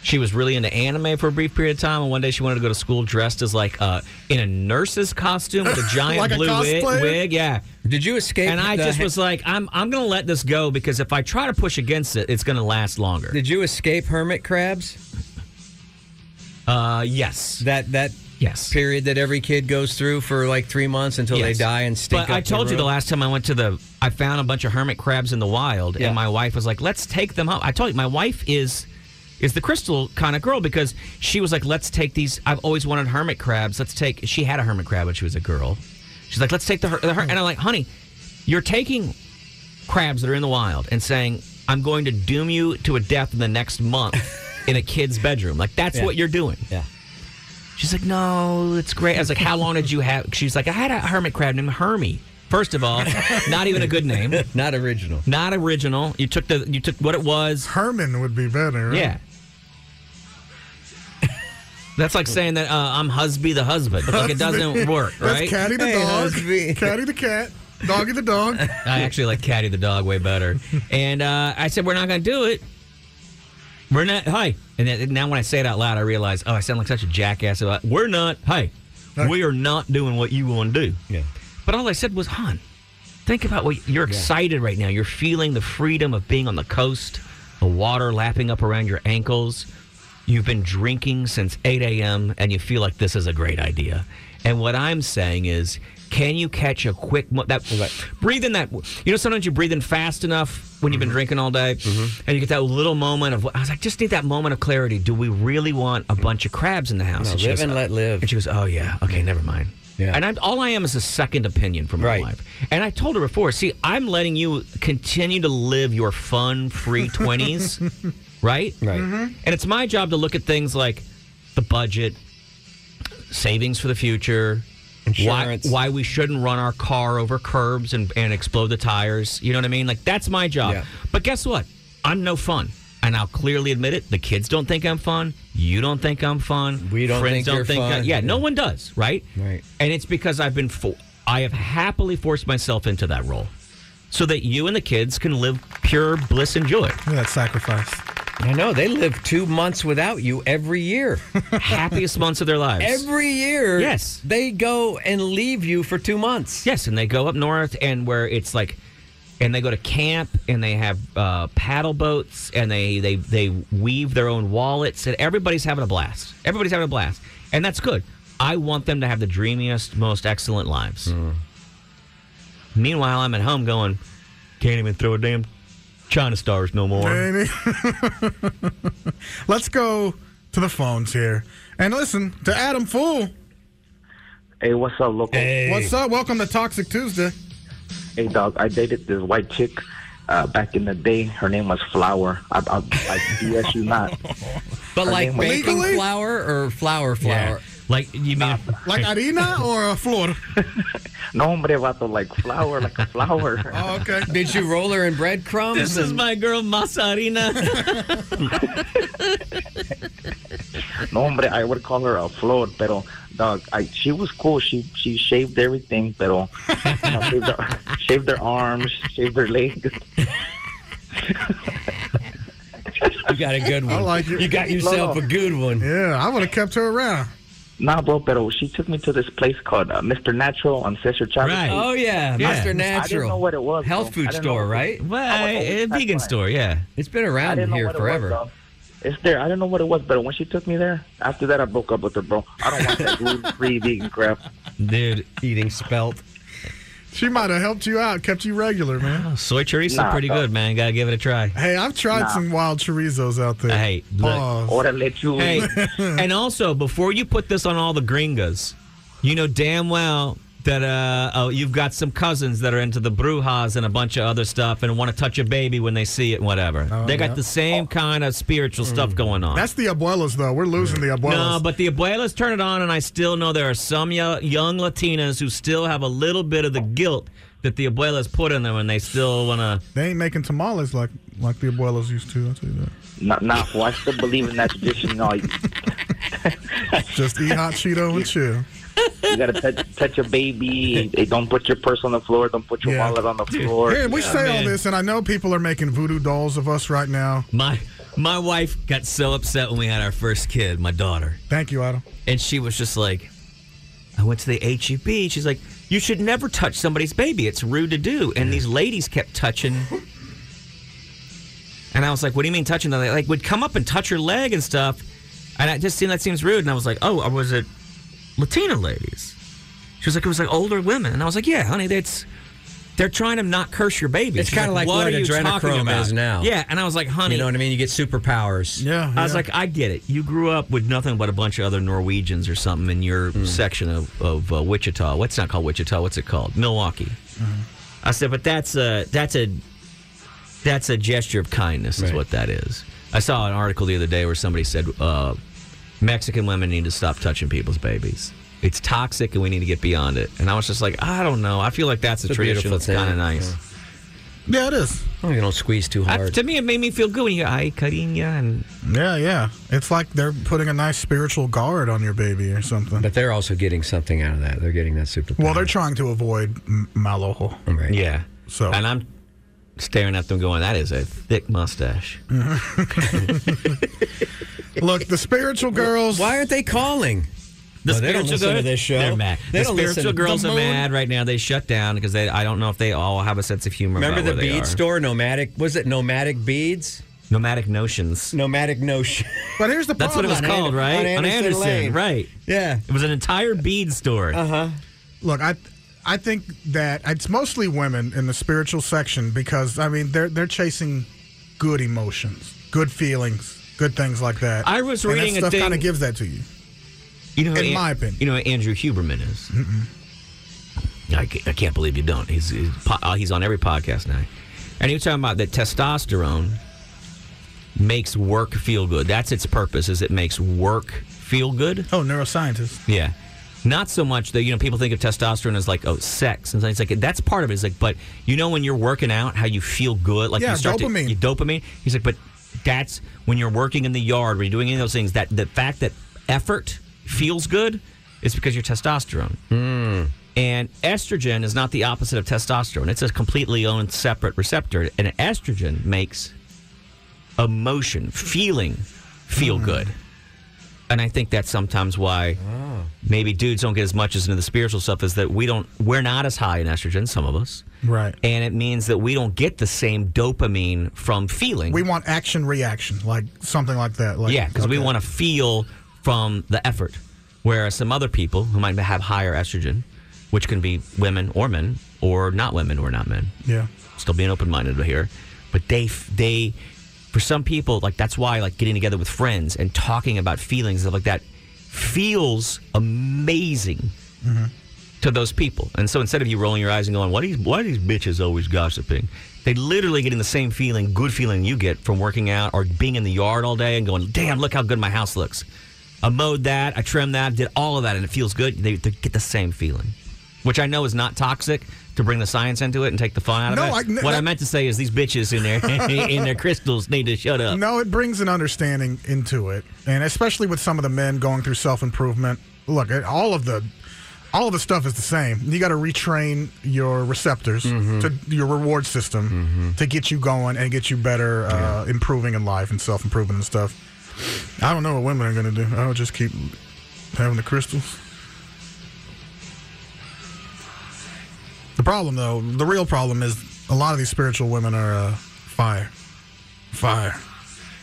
[SPEAKER 3] She was really into anime for a brief period of time, and one day she wanted to go to school dressed as like uh, in a nurse's costume with a giant
[SPEAKER 14] Like a
[SPEAKER 3] blue wig,
[SPEAKER 14] cosplayer?
[SPEAKER 3] wig. Yeah.
[SPEAKER 14] Did you escape?
[SPEAKER 3] And I
[SPEAKER 14] the-
[SPEAKER 3] just was like, I'm I'm gonna let this go because if I try to push against it, it's gonna last longer.
[SPEAKER 14] did you escape hermit crabs?
[SPEAKER 3] Uh, yes.
[SPEAKER 14] That that
[SPEAKER 3] yes
[SPEAKER 14] period that every kid goes through for like three months until
[SPEAKER 3] Yes.
[SPEAKER 14] they die and stink.
[SPEAKER 3] But I
[SPEAKER 14] up
[SPEAKER 3] told you the
[SPEAKER 14] room?
[SPEAKER 3] last time I went to the, I found a bunch of hermit crabs in the wild, and my wife was like, "Let's take them home." I told you, my wife is is the crystal kind of girl because she was like, "Let's take these." I've always wanted hermit crabs. Let's take. She had a hermit crab when she was a girl. She's like, "Let's take the, her- the her-" and I'm like, "Honey, you're taking crabs that are in the wild and saying I'm going to doom you to a death in the next month in a kid's bedroom. Like that's
[SPEAKER 14] Yeah.
[SPEAKER 3] what you're doing."
[SPEAKER 14] Yeah.
[SPEAKER 3] She's like, no, it's great. I was like, how long did you have? She's like, I had a hermit crab named Hermie. First of all, not even a good name.
[SPEAKER 14] Not original.
[SPEAKER 3] Not original. You took the you took what it was.
[SPEAKER 2] Herman would be better.
[SPEAKER 3] Yeah. That's like saying that uh, I'm Husby the husband. Like it doesn't work,
[SPEAKER 2] That's
[SPEAKER 3] right?
[SPEAKER 2] Caddy the dog, Caddy the cat, Doggy the dog.
[SPEAKER 3] I actually like Caddy the dog way better. And uh, I said, we're not going to do it. We're not. Hi. And then, now when I say it out loud, I realize, oh, I sound like such a jackass. About, we're not. Hey, we are not doing what you want to do. Yeah. But all I said was, hon, think about what you're excited right now. You're feeling the freedom of being on the coast, the water lapping up around your ankles. You've been drinking since 8 a.m. and you feel like this is a great idea. And what I'm saying is, can you catch a quick mo- that breathe in that? You know, sometimes you breathe in fast enough when you've
[SPEAKER 14] Mm-hmm.
[SPEAKER 3] been drinking all day, and you get that little moment of. I was like, just need that moment of clarity. Do we really want a bunch of crabs in the house?
[SPEAKER 14] No,
[SPEAKER 3] she
[SPEAKER 14] live
[SPEAKER 3] goes,
[SPEAKER 14] and let live.
[SPEAKER 3] And she goes, oh yeah, okay, never mind. Yeah. And I'm, all I am is a second opinion from my wife. And I told her before, see, I'm letting you continue to live your fun, free 20s, right? Right. And it's my job to look at things like the budget, savings for the future, why,
[SPEAKER 14] Insurance.
[SPEAKER 3] why we shouldn't run our car over curbs and, and explode the tires. You know what I mean? Like, that's my job. But guess what? I'm no fun. And I'll clearly admit it. The kids don't think I'm fun. You don't think I'm fun. We
[SPEAKER 14] don't
[SPEAKER 3] Friends
[SPEAKER 14] think
[SPEAKER 3] don't
[SPEAKER 14] you're
[SPEAKER 3] think I-
[SPEAKER 14] fun.
[SPEAKER 3] yeah, no one does, right? Right. And it's because I've been for, I have happily forced myself into that role, so that you and the kids can live pure bliss and joy.
[SPEAKER 2] Look at that sacrifice.
[SPEAKER 14] I know they live two months without you every year.
[SPEAKER 3] Happiest months of their lives.
[SPEAKER 14] Every year,
[SPEAKER 3] Yes.
[SPEAKER 14] they go and leave you for two months.
[SPEAKER 3] Yes, and they go up north and where it's like, and they go to camp and they have uh, paddle boats and they they they weave their own wallets and everybody's having a blast. Everybody's having a blast, and that's good. I want them to have the dreamiest, most excellent lives.
[SPEAKER 14] Hmm.
[SPEAKER 3] Meanwhile, I'm at home going, can't even throw a damn China Stars no more.
[SPEAKER 2] Let's go to the phones here and listen to Adam Fool.
[SPEAKER 7] Hey, what's up, local?
[SPEAKER 2] What's up? Welcome to Toxic Tuesday.
[SPEAKER 7] Hey, dog. I dated this white chick uh, back in the day. Her name was Flower. I, I, I BS you not.
[SPEAKER 14] But
[SPEAKER 7] Her
[SPEAKER 14] like
[SPEAKER 7] name was-
[SPEAKER 14] baking flour or flour flour?
[SPEAKER 3] Like you mean
[SPEAKER 2] Like Arena or uh, Florida?
[SPEAKER 7] No, hombre, vato, like flower, like a flower.
[SPEAKER 2] oh, okay.
[SPEAKER 14] Did you roll her in breadcrumbs?
[SPEAKER 3] This is my girl Masarina.
[SPEAKER 7] No, hombre, I would call her a flor, pero dog, I, she was cool. She she shaved everything, pero you know, shaved, her, shaved her arms, shaved her legs.
[SPEAKER 14] You got a good one.
[SPEAKER 2] I like it.
[SPEAKER 14] You got yourself a good one.
[SPEAKER 2] Yeah, I would have kept her around.
[SPEAKER 7] Nah, bro, pero she took me to this place called uh, Mr. Natural on Cesar Chavez.
[SPEAKER 3] Right.
[SPEAKER 7] Street.
[SPEAKER 3] Oh, yeah, Mr.
[SPEAKER 7] I didn't
[SPEAKER 3] Natural.
[SPEAKER 7] know what it was.
[SPEAKER 3] Health
[SPEAKER 7] bro.
[SPEAKER 3] food
[SPEAKER 7] I didn't know
[SPEAKER 3] store,
[SPEAKER 7] what it
[SPEAKER 3] right?
[SPEAKER 7] was.
[SPEAKER 3] Well,
[SPEAKER 7] I was
[SPEAKER 3] a
[SPEAKER 7] always
[SPEAKER 3] vegan
[SPEAKER 7] fascinated.
[SPEAKER 3] store, yeah. It's been
[SPEAKER 7] I
[SPEAKER 3] around
[SPEAKER 7] didn't know
[SPEAKER 3] here
[SPEAKER 7] what it
[SPEAKER 3] forever.
[SPEAKER 7] was, though. it's there. I don't know what it was, but when she took me there, after that, I broke up with her, bro. I don't want that gluten-free vegan crap.
[SPEAKER 3] Dude, eating spelt.
[SPEAKER 2] She might have helped you out, kept you regular, man.
[SPEAKER 3] Oh, Soy chorizo,
[SPEAKER 2] Nah,
[SPEAKER 3] pretty
[SPEAKER 2] dog.
[SPEAKER 3] good, man. Gotta give it a try.
[SPEAKER 2] Hey, I've tried
[SPEAKER 3] Nah.
[SPEAKER 2] some wild chorizos out there.
[SPEAKER 3] Hey, look.
[SPEAKER 2] Pause.
[SPEAKER 3] Hey, and also before you put this on all the gringas, you know damn well that uh, oh, you've got some cousins that are into the brujas and a bunch of other stuff and want to touch a baby when they see it, whatever.
[SPEAKER 2] Oh,
[SPEAKER 3] they got
[SPEAKER 2] yeah. Mm.
[SPEAKER 3] the same kind of spiritual stuff going on.
[SPEAKER 2] That's the abuelas, though. We're losing the abuelas.
[SPEAKER 3] No, but the abuelas turn it on, and I still know there are some yo- young Latinas who still have a little bit of the guilt that the abuelas put in them, and they still want to.
[SPEAKER 2] They ain't making tamales like like the abuelas used to. I'll tell you that.
[SPEAKER 7] Nah, nah, fool. I still believe in that tradition. No, you,
[SPEAKER 2] Just eat hot Cheeto and chill.
[SPEAKER 7] you gotta touch, touch your baby. Hey, don't put your purse on the floor. Don't put your
[SPEAKER 2] Yeah.
[SPEAKER 7] wallet on the floor.
[SPEAKER 2] Here, we say all this, and I know people are making voodoo dolls of us right now.
[SPEAKER 3] My my wife got so upset when we had our first kid, my daughter,
[SPEAKER 2] Thank you, Adam.
[SPEAKER 3] and she was just like, "I went to the HEB." She's like, "You should never touch somebody's baby. It's rude to do." And these ladies kept touching. And I was like, "What do you mean touching?" They like would come up and touch her leg and stuff, and I just seen that seems rude. And I was like, "Oh, was it Latina ladies?" She was like, "It was like older women," and I was like, "Yeah, honey, that's." They're trying to not curse your baby.
[SPEAKER 1] It's
[SPEAKER 3] She's
[SPEAKER 1] kinda like
[SPEAKER 3] what
[SPEAKER 1] what
[SPEAKER 3] are you talking
[SPEAKER 1] adrenochrome
[SPEAKER 3] about?"
[SPEAKER 1] is now.
[SPEAKER 3] Yeah, and I was like, honey,
[SPEAKER 1] You know what I mean? You get superpowers.
[SPEAKER 2] Yeah.
[SPEAKER 3] I was like, I get it. You grew up with nothing but a bunch of other Norwegians or something in your
[SPEAKER 1] Hmm.
[SPEAKER 3] section of, of uh, Wichita. What's not called Wichita? What's it called? Milwaukee. I said, but that's a that's a that's a gesture of kindness, is what that is. I saw an article the other day where somebody said uh, Mexican women need to stop touching people's babies. It's toxic, and we need to get beyond it. And I was just like, I don't know. I feel like that's a,
[SPEAKER 1] It's a
[SPEAKER 3] tradition
[SPEAKER 1] beautiful
[SPEAKER 3] that's kind of
[SPEAKER 1] thing,
[SPEAKER 3] nice.
[SPEAKER 2] Yeah, it is.
[SPEAKER 1] Oh, you don't squeeze too
[SPEAKER 3] I-
[SPEAKER 1] hard.
[SPEAKER 3] to me, it made me feel good when you go, ay, cariño, and
[SPEAKER 2] Yeah, yeah. It's like they're putting a nice spiritual guard on your baby or something.
[SPEAKER 1] But they're also getting something out of that. They're getting that superpower.
[SPEAKER 2] Well, they're trying to avoid m- malojo.
[SPEAKER 1] Right.
[SPEAKER 3] Yeah.
[SPEAKER 2] So
[SPEAKER 3] and I'm staring at them, going, "That is a thick mustache."
[SPEAKER 2] Uh-huh. Look, the spiritual girls.
[SPEAKER 1] Why aren't they calling?
[SPEAKER 3] The
[SPEAKER 1] No, they don't listen
[SPEAKER 3] girl-
[SPEAKER 1] to this show.
[SPEAKER 3] They're mad.
[SPEAKER 1] They
[SPEAKER 3] the
[SPEAKER 1] don't
[SPEAKER 3] spiritual
[SPEAKER 1] listen.
[SPEAKER 3] girls
[SPEAKER 1] The
[SPEAKER 3] are
[SPEAKER 1] moon-
[SPEAKER 3] mad right now. They shut down because they. I don't know if they all have a sense of humor.
[SPEAKER 1] Remember
[SPEAKER 3] about
[SPEAKER 1] the
[SPEAKER 3] where they
[SPEAKER 1] bead
[SPEAKER 3] are.
[SPEAKER 1] store, Nomadic? Was it Nomadic Beads?
[SPEAKER 3] Nomadic Notions.
[SPEAKER 1] Nomadic Notion.
[SPEAKER 2] But here's the
[SPEAKER 3] That's what it was called, right?
[SPEAKER 1] On Anderson, Lane.
[SPEAKER 3] right?
[SPEAKER 1] Yeah.
[SPEAKER 3] It was an entire bead store. Uh huh.
[SPEAKER 2] Look, I I think that it's mostly women in the spiritual section because I mean they're they're chasing good emotions, good feelings, good things like that.
[SPEAKER 3] I was reading
[SPEAKER 2] and that
[SPEAKER 3] a
[SPEAKER 2] stuff
[SPEAKER 3] thing-
[SPEAKER 2] kind of gives that to you.
[SPEAKER 3] You know, who
[SPEAKER 2] In
[SPEAKER 3] An-
[SPEAKER 2] my opinion.
[SPEAKER 3] you know who Andrew Huberman is. I can't, I can't believe you don't. He's he's, po- uh, he's on every podcast now, and he was talking about that testosterone makes work feel good. That's its purpose. Is it makes work feel good?
[SPEAKER 2] Oh, neuroscientist.
[SPEAKER 3] Yeah. Not so much that you know people think of testosterone as like oh sex and things like that. that's part of it. It's like but you know when you're working out how you feel good like
[SPEAKER 2] Yeah,
[SPEAKER 3] you start
[SPEAKER 2] dopamine.
[SPEAKER 3] To, you dopamine. He's like but that's when you're working in the yard when you're doing any of those things that the fact that effort feels good is because your testosterone. And estrogen is not the opposite of testosterone. It's a completely own separate receptor and estrogen makes emotion, feeling feel good. And I think that's sometimes why maybe dudes don't get as much as into the spiritual stuff is that we don't we're not as high in estrogen, some of us.
[SPEAKER 2] Right.
[SPEAKER 3] And it means that we don't get the same dopamine from feeling.
[SPEAKER 2] We want action reaction, like something like that. Like,
[SPEAKER 3] yeah, because we
[SPEAKER 2] okay.
[SPEAKER 3] want to feel from the effort. Whereas some other people who might have higher estrogen, which can be women or men, or not women or not men.
[SPEAKER 2] Yeah.
[SPEAKER 3] Still being open minded here, but they f- they for some people like that's why like getting together with friends and talking about feelings and stuff like that feels amazing
[SPEAKER 2] Mm-hmm.
[SPEAKER 3] to those people. And so instead of you rolling your eyes and going, "Why these why are these bitches always gossiping?" They literally getting the same feeling, good feeling you get from working out or being in the yard all day and going, "Damn, look how good my house looks." I mowed that, I trimmed that, did all of that, and it feels good. They, they get the same feeling, which I know is not toxic. To bring the science into it and take the fun out of
[SPEAKER 2] No, I-
[SPEAKER 3] it. what I meant to say is these bitches in their in their crystals need to shut up.
[SPEAKER 2] No, it brings an understanding into it, and especially with some of the men going through self improvement. Look, it- all of the, all of the stuff is the same. You got to retrain your receptors to your reward system to get you going and get you better, uh, improving in life and self improvement and stuff. I don't know what women are going to do. I'll just keep Having the crystals. The problem, though, the real problem is a lot of these spiritual women are uh, fire. Fire.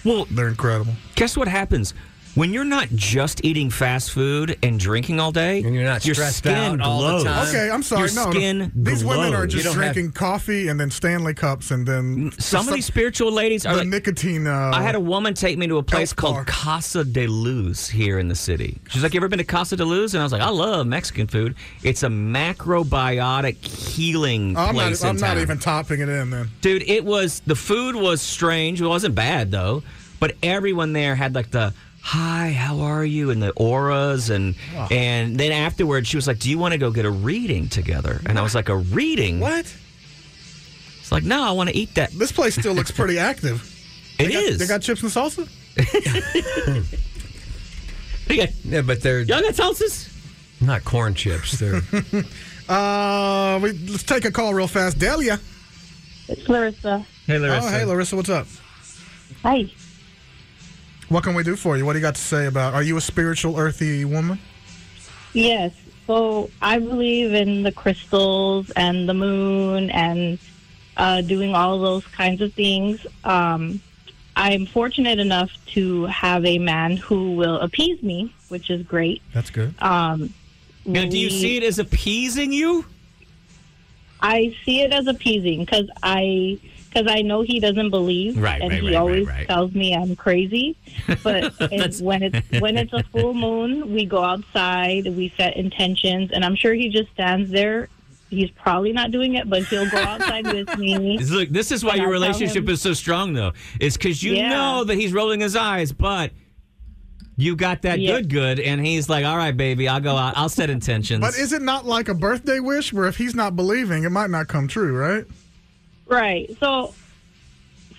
[SPEAKER 3] Well,
[SPEAKER 2] they're incredible.
[SPEAKER 3] Guess what happens? When you're not just eating fast food and drinking all day, and you're not your
[SPEAKER 1] stressed
[SPEAKER 3] skin
[SPEAKER 1] out all the
[SPEAKER 3] glows.
[SPEAKER 1] time.
[SPEAKER 2] Okay, I'm sorry.
[SPEAKER 3] Your
[SPEAKER 2] no,
[SPEAKER 3] skin
[SPEAKER 2] these women are
[SPEAKER 3] glows.
[SPEAKER 2] just drinking coffee and then Stanley cups and then
[SPEAKER 3] Some of these spiritual ladies are
[SPEAKER 2] the
[SPEAKER 3] like-
[SPEAKER 2] nicotine. Uh,
[SPEAKER 3] I had a woman take me to a place called Casa de Luz here in the city. She's like, "You ever been to Casa de Luz?" And I was like, "I love Mexican food. It's a macrobiotic healing
[SPEAKER 2] I'm
[SPEAKER 3] place
[SPEAKER 2] not.
[SPEAKER 3] in
[SPEAKER 2] I'm
[SPEAKER 3] town."
[SPEAKER 2] not even topping it in then.
[SPEAKER 3] Dude, it was the food was strange. It wasn't bad though, but everyone there had like the hi, how are you, and the auras, and
[SPEAKER 14] Wow.
[SPEAKER 3] and then afterwards she was like, "Do you want to go get a reading together?" And I was like, "A reading? What?" It's like, no, I want to eat that.
[SPEAKER 2] This place still looks pretty active.
[SPEAKER 3] It
[SPEAKER 2] They got-
[SPEAKER 3] is.
[SPEAKER 2] They got chips and salsa.
[SPEAKER 1] yeah, but they're
[SPEAKER 3] y'all got salsas.
[SPEAKER 1] Not corn chips. They're
[SPEAKER 2] uh, we, let's take a call real fast. Delia.
[SPEAKER 15] It's Larissa.
[SPEAKER 3] Hey,
[SPEAKER 2] Oh, hey, Larissa. What's up?
[SPEAKER 15] Hi.
[SPEAKER 2] What can we do for you? What do you got to say about? Are you a spiritual, earthy woman?
[SPEAKER 15] Yes. So I believe in the crystals and the moon and uh, doing all those kinds of things. Um, I'm fortunate enough to have a man who will appease me, which is great.
[SPEAKER 2] That's good.
[SPEAKER 15] Um,
[SPEAKER 3] Mm-hmm. Now, do you
[SPEAKER 15] we-
[SPEAKER 3] see it as appeasing you?
[SPEAKER 15] I see it as appeasing because I because I know he doesn't believe,
[SPEAKER 3] Right,
[SPEAKER 15] and
[SPEAKER 3] right,
[SPEAKER 15] he
[SPEAKER 3] right, right,
[SPEAKER 15] always
[SPEAKER 3] right.
[SPEAKER 15] tells me I'm crazy. But it's, when it's when it's a full moon, we go outside, we set intentions, and I'm sure he just stands there. He's probably not doing it, but he'll go outside with me.
[SPEAKER 3] Look, this is why
[SPEAKER 15] And
[SPEAKER 3] your
[SPEAKER 15] I'll tell
[SPEAKER 3] relationship
[SPEAKER 15] him-
[SPEAKER 3] is so strong, though. It's because you
[SPEAKER 15] Yeah.
[SPEAKER 3] know that he's rolling his eyes, but you got that
[SPEAKER 2] Yeah.
[SPEAKER 3] good, good, and he's like, "All right, baby, I'll go out. I'll set intentions."
[SPEAKER 2] But is it not like a birthday wish where if he's not believing, it might not come true, right?
[SPEAKER 15] Right. So,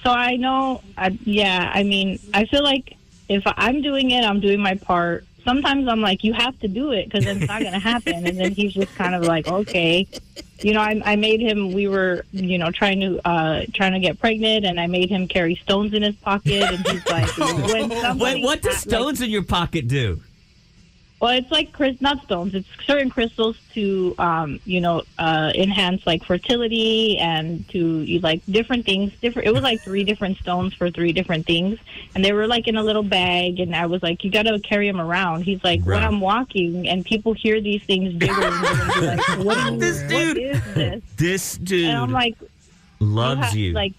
[SPEAKER 15] so I know. I, yeah. I mean, I feel like if I'm doing it, I'm doing my part. Sometimes I'm like, you have to do it because it's not going to happen. And then he's just kind of like, okay, you know, I, I made him. We were, you know, trying to uh, trying to get pregnant, and I made him carry stones in his pocket. And he's like, when somebody
[SPEAKER 3] Wait, what do
[SPEAKER 15] ha-
[SPEAKER 3] stones in your pocket do?
[SPEAKER 15] well, it's like crys- not stones. It's certain crystals to, um, you know, uh, enhance like fertility and to you, like different things. Different. It was like three different stones for three different things, and they were like in a little bag. And I was like, you got to carry them around. He's like, when
[SPEAKER 14] Right.
[SPEAKER 15] I'm walking and people hear these things jiggling, they're gonna be like, what, this what is this?
[SPEAKER 3] This dude
[SPEAKER 15] And I'm like,
[SPEAKER 3] loves
[SPEAKER 15] ha-
[SPEAKER 3] you.
[SPEAKER 15] Like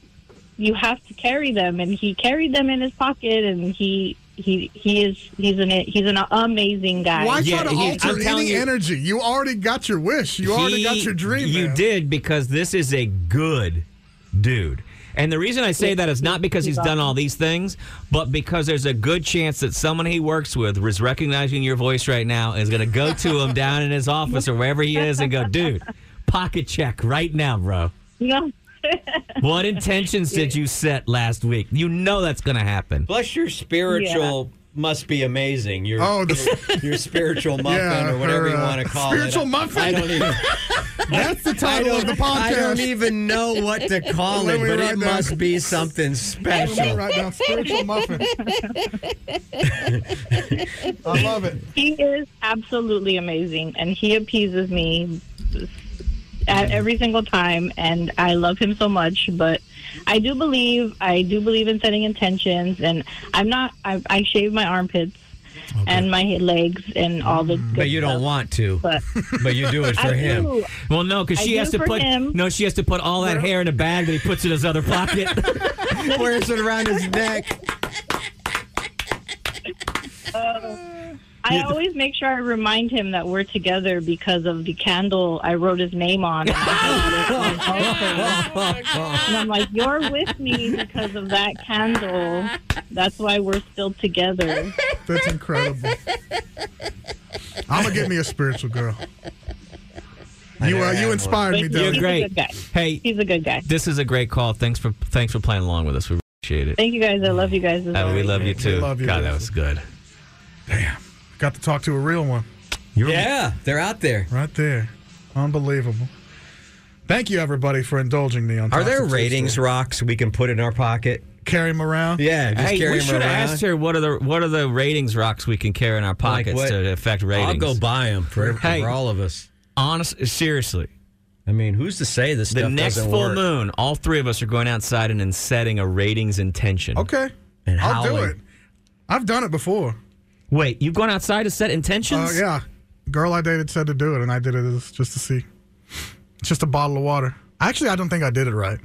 [SPEAKER 15] you have to carry them, and he carried them in his pocket, and he he he is he's an he's an amazing guy.
[SPEAKER 2] Why try to alter any energy? You already got your wish. You already got
[SPEAKER 3] He-
[SPEAKER 2] your dream.
[SPEAKER 3] You
[SPEAKER 2] man.
[SPEAKER 3] did because this is a good dude. And the reason I say that is not because he's done all these things, but because there's a good chance that someone he works with is recognizing your voice right now is going to go to him down in his office or wherever he is and go, dude, pocket check right now, bro.
[SPEAKER 15] No.
[SPEAKER 3] What intentions did you set last week? You know that's going to happen.
[SPEAKER 4] Plus, your spiritual must be amazing. Your
[SPEAKER 3] Oh,
[SPEAKER 4] your, your spiritual muffin
[SPEAKER 3] Yeah,
[SPEAKER 4] or whatever
[SPEAKER 3] her,
[SPEAKER 4] you
[SPEAKER 3] uh,
[SPEAKER 4] want to call
[SPEAKER 2] spiritual
[SPEAKER 4] it.
[SPEAKER 2] muffin?
[SPEAKER 4] I don't even.
[SPEAKER 2] That's the title
[SPEAKER 4] I
[SPEAKER 2] of the
[SPEAKER 4] don't- I don't
[SPEAKER 2] podcast.
[SPEAKER 4] even know what to call
[SPEAKER 2] Let
[SPEAKER 4] it,
[SPEAKER 2] me
[SPEAKER 4] but
[SPEAKER 2] write
[SPEAKER 4] it
[SPEAKER 2] down-
[SPEAKER 4] must be something
[SPEAKER 2] Let me
[SPEAKER 4] special.
[SPEAKER 2] write down spiritual muffin.
[SPEAKER 15] I
[SPEAKER 2] love it.
[SPEAKER 15] He is absolutely amazing, and he appeases me at every single time, and I love him so much. But I do believe, I do believe in setting intentions, and I'm not. I, I shave my armpits and my legs and all the.
[SPEAKER 2] Mm-hmm.
[SPEAKER 3] But you don't want to.
[SPEAKER 15] But,
[SPEAKER 3] But you do
[SPEAKER 15] it for I him. do.
[SPEAKER 3] Well, no,
[SPEAKER 15] I
[SPEAKER 3] because she
[SPEAKER 15] do
[SPEAKER 3] has to
[SPEAKER 15] for
[SPEAKER 3] put
[SPEAKER 15] him.
[SPEAKER 3] no, she has to put all that hair in a bag that he puts in his other pocket.
[SPEAKER 4] Wears it around his neck.
[SPEAKER 15] I always make sure I remind him that we're together because of the candle I wrote his name on. and I'm like, you're with me because of that candle. That's why we're still together.
[SPEAKER 2] That's incredible. I'm gonna get me a spiritual girl. You uh, you inspired me. Dylan.
[SPEAKER 3] You're great. Hey,
[SPEAKER 15] he's a good guy.
[SPEAKER 3] This is a great call. Thanks for thanks for playing along with us. We appreciate it.
[SPEAKER 15] Thank you guys. I love you guys. as
[SPEAKER 3] Uh, we
[SPEAKER 15] always.
[SPEAKER 3] love you too.
[SPEAKER 2] We love you.
[SPEAKER 3] God, that was good.
[SPEAKER 2] Got to talk to a real one.
[SPEAKER 4] yeah, they're out there.
[SPEAKER 2] Right there. Unbelievable. Thank you, everybody, for indulging me on.
[SPEAKER 4] Are
[SPEAKER 2] Toxic
[SPEAKER 4] there
[SPEAKER 2] Tuesday.
[SPEAKER 4] ratings rocks we can put in our pocket?
[SPEAKER 2] carry him around. Yeah,
[SPEAKER 3] hey, we should have asked her what are the what are the ratings rocks we can carry in our pockets
[SPEAKER 1] what?
[SPEAKER 3] to affect ratings.
[SPEAKER 1] I'll go buy them for, every-
[SPEAKER 3] Hey.
[SPEAKER 1] for all of us.
[SPEAKER 3] Honest, seriously.
[SPEAKER 1] I mean, who's to say this
[SPEAKER 3] The
[SPEAKER 1] stuff
[SPEAKER 3] next
[SPEAKER 1] doesn't
[SPEAKER 3] full
[SPEAKER 1] work?
[SPEAKER 3] moon, all three of us are going outside and, and setting a ratings intention.
[SPEAKER 2] Okay,
[SPEAKER 3] and
[SPEAKER 2] I'll do
[SPEAKER 3] howling.
[SPEAKER 2] it. I've done it before.
[SPEAKER 3] Wait, you've gone outside to set intentions?
[SPEAKER 2] Oh yeah, girl I dated said to do it, and I did it as- just to see. It's just a bottle of water. Actually, I don't think I did it right.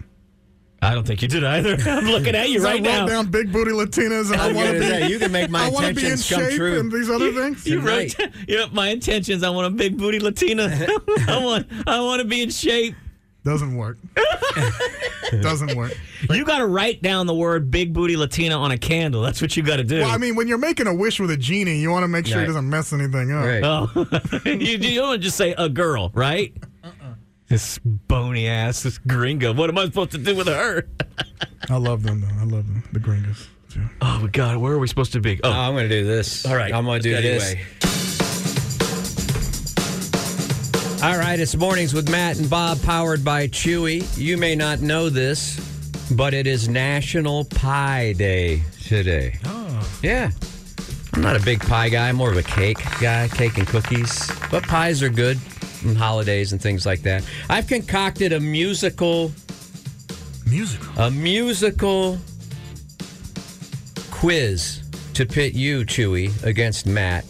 [SPEAKER 3] I don't think you did either. I'm looking at you
[SPEAKER 2] So
[SPEAKER 3] right
[SPEAKER 2] I
[SPEAKER 3] now.
[SPEAKER 2] wrote down big booty Latinas, and
[SPEAKER 3] I
[SPEAKER 2] I
[SPEAKER 3] was
[SPEAKER 2] want to
[SPEAKER 3] gonna
[SPEAKER 2] be.
[SPEAKER 3] say, you can make my
[SPEAKER 2] I wanna be in
[SPEAKER 3] intentions come
[SPEAKER 2] shape
[SPEAKER 3] true.
[SPEAKER 2] and these other things.
[SPEAKER 3] You wrote, yeah, my intentions. I want a big booty Latina. I want, I want to be in shape.
[SPEAKER 2] Doesn't work. Doesn't work.
[SPEAKER 3] You got to write down the word big booty Latina on a candle. That's what you got to do.
[SPEAKER 2] Well, I mean, when you're making a wish with a genie, you want to make sure
[SPEAKER 3] Right.
[SPEAKER 2] it doesn't mess anything up.
[SPEAKER 3] Oh, you, you don't just say a girl, right?
[SPEAKER 2] Uh-uh.
[SPEAKER 3] This bony ass, this gringo. What am I supposed to do with her?
[SPEAKER 2] I love them, though. I love them. The gringos.
[SPEAKER 3] Oh my God, where are we supposed to be? Oh,
[SPEAKER 1] I'm going to do this. All right, I'm going to do
[SPEAKER 3] Let's do it
[SPEAKER 1] this. All right, it's mornings with Matt and Bob, powered by Chewy. You may not know this, but it is National Pie Day today.
[SPEAKER 2] Oh.
[SPEAKER 1] Yeah. I'm not a big pie guy. I'm more of a cake guy, cake and cookies. But pies are good on holidays and things like that. I've concocted a musical.
[SPEAKER 2] Musical?
[SPEAKER 1] A musical quiz to pit you, Chewy, against Matt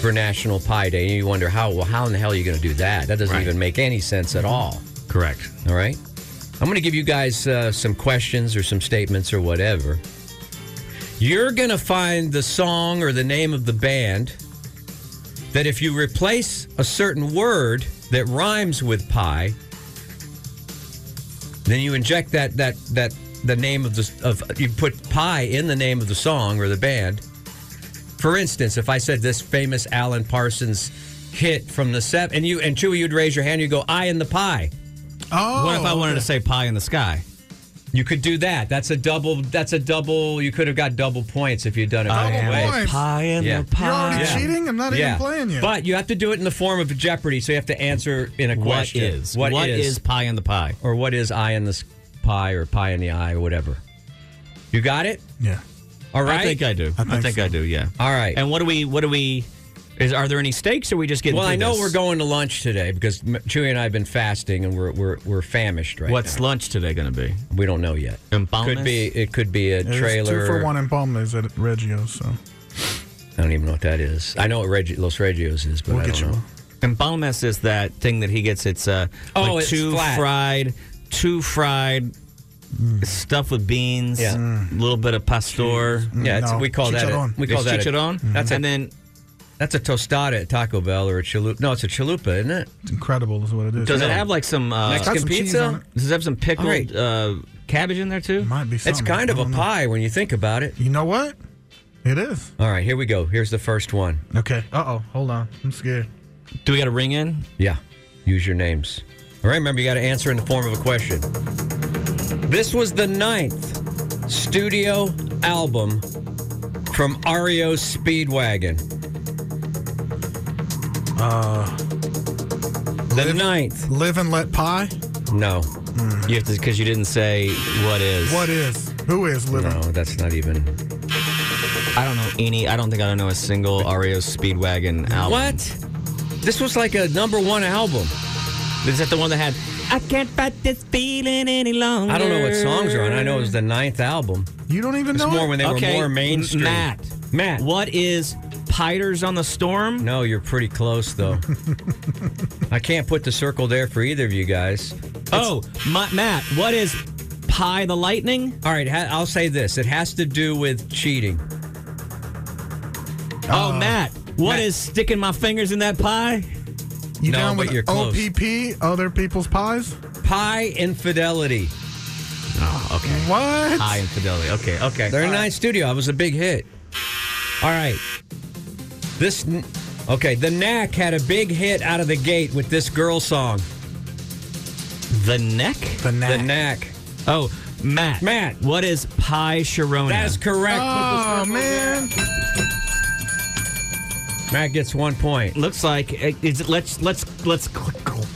[SPEAKER 1] for National Pie Day. And you wonder, how, well, how in the hell are you going to do that? That doesn't even make any sense at all.
[SPEAKER 3] Correct.
[SPEAKER 1] All right. I'm going to give you guys uh, some questions or some statements or whatever. You're going to find the song or the name of the band that if you replace a certain word that rhymes with pie, then you inject that that that the name of the of you put pie in the name of the song or the band. For instance, if I said this famous Alan Parsons hit from the set, and you and Chewy, you'd raise your hand, you go, "I in the pie."
[SPEAKER 2] Oh,
[SPEAKER 3] What if I wanted to say pie in the sky?
[SPEAKER 1] You could do that. That's a double. That's a double. You could have got double points if you'd done it.
[SPEAKER 3] I
[SPEAKER 1] the
[SPEAKER 3] am
[SPEAKER 1] way.
[SPEAKER 3] a pie in the pie.
[SPEAKER 2] You're already
[SPEAKER 1] Yeah.
[SPEAKER 2] cheating? I'm not
[SPEAKER 1] Yeah.
[SPEAKER 2] even playing yet.
[SPEAKER 1] But you have to do it in the form of Jeopardy, so you have to answer in a
[SPEAKER 3] What
[SPEAKER 1] question.
[SPEAKER 3] is? What is pie in the pie?
[SPEAKER 1] Or what is eye in the s- pie or pie in the eye or whatever. You got it?
[SPEAKER 2] Yeah.
[SPEAKER 1] All right.
[SPEAKER 3] I think I do. I think, I, do. Yeah.
[SPEAKER 1] All right.
[SPEAKER 3] And what do we? What do we? Is are there any stakes? Or are we just getting?
[SPEAKER 1] Well,
[SPEAKER 3] through
[SPEAKER 1] I know
[SPEAKER 3] this?
[SPEAKER 1] we're going to lunch today because M- Chewy and I have been fasting and we're we're, we're famished right
[SPEAKER 3] What's
[SPEAKER 1] now.
[SPEAKER 3] lunch today going to be?
[SPEAKER 1] We don't know yet. Could be it could be a
[SPEAKER 2] There's
[SPEAKER 1] trailer.
[SPEAKER 2] two for one in Palmas at Reggio's. So
[SPEAKER 1] I don't even know what that is. I know what Reg- Los Regios is, but
[SPEAKER 2] We'll
[SPEAKER 1] I
[SPEAKER 2] get
[SPEAKER 1] don't
[SPEAKER 2] you
[SPEAKER 1] know.
[SPEAKER 2] one.
[SPEAKER 3] And balmes is that thing that he gets. It's uh,
[SPEAKER 1] Oh,
[SPEAKER 3] like
[SPEAKER 1] it's
[SPEAKER 3] two
[SPEAKER 1] flat.
[SPEAKER 3] fried, two fried stuff with beans, a
[SPEAKER 1] Yeah.
[SPEAKER 3] little bit of pastor.
[SPEAKER 1] Yeah, it's,
[SPEAKER 2] Mm, No,
[SPEAKER 1] we call that.
[SPEAKER 2] chicharrón.
[SPEAKER 1] A, we call
[SPEAKER 3] It's
[SPEAKER 1] that. a-
[SPEAKER 3] chicharrón?
[SPEAKER 1] That's a,
[SPEAKER 3] And then
[SPEAKER 1] that's a tostada at Taco Bell or a chalupa. No, it's a chalupa, isn't it?
[SPEAKER 2] it's incredible, is what it is.
[SPEAKER 3] Does it
[SPEAKER 2] Yeah.
[SPEAKER 3] have like some uh,
[SPEAKER 1] Mexican Got some cheese pizza? on it.
[SPEAKER 3] Does it have some pickled
[SPEAKER 1] All right.
[SPEAKER 3] uh, cabbage in there too?
[SPEAKER 2] Might be
[SPEAKER 1] It's
[SPEAKER 2] something.
[SPEAKER 1] kind of
[SPEAKER 2] I
[SPEAKER 1] a
[SPEAKER 2] don't know.
[SPEAKER 1] pie when you think about it.
[SPEAKER 2] You know what? It is.
[SPEAKER 1] All right, here we go. Here's the first one.
[SPEAKER 2] Okay. Uh oh. Hold on. I'm scared.
[SPEAKER 3] Do we got a ring in?
[SPEAKER 1] Yeah. Use your names. All right, remember, you got to answer in the form of a question. This was the ninth studio album from REO Speedwagon.
[SPEAKER 2] Uh,
[SPEAKER 1] The ninth.
[SPEAKER 2] live and let pie.
[SPEAKER 1] No.
[SPEAKER 3] You have to because you didn't say what is.
[SPEAKER 2] What is? Who is living?
[SPEAKER 1] No, that's not even.
[SPEAKER 3] I don't know any. I don't think I don't know a single
[SPEAKER 1] E
[SPEAKER 3] REO Speedwagon album.
[SPEAKER 1] What? This was like a number one album.
[SPEAKER 3] Is that the one that had? I can't fight this feeling any longer.
[SPEAKER 1] I don't know what songs are on. I know it was the ninth album.
[SPEAKER 2] You don't even
[SPEAKER 1] It's
[SPEAKER 2] know.
[SPEAKER 1] more
[SPEAKER 2] it?
[SPEAKER 1] when they
[SPEAKER 3] okay,
[SPEAKER 1] were more mainstream.
[SPEAKER 3] Matt.
[SPEAKER 1] Matt.
[SPEAKER 3] What is Piters on the Storm?
[SPEAKER 1] No, you're pretty close though. I can't put the circle there for either of you guys.
[SPEAKER 3] Oh, Ma- Matt. What is Pie the Lightning?
[SPEAKER 1] All right, ha- I'll say this: it has to do with cheating.
[SPEAKER 3] Oh,
[SPEAKER 2] Uh,
[SPEAKER 3] Matt. What is
[SPEAKER 1] Matt.
[SPEAKER 3] sticking my fingers in that pie?
[SPEAKER 2] you
[SPEAKER 1] no,
[SPEAKER 2] down
[SPEAKER 1] but
[SPEAKER 2] with
[SPEAKER 1] you're close.
[SPEAKER 2] OPP, other people's pies?
[SPEAKER 1] Pie infidelity.
[SPEAKER 3] Oh, okay.
[SPEAKER 2] What?
[SPEAKER 3] Pie infidelity. Okay, okay.
[SPEAKER 1] Their ninth studio. It was a big hit. All right. This. n- Okay, the Knack had a big hit out of the gate with this girl song.
[SPEAKER 3] The neck?
[SPEAKER 2] The
[SPEAKER 1] The
[SPEAKER 2] neck.
[SPEAKER 1] Knack.
[SPEAKER 3] Oh, Matt.
[SPEAKER 1] Matt.
[SPEAKER 3] What is Pie Sharona?
[SPEAKER 1] That is correct.
[SPEAKER 2] Oh man.
[SPEAKER 1] Matt gets one point.
[SPEAKER 3] Looks like eh, it- it's, let's let's let's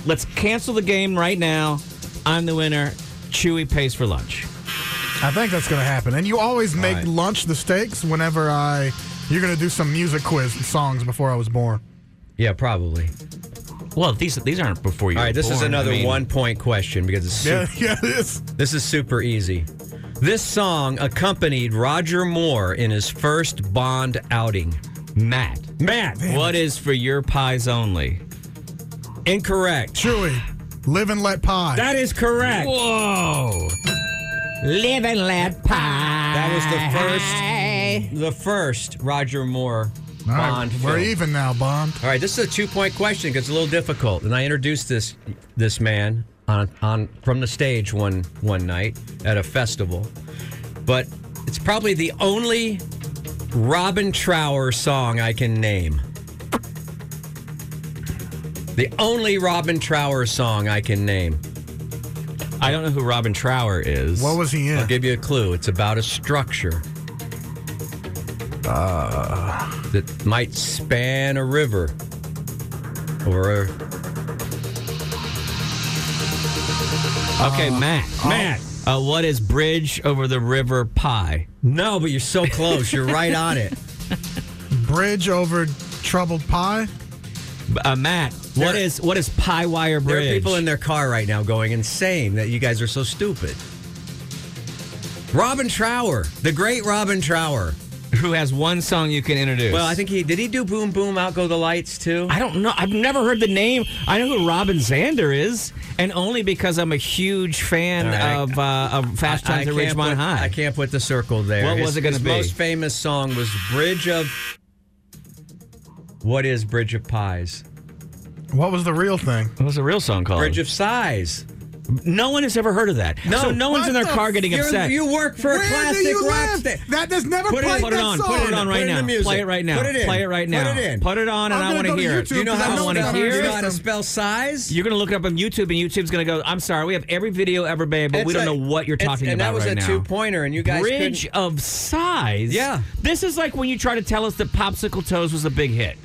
[SPEAKER 3] let's cancel the game right now. I'm the winner. Chewy pays for lunch.
[SPEAKER 2] I think that's going to happen. And you always make lunch the stakes whenever I. You're going to do some music quiz and songs before I was born.
[SPEAKER 1] Yeah, probably.
[SPEAKER 3] Well, these these aren't before you.
[SPEAKER 1] All right,
[SPEAKER 3] were
[SPEAKER 1] this is
[SPEAKER 3] born. I
[SPEAKER 1] another
[SPEAKER 3] mean-
[SPEAKER 1] one point question because it's
[SPEAKER 3] Yeah,
[SPEAKER 1] super,
[SPEAKER 2] yeah, it is.
[SPEAKER 1] This is super easy. This song accompanied Roger Moore in his first Bond outing.
[SPEAKER 3] Matt.
[SPEAKER 1] Matt.
[SPEAKER 3] What is for your pies only?
[SPEAKER 1] Incorrect.
[SPEAKER 2] Chewy. Live and let pie.
[SPEAKER 4] That is correct.
[SPEAKER 3] Whoa. Live and let pie.
[SPEAKER 1] That was the first, the first Roger Moore
[SPEAKER 2] All right,
[SPEAKER 1] Bond.
[SPEAKER 2] we're
[SPEAKER 1] film.
[SPEAKER 2] even now, Bond.
[SPEAKER 1] All right, this is a two-point question because it's a little difficult. And I introduced this this man on on from the stage one one night at a festival, but it's probably the only Robin Trower song I can name. The only Robin Trower song I can name.
[SPEAKER 3] I don't know who Robin Trower is.
[SPEAKER 2] What was he in?
[SPEAKER 1] I'll give you a clue. It's about a structure uh, that might span a river or a
[SPEAKER 3] Okay, Matt. Matt. Uh, what is bridge over the river pie?
[SPEAKER 1] No, but you're so close. You're right on it.
[SPEAKER 2] Bridge over troubled pie.
[SPEAKER 3] Uh, Matt, what is what is pie wire
[SPEAKER 1] There
[SPEAKER 3] bridge?
[SPEAKER 1] are people in their car right now going insane that you guys are so stupid. Robin Trower, the great Robin Trower.
[SPEAKER 3] who has one song you can introduce.
[SPEAKER 1] Well, I think he did. He do Boom Boom Out Go the Lights too.
[SPEAKER 3] I don't know. I've never heard the name. I know who Robin Zander is, and only because I'm a huge fan
[SPEAKER 1] All right.
[SPEAKER 3] of uh, of Fast Times at
[SPEAKER 1] can't
[SPEAKER 3] Ridgemont
[SPEAKER 1] put,
[SPEAKER 3] High.
[SPEAKER 1] I can't put the circle there.
[SPEAKER 3] What was
[SPEAKER 1] His-
[SPEAKER 3] it gonna
[SPEAKER 1] his
[SPEAKER 3] be?
[SPEAKER 1] Most famous song was Bridge of. What is Bridge of Pies?
[SPEAKER 2] What was the real thing?
[SPEAKER 3] What was the real song called?
[SPEAKER 1] Bridge of Size.
[SPEAKER 3] No one has ever heard of that.
[SPEAKER 1] No.
[SPEAKER 3] so no one's in their
[SPEAKER 1] What the
[SPEAKER 3] car getting
[SPEAKER 1] f- you're-
[SPEAKER 3] upset.
[SPEAKER 1] you work for a
[SPEAKER 2] Where do
[SPEAKER 1] classic
[SPEAKER 2] you
[SPEAKER 1] rock
[SPEAKER 2] live?
[SPEAKER 1] sta-
[SPEAKER 2] That has never
[SPEAKER 1] Put it
[SPEAKER 2] played
[SPEAKER 1] in. Put it
[SPEAKER 2] that
[SPEAKER 1] on.
[SPEAKER 2] song.
[SPEAKER 1] Put it on
[SPEAKER 3] right
[SPEAKER 1] Put it in
[SPEAKER 3] now.
[SPEAKER 1] the music.
[SPEAKER 3] Play it right now.
[SPEAKER 1] Put it in.
[SPEAKER 3] Play it right
[SPEAKER 1] Put
[SPEAKER 3] now.
[SPEAKER 1] it in.
[SPEAKER 3] Put it on, and
[SPEAKER 2] I'm
[SPEAKER 3] I
[SPEAKER 2] gonna
[SPEAKER 3] want
[SPEAKER 2] go
[SPEAKER 3] to
[SPEAKER 2] to
[SPEAKER 3] hear it.
[SPEAKER 2] YouTube
[SPEAKER 3] You know
[SPEAKER 2] 'cause I
[SPEAKER 3] how I
[SPEAKER 2] know
[SPEAKER 3] want to
[SPEAKER 2] that
[SPEAKER 3] hear
[SPEAKER 1] You
[SPEAKER 2] already.
[SPEAKER 1] know how
[SPEAKER 3] it.
[SPEAKER 1] to spell size?
[SPEAKER 3] You're gonna look it up on YouTube, and YouTube's gonna go. I'm sorry, we have every video ever made, but we don't
[SPEAKER 1] It's a-
[SPEAKER 3] know what you're
[SPEAKER 1] it's-
[SPEAKER 3] talking
[SPEAKER 1] and
[SPEAKER 3] about
[SPEAKER 1] that was
[SPEAKER 3] right
[SPEAKER 1] a
[SPEAKER 3] now.
[SPEAKER 1] two-pointer, and you guys
[SPEAKER 3] Bridge
[SPEAKER 1] couldn't-
[SPEAKER 3] of size.
[SPEAKER 1] Yeah.
[SPEAKER 3] This is like when you try to tell us that Popsicle Toes was a big hit.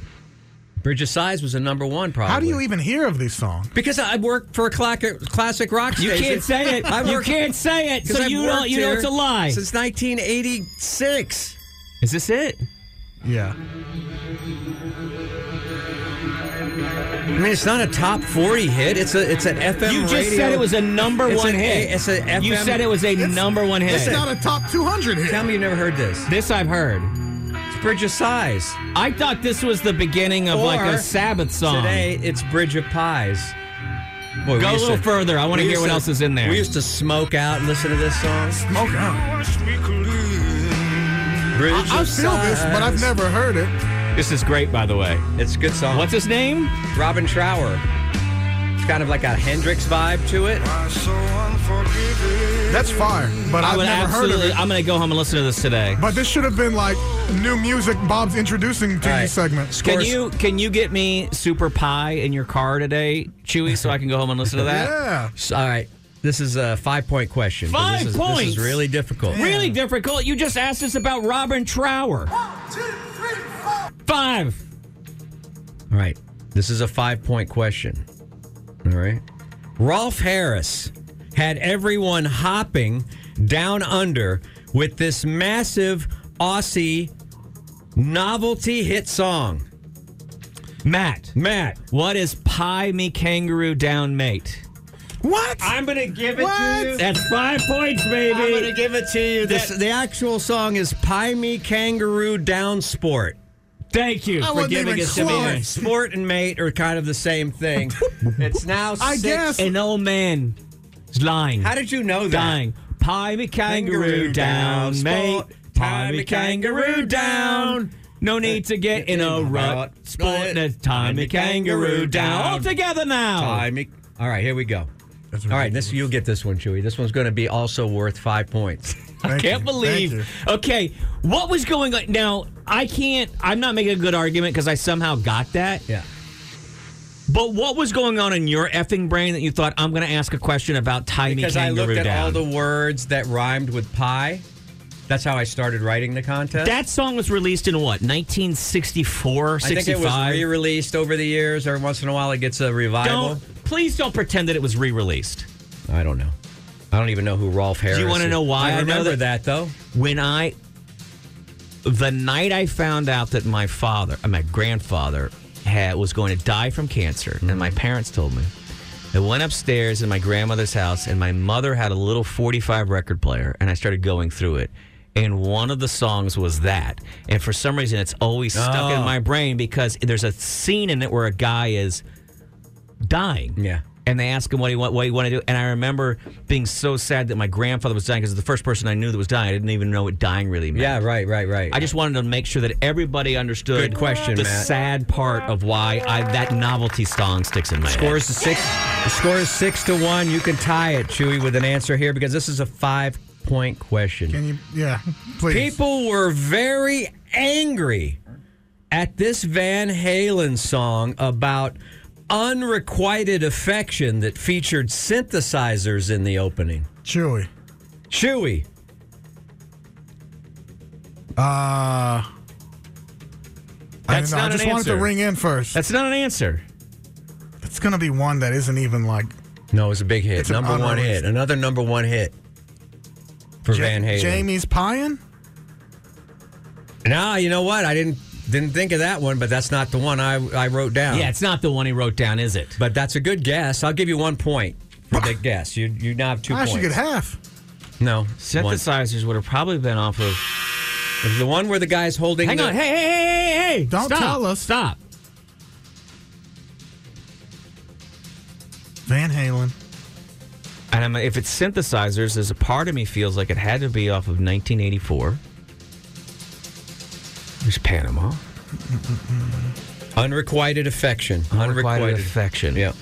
[SPEAKER 1] Bridge of Size was a number one, probably.
[SPEAKER 2] How do you even hear of these songs?
[SPEAKER 1] Because I work for a cla- classic rock
[SPEAKER 3] You
[SPEAKER 1] station.
[SPEAKER 3] can't say it.
[SPEAKER 1] I
[SPEAKER 3] you
[SPEAKER 1] work-
[SPEAKER 3] can't say it.
[SPEAKER 1] 'cause
[SPEAKER 3] So
[SPEAKER 1] I've
[SPEAKER 3] you know
[SPEAKER 1] worked
[SPEAKER 3] you know
[SPEAKER 1] here
[SPEAKER 3] it's a lie.
[SPEAKER 1] Since 1986.
[SPEAKER 3] Is this it?
[SPEAKER 2] Yeah.
[SPEAKER 1] I mean, it's not a top 40 hit. It's a it's an FM
[SPEAKER 3] You just
[SPEAKER 1] radio-
[SPEAKER 3] said it was a number
[SPEAKER 1] It's
[SPEAKER 3] one
[SPEAKER 1] an
[SPEAKER 3] hit.
[SPEAKER 1] A- it's an FM.
[SPEAKER 3] You said it was a number one hit.
[SPEAKER 2] It's not a top 200 hit.
[SPEAKER 1] Tell me you never heard this.
[SPEAKER 3] this I've heard.
[SPEAKER 1] It's Bridge of Size.
[SPEAKER 3] I thought this was the beginning of like
[SPEAKER 1] Or
[SPEAKER 3] a Sabbath song.
[SPEAKER 1] Today, it's Bridge of Pies. Boy, we
[SPEAKER 3] Go a
[SPEAKER 1] used
[SPEAKER 3] little further. I want to
[SPEAKER 1] we
[SPEAKER 3] hear
[SPEAKER 1] used
[SPEAKER 3] what
[SPEAKER 1] to-
[SPEAKER 3] else is in there.
[SPEAKER 1] We used to smoke out and listen to this song.
[SPEAKER 2] Smoke out.
[SPEAKER 1] Bridge
[SPEAKER 2] I
[SPEAKER 1] of
[SPEAKER 2] feel this, but I've
[SPEAKER 1] Sighs.
[SPEAKER 2] never heard it.
[SPEAKER 3] this is great, by the way.
[SPEAKER 1] It's a good song.
[SPEAKER 3] What's his name?
[SPEAKER 1] Robin Trower. It's kind of like a Hendrix vibe to it.
[SPEAKER 2] That's fire, but
[SPEAKER 3] I
[SPEAKER 2] I've
[SPEAKER 3] would
[SPEAKER 2] never heard of
[SPEAKER 3] absolutely.
[SPEAKER 2] it.
[SPEAKER 3] I'm going to go home and listen to this today.
[SPEAKER 2] But this should have been like new music. Bob's introducing to
[SPEAKER 1] All
[SPEAKER 2] you
[SPEAKER 1] right.
[SPEAKER 2] segment.
[SPEAKER 3] Can you can you get me super pie in your car today, Chewy, so I can go home and listen to that?
[SPEAKER 2] Yeah.
[SPEAKER 1] S- All right. This is a five point question. 'cause
[SPEAKER 3] Five
[SPEAKER 1] this is, This
[SPEAKER 3] points?
[SPEAKER 1] is really difficult.
[SPEAKER 3] Really difficult. You just asked us about Robin Trower. Five.
[SPEAKER 1] All right. This is a five point question. All right. Rolf Harris had everyone hopping down under with this massive Aussie novelty hit song.
[SPEAKER 3] Matt,
[SPEAKER 1] Matt,
[SPEAKER 3] what is pie me kangaroo down mate?
[SPEAKER 2] What?
[SPEAKER 1] I'm going to give
[SPEAKER 2] it to What? you.
[SPEAKER 3] That's five points,
[SPEAKER 1] I'm
[SPEAKER 3] baby.
[SPEAKER 1] gonna give it to you. This, the actual song is "Pie Me Kangaroo Down Sport."
[SPEAKER 3] Thank you
[SPEAKER 2] I
[SPEAKER 3] for
[SPEAKER 2] wasn't
[SPEAKER 3] giving
[SPEAKER 2] even
[SPEAKER 3] it to me.
[SPEAKER 2] close.
[SPEAKER 1] Sport and mate are kind of the same thing. It's now.
[SPEAKER 2] I
[SPEAKER 1] six.
[SPEAKER 2] guess.
[SPEAKER 3] An old man is lying.
[SPEAKER 1] How did you know that?
[SPEAKER 3] dying? Pie me kangaroo,
[SPEAKER 1] Kangaroo
[SPEAKER 3] down,
[SPEAKER 1] down,
[SPEAKER 3] mate.
[SPEAKER 1] sport.
[SPEAKER 3] Pie me kangaroo down. No need to get in a rut. Sport the tie me kangaroo down. All together now.
[SPEAKER 1] Pie me. All right, here we go.
[SPEAKER 2] That's
[SPEAKER 1] All right, this you'll get this one, Chewy. This one's going to be also worth five points.
[SPEAKER 2] Thank
[SPEAKER 3] Can't
[SPEAKER 2] you. Thank you.
[SPEAKER 3] believe. Okay, what was going on? Now I can't. I'm not making a good argument because I somehow got that.
[SPEAKER 1] Yeah.
[SPEAKER 3] But what was going on in your effing brain that you thought I'm going to ask a question about tie me
[SPEAKER 1] Because I
[SPEAKER 3] kangaroo
[SPEAKER 1] looked at
[SPEAKER 3] down?
[SPEAKER 1] all the words that rhymed with pie. That's how I started writing the contest.
[SPEAKER 3] that song was released in what 1964,
[SPEAKER 1] I think it
[SPEAKER 3] 65.
[SPEAKER 1] was re-released over the years. Every once in a while, it gets a revival.
[SPEAKER 3] don't please don't pretend that it was re-released.
[SPEAKER 1] I don't know. I don't even know who Rolf Harris.
[SPEAKER 3] Do you want to
[SPEAKER 1] is.
[SPEAKER 3] know why?
[SPEAKER 1] I remember
[SPEAKER 3] know that, though. When I, the night I found out that my father, uh, my grandfather, had was going to die from cancer, and my parents told me, I went upstairs in my grandmother's house, and my mother had a little forty-five record player, and I started going through it. And one of the songs was that. And for some reason, it's always stuck in
[SPEAKER 1] Oh.
[SPEAKER 3] my brain because there's a scene in it where a guy is dying. Yeah. And they asked him what he want, what he wanted to do. And I remember being so sad that my grandfather was dying because the first person I knew that was dying, I didn't even know what dying really meant. Yeah, right, right, right. I just wanted to make sure that everybody understood.
[SPEAKER 1] Good question,
[SPEAKER 3] The
[SPEAKER 1] Matt.
[SPEAKER 3] sad part of why I, that novelty song sticks in my head.
[SPEAKER 1] Scores to six. The score is six to one. You can tie it, Chewy, with an answer here because this is a five-point question.
[SPEAKER 2] Can you? Yeah, please.
[SPEAKER 1] People were very angry at this Van Halen song about unrequited affection that featured synthesizers in the opening.
[SPEAKER 2] Chewy.
[SPEAKER 1] Chewy.
[SPEAKER 2] Uh, I,
[SPEAKER 1] That's
[SPEAKER 2] don't know. I
[SPEAKER 1] not
[SPEAKER 2] just
[SPEAKER 1] an
[SPEAKER 2] wanted to
[SPEAKER 1] answer.
[SPEAKER 2] ring in first.
[SPEAKER 3] That's not an answer.
[SPEAKER 2] It's going to be one that isn't even like.
[SPEAKER 1] No, it was a big hit.
[SPEAKER 2] It's an
[SPEAKER 1] number one
[SPEAKER 2] unreleased.
[SPEAKER 1] hit. Another number one hit for
[SPEAKER 2] Ja-
[SPEAKER 1] Van Halen.
[SPEAKER 2] Jamie's Pyin'?
[SPEAKER 1] Nah, you know what? I didn't didn't think of that one, but that's not the one I I wrote down.
[SPEAKER 3] Yeah, it's not the one he wrote down, is it?
[SPEAKER 1] But that's a good guess. I'll give you one point for the guess. You you now have two
[SPEAKER 2] I
[SPEAKER 1] points.
[SPEAKER 2] should get half.
[SPEAKER 1] No,
[SPEAKER 3] synthesizers would have probably been off of
[SPEAKER 1] the one where the guy's holding.
[SPEAKER 3] Hang
[SPEAKER 1] the-
[SPEAKER 3] on. Hey, hey, hey, hey, hey, hey.
[SPEAKER 2] Don't
[SPEAKER 3] Stop.
[SPEAKER 2] tell us.
[SPEAKER 3] Stop.
[SPEAKER 2] Van Halen.
[SPEAKER 3] And I'm, if it's synthesizers, there's a part of me feels like it had to be off of 1984. There's Panama.
[SPEAKER 1] Unrequited affection. Unrequited,
[SPEAKER 3] affection.
[SPEAKER 1] Yeah.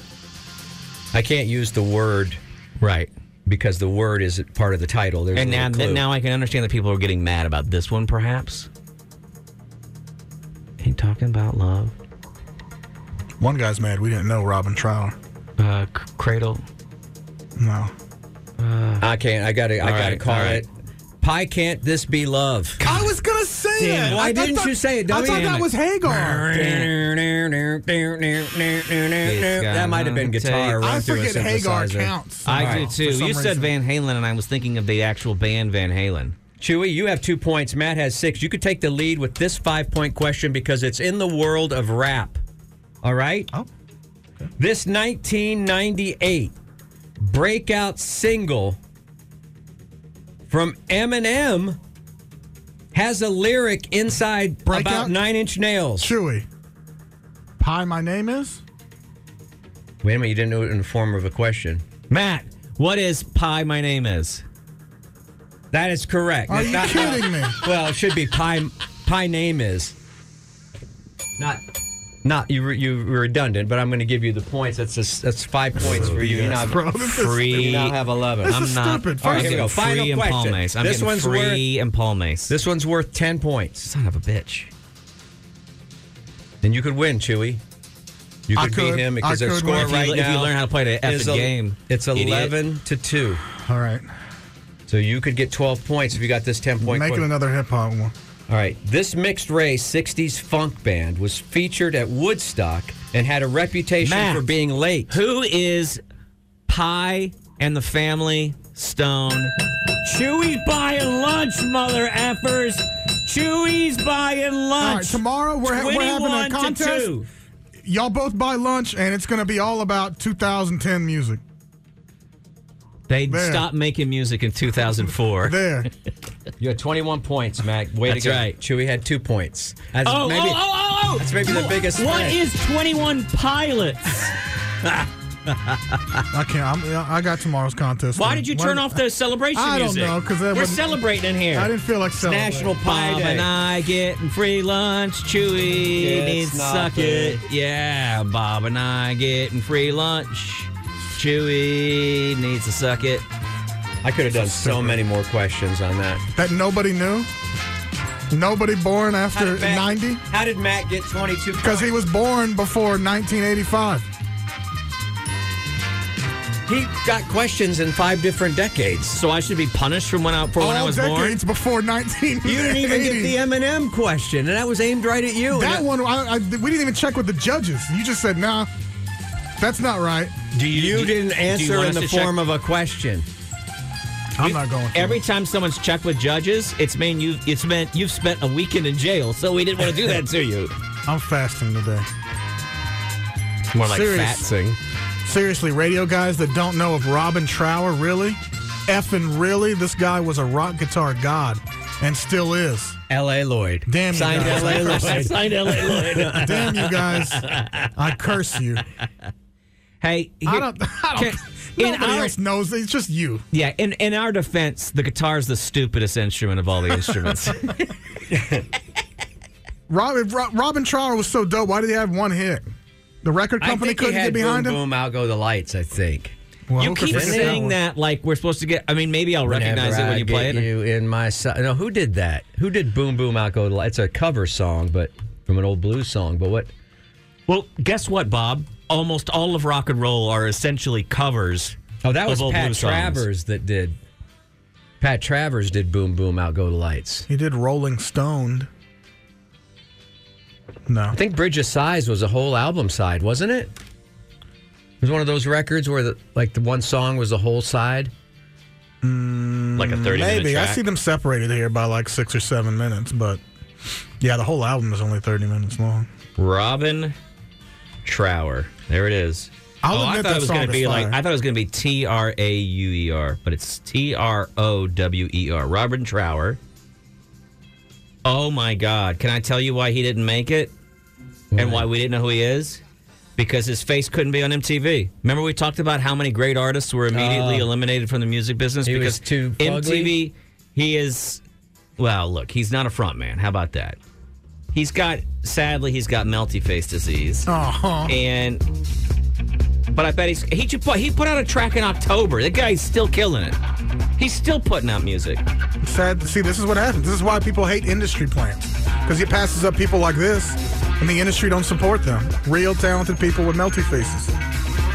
[SPEAKER 1] I can't use the word
[SPEAKER 3] right
[SPEAKER 1] because the word is part of the title. There's
[SPEAKER 3] and
[SPEAKER 1] a
[SPEAKER 3] now,
[SPEAKER 1] little
[SPEAKER 3] th-
[SPEAKER 1] clue.
[SPEAKER 3] now I can understand that people are getting mad about this one, perhaps. Ain't talking about love.
[SPEAKER 2] One guy's mad. We didn't know Robin Trower.
[SPEAKER 3] Uh, c- cradle.
[SPEAKER 2] No.
[SPEAKER 1] I can't. I got to. I
[SPEAKER 3] All
[SPEAKER 1] got to
[SPEAKER 3] right,
[SPEAKER 1] call
[SPEAKER 3] all right.
[SPEAKER 1] it. Pie can't this be love?
[SPEAKER 2] I was going to say
[SPEAKER 1] Damn it.
[SPEAKER 2] that.
[SPEAKER 1] Why
[SPEAKER 2] I- I
[SPEAKER 1] didn't
[SPEAKER 2] thought-
[SPEAKER 1] you say it,
[SPEAKER 2] I
[SPEAKER 1] dummy?
[SPEAKER 2] thought
[SPEAKER 1] Damn
[SPEAKER 2] that
[SPEAKER 1] it.
[SPEAKER 2] was Hagar.
[SPEAKER 3] Eh,
[SPEAKER 1] That might have been guitar. Run through a synthesizer.
[SPEAKER 3] I do
[SPEAKER 1] Right.
[SPEAKER 3] too.
[SPEAKER 1] For some
[SPEAKER 3] You said
[SPEAKER 1] reason.
[SPEAKER 3] Van Halen, and I was thinking of the actual band Van Halen.
[SPEAKER 1] Chewy, you have two points. Matt has six. You could take the lead with this five point question because it's in the world of rap. All right? Oh. This 1998 breakout single from Eminem has a lyric inside about
[SPEAKER 2] Breakout?
[SPEAKER 1] Nine Inch Nails.
[SPEAKER 2] Chewy. Pie, my name is?
[SPEAKER 1] Wait a minute, you didn't do it in the form of a question.
[SPEAKER 3] Matt, what is Pie My Name Is?
[SPEAKER 1] That is correct.
[SPEAKER 2] Are
[SPEAKER 1] It's
[SPEAKER 2] you
[SPEAKER 1] not-
[SPEAKER 2] kidding me?
[SPEAKER 1] Well, it should be Pie, pie Name Is. Not. Not you. were- You were redundant, but I'm going to give you the points. That's just, that's five points for you. You now,
[SPEAKER 3] Oh, bro, this is
[SPEAKER 1] free. You now
[SPEAKER 3] stupid.
[SPEAKER 1] have eleven.
[SPEAKER 3] This is
[SPEAKER 1] not.
[SPEAKER 3] stupid.
[SPEAKER 1] All right,
[SPEAKER 3] First
[SPEAKER 1] here we
[SPEAKER 3] of
[SPEAKER 1] go.
[SPEAKER 3] all,
[SPEAKER 1] Final
[SPEAKER 3] free and
[SPEAKER 1] question.
[SPEAKER 3] palmes. I'm
[SPEAKER 1] this
[SPEAKER 3] getting
[SPEAKER 1] one's
[SPEAKER 3] free
[SPEAKER 1] worth
[SPEAKER 3] and palmes.
[SPEAKER 1] This one's worth ten points. Son
[SPEAKER 3] of a bitch.
[SPEAKER 1] Then you could win, Chewy. You
[SPEAKER 3] I
[SPEAKER 1] could,
[SPEAKER 3] could.
[SPEAKER 1] beat him
[SPEAKER 3] I
[SPEAKER 1] because the
[SPEAKER 3] could
[SPEAKER 1] score
[SPEAKER 3] win. If you-
[SPEAKER 1] right
[SPEAKER 3] if you
[SPEAKER 1] now.
[SPEAKER 3] learn how to play the
[SPEAKER 1] is
[SPEAKER 3] effing
[SPEAKER 1] a-
[SPEAKER 3] game,
[SPEAKER 1] It's
[SPEAKER 3] idiot.
[SPEAKER 1] eleven to two.
[SPEAKER 2] All right.
[SPEAKER 1] So you could get twelve points if you got this ten point.
[SPEAKER 2] Make it
[SPEAKER 1] question.
[SPEAKER 2] another hip hop one.
[SPEAKER 1] All right. This mixed race 60s funk band was featured at Woodstock and had a reputation
[SPEAKER 3] Matt.
[SPEAKER 1] for being late.
[SPEAKER 3] Who is Pie and the Family Stone?
[SPEAKER 14] Chewy's buying lunch, mother effers. Chewy's buying lunch.
[SPEAKER 2] All right, tomorrow we're, ha- we're having
[SPEAKER 14] 21
[SPEAKER 2] a
[SPEAKER 14] to
[SPEAKER 2] contest.
[SPEAKER 14] two.
[SPEAKER 2] Y'all both buy lunch, and it's going to be all about 2010 music.
[SPEAKER 3] They
[SPEAKER 2] There.
[SPEAKER 3] stopped making music in 2004.
[SPEAKER 2] There.
[SPEAKER 1] You had 21 points, Mac. Way
[SPEAKER 3] That's
[SPEAKER 1] to go.
[SPEAKER 3] right.
[SPEAKER 1] Chewy had two points. That's
[SPEAKER 14] Oh,
[SPEAKER 1] maybe,
[SPEAKER 14] oh, oh, oh, oh!
[SPEAKER 1] That's maybe the
[SPEAKER 14] Wh-
[SPEAKER 1] biggest.
[SPEAKER 14] What
[SPEAKER 1] threat.
[SPEAKER 14] is 21 Pilots?
[SPEAKER 2] I can't. I'm, yeah, I got tomorrow's contest.
[SPEAKER 14] Why
[SPEAKER 2] man.
[SPEAKER 14] did you turn off the celebration
[SPEAKER 2] I
[SPEAKER 14] music?
[SPEAKER 2] don't know because
[SPEAKER 14] we're celebrating in here.
[SPEAKER 2] I didn't feel like
[SPEAKER 14] It's
[SPEAKER 2] celebrating.
[SPEAKER 14] National
[SPEAKER 3] Bob and I getting free lunch. Chewy
[SPEAKER 14] It's
[SPEAKER 3] needs to
[SPEAKER 14] not
[SPEAKER 3] suck
[SPEAKER 14] good.
[SPEAKER 3] it. Yeah, Bob and I getting free lunch. Chewy needs to suck it. oh.
[SPEAKER 1] I could have done so many more questions on that.
[SPEAKER 2] that nobody knew. Nobody born after '90
[SPEAKER 1] How did Matt get 22
[SPEAKER 2] because he was born before 1985.
[SPEAKER 1] He got questions in five different decades.
[SPEAKER 3] So I should be punished from when I, for when I
[SPEAKER 2] all
[SPEAKER 3] was born?
[SPEAKER 2] decades before 1980.
[SPEAKER 1] You didn't even get the M&M question, and that was aimed right at you.
[SPEAKER 2] That
[SPEAKER 1] And
[SPEAKER 2] one, I, I, we didn't even check with the judges. You just said, "Nah, that's not right."
[SPEAKER 1] Do you,
[SPEAKER 3] do-
[SPEAKER 1] didn't
[SPEAKER 3] do you
[SPEAKER 1] answer
[SPEAKER 3] want
[SPEAKER 1] in
[SPEAKER 3] us
[SPEAKER 1] the
[SPEAKER 3] to check-
[SPEAKER 1] form of a question.
[SPEAKER 2] I'm not going.
[SPEAKER 3] Every time someone's checked with judges, it's mean you it's meant you've spent a weekend in jail, so we didn't want to do that to you.
[SPEAKER 2] I'm fasting today.
[SPEAKER 3] More like
[SPEAKER 2] Serious-
[SPEAKER 3] fat sing.
[SPEAKER 2] Seriously, radio guys that don't know of Robin Trower, really? Effing really? This guy was a rock guitar god and still is.
[SPEAKER 1] L.A. Lloyd.
[SPEAKER 2] Damn you
[SPEAKER 1] Signed
[SPEAKER 2] guys.
[SPEAKER 1] L.A. Lloyd.
[SPEAKER 3] Signed L.A. Lloyd.
[SPEAKER 2] Damn you guys. I curse you.
[SPEAKER 3] Hey,
[SPEAKER 2] I
[SPEAKER 3] here-
[SPEAKER 2] don't. I don't
[SPEAKER 3] can- in
[SPEAKER 2] nobody
[SPEAKER 3] our-
[SPEAKER 2] else knows. It's just you.
[SPEAKER 3] Yeah, in, in our defense, the guitar's the stupidest instrument of all the instruments.
[SPEAKER 2] Robin, Ro- Robin Trower was so dope. Why did he have one hit? The record
[SPEAKER 1] I
[SPEAKER 2] company
[SPEAKER 1] think he
[SPEAKER 2] couldn't
[SPEAKER 1] had
[SPEAKER 2] get behind
[SPEAKER 1] boom,
[SPEAKER 2] him.
[SPEAKER 1] boom, out go the lights. I think.
[SPEAKER 3] you keep saying that like we're supposed to get. I mean, maybe I'll recognize it
[SPEAKER 1] Whenever
[SPEAKER 3] when
[SPEAKER 1] I
[SPEAKER 3] you play
[SPEAKER 1] get
[SPEAKER 3] it.
[SPEAKER 1] You in my si- no, who did that? Who did boom boom out go the lights? It's a cover song, but from an old blues song. But what?
[SPEAKER 3] Well, guess what, Bob? Almost all of rock and roll are essentially covers.
[SPEAKER 1] Oh, that
[SPEAKER 3] of
[SPEAKER 1] was
[SPEAKER 3] old
[SPEAKER 1] Pat
[SPEAKER 3] blues songs.
[SPEAKER 1] Travers that did. Pat Travers did boom boom out go the lights.
[SPEAKER 2] He did Rolling Stoned. No.
[SPEAKER 1] I think Bridge of Sighs was a whole album side, wasn't it? It was one of those records where the, like the one song was the whole side.
[SPEAKER 3] like a
[SPEAKER 2] Mm, Maybe I see them separated here by like six or seven minutes, but yeah, the whole album is only thirty minutes long.
[SPEAKER 3] Robin Trower. There it is.
[SPEAKER 2] I'll
[SPEAKER 3] oh, I
[SPEAKER 2] admit
[SPEAKER 3] thought
[SPEAKER 2] that
[SPEAKER 3] it was
[SPEAKER 2] song
[SPEAKER 3] gonna
[SPEAKER 2] is
[SPEAKER 3] be like
[SPEAKER 2] fire.
[SPEAKER 3] I thought it was gonna be T R A U E R, but it's T R O W E R. Robin Trower. Oh my God! Can I tell you why he didn't make it, and why we didn't know who he is? Because his face couldn't be on MTV. Remember, we talked about how many great artists were immediately
[SPEAKER 2] Uh,
[SPEAKER 1] Oh.
[SPEAKER 3] eliminated from the music business
[SPEAKER 1] He
[SPEAKER 3] because
[SPEAKER 1] was too
[SPEAKER 3] MTV. He is. Well, look, he's not a front man. How about that? He's got, sadly, he's got melty face disease.
[SPEAKER 2] Aw.
[SPEAKER 3] And, but I bet he's, he, ju- put- he put out a track in October. The guy's still killing it. He's still putting out music.
[SPEAKER 2] It's sad to see. This is what happens. This is why people hate industry plants because it passes up people like this, and the industry don't support them. Real talented people with melty faces.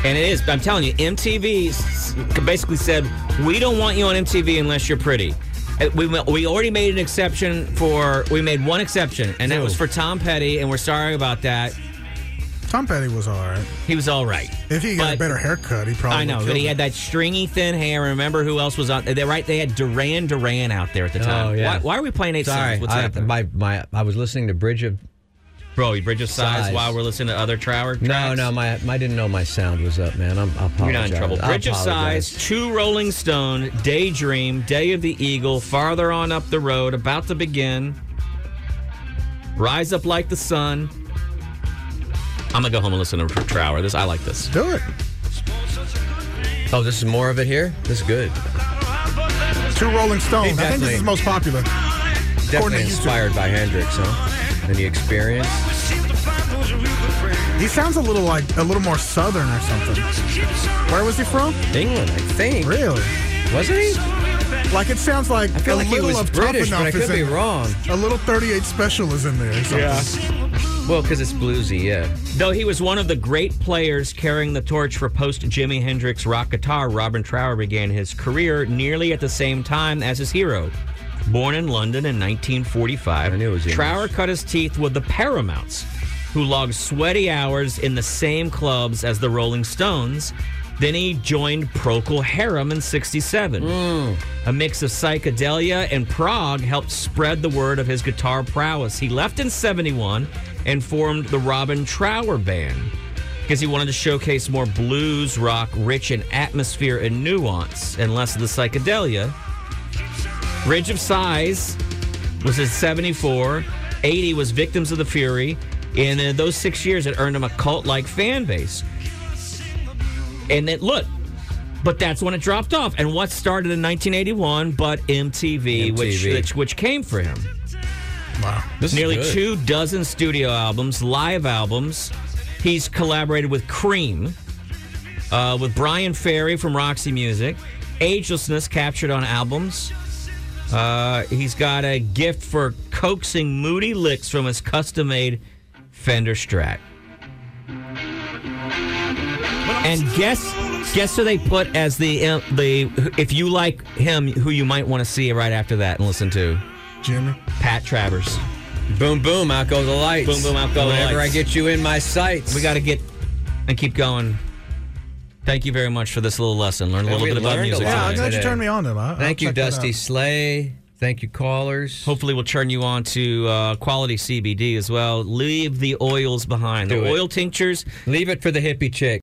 [SPEAKER 3] And it is, I'm telling you, MTV s- basically said, we don't want you on MTV unless you're pretty. Uh, We, we already made an exception for, we made one exception, and that was for Tom Petty, and we're sorry about that.
[SPEAKER 2] Tom Petty was all right.
[SPEAKER 3] He was all right.
[SPEAKER 2] If he got a better haircut, he probably.
[SPEAKER 3] I know,
[SPEAKER 2] would've
[SPEAKER 3] but
[SPEAKER 2] killed
[SPEAKER 3] he had
[SPEAKER 2] it.
[SPEAKER 3] that stringy thin hair. Remember who else was on? They right, they had Duran Duran out there at the time.
[SPEAKER 1] Oh,
[SPEAKER 3] Why,
[SPEAKER 1] yeah.
[SPEAKER 3] why are we playing eight
[SPEAKER 1] Sorry,
[SPEAKER 3] songs? What's
[SPEAKER 1] I,
[SPEAKER 3] happening?
[SPEAKER 1] my my I was listening to Bridge of
[SPEAKER 3] Bro, Bridge of Sighs
[SPEAKER 1] Sighs.
[SPEAKER 3] while we're listening to other Trower tracks?
[SPEAKER 1] No, no, my, my I didn't know my sound was up, man. I'm I apologize.
[SPEAKER 3] You're not in trouble.
[SPEAKER 1] I
[SPEAKER 3] Bridge of
[SPEAKER 1] apologize.
[SPEAKER 3] Sighs, Two Rolling Stone, Daydream, Day of the Eagle, Farther On Up the Road, About to Begin, Rise Up Like the Sun. I'm gonna go home and listen to Trower. This I like this.
[SPEAKER 2] Do it.
[SPEAKER 1] Oh, this is more of it here. This is good.
[SPEAKER 2] Two Rolling Stones. I think this
[SPEAKER 1] definitely-
[SPEAKER 2] is the most popular. According
[SPEAKER 1] Definitely
[SPEAKER 2] to YouTube.
[SPEAKER 1] inspired by Hendrix, huh? And the experience.
[SPEAKER 2] He sounds a little like a little more southern or something. Where was he from?
[SPEAKER 1] England, I think.
[SPEAKER 2] Really?
[SPEAKER 1] Wasn't he?
[SPEAKER 2] Like it sounds like
[SPEAKER 1] feel
[SPEAKER 2] a
[SPEAKER 1] like he
[SPEAKER 2] little
[SPEAKER 1] was
[SPEAKER 2] of
[SPEAKER 1] British,
[SPEAKER 2] tough
[SPEAKER 1] but I
[SPEAKER 2] enough.
[SPEAKER 1] could
[SPEAKER 2] is
[SPEAKER 1] be
[SPEAKER 2] in-
[SPEAKER 1] wrong.
[SPEAKER 2] A little 38 special is in there. or something.
[SPEAKER 1] Well, because it's bluesy, yeah.
[SPEAKER 3] Though he was one of the great players carrying the torch for post Jimi Hendrix rock guitar, Robin Trower began his career nearly at the same time as his hero. Born in London in 1945, Trower cut his teeth with the Paramounts, who logged sweaty hours in the same clubs as the Rolling Stones. Then he joined Procol Harum in 67. A mix of psychedelia and Prague helped spread the word of his guitar prowess. He left in 71 and formed the Robin Trower Band because he wanted to showcase more blues rock rich in atmosphere and nuance and less of the psychedelia. Ridge of Sighs was in 74. 80 was Victims of the Fury. And in those six years, it earned him a cult like fan base. And then, look, but that's when it dropped off. And what started in 1981 but MTV, Which,
[SPEAKER 1] MTV.
[SPEAKER 3] which which came for him.
[SPEAKER 2] Wow.
[SPEAKER 1] This is
[SPEAKER 3] Nearly
[SPEAKER 1] good.
[SPEAKER 3] two dozen studio albums, live albums. He's collaborated with Cream, uh, with Brian Ferry from Roxy Music, Agelessness captured on albums. Uh, he's got a gift for coaxing moody licks from his custom made Fender Strat. And guess guess who they put as the uh, the if you like him who you might want to see right after that and listen to
[SPEAKER 2] Jimmy
[SPEAKER 3] Pat Travers.
[SPEAKER 1] Boom, boom, out go the lights.
[SPEAKER 3] Boom, boom, out go the
[SPEAKER 1] Whenever
[SPEAKER 3] lights.
[SPEAKER 1] I get you in my sights.
[SPEAKER 3] We got to get and keep going. Thank you very much for this little lesson. Learn a
[SPEAKER 1] And
[SPEAKER 3] little
[SPEAKER 1] we
[SPEAKER 3] bit about
[SPEAKER 1] learned a
[SPEAKER 3] music.
[SPEAKER 1] lot
[SPEAKER 3] today.
[SPEAKER 1] Yeah, I'm glad you today. turned
[SPEAKER 2] me on to them. I'll-
[SPEAKER 1] Thank
[SPEAKER 2] I'll
[SPEAKER 1] you,
[SPEAKER 2] check that
[SPEAKER 1] Dusty
[SPEAKER 2] out.
[SPEAKER 1] Slay. Thank you, callers.
[SPEAKER 3] Hopefully, we'll turn you on to uh, quality CBD as well. Leave the oils behind. the oil tinctures.
[SPEAKER 1] Leave it for the hippie chick.